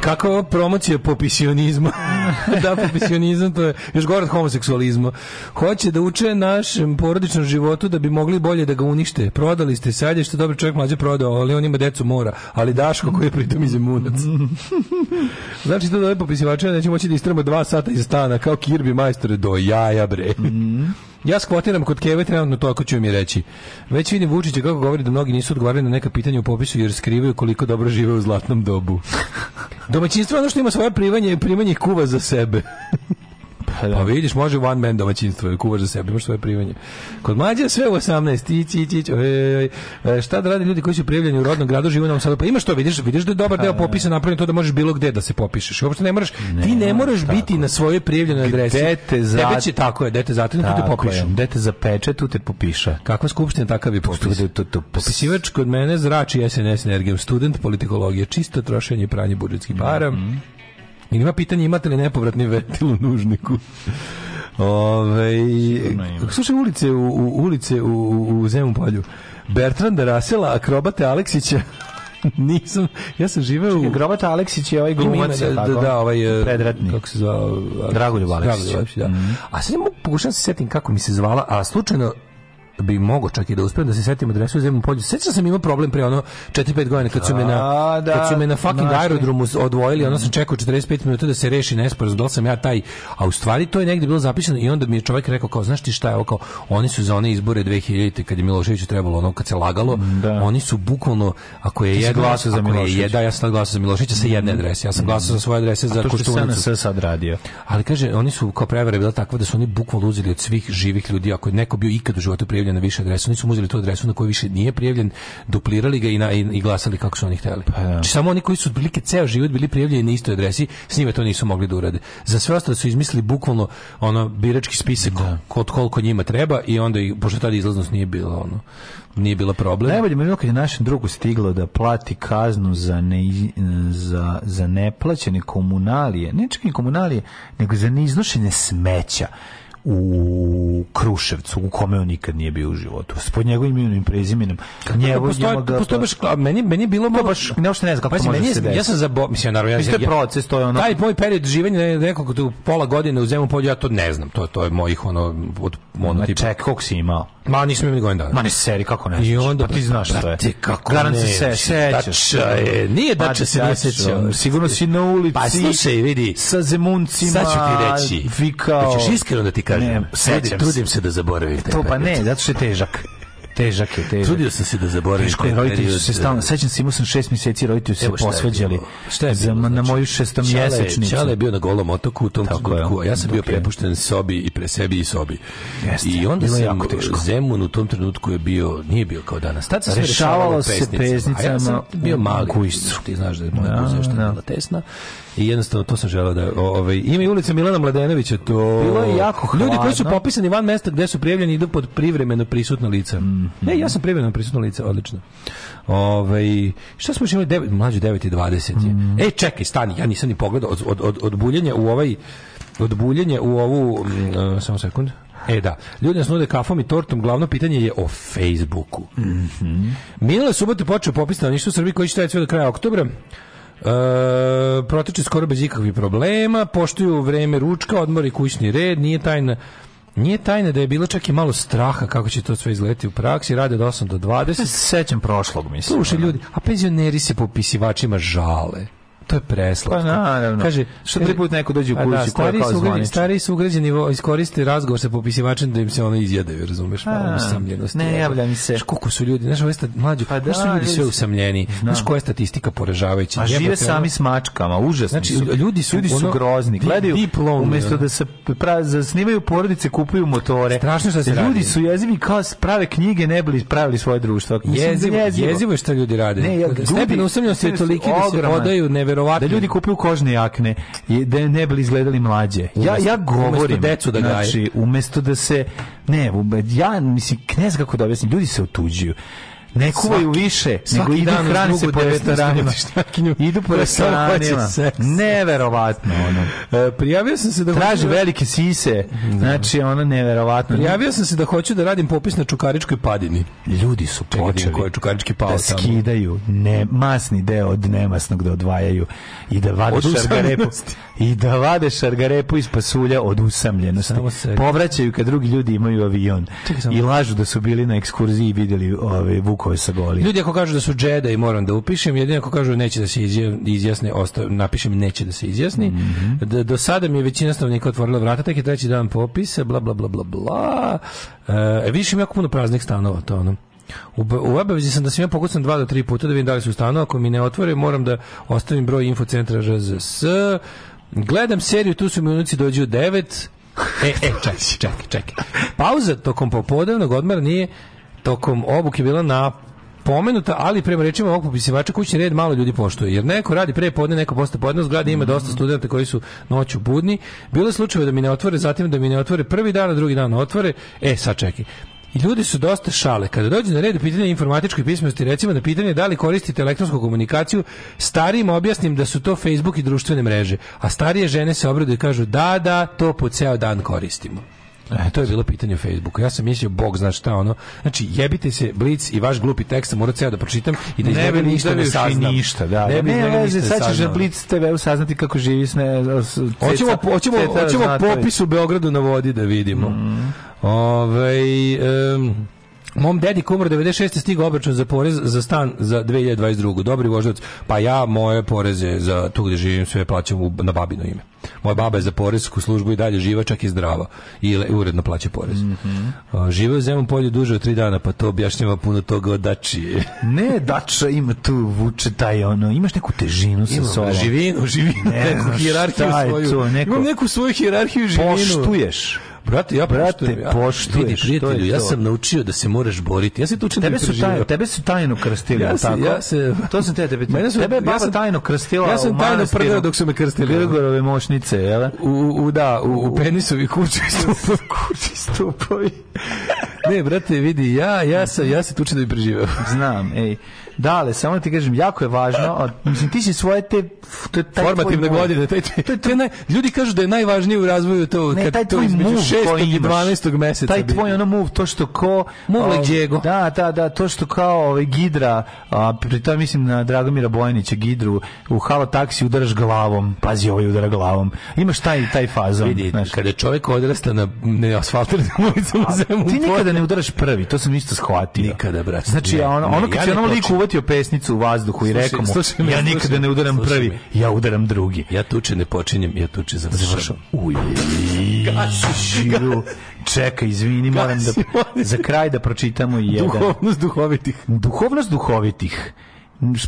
[SPEAKER 6] Kako je ovo promocija popisionizma? da, popisionizam, to je još gore od homoseksualizma. Hoće da uče našem porodičnom životu da bi mogli bolje da ga unište. Prodali ste, sad je što dobro čovjek mlađe prodao, ali on ima decu mora. Ali Daško koji je pritom iz imunac. znači to da ove popisivače neće moći da istramo dva sata iz stana, kao Kirby majstore do jaja bre. Ja skvotiram kod Keve trenutno to ako ću mi reći. Već vidim Vučića kako govori da mnogi nisu odgovarali na neka pitanja u popisu jer skrivaju koliko dobro žive u zlatnom dobu. Domaćinstvo je ono što ima svoje privanje, primanje i kuva za sebe. Pa, vidiš, može one man domaćinstvo, kuvaš za sebe, imaš svoje privanje. Kod mlađe sve u 18, ići, ići, ići, oj, oj, oj. E, Šta da rade ljudi koji su prijavljeni u rodnom gradu, žive u Novom Sadu? Pa imaš to, vidiš, vidiš Pa da je dobar deo popisa napravljen to da možeš bilo gde da se popišeš. Uopšte ne moraš, ti ne moraš biti na svojoj prijavljenoj adresi.
[SPEAKER 7] Dete za...
[SPEAKER 6] Tebe će, tako je, dete zatrinu, tu te popišu.
[SPEAKER 7] Dete za peče, tu te popiša.
[SPEAKER 6] Kakva skupština, takav je popis. Popisivač kod mene zrači SNS energijom, student politikologije, čisto trošenje i pranje budžetskih para. Ili ima pitanje imate li nepovratni ventil u nužniku? Ove, slušaj ulice u, u- ulice u, u, u Zemun polju. Bertranda Rasela, akrobate Aleksića. Nisam, ja sam živeo u...
[SPEAKER 7] Grobata Aleksić je ovaj glumac,
[SPEAKER 6] Ima
[SPEAKER 7] je
[SPEAKER 6] ime,
[SPEAKER 7] li
[SPEAKER 6] da,
[SPEAKER 7] tako?
[SPEAKER 6] da, da, ovaj e,
[SPEAKER 7] Predratni.
[SPEAKER 6] kako se zvao
[SPEAKER 7] Dragoljub Aleksić. Mhm.
[SPEAKER 6] da. A sad ne mogu pokušam da se setim kako mi se zvala, a slučajno bi mogo čak i da uspijem da se setim adresu u Zemnom polju. Sećam sam imao problem pre ono 4-5 godina kad su me na,
[SPEAKER 7] A, da,
[SPEAKER 6] kad su me na fucking
[SPEAKER 7] našli.
[SPEAKER 6] aerodromu s- odvojili, ono sam čekao 45 minuta da se reši nesporazum, da li sam ja taj, a u stvari to je negdje bilo zapisano i onda mi je čovjek rekao kao, znaš ti šta je ovo kao, oni su za one izbore 2000 kad je Miloševiću trebalo ono kad se lagalo, oni su bukvalno, ako je
[SPEAKER 7] Ti si
[SPEAKER 6] jedan,
[SPEAKER 7] glasao za
[SPEAKER 6] ako je
[SPEAKER 7] Miloševića.
[SPEAKER 6] jedan- da, ja sam tad glasao za Miloševića sa jedne adrese. Ja sam glasao za svoje adrese za
[SPEAKER 7] Mm. To što je
[SPEAKER 6] Koštunicu.
[SPEAKER 7] SNS sad radio.
[SPEAKER 6] Ali kaže, oni su kao prevara je bila takva da su oni bukvalno uzeli od svih živih ljudi, ako je neko bio ikad u životu prijavljen prijavljen na više adresu, oni su mu uzeli tu adresu na koju više nije prijavljen, duplirali ga i, na, i, i glasali kako su oni hteli.
[SPEAKER 7] Pa
[SPEAKER 6] Znači, samo oni koji su otprilike ceo život bili prijavljeni na istoj adresi, s njima to nisu mogli da urade. Za sve ostalo su izmislili bukvalno ono birački spisak kod koliko njima treba i onda i pošto tada izlaznost nije bila ono nije bila problem.
[SPEAKER 7] Najbolje mi je bilo kad je našem drugu stiglo da plati kaznu za, ne, za, za neplaćene komunalije, ne čak ni komunalije, nego za neiznošenje smeća u Kruševcu, u kome on nikad nije bio u životu. S pod njegovim imenom i prezimenom. Njegov,
[SPEAKER 6] Dakle, postoje,
[SPEAKER 7] njegov-
[SPEAKER 6] postoje baš, a meni, meni je bilo malo...
[SPEAKER 7] baš, ne, uopšte ne znam kako
[SPEAKER 6] Pazi,
[SPEAKER 7] to može
[SPEAKER 6] meni je-
[SPEAKER 7] se desiti.
[SPEAKER 6] Ja sam zabo... Mislim, naravno, ja,
[SPEAKER 7] Mislim, to je
[SPEAKER 6] ja-
[SPEAKER 7] proces, to je ono-
[SPEAKER 6] Taj moj period živanja ne- nekog tu pola godine u Zemun polju, ja to ne znam. To, to je mojih, ono, od, ono,
[SPEAKER 7] Ma
[SPEAKER 6] tipa...
[SPEAKER 7] čekaj, koliko si imao?
[SPEAKER 6] Ma, nisam imao ni godin dana.
[SPEAKER 7] Ma ne seri, kako ne?
[SPEAKER 6] I onda,
[SPEAKER 7] pa ti znaš što je.
[SPEAKER 6] brate, kako
[SPEAKER 7] Garant
[SPEAKER 6] ne,
[SPEAKER 7] se se, sećaš.
[SPEAKER 6] Dača je, nije
[SPEAKER 7] Pa
[SPEAKER 6] Dača se nije
[SPEAKER 7] dača,
[SPEAKER 6] sećao.
[SPEAKER 7] Sigurno si na ulici.
[SPEAKER 6] Pa slušaj, vidi.
[SPEAKER 7] Sa zemuncima.
[SPEAKER 6] Sad ću ti reći.
[SPEAKER 7] Vikao.
[SPEAKER 6] Hoćeš iskreno da ti kažem?
[SPEAKER 7] Ne, sećam se.
[SPEAKER 6] Trudim- trudim se da zaboravim taj
[SPEAKER 7] To pa
[SPEAKER 6] period.
[SPEAKER 7] ne, zato što je težak. Težak je, težak.
[SPEAKER 6] Trudio sam se da zaboravim.
[SPEAKER 7] Teško je,
[SPEAKER 6] taj
[SPEAKER 7] roditelji su
[SPEAKER 6] period,
[SPEAKER 7] se stalno, sećam se, imao sam šest mjeseci, roditelji su se
[SPEAKER 6] Evo šta je
[SPEAKER 7] posvađali
[SPEAKER 6] bilo. Šta je
[SPEAKER 7] za, na moju šestomjesečnicu.
[SPEAKER 6] Čale, Čale je bio na golom otoku u tom
[SPEAKER 7] Tako je,
[SPEAKER 6] trenutku, a ja sam bio
[SPEAKER 7] dok je-
[SPEAKER 6] prepušten sobi i pre sebi i sobi.
[SPEAKER 7] Jeste,
[SPEAKER 6] I onda
[SPEAKER 7] bilo je
[SPEAKER 6] sam
[SPEAKER 7] jako teško.
[SPEAKER 6] Zemun u tom trenutku je bio, nije bio kao danas. Tad se sve
[SPEAKER 7] Rešavalo se
[SPEAKER 6] A ja sam
[SPEAKER 7] pesnicama
[SPEAKER 6] bio
[SPEAKER 7] u
[SPEAKER 6] mali. ono,
[SPEAKER 7] kujscu.
[SPEAKER 6] Ti znaš da je moja
[SPEAKER 7] Da,
[SPEAKER 6] guza još tad
[SPEAKER 7] da.
[SPEAKER 6] bila tesna. I jednostavno to sam želeo da... o- Ovaj, ime i ulica Milana Mladenovića, to...
[SPEAKER 7] Bilo je jako
[SPEAKER 6] Ljudi koji su
[SPEAKER 7] hladno.
[SPEAKER 6] popisani van mesta gde su prijavljeni idu pod privremeno prisutno lice.
[SPEAKER 7] Mhm.
[SPEAKER 6] Ne, ja sam privremeno prisutno lice, odlično. Ovaj šta smo još imali 9 mlađe 9 i 20 je.
[SPEAKER 7] Mhm.
[SPEAKER 6] Ej, čekaj, stani, ja nisam ni pogledao od od od, od buljenja u ovaj od buljenja u ovu mm, e, samo sekund. E da, ljudi nas nude kafom i tortom, glavno pitanje je o Facebooku.
[SPEAKER 7] Mhm.
[SPEAKER 6] Minule subote počeo popis stanovništva u Srbiji koji će trajati sve do kraja oktobra. E, protiče skoro bez ikakvih problema, poštuju vreme ručka, odmor i kućni red, nije tajna nije tajna da je bilo čak i malo straha kako će to sve izgledati u praksi, rade od 8 do 20.
[SPEAKER 7] sećam prošlog, mislim. ono.
[SPEAKER 6] Slušaj ljudi, a penzioneri se popisivačima žale. To je preslatko.
[SPEAKER 7] Pa naravno.
[SPEAKER 6] Kaže,
[SPEAKER 7] Što tri put neko dođe u kuću,
[SPEAKER 6] A
[SPEAKER 7] ko je
[SPEAKER 6] Pa stariji
[SPEAKER 7] kao
[SPEAKER 6] su ugrađeni,
[SPEAKER 7] zvaničan.
[SPEAKER 6] stariji su ugrađeni vo- iskoriste razgovor sa popisivačem da im se ono izjede, razumeš? Malo
[SPEAKER 7] A,
[SPEAKER 6] usamljenosti.
[SPEAKER 7] ne javlja mi se.
[SPEAKER 6] Znaš koliko su ljudi, znaš, ove sta, mlađi,
[SPEAKER 7] Pa
[SPEAKER 6] znaš, su
[SPEAKER 7] da,
[SPEAKER 6] ljudi sve
[SPEAKER 7] ljudi-
[SPEAKER 6] usamljeni.
[SPEAKER 7] Znam.
[SPEAKER 6] Znaš koja je statistika poražavajuća.
[SPEAKER 7] A žive
[SPEAKER 6] Jebote, ono-
[SPEAKER 7] sami s mačkama, užasni
[SPEAKER 6] Znači,
[SPEAKER 7] su.
[SPEAKER 6] ljudi su
[SPEAKER 7] su
[SPEAKER 6] ono-
[SPEAKER 7] grozni.
[SPEAKER 6] Deep-
[SPEAKER 7] Gledaju,
[SPEAKER 6] deep lonely,
[SPEAKER 7] umjesto
[SPEAKER 6] ono.
[SPEAKER 7] da se pra, za- snimaju porodice, kupuju motore.
[SPEAKER 6] Strašno šta se
[SPEAKER 7] Ljudi
[SPEAKER 6] radi.
[SPEAKER 7] su jezivi kao s- prave knjige, ne bili pravili svoje društvo. Mislim da
[SPEAKER 6] ono, Jezivo, jezivo je šta ljudi rade.
[SPEAKER 7] Ne, ja,
[SPEAKER 6] Stepen
[SPEAKER 7] ljudi-
[SPEAKER 6] usamljenosti je
[SPEAKER 7] stepen
[SPEAKER 6] toliki da se
[SPEAKER 7] ogroman.
[SPEAKER 6] odaju neverovatno.
[SPEAKER 7] da ljudi kupuju kožne jakne i da ne bili izgledali mlađe. Ja
[SPEAKER 6] Umesto-
[SPEAKER 7] ja govorim
[SPEAKER 6] umesto decu da gaje.
[SPEAKER 7] znači umesto da se ne ume- ja mislim ne znam kako da objasnim ljudi se otuđuju. Ne kuvaju više,
[SPEAKER 6] svaki
[SPEAKER 7] nego idu
[SPEAKER 6] dan uz
[SPEAKER 7] hrani se
[SPEAKER 6] drugu
[SPEAKER 7] po
[SPEAKER 6] 19
[SPEAKER 7] restoranima.
[SPEAKER 6] godišnjakinju
[SPEAKER 7] Idu po
[SPEAKER 6] koja samo hoće
[SPEAKER 7] restoranima.
[SPEAKER 6] seks.
[SPEAKER 7] Neverovatno ono.
[SPEAKER 6] E, prijavio sam se da
[SPEAKER 7] Traži
[SPEAKER 6] hoću-
[SPEAKER 7] velike sise. Znači ono neverovatno.
[SPEAKER 6] Prijavio sam se da hoću da radim popis na Čukaričkoj padini.
[SPEAKER 7] Ljudi su
[SPEAKER 6] Čekaj, vidim
[SPEAKER 7] počeli
[SPEAKER 6] ko je Čukarički pao
[SPEAKER 7] da
[SPEAKER 6] tamo.
[SPEAKER 7] skidaju ne, masni deo od nemasnog da odvajaju i da vade
[SPEAKER 6] Od
[SPEAKER 7] šargarepu
[SPEAKER 6] usamljenosti.
[SPEAKER 7] i da vade šargarepu iz pasulja od usamljenosti.
[SPEAKER 6] Samo se-
[SPEAKER 7] Povraćaju kad drugi ljudi imaju avion
[SPEAKER 6] Čekaj samo.
[SPEAKER 7] i lažu da su bili na ekskurziji i vidjeli ove vukove sa goli.
[SPEAKER 6] Ljudi ako kažu da su džeda i moram da upišem, jedino ako kažu neće da se izje- izjasne, osta- napišem neće da se izjasni. D- do sada mi je većina stanovnika otvorila vrata, tek je treći dan popisa, bla, bla, bla, bla, bla. E, više ima jako puno praznih stanova, to ono. U, b- u obavezi sam da svima pokucam dva do tri puta da vidim da li su u stanu. Ako mi ne otvore, moram da ostavim broj infocentra RZS. Gledam seriju, tu su mi unuci dođu u devet. E, e, čekaj, čekaj, čekaj. Pauza tokom popodnevnog odmora nije tokom obuke bila na pomenuta, ali prema rečima ovog popisivača kućni red malo ljudi poštuje. Jer neko radi pre podne, neko posle podne, u zgradi ima dosta studenta koji su noću budni. Bilo je slučajeva da mi ne otvore, zatim da mi ne otvore prvi dan, a drugi dan otvore. E, sad čekaj. I ljudi su dosta šale. Kada dođe na red pitanje informatičke pismenosti, recimo na pitanje da li koristite elektronsku komunikaciju, starijim objasnim da su to Facebook i društvene mreže. A starije žene se obraduju i kažu da, da, to po ceo dan koristimo. E, to je bilo pitanje Facebooka. Ja sam mislio, bog zna šta ono. Znači, jebite se, Blic i vaš glupi tekst sam morao ceo da pročitam i da iz
[SPEAKER 7] Ne
[SPEAKER 6] njega
[SPEAKER 7] bi
[SPEAKER 6] ništa ne saznam.
[SPEAKER 7] ništa, da.
[SPEAKER 6] Ne bi iz
[SPEAKER 7] ne
[SPEAKER 6] njega ništa
[SPEAKER 7] veze,
[SPEAKER 6] ne
[SPEAKER 7] sad ćeš na
[SPEAKER 6] saznam.
[SPEAKER 7] Blitz TV saznati kako živi s ne... s- ceca-
[SPEAKER 6] Hoćemo, hoćemo,
[SPEAKER 7] ceca
[SPEAKER 6] hoćemo
[SPEAKER 7] Raznatović.
[SPEAKER 6] popis u Beogradu na vodi da vidimo.
[SPEAKER 7] Mm.
[SPEAKER 6] Ovaj, em, Mom dedi kumar 96. stigao obračun za porez za stan za 2022. Dobri voždovac. Pa ja moje poreze za tu gde živim sve plaćam u, na babino ime. Moja baba je za porezku službu i dalje živa, čak i zdrava. I le- uredno plaća porez. Mm
[SPEAKER 7] Mhm.
[SPEAKER 6] Žive u zemom polju duže od tri dana, pa to objašnjava puno toga od dačije.
[SPEAKER 7] Ne, Dača ima tu, vuče taj ono, imaš neku težinu sa sobom.
[SPEAKER 6] živinu, živinu,
[SPEAKER 7] Ne
[SPEAKER 6] neku
[SPEAKER 7] znam
[SPEAKER 6] hijerarhiju
[SPEAKER 7] šta je
[SPEAKER 6] svoju.
[SPEAKER 7] to, neko-
[SPEAKER 6] Imam neku svoju hijerarhiju živinu.
[SPEAKER 7] Poštuješ.
[SPEAKER 6] Brate, ja
[SPEAKER 7] Brate,
[SPEAKER 6] poštujem, ja-
[SPEAKER 7] poštuješ,
[SPEAKER 6] Vidi,
[SPEAKER 7] to
[SPEAKER 6] prijatelju,
[SPEAKER 7] je
[SPEAKER 6] ja
[SPEAKER 7] to.
[SPEAKER 6] sam naučio da se moraš boriti. Ja se tu učim da
[SPEAKER 7] Tebe
[SPEAKER 6] bi
[SPEAKER 7] su
[SPEAKER 6] preživeo.
[SPEAKER 7] tajno, tebe su tajno krstili,
[SPEAKER 6] Ja
[SPEAKER 7] ja
[SPEAKER 6] se-
[SPEAKER 7] tako?
[SPEAKER 6] ja se-
[SPEAKER 7] to sam te tebe pitao.
[SPEAKER 6] Mene su-
[SPEAKER 7] Tebe je
[SPEAKER 6] ja
[SPEAKER 7] baba
[SPEAKER 6] sam-
[SPEAKER 7] tajno krstila
[SPEAKER 6] ja sam
[SPEAKER 7] u
[SPEAKER 6] tajno
[SPEAKER 7] manastiru.
[SPEAKER 6] prgao dok su me krstili.
[SPEAKER 7] Grgorove mošnice, jel?
[SPEAKER 6] U, u, da, u, u penisovi kući stupovi. kući stupovi. ne, brate, vidi, ja, ja, sam, ja se tučem da bi preživeo.
[SPEAKER 7] Znam, ej. Dale, samo ti kažem, jako je važno. od- Mislim, ti si svoje te... To je taj
[SPEAKER 6] Formativne
[SPEAKER 7] tvoj moj.
[SPEAKER 6] godine. Taj, taj, taj naj, ljudi kažu da je najvažnije u razvoju to
[SPEAKER 7] Ne,
[SPEAKER 6] kad
[SPEAKER 7] taj
[SPEAKER 6] to
[SPEAKER 7] tvoj
[SPEAKER 6] između
[SPEAKER 7] move
[SPEAKER 6] 6.
[SPEAKER 7] koji
[SPEAKER 6] i
[SPEAKER 7] imaš.
[SPEAKER 6] 12. meseca.
[SPEAKER 7] Taj
[SPEAKER 6] bi-
[SPEAKER 7] tvoj ono move, to što ko...
[SPEAKER 6] Move like
[SPEAKER 7] o,
[SPEAKER 6] Diego.
[SPEAKER 7] Da, da, da, to što kao ovaj, Gidra, a, pri to mislim na Dragomira Bojanića, Gidru, u halo taksi udaraš glavom, pazi ovaj udara glavom. Imaš taj, taj fazon.
[SPEAKER 6] Vidi,
[SPEAKER 7] znaš.
[SPEAKER 6] kada čovjek odrasta na neasfaltiranim ulicama Zemuna,
[SPEAKER 7] Pa, Ti nikada ne udaraš prvi, to sam isto shvatio.
[SPEAKER 6] Nikada, brate.
[SPEAKER 7] Znači,
[SPEAKER 6] Ne,
[SPEAKER 7] ja ono,
[SPEAKER 6] ne,
[SPEAKER 7] ono kad
[SPEAKER 6] ja
[SPEAKER 7] si
[SPEAKER 6] ne
[SPEAKER 7] onom liku
[SPEAKER 6] počinjem.
[SPEAKER 7] uvatio pesnicu u vazduhu i
[SPEAKER 6] Slušaj,
[SPEAKER 7] rekao mu,
[SPEAKER 6] slušaj me,
[SPEAKER 7] ja
[SPEAKER 6] slušaj
[SPEAKER 7] nikada
[SPEAKER 6] me,
[SPEAKER 7] ne udaram
[SPEAKER 6] slušaj
[SPEAKER 7] prvi,
[SPEAKER 6] me.
[SPEAKER 7] ja udaram drugi.
[SPEAKER 6] Ja tuče ne počinjem, ja tuče završavam.
[SPEAKER 7] Uj, Žiru, čekaj, izvini, moram da
[SPEAKER 6] Gasi, molim.
[SPEAKER 7] za kraj da pročitamo i jedan.
[SPEAKER 6] Duhovnost duhovitih.
[SPEAKER 7] Duhovnost duhovitih.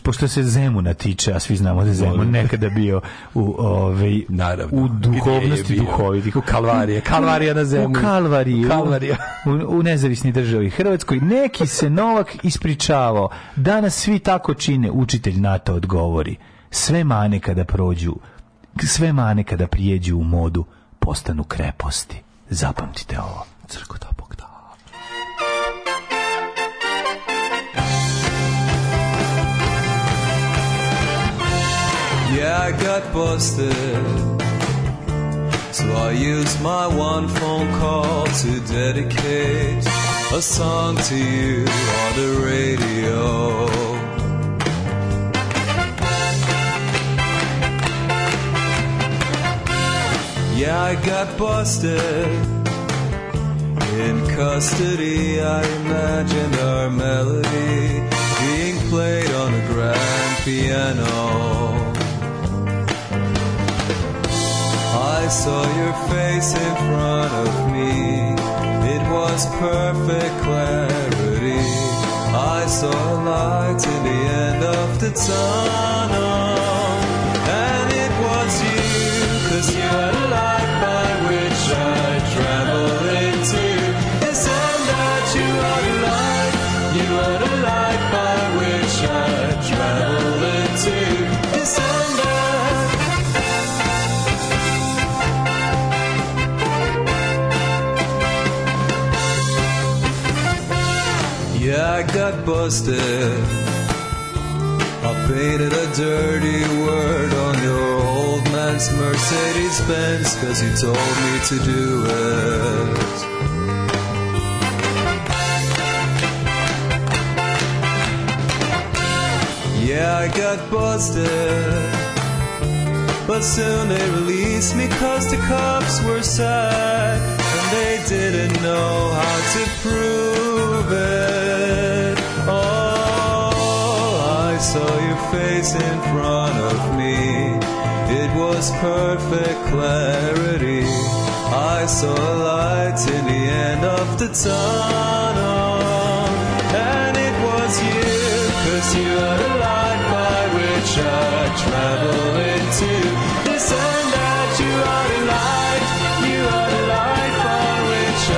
[SPEAKER 7] Pošto se Zemuna tiče, a svi znamo da je Zemun nekada bio u, ovaj,
[SPEAKER 6] Naravno.
[SPEAKER 7] u
[SPEAKER 6] Gdje
[SPEAKER 7] duhovnosti
[SPEAKER 6] je bio?
[SPEAKER 7] duhovitih.
[SPEAKER 6] U Kalvarije. Kalvarija na zemlji.
[SPEAKER 7] U Kalvariju.
[SPEAKER 6] U Kalvarija.
[SPEAKER 7] U, u nezavisni državi Hrvatskoj. Neki se Novak ispričavao. Danas svi tako čine. Učitelj NATO odgovori. Sve mane kada prođu, sve mane kada prijeđu u modu, postanu kreposti. Zapamtite ovo. Crko da Bog da.
[SPEAKER 12] Yeah, I got busted. So I used my one phone call to dedicate a song to you on the radio. Yeah, I got busted. In custody, I imagined our melody being played on a grand piano. I saw your face in front of me. It was perfect clarity. I saw a light in the end of the tunnel. And it was you, cause you had a light by which I traveled into. It's in that you are the light. You are the light by which I traveled into. It's in that. Yeah, I got busted. I painted a dirty word on your old man's Mercedes Benz because you told me to do it. Yeah, I got busted. But soon they released me cause the cops were sad and they didn't know how to prove it. Oh, I saw your face in front of me. It was perfect clarity. I saw a light in the end of the tunnel. And it was you, cause you are the light by which I travel into. This and that you are the light, you are the light by which I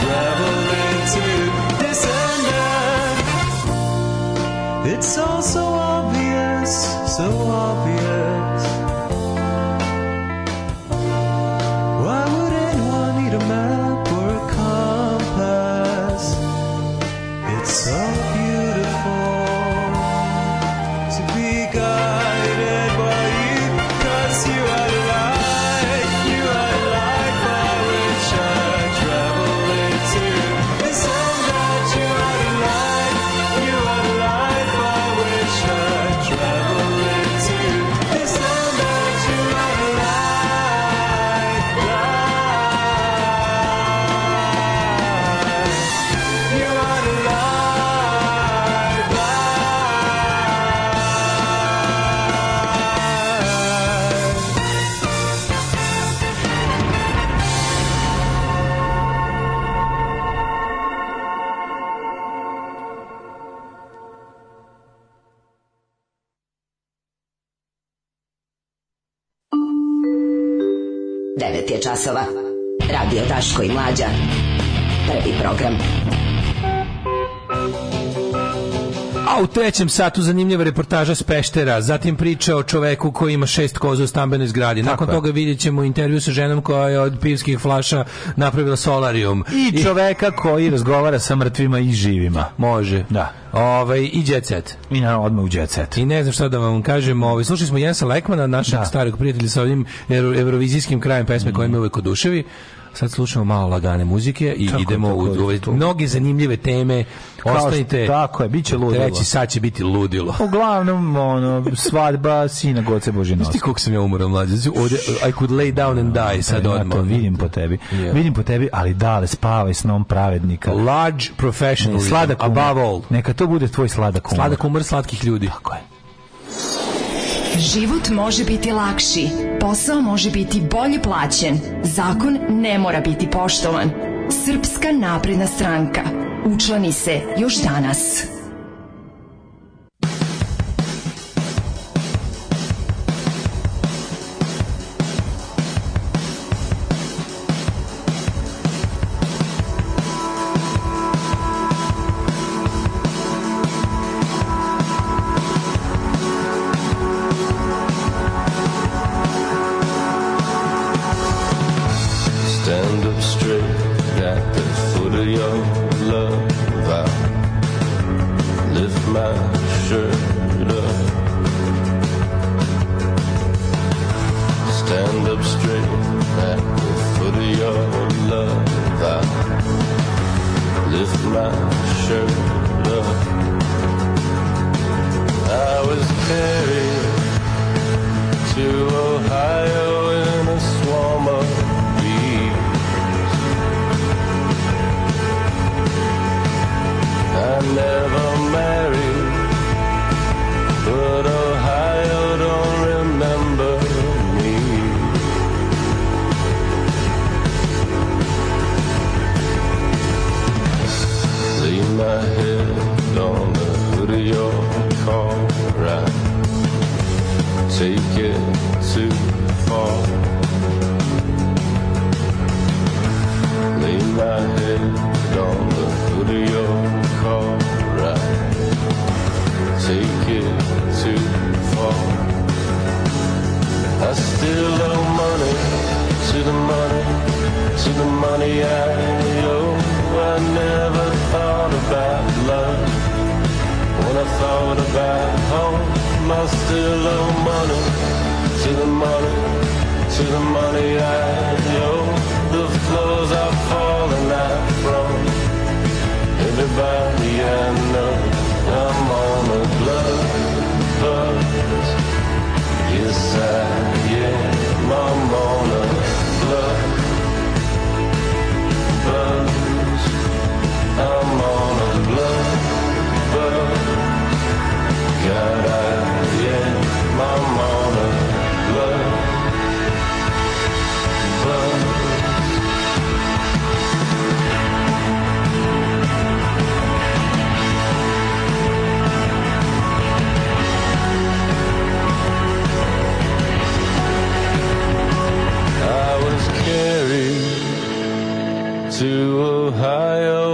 [SPEAKER 12] travel into. This and that. It's all so obvious, so obvious. Why would anyone need a map or a compass? It's so beautiful to be guided by you, cause you are the light, you are the light by which I travel into. It's so that you are the light, you are the light by which I travel into. It's so that you are the light, light. You are the light, light.
[SPEAKER 16] Devet je časova.
[SPEAKER 18] Radio Daško i Mlađa. Prvi program.
[SPEAKER 6] A u trećem satu zanimljiva reportaža s Peštera, zatim priča o čoveku koji ima šest koza u stambenoj zgradi. Nakon toga vidjet ćemo intervju sa ženom koja je od pivskih flaša napravila solarium.
[SPEAKER 7] I čoveka koji razgovara sa mrtvima i živima.
[SPEAKER 6] Može.
[SPEAKER 7] Da.
[SPEAKER 6] Ovaj, I jet set.
[SPEAKER 7] I naravno odmah u jet set.
[SPEAKER 6] I ne znam šta da vam kažem. Ovaj, slušali smo Jensa Lekmana, našeg
[SPEAKER 7] Da.
[SPEAKER 6] starog prijatelja sa ovim euro- eurovizijskim krajem pesme koji me uvek oduševi. Sad slušamo malo lagane muzike i
[SPEAKER 7] Tako je,
[SPEAKER 6] idemo
[SPEAKER 7] tako je,
[SPEAKER 6] u ovaj,
[SPEAKER 7] to.
[SPEAKER 6] mnoge zanimljive teme.
[SPEAKER 7] Kao što-
[SPEAKER 6] Ostanite.
[SPEAKER 7] tako je, bit će ludilo.
[SPEAKER 6] Treći sat će biti ludilo.
[SPEAKER 7] Uglavnom, ono, svadba sina Goce Božinovska.
[SPEAKER 6] Ti koliko sam ja umoran mlađe. Znači, ovde, I could lay down and die sad
[SPEAKER 7] Ja to
[SPEAKER 6] odmah.
[SPEAKER 7] vidim po tebi.
[SPEAKER 6] Yeah.
[SPEAKER 7] Vidim po tebi, ali dale, spavaj snom pravednika.
[SPEAKER 6] Large professional.
[SPEAKER 7] Sladak umor.
[SPEAKER 6] above all.
[SPEAKER 7] Neka to bude tvoj sladak um. umor.
[SPEAKER 6] Sladak um. umor slatkih ljudi. Tako je.
[SPEAKER 9] Život može biti lakši, posao može biti bolje plaćen, zakon ne mora biti poštovan. Srpska napredna stranka. Učlani se još danas.
[SPEAKER 8] Stand up straight at the foot of your love. I lift my shirt up. Stand up straight at the foot of your love. I lift my shirt up. I was carried to Ohio in a swarm of bees. I never married, but Ohio don't remember me. Lay my head on the hood of your car. I take it too far. Lay my head on the hood of your car. I take it too far. I still owe money to the money, to the money I owe. I never thought about love. When I thought about home, I still owe money to the money, to the money I owe. The floors I've fallen out from. Everybody I know, I'm on a blood buzz. Yes, I am. I'm on a blood buzz. I'm on a blood buzz. God, I am. I'm on a blood buzz. I was carried to Ohio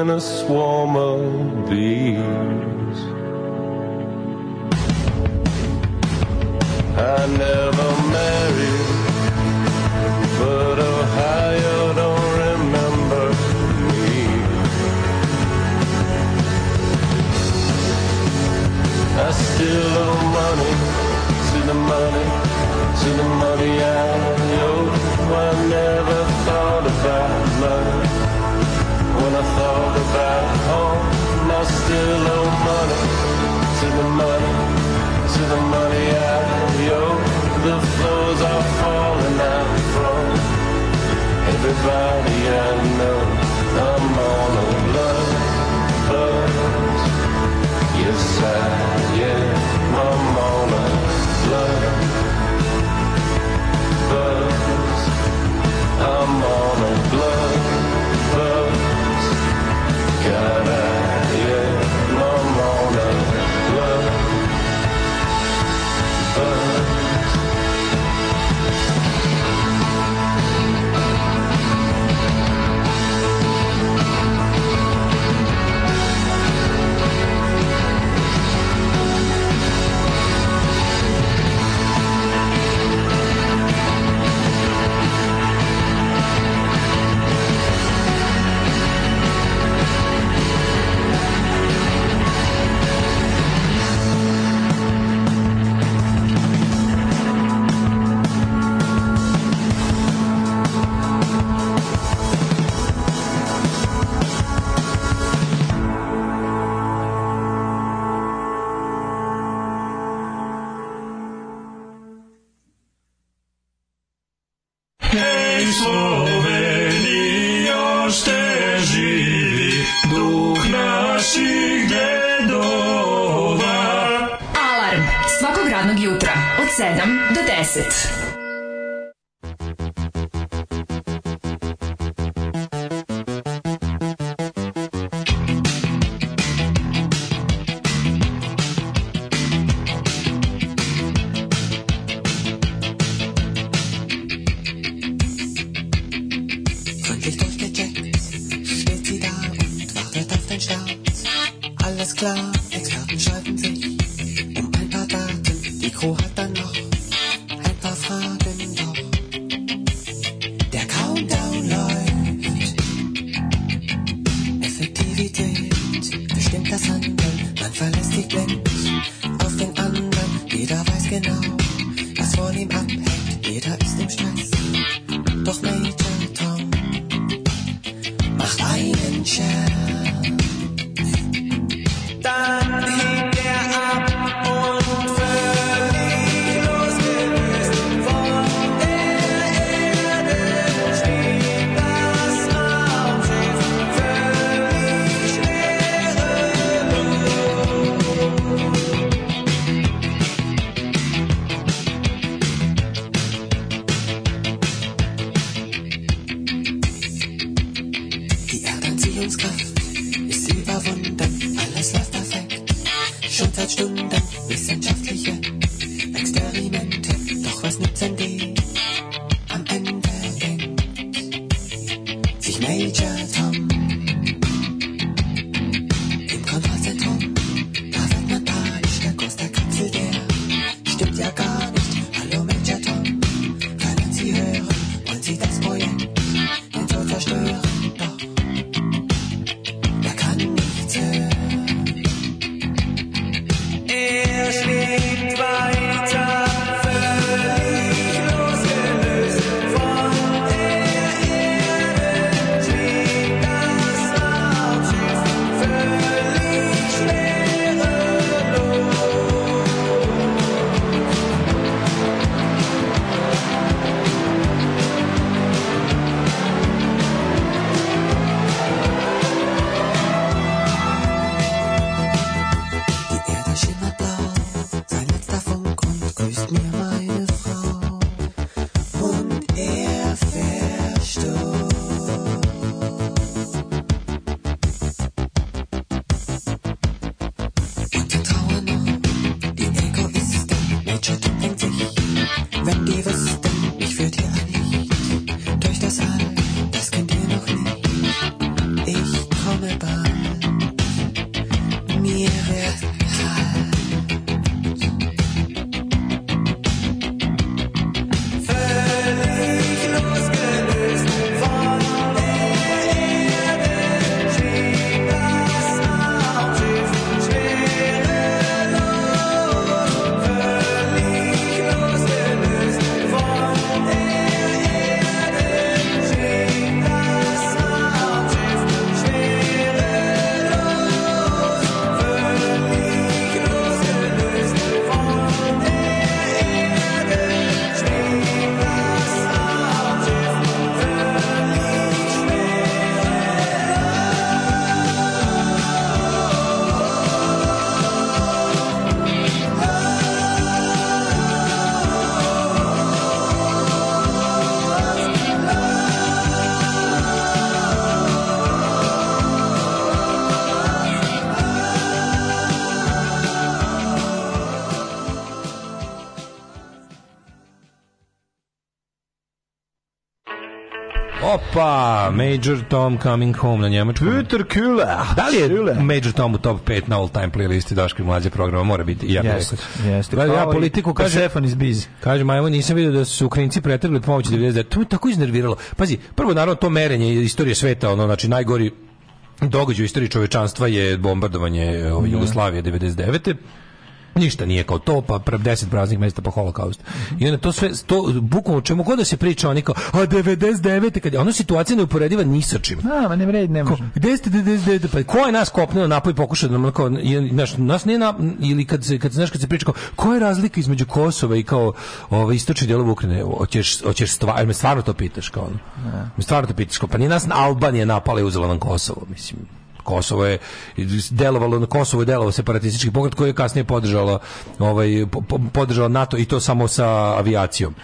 [SPEAKER 8] in a swarm of bees. I never married, but Ohio don't remember me. I still owe money to the money, to the money I owe. I never thought about love when I thought about home. I still owe money to the money, to the money I owe. The flows are falling out from everybody I know. I'm on a love buzz. Yes, I am. I'm on a love buzz. I'm on a blood buzz. God, I am. I'm on a
[SPEAKER 19] i Slovenija šte živi duh naših dedova.
[SPEAKER 9] Alarm svakog radnog jutra od 7 do 10.
[SPEAKER 15] Von Lichthäufler Jack steht sie da und wartet auf den Start. Alles klar, Experten schreiben sich um ein paar Daten. Die Crew hat dann noch ein paar Fragen. Doch der Countdown läuft. Effektivität bestimmt das Handeln. Man verlässt sich blind auf den anderen. Jeder weiß genau, was von ihm abhängt. Jeder ist im Stress. Doch Major Tom macht einen Scherz. Dann hebt er ab und völlig losgelöst von der Erde steht das Raumschiff völlig schwerelos. Die Erdanziehungskraft ist überwunden, alles läuft perfekt. Schon seit Stunden wissenschaftliche Experimente, doch was nützen die? Am Ende denkt sich Major Tom. Im Kontrollzentrum, da wird man panisch, der Kurs der Kapsel, der stimmt ja gar nicht. Hallo Major Tom, können Sie hören, wollen Sie das Projekt den Tod zerstören? Er kann nichts hören. Er schwebt weiter. völlig losgelöst von der Erde. Schwebt das Raumschiff völlig schwerelos. Die Erde schimmert blau, sein letzter Funk und grüßt mir meine Frau. Und er verstummt. Und wir trauern um die Egoisten. Major Tom denkt sich, wenn die wüssten, mich führt hier ein Licht durch das All, das kennt ihr noch nicht. Ich komme bald, mir wird Völlig losgelöst von der Erde schwebt das Raumschiff schwerelos. Völlig losgelöst von der Erde schwebt das Raumschiff schwerelos. Völlig losgelöst von der Erde schwebt das Raumschiff völlig
[SPEAKER 6] Opa, Major Tom coming home na njemačkom. Peter Kühler. Da li je Major Tom u top 5 na all time playlisti Daške mlađe programa? Mora biti. i Ja bih
[SPEAKER 7] Jeste,
[SPEAKER 6] rekao.
[SPEAKER 7] jeste.
[SPEAKER 6] Gledaj, ja
[SPEAKER 7] Kao i
[SPEAKER 6] politiku kaže...
[SPEAKER 7] Persephone
[SPEAKER 6] iz Biz. Kaže, majmo, nisam vidio da su Ukrajinci pretrgli pomoć 99. To me tako iznerviralo. Pazi, prvo naravno to merenje istorije sveta, ono, znači najgori događaj u istoriji čovečanstva je bombardovanje e, ove,
[SPEAKER 7] Da.
[SPEAKER 6] Jugoslavije 99. ništa nije kao to, pa pra- 10 praznih mesta po holokaustu. I onda to sve, to, bukvalno o čemu god da se priča, oni kao, a 99. kad je, ono situacija neuporediva ni sa čim.
[SPEAKER 7] A, ma ne vredi, ne može.
[SPEAKER 6] Gde ste, gde, gde, gde, pa ko je nas kopneo napoj pokušao da nam, ono kao, je- znaš, nas nije na, ili kad se, kad, znaš, kad se priča kao, koja je razlika između Kosova i kao, ove, istočni delove Ukrajine, hoćeš, hoćeš stvar, me stvarno to pitaš, kao ono. Me stvarno to pitaš, kao, pa nije nas Albanija napala i uzela nam Kosovo, mislim. Kosovo je delovalo na Kosovo je delovao separatistički pokret koji je kasnije podržala ovaj po- po- podržala NATO i to samo sa avijacijom.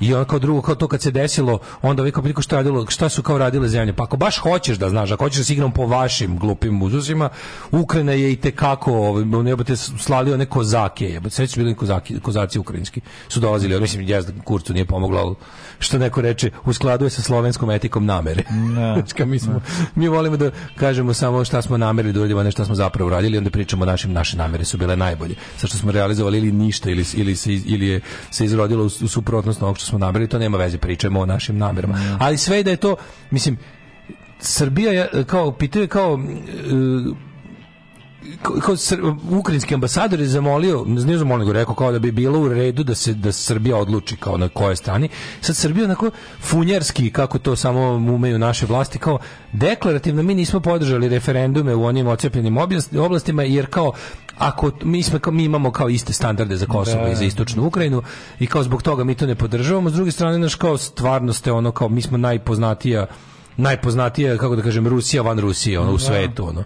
[SPEAKER 6] I on kao drugo, kao to kad se desilo, onda vi kao pitaju šta, je radilo, šta su kao radile zemlje. Pa ako baš hoćeš da znaš, ako hoćeš da si igram po vašim glupim uzusima, Ukrajina je i tekako, ovaj, ono jebote, slali one kozake, jebote, sve su bili kozaki, kozaci ukrajinski, su dolazili, ono, mislim, jazda kurcu nije pomoglo, ali što neko reče, u skladu je sa slovenskom etikom namere. Znači, kao mi, smo, mi volimo da kažemo samo šta smo namerili da uradimo, a ne šta smo zapravo radili, onda pričamo o našim, naše namere su bile najbolje. Sa što smo realizovali ili ništa, ili, ili, se, iz- ili je se izrodilo u, u suprotnost onog što smo namerili, to nema veze, pričamo o našim namerama. Ali sve i da je to, mislim, Srbija je, e, kao, pitao je kao, e, kao- kao sr- ukrajinski ambasador je zamolio, ne znam nego rekao kao da bi bilo u redu da se da Srbija odluči kao na kojoj strani. Sad Srbija onako funjerski kako to samo umeju naše vlasti kao deklarativno mi nismo podržali referendume u onim ocepljenim objas- oblastima jer kao ako mi smo kao mi imamo kao iste standarde za Kosovo
[SPEAKER 7] Da.
[SPEAKER 6] i za istočnu Ukrajinu i kao zbog toga mi to ne podržavamo. S druge strane naš kao stvarno ste ono kao mi smo najpoznatija najpoznatija kako da kažem Rusija van Rusije ono u
[SPEAKER 7] Da.
[SPEAKER 6] svetu ono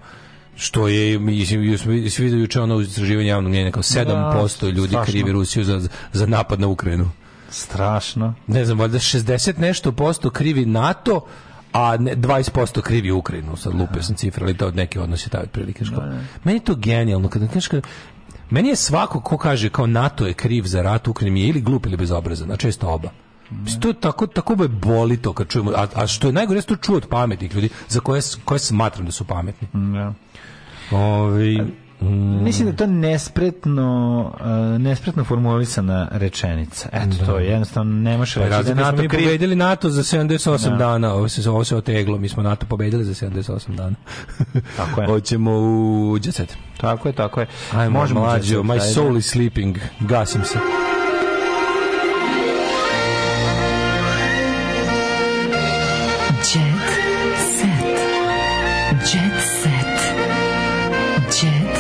[SPEAKER 6] što je mislim svi- svi vidio juče ono istraživanje javnog mnjenja kao 7% ljudi
[SPEAKER 7] strašno.
[SPEAKER 6] krivi Rusiju za, za napad na Ukrajinu.
[SPEAKER 7] Strašno.
[SPEAKER 6] Ne znam, valjda 60 nešto posto krivi NATO, a ne, 20% krivi Ukrajinu. Sad lupio sam cifre, ali to od neke odnose taj otprilike. Da, Meni je to genijalno. Kada, kažeš, kada, meni je svako ko kaže kao NATO je kriv za rat u Ukrajini je ili glup ili bezobrazan, a često oba. Mislim, To je tako, tako me boli to kad čujemo, a, a što je najgore, ja sam to čuo od pametnih ljudi, za koje, s- koje smatram da su pametni.
[SPEAKER 7] Da.
[SPEAKER 6] Ovi, mm,
[SPEAKER 7] Mislim da je to nespretno, uh, nespretno formulisana rečenica. Eto, to je jednostavno, ne možeš
[SPEAKER 6] Pa je
[SPEAKER 7] reći Znači da je
[SPEAKER 6] razlika da smo
[SPEAKER 7] NATO
[SPEAKER 6] mi
[SPEAKER 7] kriv.
[SPEAKER 6] pobedili NATO za 78
[SPEAKER 7] Da.
[SPEAKER 6] dana, ovo se, ovo se oteglo, mi smo NATO pobedili za 78 dana.
[SPEAKER 7] Tako je.
[SPEAKER 6] Hoćemo u Jet Set.
[SPEAKER 7] Tako je, tako je.
[SPEAKER 6] Ajmo,
[SPEAKER 7] Možemo
[SPEAKER 6] Možemo
[SPEAKER 7] u Jet Set,
[SPEAKER 6] mlađo, my
[SPEAKER 7] ajde.
[SPEAKER 6] soul is sleeping, gasim se.
[SPEAKER 5] Jet set. Jet set. Jet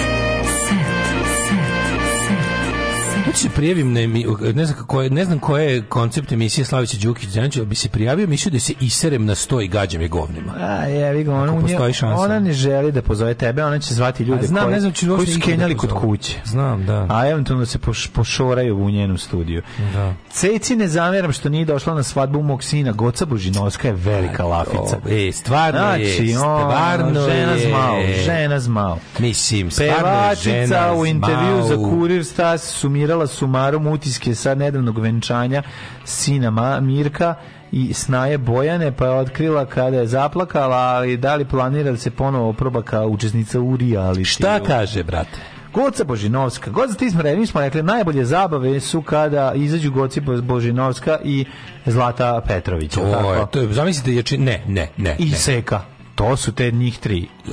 [SPEAKER 6] Ja ću se prijavim na emi- ne znam kako je, ne znam koje je koncept emisije Slavića Đukić, znači bi se prijavio mislio da se iserem na sto i gađam je govnima.
[SPEAKER 7] A, je, vi ga, ona,
[SPEAKER 6] Ako
[SPEAKER 7] u nje-
[SPEAKER 6] postoji šansa.
[SPEAKER 7] ona ne želi da pozove tebe, ona će zvati ljude
[SPEAKER 6] A znam,
[SPEAKER 7] koji,
[SPEAKER 6] ne znam, ću
[SPEAKER 7] koji
[SPEAKER 6] uopšte
[SPEAKER 7] su
[SPEAKER 6] nikog da
[SPEAKER 7] kenjali kod
[SPEAKER 6] pozovem.
[SPEAKER 7] kuće.
[SPEAKER 6] Znam, da.
[SPEAKER 7] A Pa eventualno se poš, pošoraju u njenom studiju.
[SPEAKER 6] Da.
[SPEAKER 7] Ceci ne zamjeram što nije došla na svadbu mog sina. Goca Božinovska je velika lafica.
[SPEAKER 6] E, stvarno je,
[SPEAKER 7] ono,
[SPEAKER 6] stvarno
[SPEAKER 7] žena
[SPEAKER 6] je.
[SPEAKER 7] zmao, žena zmao.
[SPEAKER 6] Mislim, stvarno je
[SPEAKER 7] Pevačica
[SPEAKER 6] žena
[SPEAKER 7] u intervju za
[SPEAKER 6] zmao.
[SPEAKER 7] Kurir Stas sumirala sumarom utiske sa nedavnog venčanja sina Ma- Mirka i snaje Bojane, pa je otkrila kada je zaplakala, ali da li planira da se ponovo proba kao učesnica u reality?
[SPEAKER 6] Šta kaže, brate?
[SPEAKER 7] Goca Božinovska. Goca, ti smo rekli, mi smo rekli, najbolje zabave su kada izađu Goci Božinovska i Zlata Petrović. jel
[SPEAKER 6] To je,
[SPEAKER 7] tako?
[SPEAKER 6] to je, zamislite, jači, ne, ne, ne.
[SPEAKER 7] I
[SPEAKER 6] ne.
[SPEAKER 7] Seka. To su te njih tri.
[SPEAKER 6] E,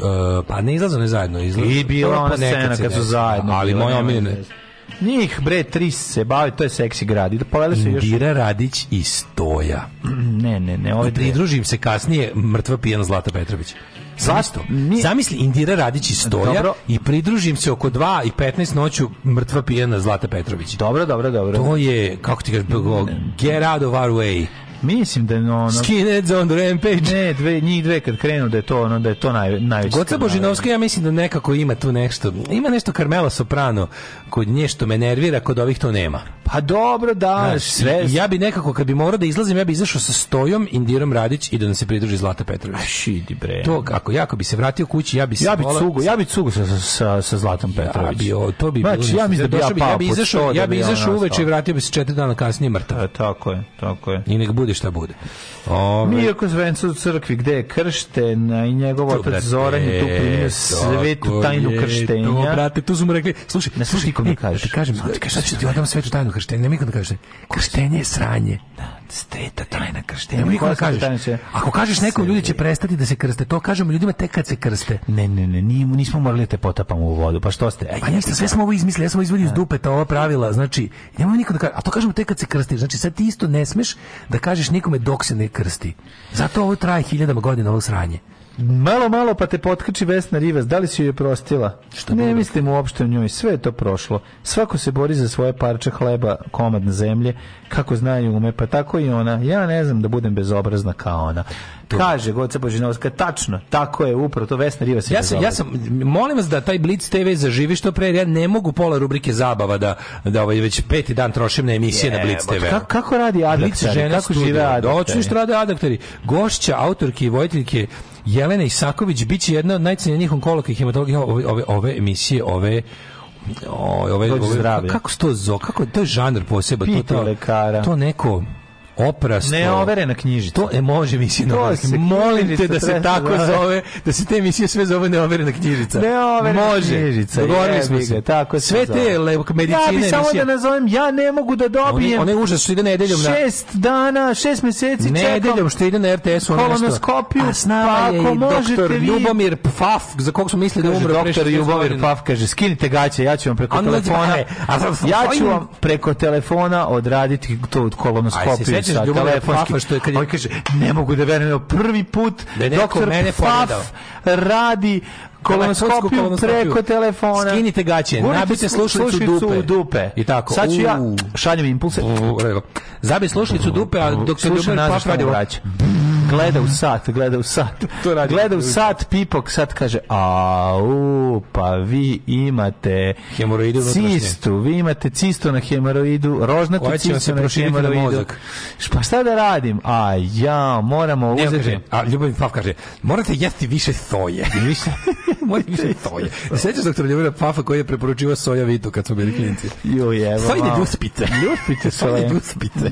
[SPEAKER 6] pa ne izlaze ne zajedno, izlaze.
[SPEAKER 7] I bila
[SPEAKER 6] Dobro,
[SPEAKER 7] ona
[SPEAKER 6] ponekad
[SPEAKER 7] scena
[SPEAKER 6] se
[SPEAKER 7] kad su
[SPEAKER 6] desi.
[SPEAKER 7] zajedno.
[SPEAKER 6] Ali
[SPEAKER 7] bile,
[SPEAKER 6] moja
[SPEAKER 7] nema
[SPEAKER 6] omiljena
[SPEAKER 7] veze. Njih, bre, tri se bavi, to je seksi grad. I da povele se još...
[SPEAKER 6] Indira Radić i Stoja.
[SPEAKER 7] Ne, ne, ne, ove dve.
[SPEAKER 6] Pridružim se kasnije mrtva pijena Zlata Petrović. Zašto?
[SPEAKER 7] mi-
[SPEAKER 6] Zamisli Indira Radić i Stoja
[SPEAKER 7] Dobro.
[SPEAKER 6] i pridružim se oko 2 i 15 noću mrtva pijena Zlata Petrović.
[SPEAKER 7] Dobro, dobro, dobro.
[SPEAKER 6] To je, kako ti kažeš, get out of our way.
[SPEAKER 7] Mislim da je ono...
[SPEAKER 6] Skinheads on the rampage.
[SPEAKER 7] Ne, dve, njih dve kad krenu da je to ono, da je to naj, najveće.
[SPEAKER 6] Goca Božinovska ja mislim da nekako ima tu nešto. Ima nešto Carmela Soprano kod nje što me nervira, kod ovih to nema.
[SPEAKER 7] Pa dobro, da,
[SPEAKER 6] Znaš,
[SPEAKER 7] sve...
[SPEAKER 6] i ja bi nekako kad bi morao da izlazim, ja bi izašao sa Stojom, Indirom Radić i da nam se pridruži Zlata Petrović.
[SPEAKER 7] Šidi, bre.
[SPEAKER 6] To kako ja ako bi se vratio kući, ja bi se
[SPEAKER 7] Ja bi
[SPEAKER 6] volao-
[SPEAKER 7] cugo, ja bi cugo sa, sa, sa Zlatom
[SPEAKER 6] Ja
[SPEAKER 7] Petrović.
[SPEAKER 6] bi, o, to bi bilo
[SPEAKER 7] znači, ja
[SPEAKER 6] nešto.
[SPEAKER 7] mislim da bi ja
[SPEAKER 6] Došao
[SPEAKER 7] pao
[SPEAKER 6] ja bi
[SPEAKER 7] pod
[SPEAKER 6] izašao,
[SPEAKER 7] sto da
[SPEAKER 6] ja bi
[SPEAKER 7] ono
[SPEAKER 6] izašao uveče
[SPEAKER 7] ostao.
[SPEAKER 6] i vratio bi se 4 dana kasnije mrtav.
[SPEAKER 7] E, tako je, tako je.
[SPEAKER 6] I nek bude šta bude. Ove,
[SPEAKER 7] Mirko Zvencu u crkvi, gde je kršten a i njegov
[SPEAKER 6] To,
[SPEAKER 7] otac
[SPEAKER 6] brate,
[SPEAKER 7] Zoran je tu primio
[SPEAKER 6] e, tako
[SPEAKER 7] svetu
[SPEAKER 6] je
[SPEAKER 7] tajnu krštenja.
[SPEAKER 6] To, brate, tu su mu rekli, slušaj, e,
[SPEAKER 7] Ne slušaj nikom da kažeš.
[SPEAKER 6] ti kažem, da, šta ću ti odam svetu tajnu krštenje, nemoj nikad da kažeš krštenje je sranje. Da, streta tajna krštenja. Nemoj nikad da
[SPEAKER 7] Koja je
[SPEAKER 6] kažeš.
[SPEAKER 7] streta tajna?
[SPEAKER 6] Ako kažeš nekom, ljudi će prestati da se krste. To kažemo ljudima tek kad se krste. Ne, ne, ne, nismo morali da te potapamo u vodu. Pa što ste? pa ništa, sve smo ovo izmislili. Ja sam ovo izvadio iz dupe ta ova pravila. Znači, nemoj nikad da kažeš. A to kažemo tek kad se krstiš. Znači, sad ti isto ne smeš da kažeš nikome dok se ne krsti. Zato ovo traje hiljadama godina ovo sranje.
[SPEAKER 7] Malo, malo pa te potkači Vesna Rivas, da li si joj je prostila? ne mislim uopšte o njoj, sve je to prošlo. Svako se bori za svoje parče hleba, komad na zemlje, kako zna i ume, pa tako i ona. Ja ne znam da budem bezobrazna kao ona. Kaže Goca Božinovska, tačno, tako je, upravo to Vesna Rivas je
[SPEAKER 6] Ja sam, ja
[SPEAKER 7] bezobrazna.
[SPEAKER 6] sam, molim vas da taj Blitz TV zaživi što pre, jer ja ne mogu pola rubrike zabava da, da ovaj već peti dan trošim na emisije na Blitz
[SPEAKER 7] Jebote,
[SPEAKER 6] TV.
[SPEAKER 7] Kako, kako radi
[SPEAKER 6] Blitz
[SPEAKER 7] Adlica?
[SPEAKER 6] žena
[SPEAKER 7] Kako žive
[SPEAKER 6] Da,
[SPEAKER 7] Adlica?
[SPEAKER 6] očin što rade adakteri. Gošća, autorke i vojiteljke Jelena Isaković bit će jedna od najcenjenijih onkologa i hematologa ove, ove, ove emisije, ove oj, ove,
[SPEAKER 7] Dođe
[SPEAKER 6] ove-
[SPEAKER 7] zdravlje.
[SPEAKER 6] kako se to zo, kako to je žanr poseban, to,
[SPEAKER 7] Pitaj
[SPEAKER 6] to,
[SPEAKER 7] lekara.
[SPEAKER 6] to neko oprasto.
[SPEAKER 7] Neoverena knjižica.
[SPEAKER 6] To e može mislim
[SPEAKER 7] To
[SPEAKER 6] na
[SPEAKER 7] se
[SPEAKER 6] Molim te
[SPEAKER 7] knjižica
[SPEAKER 6] da se
[SPEAKER 7] treba
[SPEAKER 6] tako
[SPEAKER 7] zove.
[SPEAKER 6] zove, da se te emisije sve zove neoverena knjižica.
[SPEAKER 7] Neoverena
[SPEAKER 6] može.
[SPEAKER 7] knjižica,
[SPEAKER 6] Dogovorili
[SPEAKER 7] jebi
[SPEAKER 6] smo se.
[SPEAKER 7] ga, tako se
[SPEAKER 6] sve
[SPEAKER 7] zove.
[SPEAKER 6] te le, medicine.
[SPEAKER 7] Ja bi samo da nazovem, ja ne mogu da dobijem.
[SPEAKER 6] One, one užas što ide nedeljom na...
[SPEAKER 7] Šest dana, šest meseci čekam.
[SPEAKER 6] Nedeljom što ide na RTS-u ono nešto.
[SPEAKER 7] Kolonoskopiju,
[SPEAKER 6] A s nama
[SPEAKER 7] pa
[SPEAKER 6] je
[SPEAKER 7] ako
[SPEAKER 6] i
[SPEAKER 7] možete
[SPEAKER 6] doktor
[SPEAKER 7] vi-
[SPEAKER 6] Ljubomir Pfaf, za kog smo mislili da
[SPEAKER 7] Kaže,
[SPEAKER 6] umre pre
[SPEAKER 7] doktor
[SPEAKER 6] 60
[SPEAKER 7] Ljubomir
[SPEAKER 6] godina.
[SPEAKER 7] Paf kaže, skinite gaće, ja ću vam preko
[SPEAKER 6] On ulazi,
[SPEAKER 7] telefona,
[SPEAKER 6] e, a sad-
[SPEAKER 7] ja ću vam preko telefona odraditi to od
[SPEAKER 6] Aj, se
[SPEAKER 7] kolonoskopiju
[SPEAKER 6] sećaš
[SPEAKER 7] sa
[SPEAKER 6] Ljubomira Pafa
[SPEAKER 7] telefonski.
[SPEAKER 6] što je kad je-
[SPEAKER 7] On kaže, ne mogu da verujem, evo, prvi put
[SPEAKER 6] Da je neko
[SPEAKER 7] doktor
[SPEAKER 6] mene
[SPEAKER 7] Paf
[SPEAKER 6] pogledao.
[SPEAKER 7] radi
[SPEAKER 6] Telefonsku
[SPEAKER 7] kolonoskopiju
[SPEAKER 6] kolonoskopiju.
[SPEAKER 7] preko telefona.
[SPEAKER 6] Skinite gaće,
[SPEAKER 7] Gurnite
[SPEAKER 6] nabite
[SPEAKER 7] slu-
[SPEAKER 6] slušalicu u dupe. I tako.
[SPEAKER 7] Sad ću ja,
[SPEAKER 6] Uuu.
[SPEAKER 7] šaljem impulse.
[SPEAKER 6] Zabi slušalicu u dupe, a dok se
[SPEAKER 7] Sluša
[SPEAKER 6] Ljubomir
[SPEAKER 7] nazad
[SPEAKER 6] Pfaf
[SPEAKER 7] šta mu
[SPEAKER 6] radi ovo.
[SPEAKER 7] vraća. Gleda u sat, gleda u sat. gleda u sat, pipok sad kaže, au, pa vi imate
[SPEAKER 6] Hemoroide unutrašnje."
[SPEAKER 7] cistu, vi imate cistu na hemoroidu, rožnatu
[SPEAKER 6] Koja će vam se
[SPEAKER 7] cistu na
[SPEAKER 6] proširiti na
[SPEAKER 7] hemoroidu.
[SPEAKER 6] mozak?
[SPEAKER 7] Pa šta da radim? A ja, moramo
[SPEAKER 6] Ne, on
[SPEAKER 7] uzeti...
[SPEAKER 6] kaže, a Ljubomir Pfaf kaže, morate jesti više soje.
[SPEAKER 7] Više?
[SPEAKER 6] morate više soje. Ne Sećaš doktor Ljubomira Pfafa koji je preporučivao soja vitu kad smo bili klinici?
[SPEAKER 7] Jo, evo.
[SPEAKER 6] Sojne
[SPEAKER 7] malo.
[SPEAKER 6] ljuspice.
[SPEAKER 7] Ljuspice
[SPEAKER 6] Sojne
[SPEAKER 7] soje.
[SPEAKER 6] ljuspice.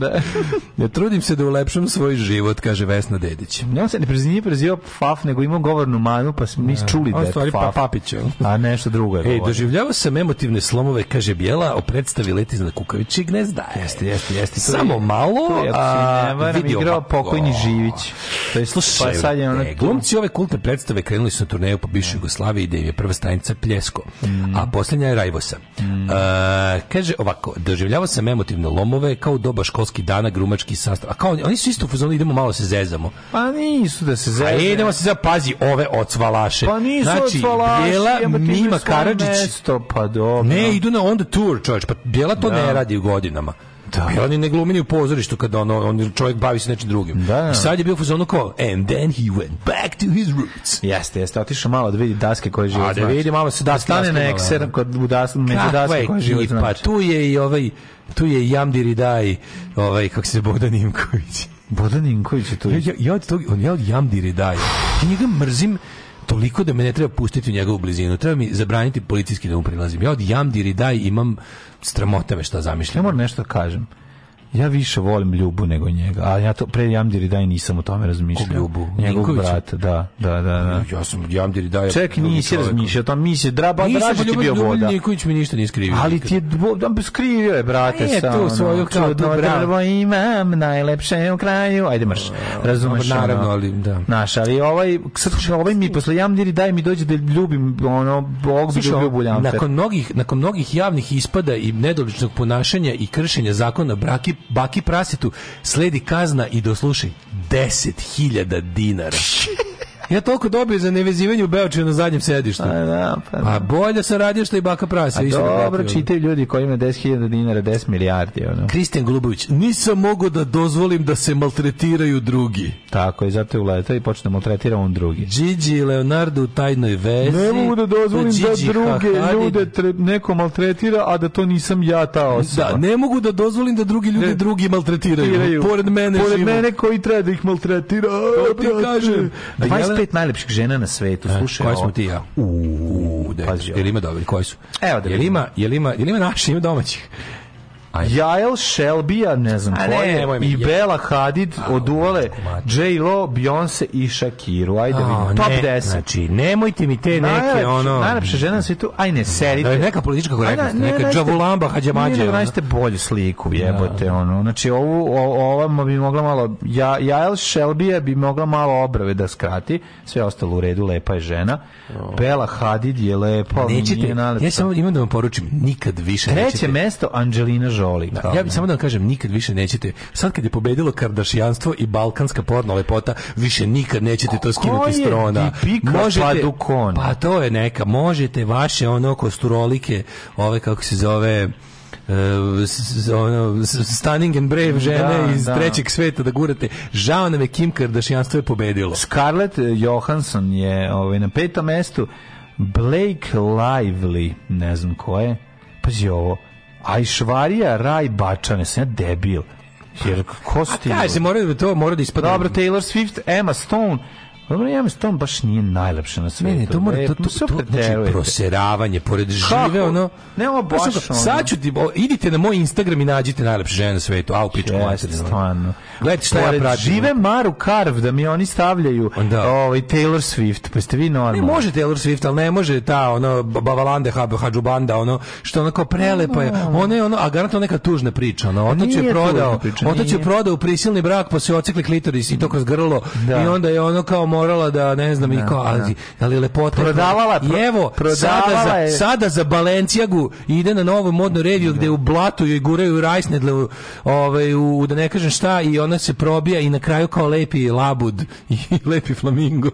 [SPEAKER 6] Ne trudim se da ulepšam svoj život, kaže Vesna Dedić.
[SPEAKER 7] Ne, on se ne prezivio, nije prezivao Faf, nego imao govornu manu, pa smo mi čuli da
[SPEAKER 6] On
[SPEAKER 7] je
[SPEAKER 6] stvari pa
[SPEAKER 7] Faf.
[SPEAKER 6] papić. jel?
[SPEAKER 7] A nešto drugo je
[SPEAKER 6] Ej,
[SPEAKER 7] govorio.
[SPEAKER 6] doživljavao sam emotivne slomove, kaže Bijela, o predstavi Leti iznad kukavičeg gnezda.
[SPEAKER 7] Jeste, jeste, jeste. To je-
[SPEAKER 6] Samo malo,
[SPEAKER 7] to je, ako
[SPEAKER 6] a
[SPEAKER 7] se ne varam,
[SPEAKER 6] vidio
[SPEAKER 7] igrao
[SPEAKER 6] ovako.
[SPEAKER 7] pokojni Živić. To je
[SPEAKER 6] Slušaj,
[SPEAKER 7] pa sad je ono
[SPEAKER 6] e, glumci ove kultne predstave krenuli su na turneju po bivšoj Jugoslaviji gde im je prva stanica Pljesko,
[SPEAKER 7] Mm.
[SPEAKER 6] a posljednja je Rajvosa. E, kaže ovako, doživljavao sam emotivne lomove kao u doba školskih dana, grumački sastav. A kao, oni su isto u fazonu, idemo malo se zezamo.
[SPEAKER 7] Pa nisu da se
[SPEAKER 6] A
[SPEAKER 7] zezne.
[SPEAKER 6] idemo se za pazi ove ocvalaše.
[SPEAKER 7] Pa nisu
[SPEAKER 6] znači,
[SPEAKER 7] otvalaši,
[SPEAKER 6] Bijela,
[SPEAKER 7] jebote, imaju
[SPEAKER 6] Mima
[SPEAKER 7] svoje
[SPEAKER 6] Karadžić,
[SPEAKER 7] mesto, pa dobro.
[SPEAKER 6] ne, idu na on the tour, čovječ, pa Bijela to
[SPEAKER 7] Da.
[SPEAKER 6] ne radi u godinama. Da. Bijela ni ne glumi ni u pozorištu kada ono, on čovjek bavi se nečim drugim.
[SPEAKER 7] Da.
[SPEAKER 6] I sad je bio u fazonu kao, and then he went back to his roots.
[SPEAKER 7] Jeste, jeste, otišao malo da vidi daske koje žive.
[SPEAKER 6] A, da vidi malo se
[SPEAKER 7] da
[SPEAKER 6] daske
[SPEAKER 7] stane na
[SPEAKER 6] raskinule,
[SPEAKER 7] ekser
[SPEAKER 6] ono.
[SPEAKER 7] kod u das, među
[SPEAKER 6] Kakva
[SPEAKER 7] daske
[SPEAKER 6] je
[SPEAKER 7] koje žive.
[SPEAKER 6] ekipa,
[SPEAKER 7] znači.
[SPEAKER 6] tu je i ovaj, tu je i Jamdiri Daj, ovaj, kako se Bodan Imković.
[SPEAKER 7] Bodan Inković je tu.
[SPEAKER 6] Ja, ja, ja od tog, on ja od Jamdiri Daj. Ja njega mrzim toliko da me ne treba pustiti u njegovu blizinu. Treba mi zabraniti policijski da mu prilazim. Ja od Jamdiri Daj imam stramota me šta
[SPEAKER 7] Ja
[SPEAKER 6] zamišljam.
[SPEAKER 7] moram nešto da kažem. Ja više volim Ljubu nego njega, a ja to pre Jamdiri daj nisam o tome razmišljao.
[SPEAKER 6] Kog Ljubu?
[SPEAKER 7] Njegovog
[SPEAKER 6] Ninkovića?
[SPEAKER 7] brata, da, da, da. da.
[SPEAKER 6] Ja sam Jamdiri Daj.
[SPEAKER 7] Ček,
[SPEAKER 6] drugi
[SPEAKER 7] nisi
[SPEAKER 6] čovjek.
[SPEAKER 7] razmišljao, tam mi se draba,
[SPEAKER 6] Nisam
[SPEAKER 7] draži ti
[SPEAKER 6] poljubio
[SPEAKER 7] Pa bio voda.
[SPEAKER 6] Ljubomir Nikolić mi ništa nije skrivio.
[SPEAKER 7] Ali
[SPEAKER 6] nikad.
[SPEAKER 7] ti je, bo- skrivio je, brate,
[SPEAKER 6] E,
[SPEAKER 7] sa
[SPEAKER 6] tu
[SPEAKER 7] ono,
[SPEAKER 6] svoju
[SPEAKER 7] čudno
[SPEAKER 6] kao tu bravo.
[SPEAKER 7] drvo imam, najlepše u kraju. Ajde, mrš, razumeš.
[SPEAKER 6] dobro, naravno,
[SPEAKER 7] ono,
[SPEAKER 6] ali, da.
[SPEAKER 7] Naš, ali ovaj, sad slušaj, ovaj mi posle jamdiri, daj mi dođe da ljubim, ono, Bog bi
[SPEAKER 6] Slušaj,
[SPEAKER 7] ljubio ljamfer.
[SPEAKER 6] nakon mnogih, nakon mnogih javnih ispada i nedoličnog ponašanja i kršenja zakona braki, baki prasitu sledi kazna i doslušaj 10.000 dinara. Ja toliko dobio za nevezivanje u Beočiju na zadnjem sedištu.
[SPEAKER 7] A, da, pa,
[SPEAKER 6] Pa bolje sam radio što i baka prasa.
[SPEAKER 7] A
[SPEAKER 6] isto da
[SPEAKER 7] dobro,
[SPEAKER 6] platio.
[SPEAKER 7] čitaju ljudi koji imaju 10.000 dinara, 10 milijardi, ono.
[SPEAKER 6] Kristijan Golubović, nisam mogao da dozvolim da se maltretiraju drugi.
[SPEAKER 7] Tako je, zato je uletao i počne da maltretira on drugi.
[SPEAKER 6] Gigi i Leonardo u tajnoj vezi.
[SPEAKER 7] Ne mogu da dozvolim
[SPEAKER 6] Gigi
[SPEAKER 7] da druge
[SPEAKER 6] Hahani-
[SPEAKER 7] ljude tre- neko maltretira, a da to nisam ja ta osoba.
[SPEAKER 6] Da, ne mogu da dozvolim da drugi ljudi drugi maltretiraju.
[SPEAKER 7] maltretiraju.
[SPEAKER 6] Pored mene
[SPEAKER 7] Pored
[SPEAKER 6] živo.
[SPEAKER 7] mene koji treba da ih maltretira.
[SPEAKER 6] To ti
[SPEAKER 7] brate.
[SPEAKER 6] kažem. A
[SPEAKER 7] 25
[SPEAKER 6] Jelena-
[SPEAKER 7] najlepših žena na svetu, slušaj.
[SPEAKER 6] E, Koji smo
[SPEAKER 7] ovo.
[SPEAKER 6] ti i ja? Uuu, da,
[SPEAKER 7] Pazi ovo.
[SPEAKER 6] jel ima dobri, koji su?
[SPEAKER 7] Evo da
[SPEAKER 6] jel
[SPEAKER 7] vidimo.
[SPEAKER 6] ima, jel ima, jel ima naši, ima domaćih?
[SPEAKER 7] Jael Shelby, ne znam
[SPEAKER 6] A
[SPEAKER 7] ko
[SPEAKER 6] ne,
[SPEAKER 7] je,
[SPEAKER 6] nemoj mi,
[SPEAKER 7] i
[SPEAKER 6] je.
[SPEAKER 7] Bella Hadid od Uvale, J-Lo, Beyoncé i Shakiru. Ajde,
[SPEAKER 6] A,
[SPEAKER 7] vidim. Top
[SPEAKER 6] ne,
[SPEAKER 7] 10.
[SPEAKER 6] znači, nemojte mi te neke,
[SPEAKER 7] Najlepša-
[SPEAKER 6] ono-
[SPEAKER 7] Najlepša žena na svijetu, aj ne, sedite.
[SPEAKER 6] Da je neka politička korektnost, neka džavulamba, hađamađe,
[SPEAKER 7] Ne,
[SPEAKER 6] ono.
[SPEAKER 7] nađite bolju sliku, jebote, ono. Znači, ovu, o- ova bi mogla malo, ja, Jael Shelby bi mogla malo obrave da skrati, sve ostalo u redu, lepa je žena. Bella Hadid je lepa, ali
[SPEAKER 6] Nećete,
[SPEAKER 7] nije najlepša.
[SPEAKER 6] ja samo imam da vam poručim, nikad više
[SPEAKER 7] Treće
[SPEAKER 6] nećete.
[SPEAKER 7] mesto Angelina Jolie.
[SPEAKER 6] Da, ja bih samo da vam kažem, nikad više nećete. Sad kad je pobedilo kardašijanstvo i balkanska porno lepota, više nikad nećete to skinuti s
[SPEAKER 7] je
[SPEAKER 6] trona.
[SPEAKER 7] Deepika Padukone?
[SPEAKER 6] pa to je neka. Možete vaše ono kosturolike, ove kako se zove, e, s- s- ono, s- stunning and brave žene
[SPEAKER 7] Da,
[SPEAKER 6] iz
[SPEAKER 7] da.
[SPEAKER 6] trećeg sveta da gurate. Žao nam je Kim Kardashianstvo je pobedilo.
[SPEAKER 7] Scarlett Johansson je ovaj, na petom mestu. Blake Lively, ne znam ko je. Pazi ovo. Aishwarya Raj Bačane, sam ja debil. Jer ko su ti
[SPEAKER 6] Kaj
[SPEAKER 7] ljudi?
[SPEAKER 6] se mora da to mora da ispadne.
[SPEAKER 7] Dobro, Taylor Swift, Emma Stone. Dobro, Emma Stone baš nije najlepša na
[SPEAKER 6] Ne,
[SPEAKER 7] svijetu.
[SPEAKER 6] ne, to mora,
[SPEAKER 7] E,
[SPEAKER 6] to, to, to,
[SPEAKER 7] sve
[SPEAKER 6] to, znači
[SPEAKER 7] preterujete.
[SPEAKER 6] proseravanje, pored žive, ono...
[SPEAKER 7] Ne, ovo baš
[SPEAKER 6] Znaš kako,
[SPEAKER 7] ono.
[SPEAKER 6] Sad ću ti, o, idite na moj Instagram i nađite najlepše žene na svetu, au, pičku
[SPEAKER 7] Jeste,
[SPEAKER 6] materinu.
[SPEAKER 7] stvarno.
[SPEAKER 6] Gledajte šta ja
[SPEAKER 7] Pored
[SPEAKER 6] pratim.
[SPEAKER 7] Žive Maru Karv, da mi oni stavljaju ovaj, Taylor Swift, pa ste vi normalni.
[SPEAKER 6] Ne može Taylor Swift, ali ne može ta ono Bavalande Hab- Hadžubanda, ono što ona kao prelepa je. Ona je ono, a garantno neka tužna priča, ono. Otac
[SPEAKER 7] Pa nije
[SPEAKER 6] je
[SPEAKER 7] tužna
[SPEAKER 6] prodao,
[SPEAKER 7] priča,
[SPEAKER 6] otac je
[SPEAKER 7] nije.
[SPEAKER 6] prodao u prisilni brak, pa su joj ocikli klitoris i to kroz grlo.
[SPEAKER 7] Da.
[SPEAKER 6] I onda je ono kao morala da ne znam i kao, ali, ali lepota. je-
[SPEAKER 7] Prodavala, pro-
[SPEAKER 6] I evo, sada
[SPEAKER 7] prodavala
[SPEAKER 6] za,
[SPEAKER 7] je.
[SPEAKER 6] sada za Balenciagu ide na novu modnu reviju gde u blatu joj guraju rajsnedle u, ovaj, u, da ne kažem šta i ona se probija i na kraju kao lepi labud i lepi flamingo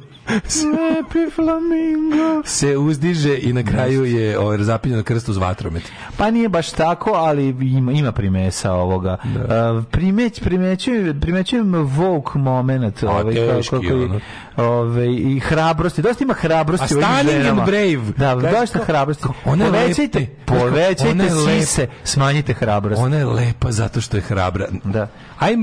[SPEAKER 7] Lepi flamingo.
[SPEAKER 6] se uzdiže i na kraju je ovaj, zapinjen krst uz vatromet.
[SPEAKER 7] Pa nije baš tako, ali ima, ima primesa ovoga. Uh, primeć, primećujem, primećujem woke moment. ovaj, kao-
[SPEAKER 6] Pa teški,
[SPEAKER 7] kako i-
[SPEAKER 6] ono.
[SPEAKER 7] ovaj, I hrabrosti. Dosta ima
[SPEAKER 6] A
[SPEAKER 7] hrabrosti. u ovim
[SPEAKER 6] stunning and
[SPEAKER 7] ženama.
[SPEAKER 6] brave.
[SPEAKER 7] Da,
[SPEAKER 6] Kaže,
[SPEAKER 7] dosta
[SPEAKER 6] kao-
[SPEAKER 7] hrabrosti.
[SPEAKER 6] ona je
[SPEAKER 7] Povećajte,
[SPEAKER 6] lepa. Ona
[SPEAKER 7] povećajte
[SPEAKER 6] je lepa.
[SPEAKER 7] sise, smanjite hrabrost.
[SPEAKER 6] Ona je lepa zato što je hrabra.
[SPEAKER 7] Da.
[SPEAKER 6] Aj,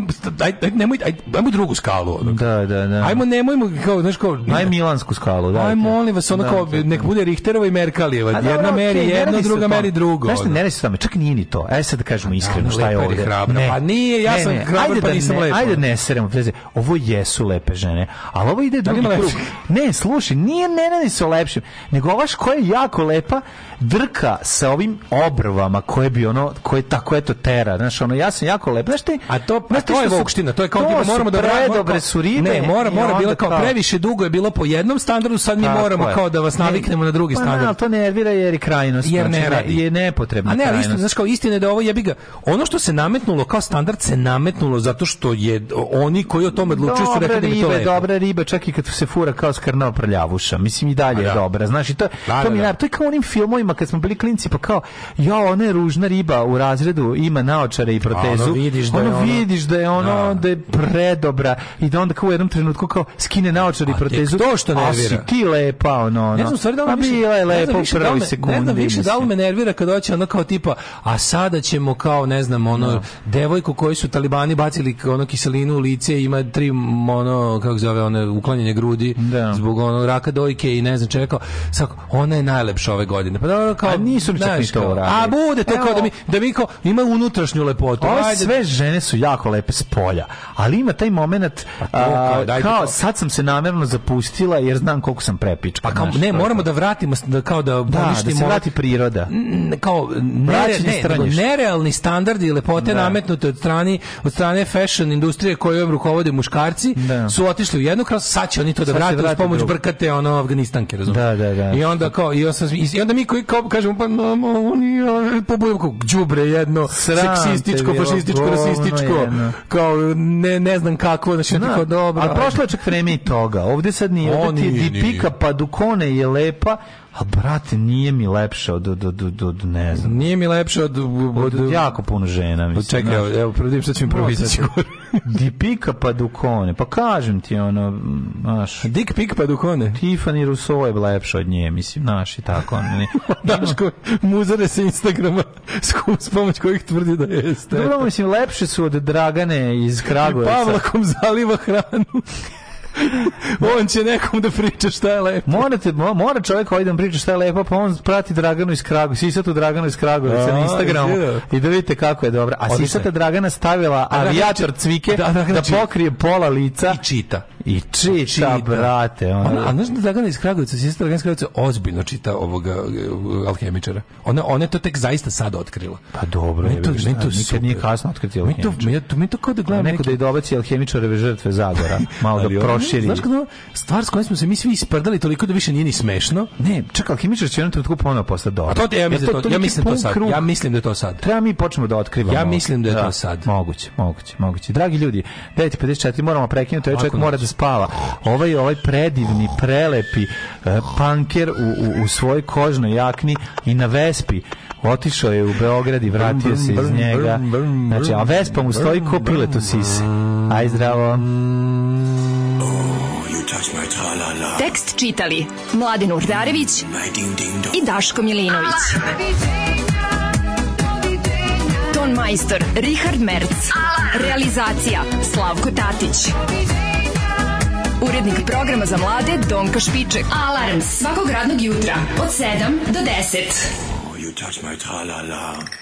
[SPEAKER 6] aj, aj, nemoj, aj, ajmo drugu skalu. ono.
[SPEAKER 7] Da, da, da.
[SPEAKER 6] Ajmo, nemojmo, kao, znaš, kao,
[SPEAKER 7] Aj Milansku skalu, da.
[SPEAKER 6] Aj, molim vas, ono
[SPEAKER 7] Da,
[SPEAKER 6] kao,
[SPEAKER 7] da, da.
[SPEAKER 6] nek bude Richterova i Merkalijeva.
[SPEAKER 7] A Pa dobro,
[SPEAKER 6] Jedna meri
[SPEAKER 7] okej, ne
[SPEAKER 6] jedno,
[SPEAKER 7] radi se
[SPEAKER 6] druga
[SPEAKER 7] o tome.
[SPEAKER 6] meri drugo.
[SPEAKER 7] Znaš šta,
[SPEAKER 6] ono.
[SPEAKER 7] ne radi se o tome, čak nije ni to. Ajde sad da kažemo iskreno
[SPEAKER 6] ona
[SPEAKER 7] šta je
[SPEAKER 6] lepa je
[SPEAKER 7] ovdje.
[SPEAKER 6] hrabra.
[SPEAKER 7] Ne.
[SPEAKER 6] Pa nije, ja
[SPEAKER 7] Ne,
[SPEAKER 6] sam
[SPEAKER 7] ne,
[SPEAKER 6] hrabar,
[SPEAKER 7] ajde
[SPEAKER 6] pa
[SPEAKER 7] da
[SPEAKER 6] nisam
[SPEAKER 7] ne-
[SPEAKER 6] lepa.
[SPEAKER 7] Ajde ne seremo veze. Ovo jesu lepe žene, ali ovo ide drugi
[SPEAKER 6] ima
[SPEAKER 7] krug.
[SPEAKER 6] lepše?
[SPEAKER 7] Ne, slušaj, nije ne radi se o lepšim, nego ova koja je jako lepa drka sa ovim obrvama koje bi ono, koje tako eto tera. Znaš, ono, ja sam jako lepa. Znaš ti,
[SPEAKER 6] A to, a
[SPEAKER 7] znaš ti
[SPEAKER 6] to je
[SPEAKER 7] što su-
[SPEAKER 6] vukština, to je kao
[SPEAKER 7] to
[SPEAKER 6] tipa,
[SPEAKER 7] su
[SPEAKER 6] moramo da
[SPEAKER 7] predobre su ribe
[SPEAKER 6] Ne, mora,
[SPEAKER 7] i
[SPEAKER 6] mora
[SPEAKER 7] onda
[SPEAKER 6] bilo kao,
[SPEAKER 7] kao-
[SPEAKER 6] previše dugo je bilo po jednom standardu, sad mi
[SPEAKER 7] Tako
[SPEAKER 6] moramo
[SPEAKER 7] je.
[SPEAKER 6] kao da vas
[SPEAKER 7] Ne,
[SPEAKER 6] naviknemo na drugi
[SPEAKER 7] pa ne,
[SPEAKER 6] standard.
[SPEAKER 7] ali to nervira jer je krajnost.
[SPEAKER 6] Jer ne
[SPEAKER 7] znači,
[SPEAKER 6] radi.
[SPEAKER 7] Je nepotrebna
[SPEAKER 6] A ne, ali istina,
[SPEAKER 7] krajnost.
[SPEAKER 6] znaš kao istina je da ovo jebi ga. Ono što se nametnulo kao standard se nametnulo zato što je oni koji o tome odlučuju su
[SPEAKER 7] Dobra
[SPEAKER 6] rekli da im je to
[SPEAKER 7] riba,
[SPEAKER 6] lepo.
[SPEAKER 7] dobra riba, čak i kad se fura kao skrnao prljavuša. Mislim i dalje
[SPEAKER 6] A
[SPEAKER 7] je
[SPEAKER 6] da.
[SPEAKER 7] dobra. Znaš, i to,
[SPEAKER 6] Da,
[SPEAKER 7] to
[SPEAKER 6] da,
[SPEAKER 7] mi
[SPEAKER 6] da.
[SPEAKER 7] nar- to je kao u onim filmovima kad smo bili klinci, pa kao, ja, ona je ružna riba u razredu, ima naočare i protezu.
[SPEAKER 6] ono vidiš da je
[SPEAKER 7] Ono
[SPEAKER 6] ono-
[SPEAKER 7] vidiš da je ono, da. je predobra i da onda kao u jednom trenutku kao skine naočare i
[SPEAKER 6] A tek
[SPEAKER 7] protezu.
[SPEAKER 6] to što
[SPEAKER 7] "A si
[SPEAKER 6] nervira."
[SPEAKER 7] ti lepa, ono, ono.
[SPEAKER 6] Ne znam, u stvari da li
[SPEAKER 7] Pa
[SPEAKER 6] me više-
[SPEAKER 7] bila je
[SPEAKER 6] ne znam
[SPEAKER 7] lepa u
[SPEAKER 6] više da li
[SPEAKER 7] prvoj
[SPEAKER 6] me-
[SPEAKER 7] sekundi.
[SPEAKER 6] Ne znam više da li
[SPEAKER 7] mislim.
[SPEAKER 6] me nervira kad hoće ono kao tipa, a sada ćemo kao, ne znam, ono, devojku koju su talibani bacili k- ono kiselinu u lice, ima tri, m, ono, kako se zove, ono, uklanjanje grudi zbog ono, raka dojke i ne znam čega, kao, sad, ona je najlepša ove godine. Pa dobro, kao,
[SPEAKER 7] A nisu čak ni
[SPEAKER 6] znaš,
[SPEAKER 7] to
[SPEAKER 6] kao,
[SPEAKER 7] uradili.
[SPEAKER 6] A bude to kao
[SPEAKER 7] Evo.
[SPEAKER 6] da mi, da mi kao, ima unutrašnju lepotu.
[SPEAKER 7] Ove
[SPEAKER 6] ajde.
[SPEAKER 7] sve žene su jako lepe s polja, ali ima taj moment
[SPEAKER 6] Pa kao,
[SPEAKER 7] a,
[SPEAKER 6] dajte
[SPEAKER 7] kao
[SPEAKER 6] to.
[SPEAKER 7] sad sam se namjerno zapustila jer znam koliko sam prepička.
[SPEAKER 6] Pa kao,
[SPEAKER 7] znaš,
[SPEAKER 6] ne,
[SPEAKER 7] to je
[SPEAKER 6] moramo
[SPEAKER 7] to.
[SPEAKER 6] da vratimo, s- da kao da
[SPEAKER 7] da, da se
[SPEAKER 6] poništimo ovaj
[SPEAKER 7] vrati priroda.
[SPEAKER 6] n- kao nere,
[SPEAKER 7] Vraćanje
[SPEAKER 6] ne, nego
[SPEAKER 7] straništa.
[SPEAKER 6] nerealni standardi lepote
[SPEAKER 7] Da.
[SPEAKER 6] nametnute od strane od strane fashion industrije kojom rukovode muškarci su otišli u jednu krasu sad će oni to da
[SPEAKER 7] Sad će
[SPEAKER 6] vrate uz
[SPEAKER 7] vrati
[SPEAKER 6] pomoć
[SPEAKER 7] drugu.
[SPEAKER 6] brkate ono Afganistanke razumiješ
[SPEAKER 7] Da, da, da.
[SPEAKER 6] i onda kao i, onda- i onda mi koji kao kažemo pa no, no, oni a, pobujamo kao đubre jedno
[SPEAKER 7] Sram
[SPEAKER 6] seksistično
[SPEAKER 7] te bilo,
[SPEAKER 6] fašističko
[SPEAKER 7] govno
[SPEAKER 6] rasističko
[SPEAKER 7] jedno.
[SPEAKER 6] kao ne, ne znam kako znači
[SPEAKER 7] Da,
[SPEAKER 6] tako dobro
[SPEAKER 7] a prošlo je čak vreme i toga. Ovdje sad nije,
[SPEAKER 6] O,
[SPEAKER 7] ovdje ti
[SPEAKER 6] nije,
[SPEAKER 7] je
[SPEAKER 6] nije.
[SPEAKER 7] Dipika Padukone je lepa, a brate, nije mi lepša od, od, od, od, od- ne znam,
[SPEAKER 6] nije mi lepše od,
[SPEAKER 7] od,
[SPEAKER 6] od, od
[SPEAKER 7] jako puno žena. Mislim,
[SPEAKER 6] Čekaj,
[SPEAKER 7] znaš.
[SPEAKER 6] evo, evo providim što će mi prvo izaći.
[SPEAKER 7] Dipika Padukone, pa kažem ti ono, m, znaš,
[SPEAKER 6] Dick pic pa dukone.
[SPEAKER 7] Tiffany Rousseau je lepša od nje, mislim, naš i tako. ono, ne.
[SPEAKER 6] Daško, muzare se Instagrama s, ko- s pomoć kojih tvrdi da jeste.
[SPEAKER 7] Dobro, mislim, lepše su od Dragane iz Kragujevca.
[SPEAKER 6] Pavlakom zaliva hranu. on će nekom da priča šta je lepo.
[SPEAKER 7] Morate, mo- mora čovjek ovaj da vam priča šta je lepo, pa on prati Draganu iz Kragu, sisatu Draganu iz Kragovica na
[SPEAKER 6] A,
[SPEAKER 7] Instagramu
[SPEAKER 6] izgleda.
[SPEAKER 7] i da vidite kako je dobra. A
[SPEAKER 6] Odlično
[SPEAKER 7] sisata
[SPEAKER 6] je.
[SPEAKER 7] Dragana stavila
[SPEAKER 6] A Dragana
[SPEAKER 7] avijator
[SPEAKER 6] čita-
[SPEAKER 7] cvike
[SPEAKER 6] Da, znači- Dragana
[SPEAKER 7] da
[SPEAKER 6] čita.
[SPEAKER 7] pokrije pola lica. I
[SPEAKER 6] čita.
[SPEAKER 7] I čita, brate. ono.
[SPEAKER 6] Ona, a znaš da Dragana iz Kragovica, sestra Dragana iz Kragovica ozbiljno čita ovoga e, alhemičara. Ona, ona je to tek zaista sad otkrila.
[SPEAKER 7] Pa dobro,
[SPEAKER 6] Meni to,
[SPEAKER 7] je,
[SPEAKER 6] meni to
[SPEAKER 7] nikad
[SPEAKER 6] super.
[SPEAKER 7] nije kasno otkriti
[SPEAKER 6] Meni to, meni to, meni to kao da gledam
[SPEAKER 7] neko da i dobaci alhemičareve žrtve Zagora, malo
[SPEAKER 6] Ali
[SPEAKER 7] da
[SPEAKER 6] ono,
[SPEAKER 7] proširi.
[SPEAKER 6] Znaš kada stvar s kojom smo se mi svi isprdali toliko da više nije ni smešno?
[SPEAKER 7] Ne, čak alhemičar će u jednom trenutku ponovo postati
[SPEAKER 6] A
[SPEAKER 7] dobar.
[SPEAKER 6] Pa to, ja, mislim,
[SPEAKER 7] Jer
[SPEAKER 6] to,
[SPEAKER 7] to
[SPEAKER 6] ja
[SPEAKER 7] neki
[SPEAKER 6] mislim to
[SPEAKER 7] pun
[SPEAKER 6] sad.
[SPEAKER 7] krug.
[SPEAKER 6] Ja mislim da je to sad.
[SPEAKER 7] Treba mi počnemo da otkrivamo.
[SPEAKER 6] Ja mislim da je
[SPEAKER 7] Da,
[SPEAKER 6] to sad.
[SPEAKER 7] Moguće, moguće, moguće. Dragi ljudi, 9.54 moramo prekinuti, ovaj čovjek
[SPEAKER 6] Ako ne.
[SPEAKER 7] mora da spava. Ovaj, ovaj predivni, prelepi eh, panker u, u, u svojoj kožnoj jakni i na vespi otišao je u Beograd i vratio se iz njega. Znači, a vespa mu stoji ko pilet u sisi. Aj zdravo.
[SPEAKER 9] Tekst čitali Mladin Urdarević i Daško Milinović. Ton majstor Richard Merc. Realizacija Slavko Tatić. Urednik programa za mlade Donka Špiček. Alarms svakog radnog jutra od 7 do 10.
[SPEAKER 13] You touch my tra-la-la.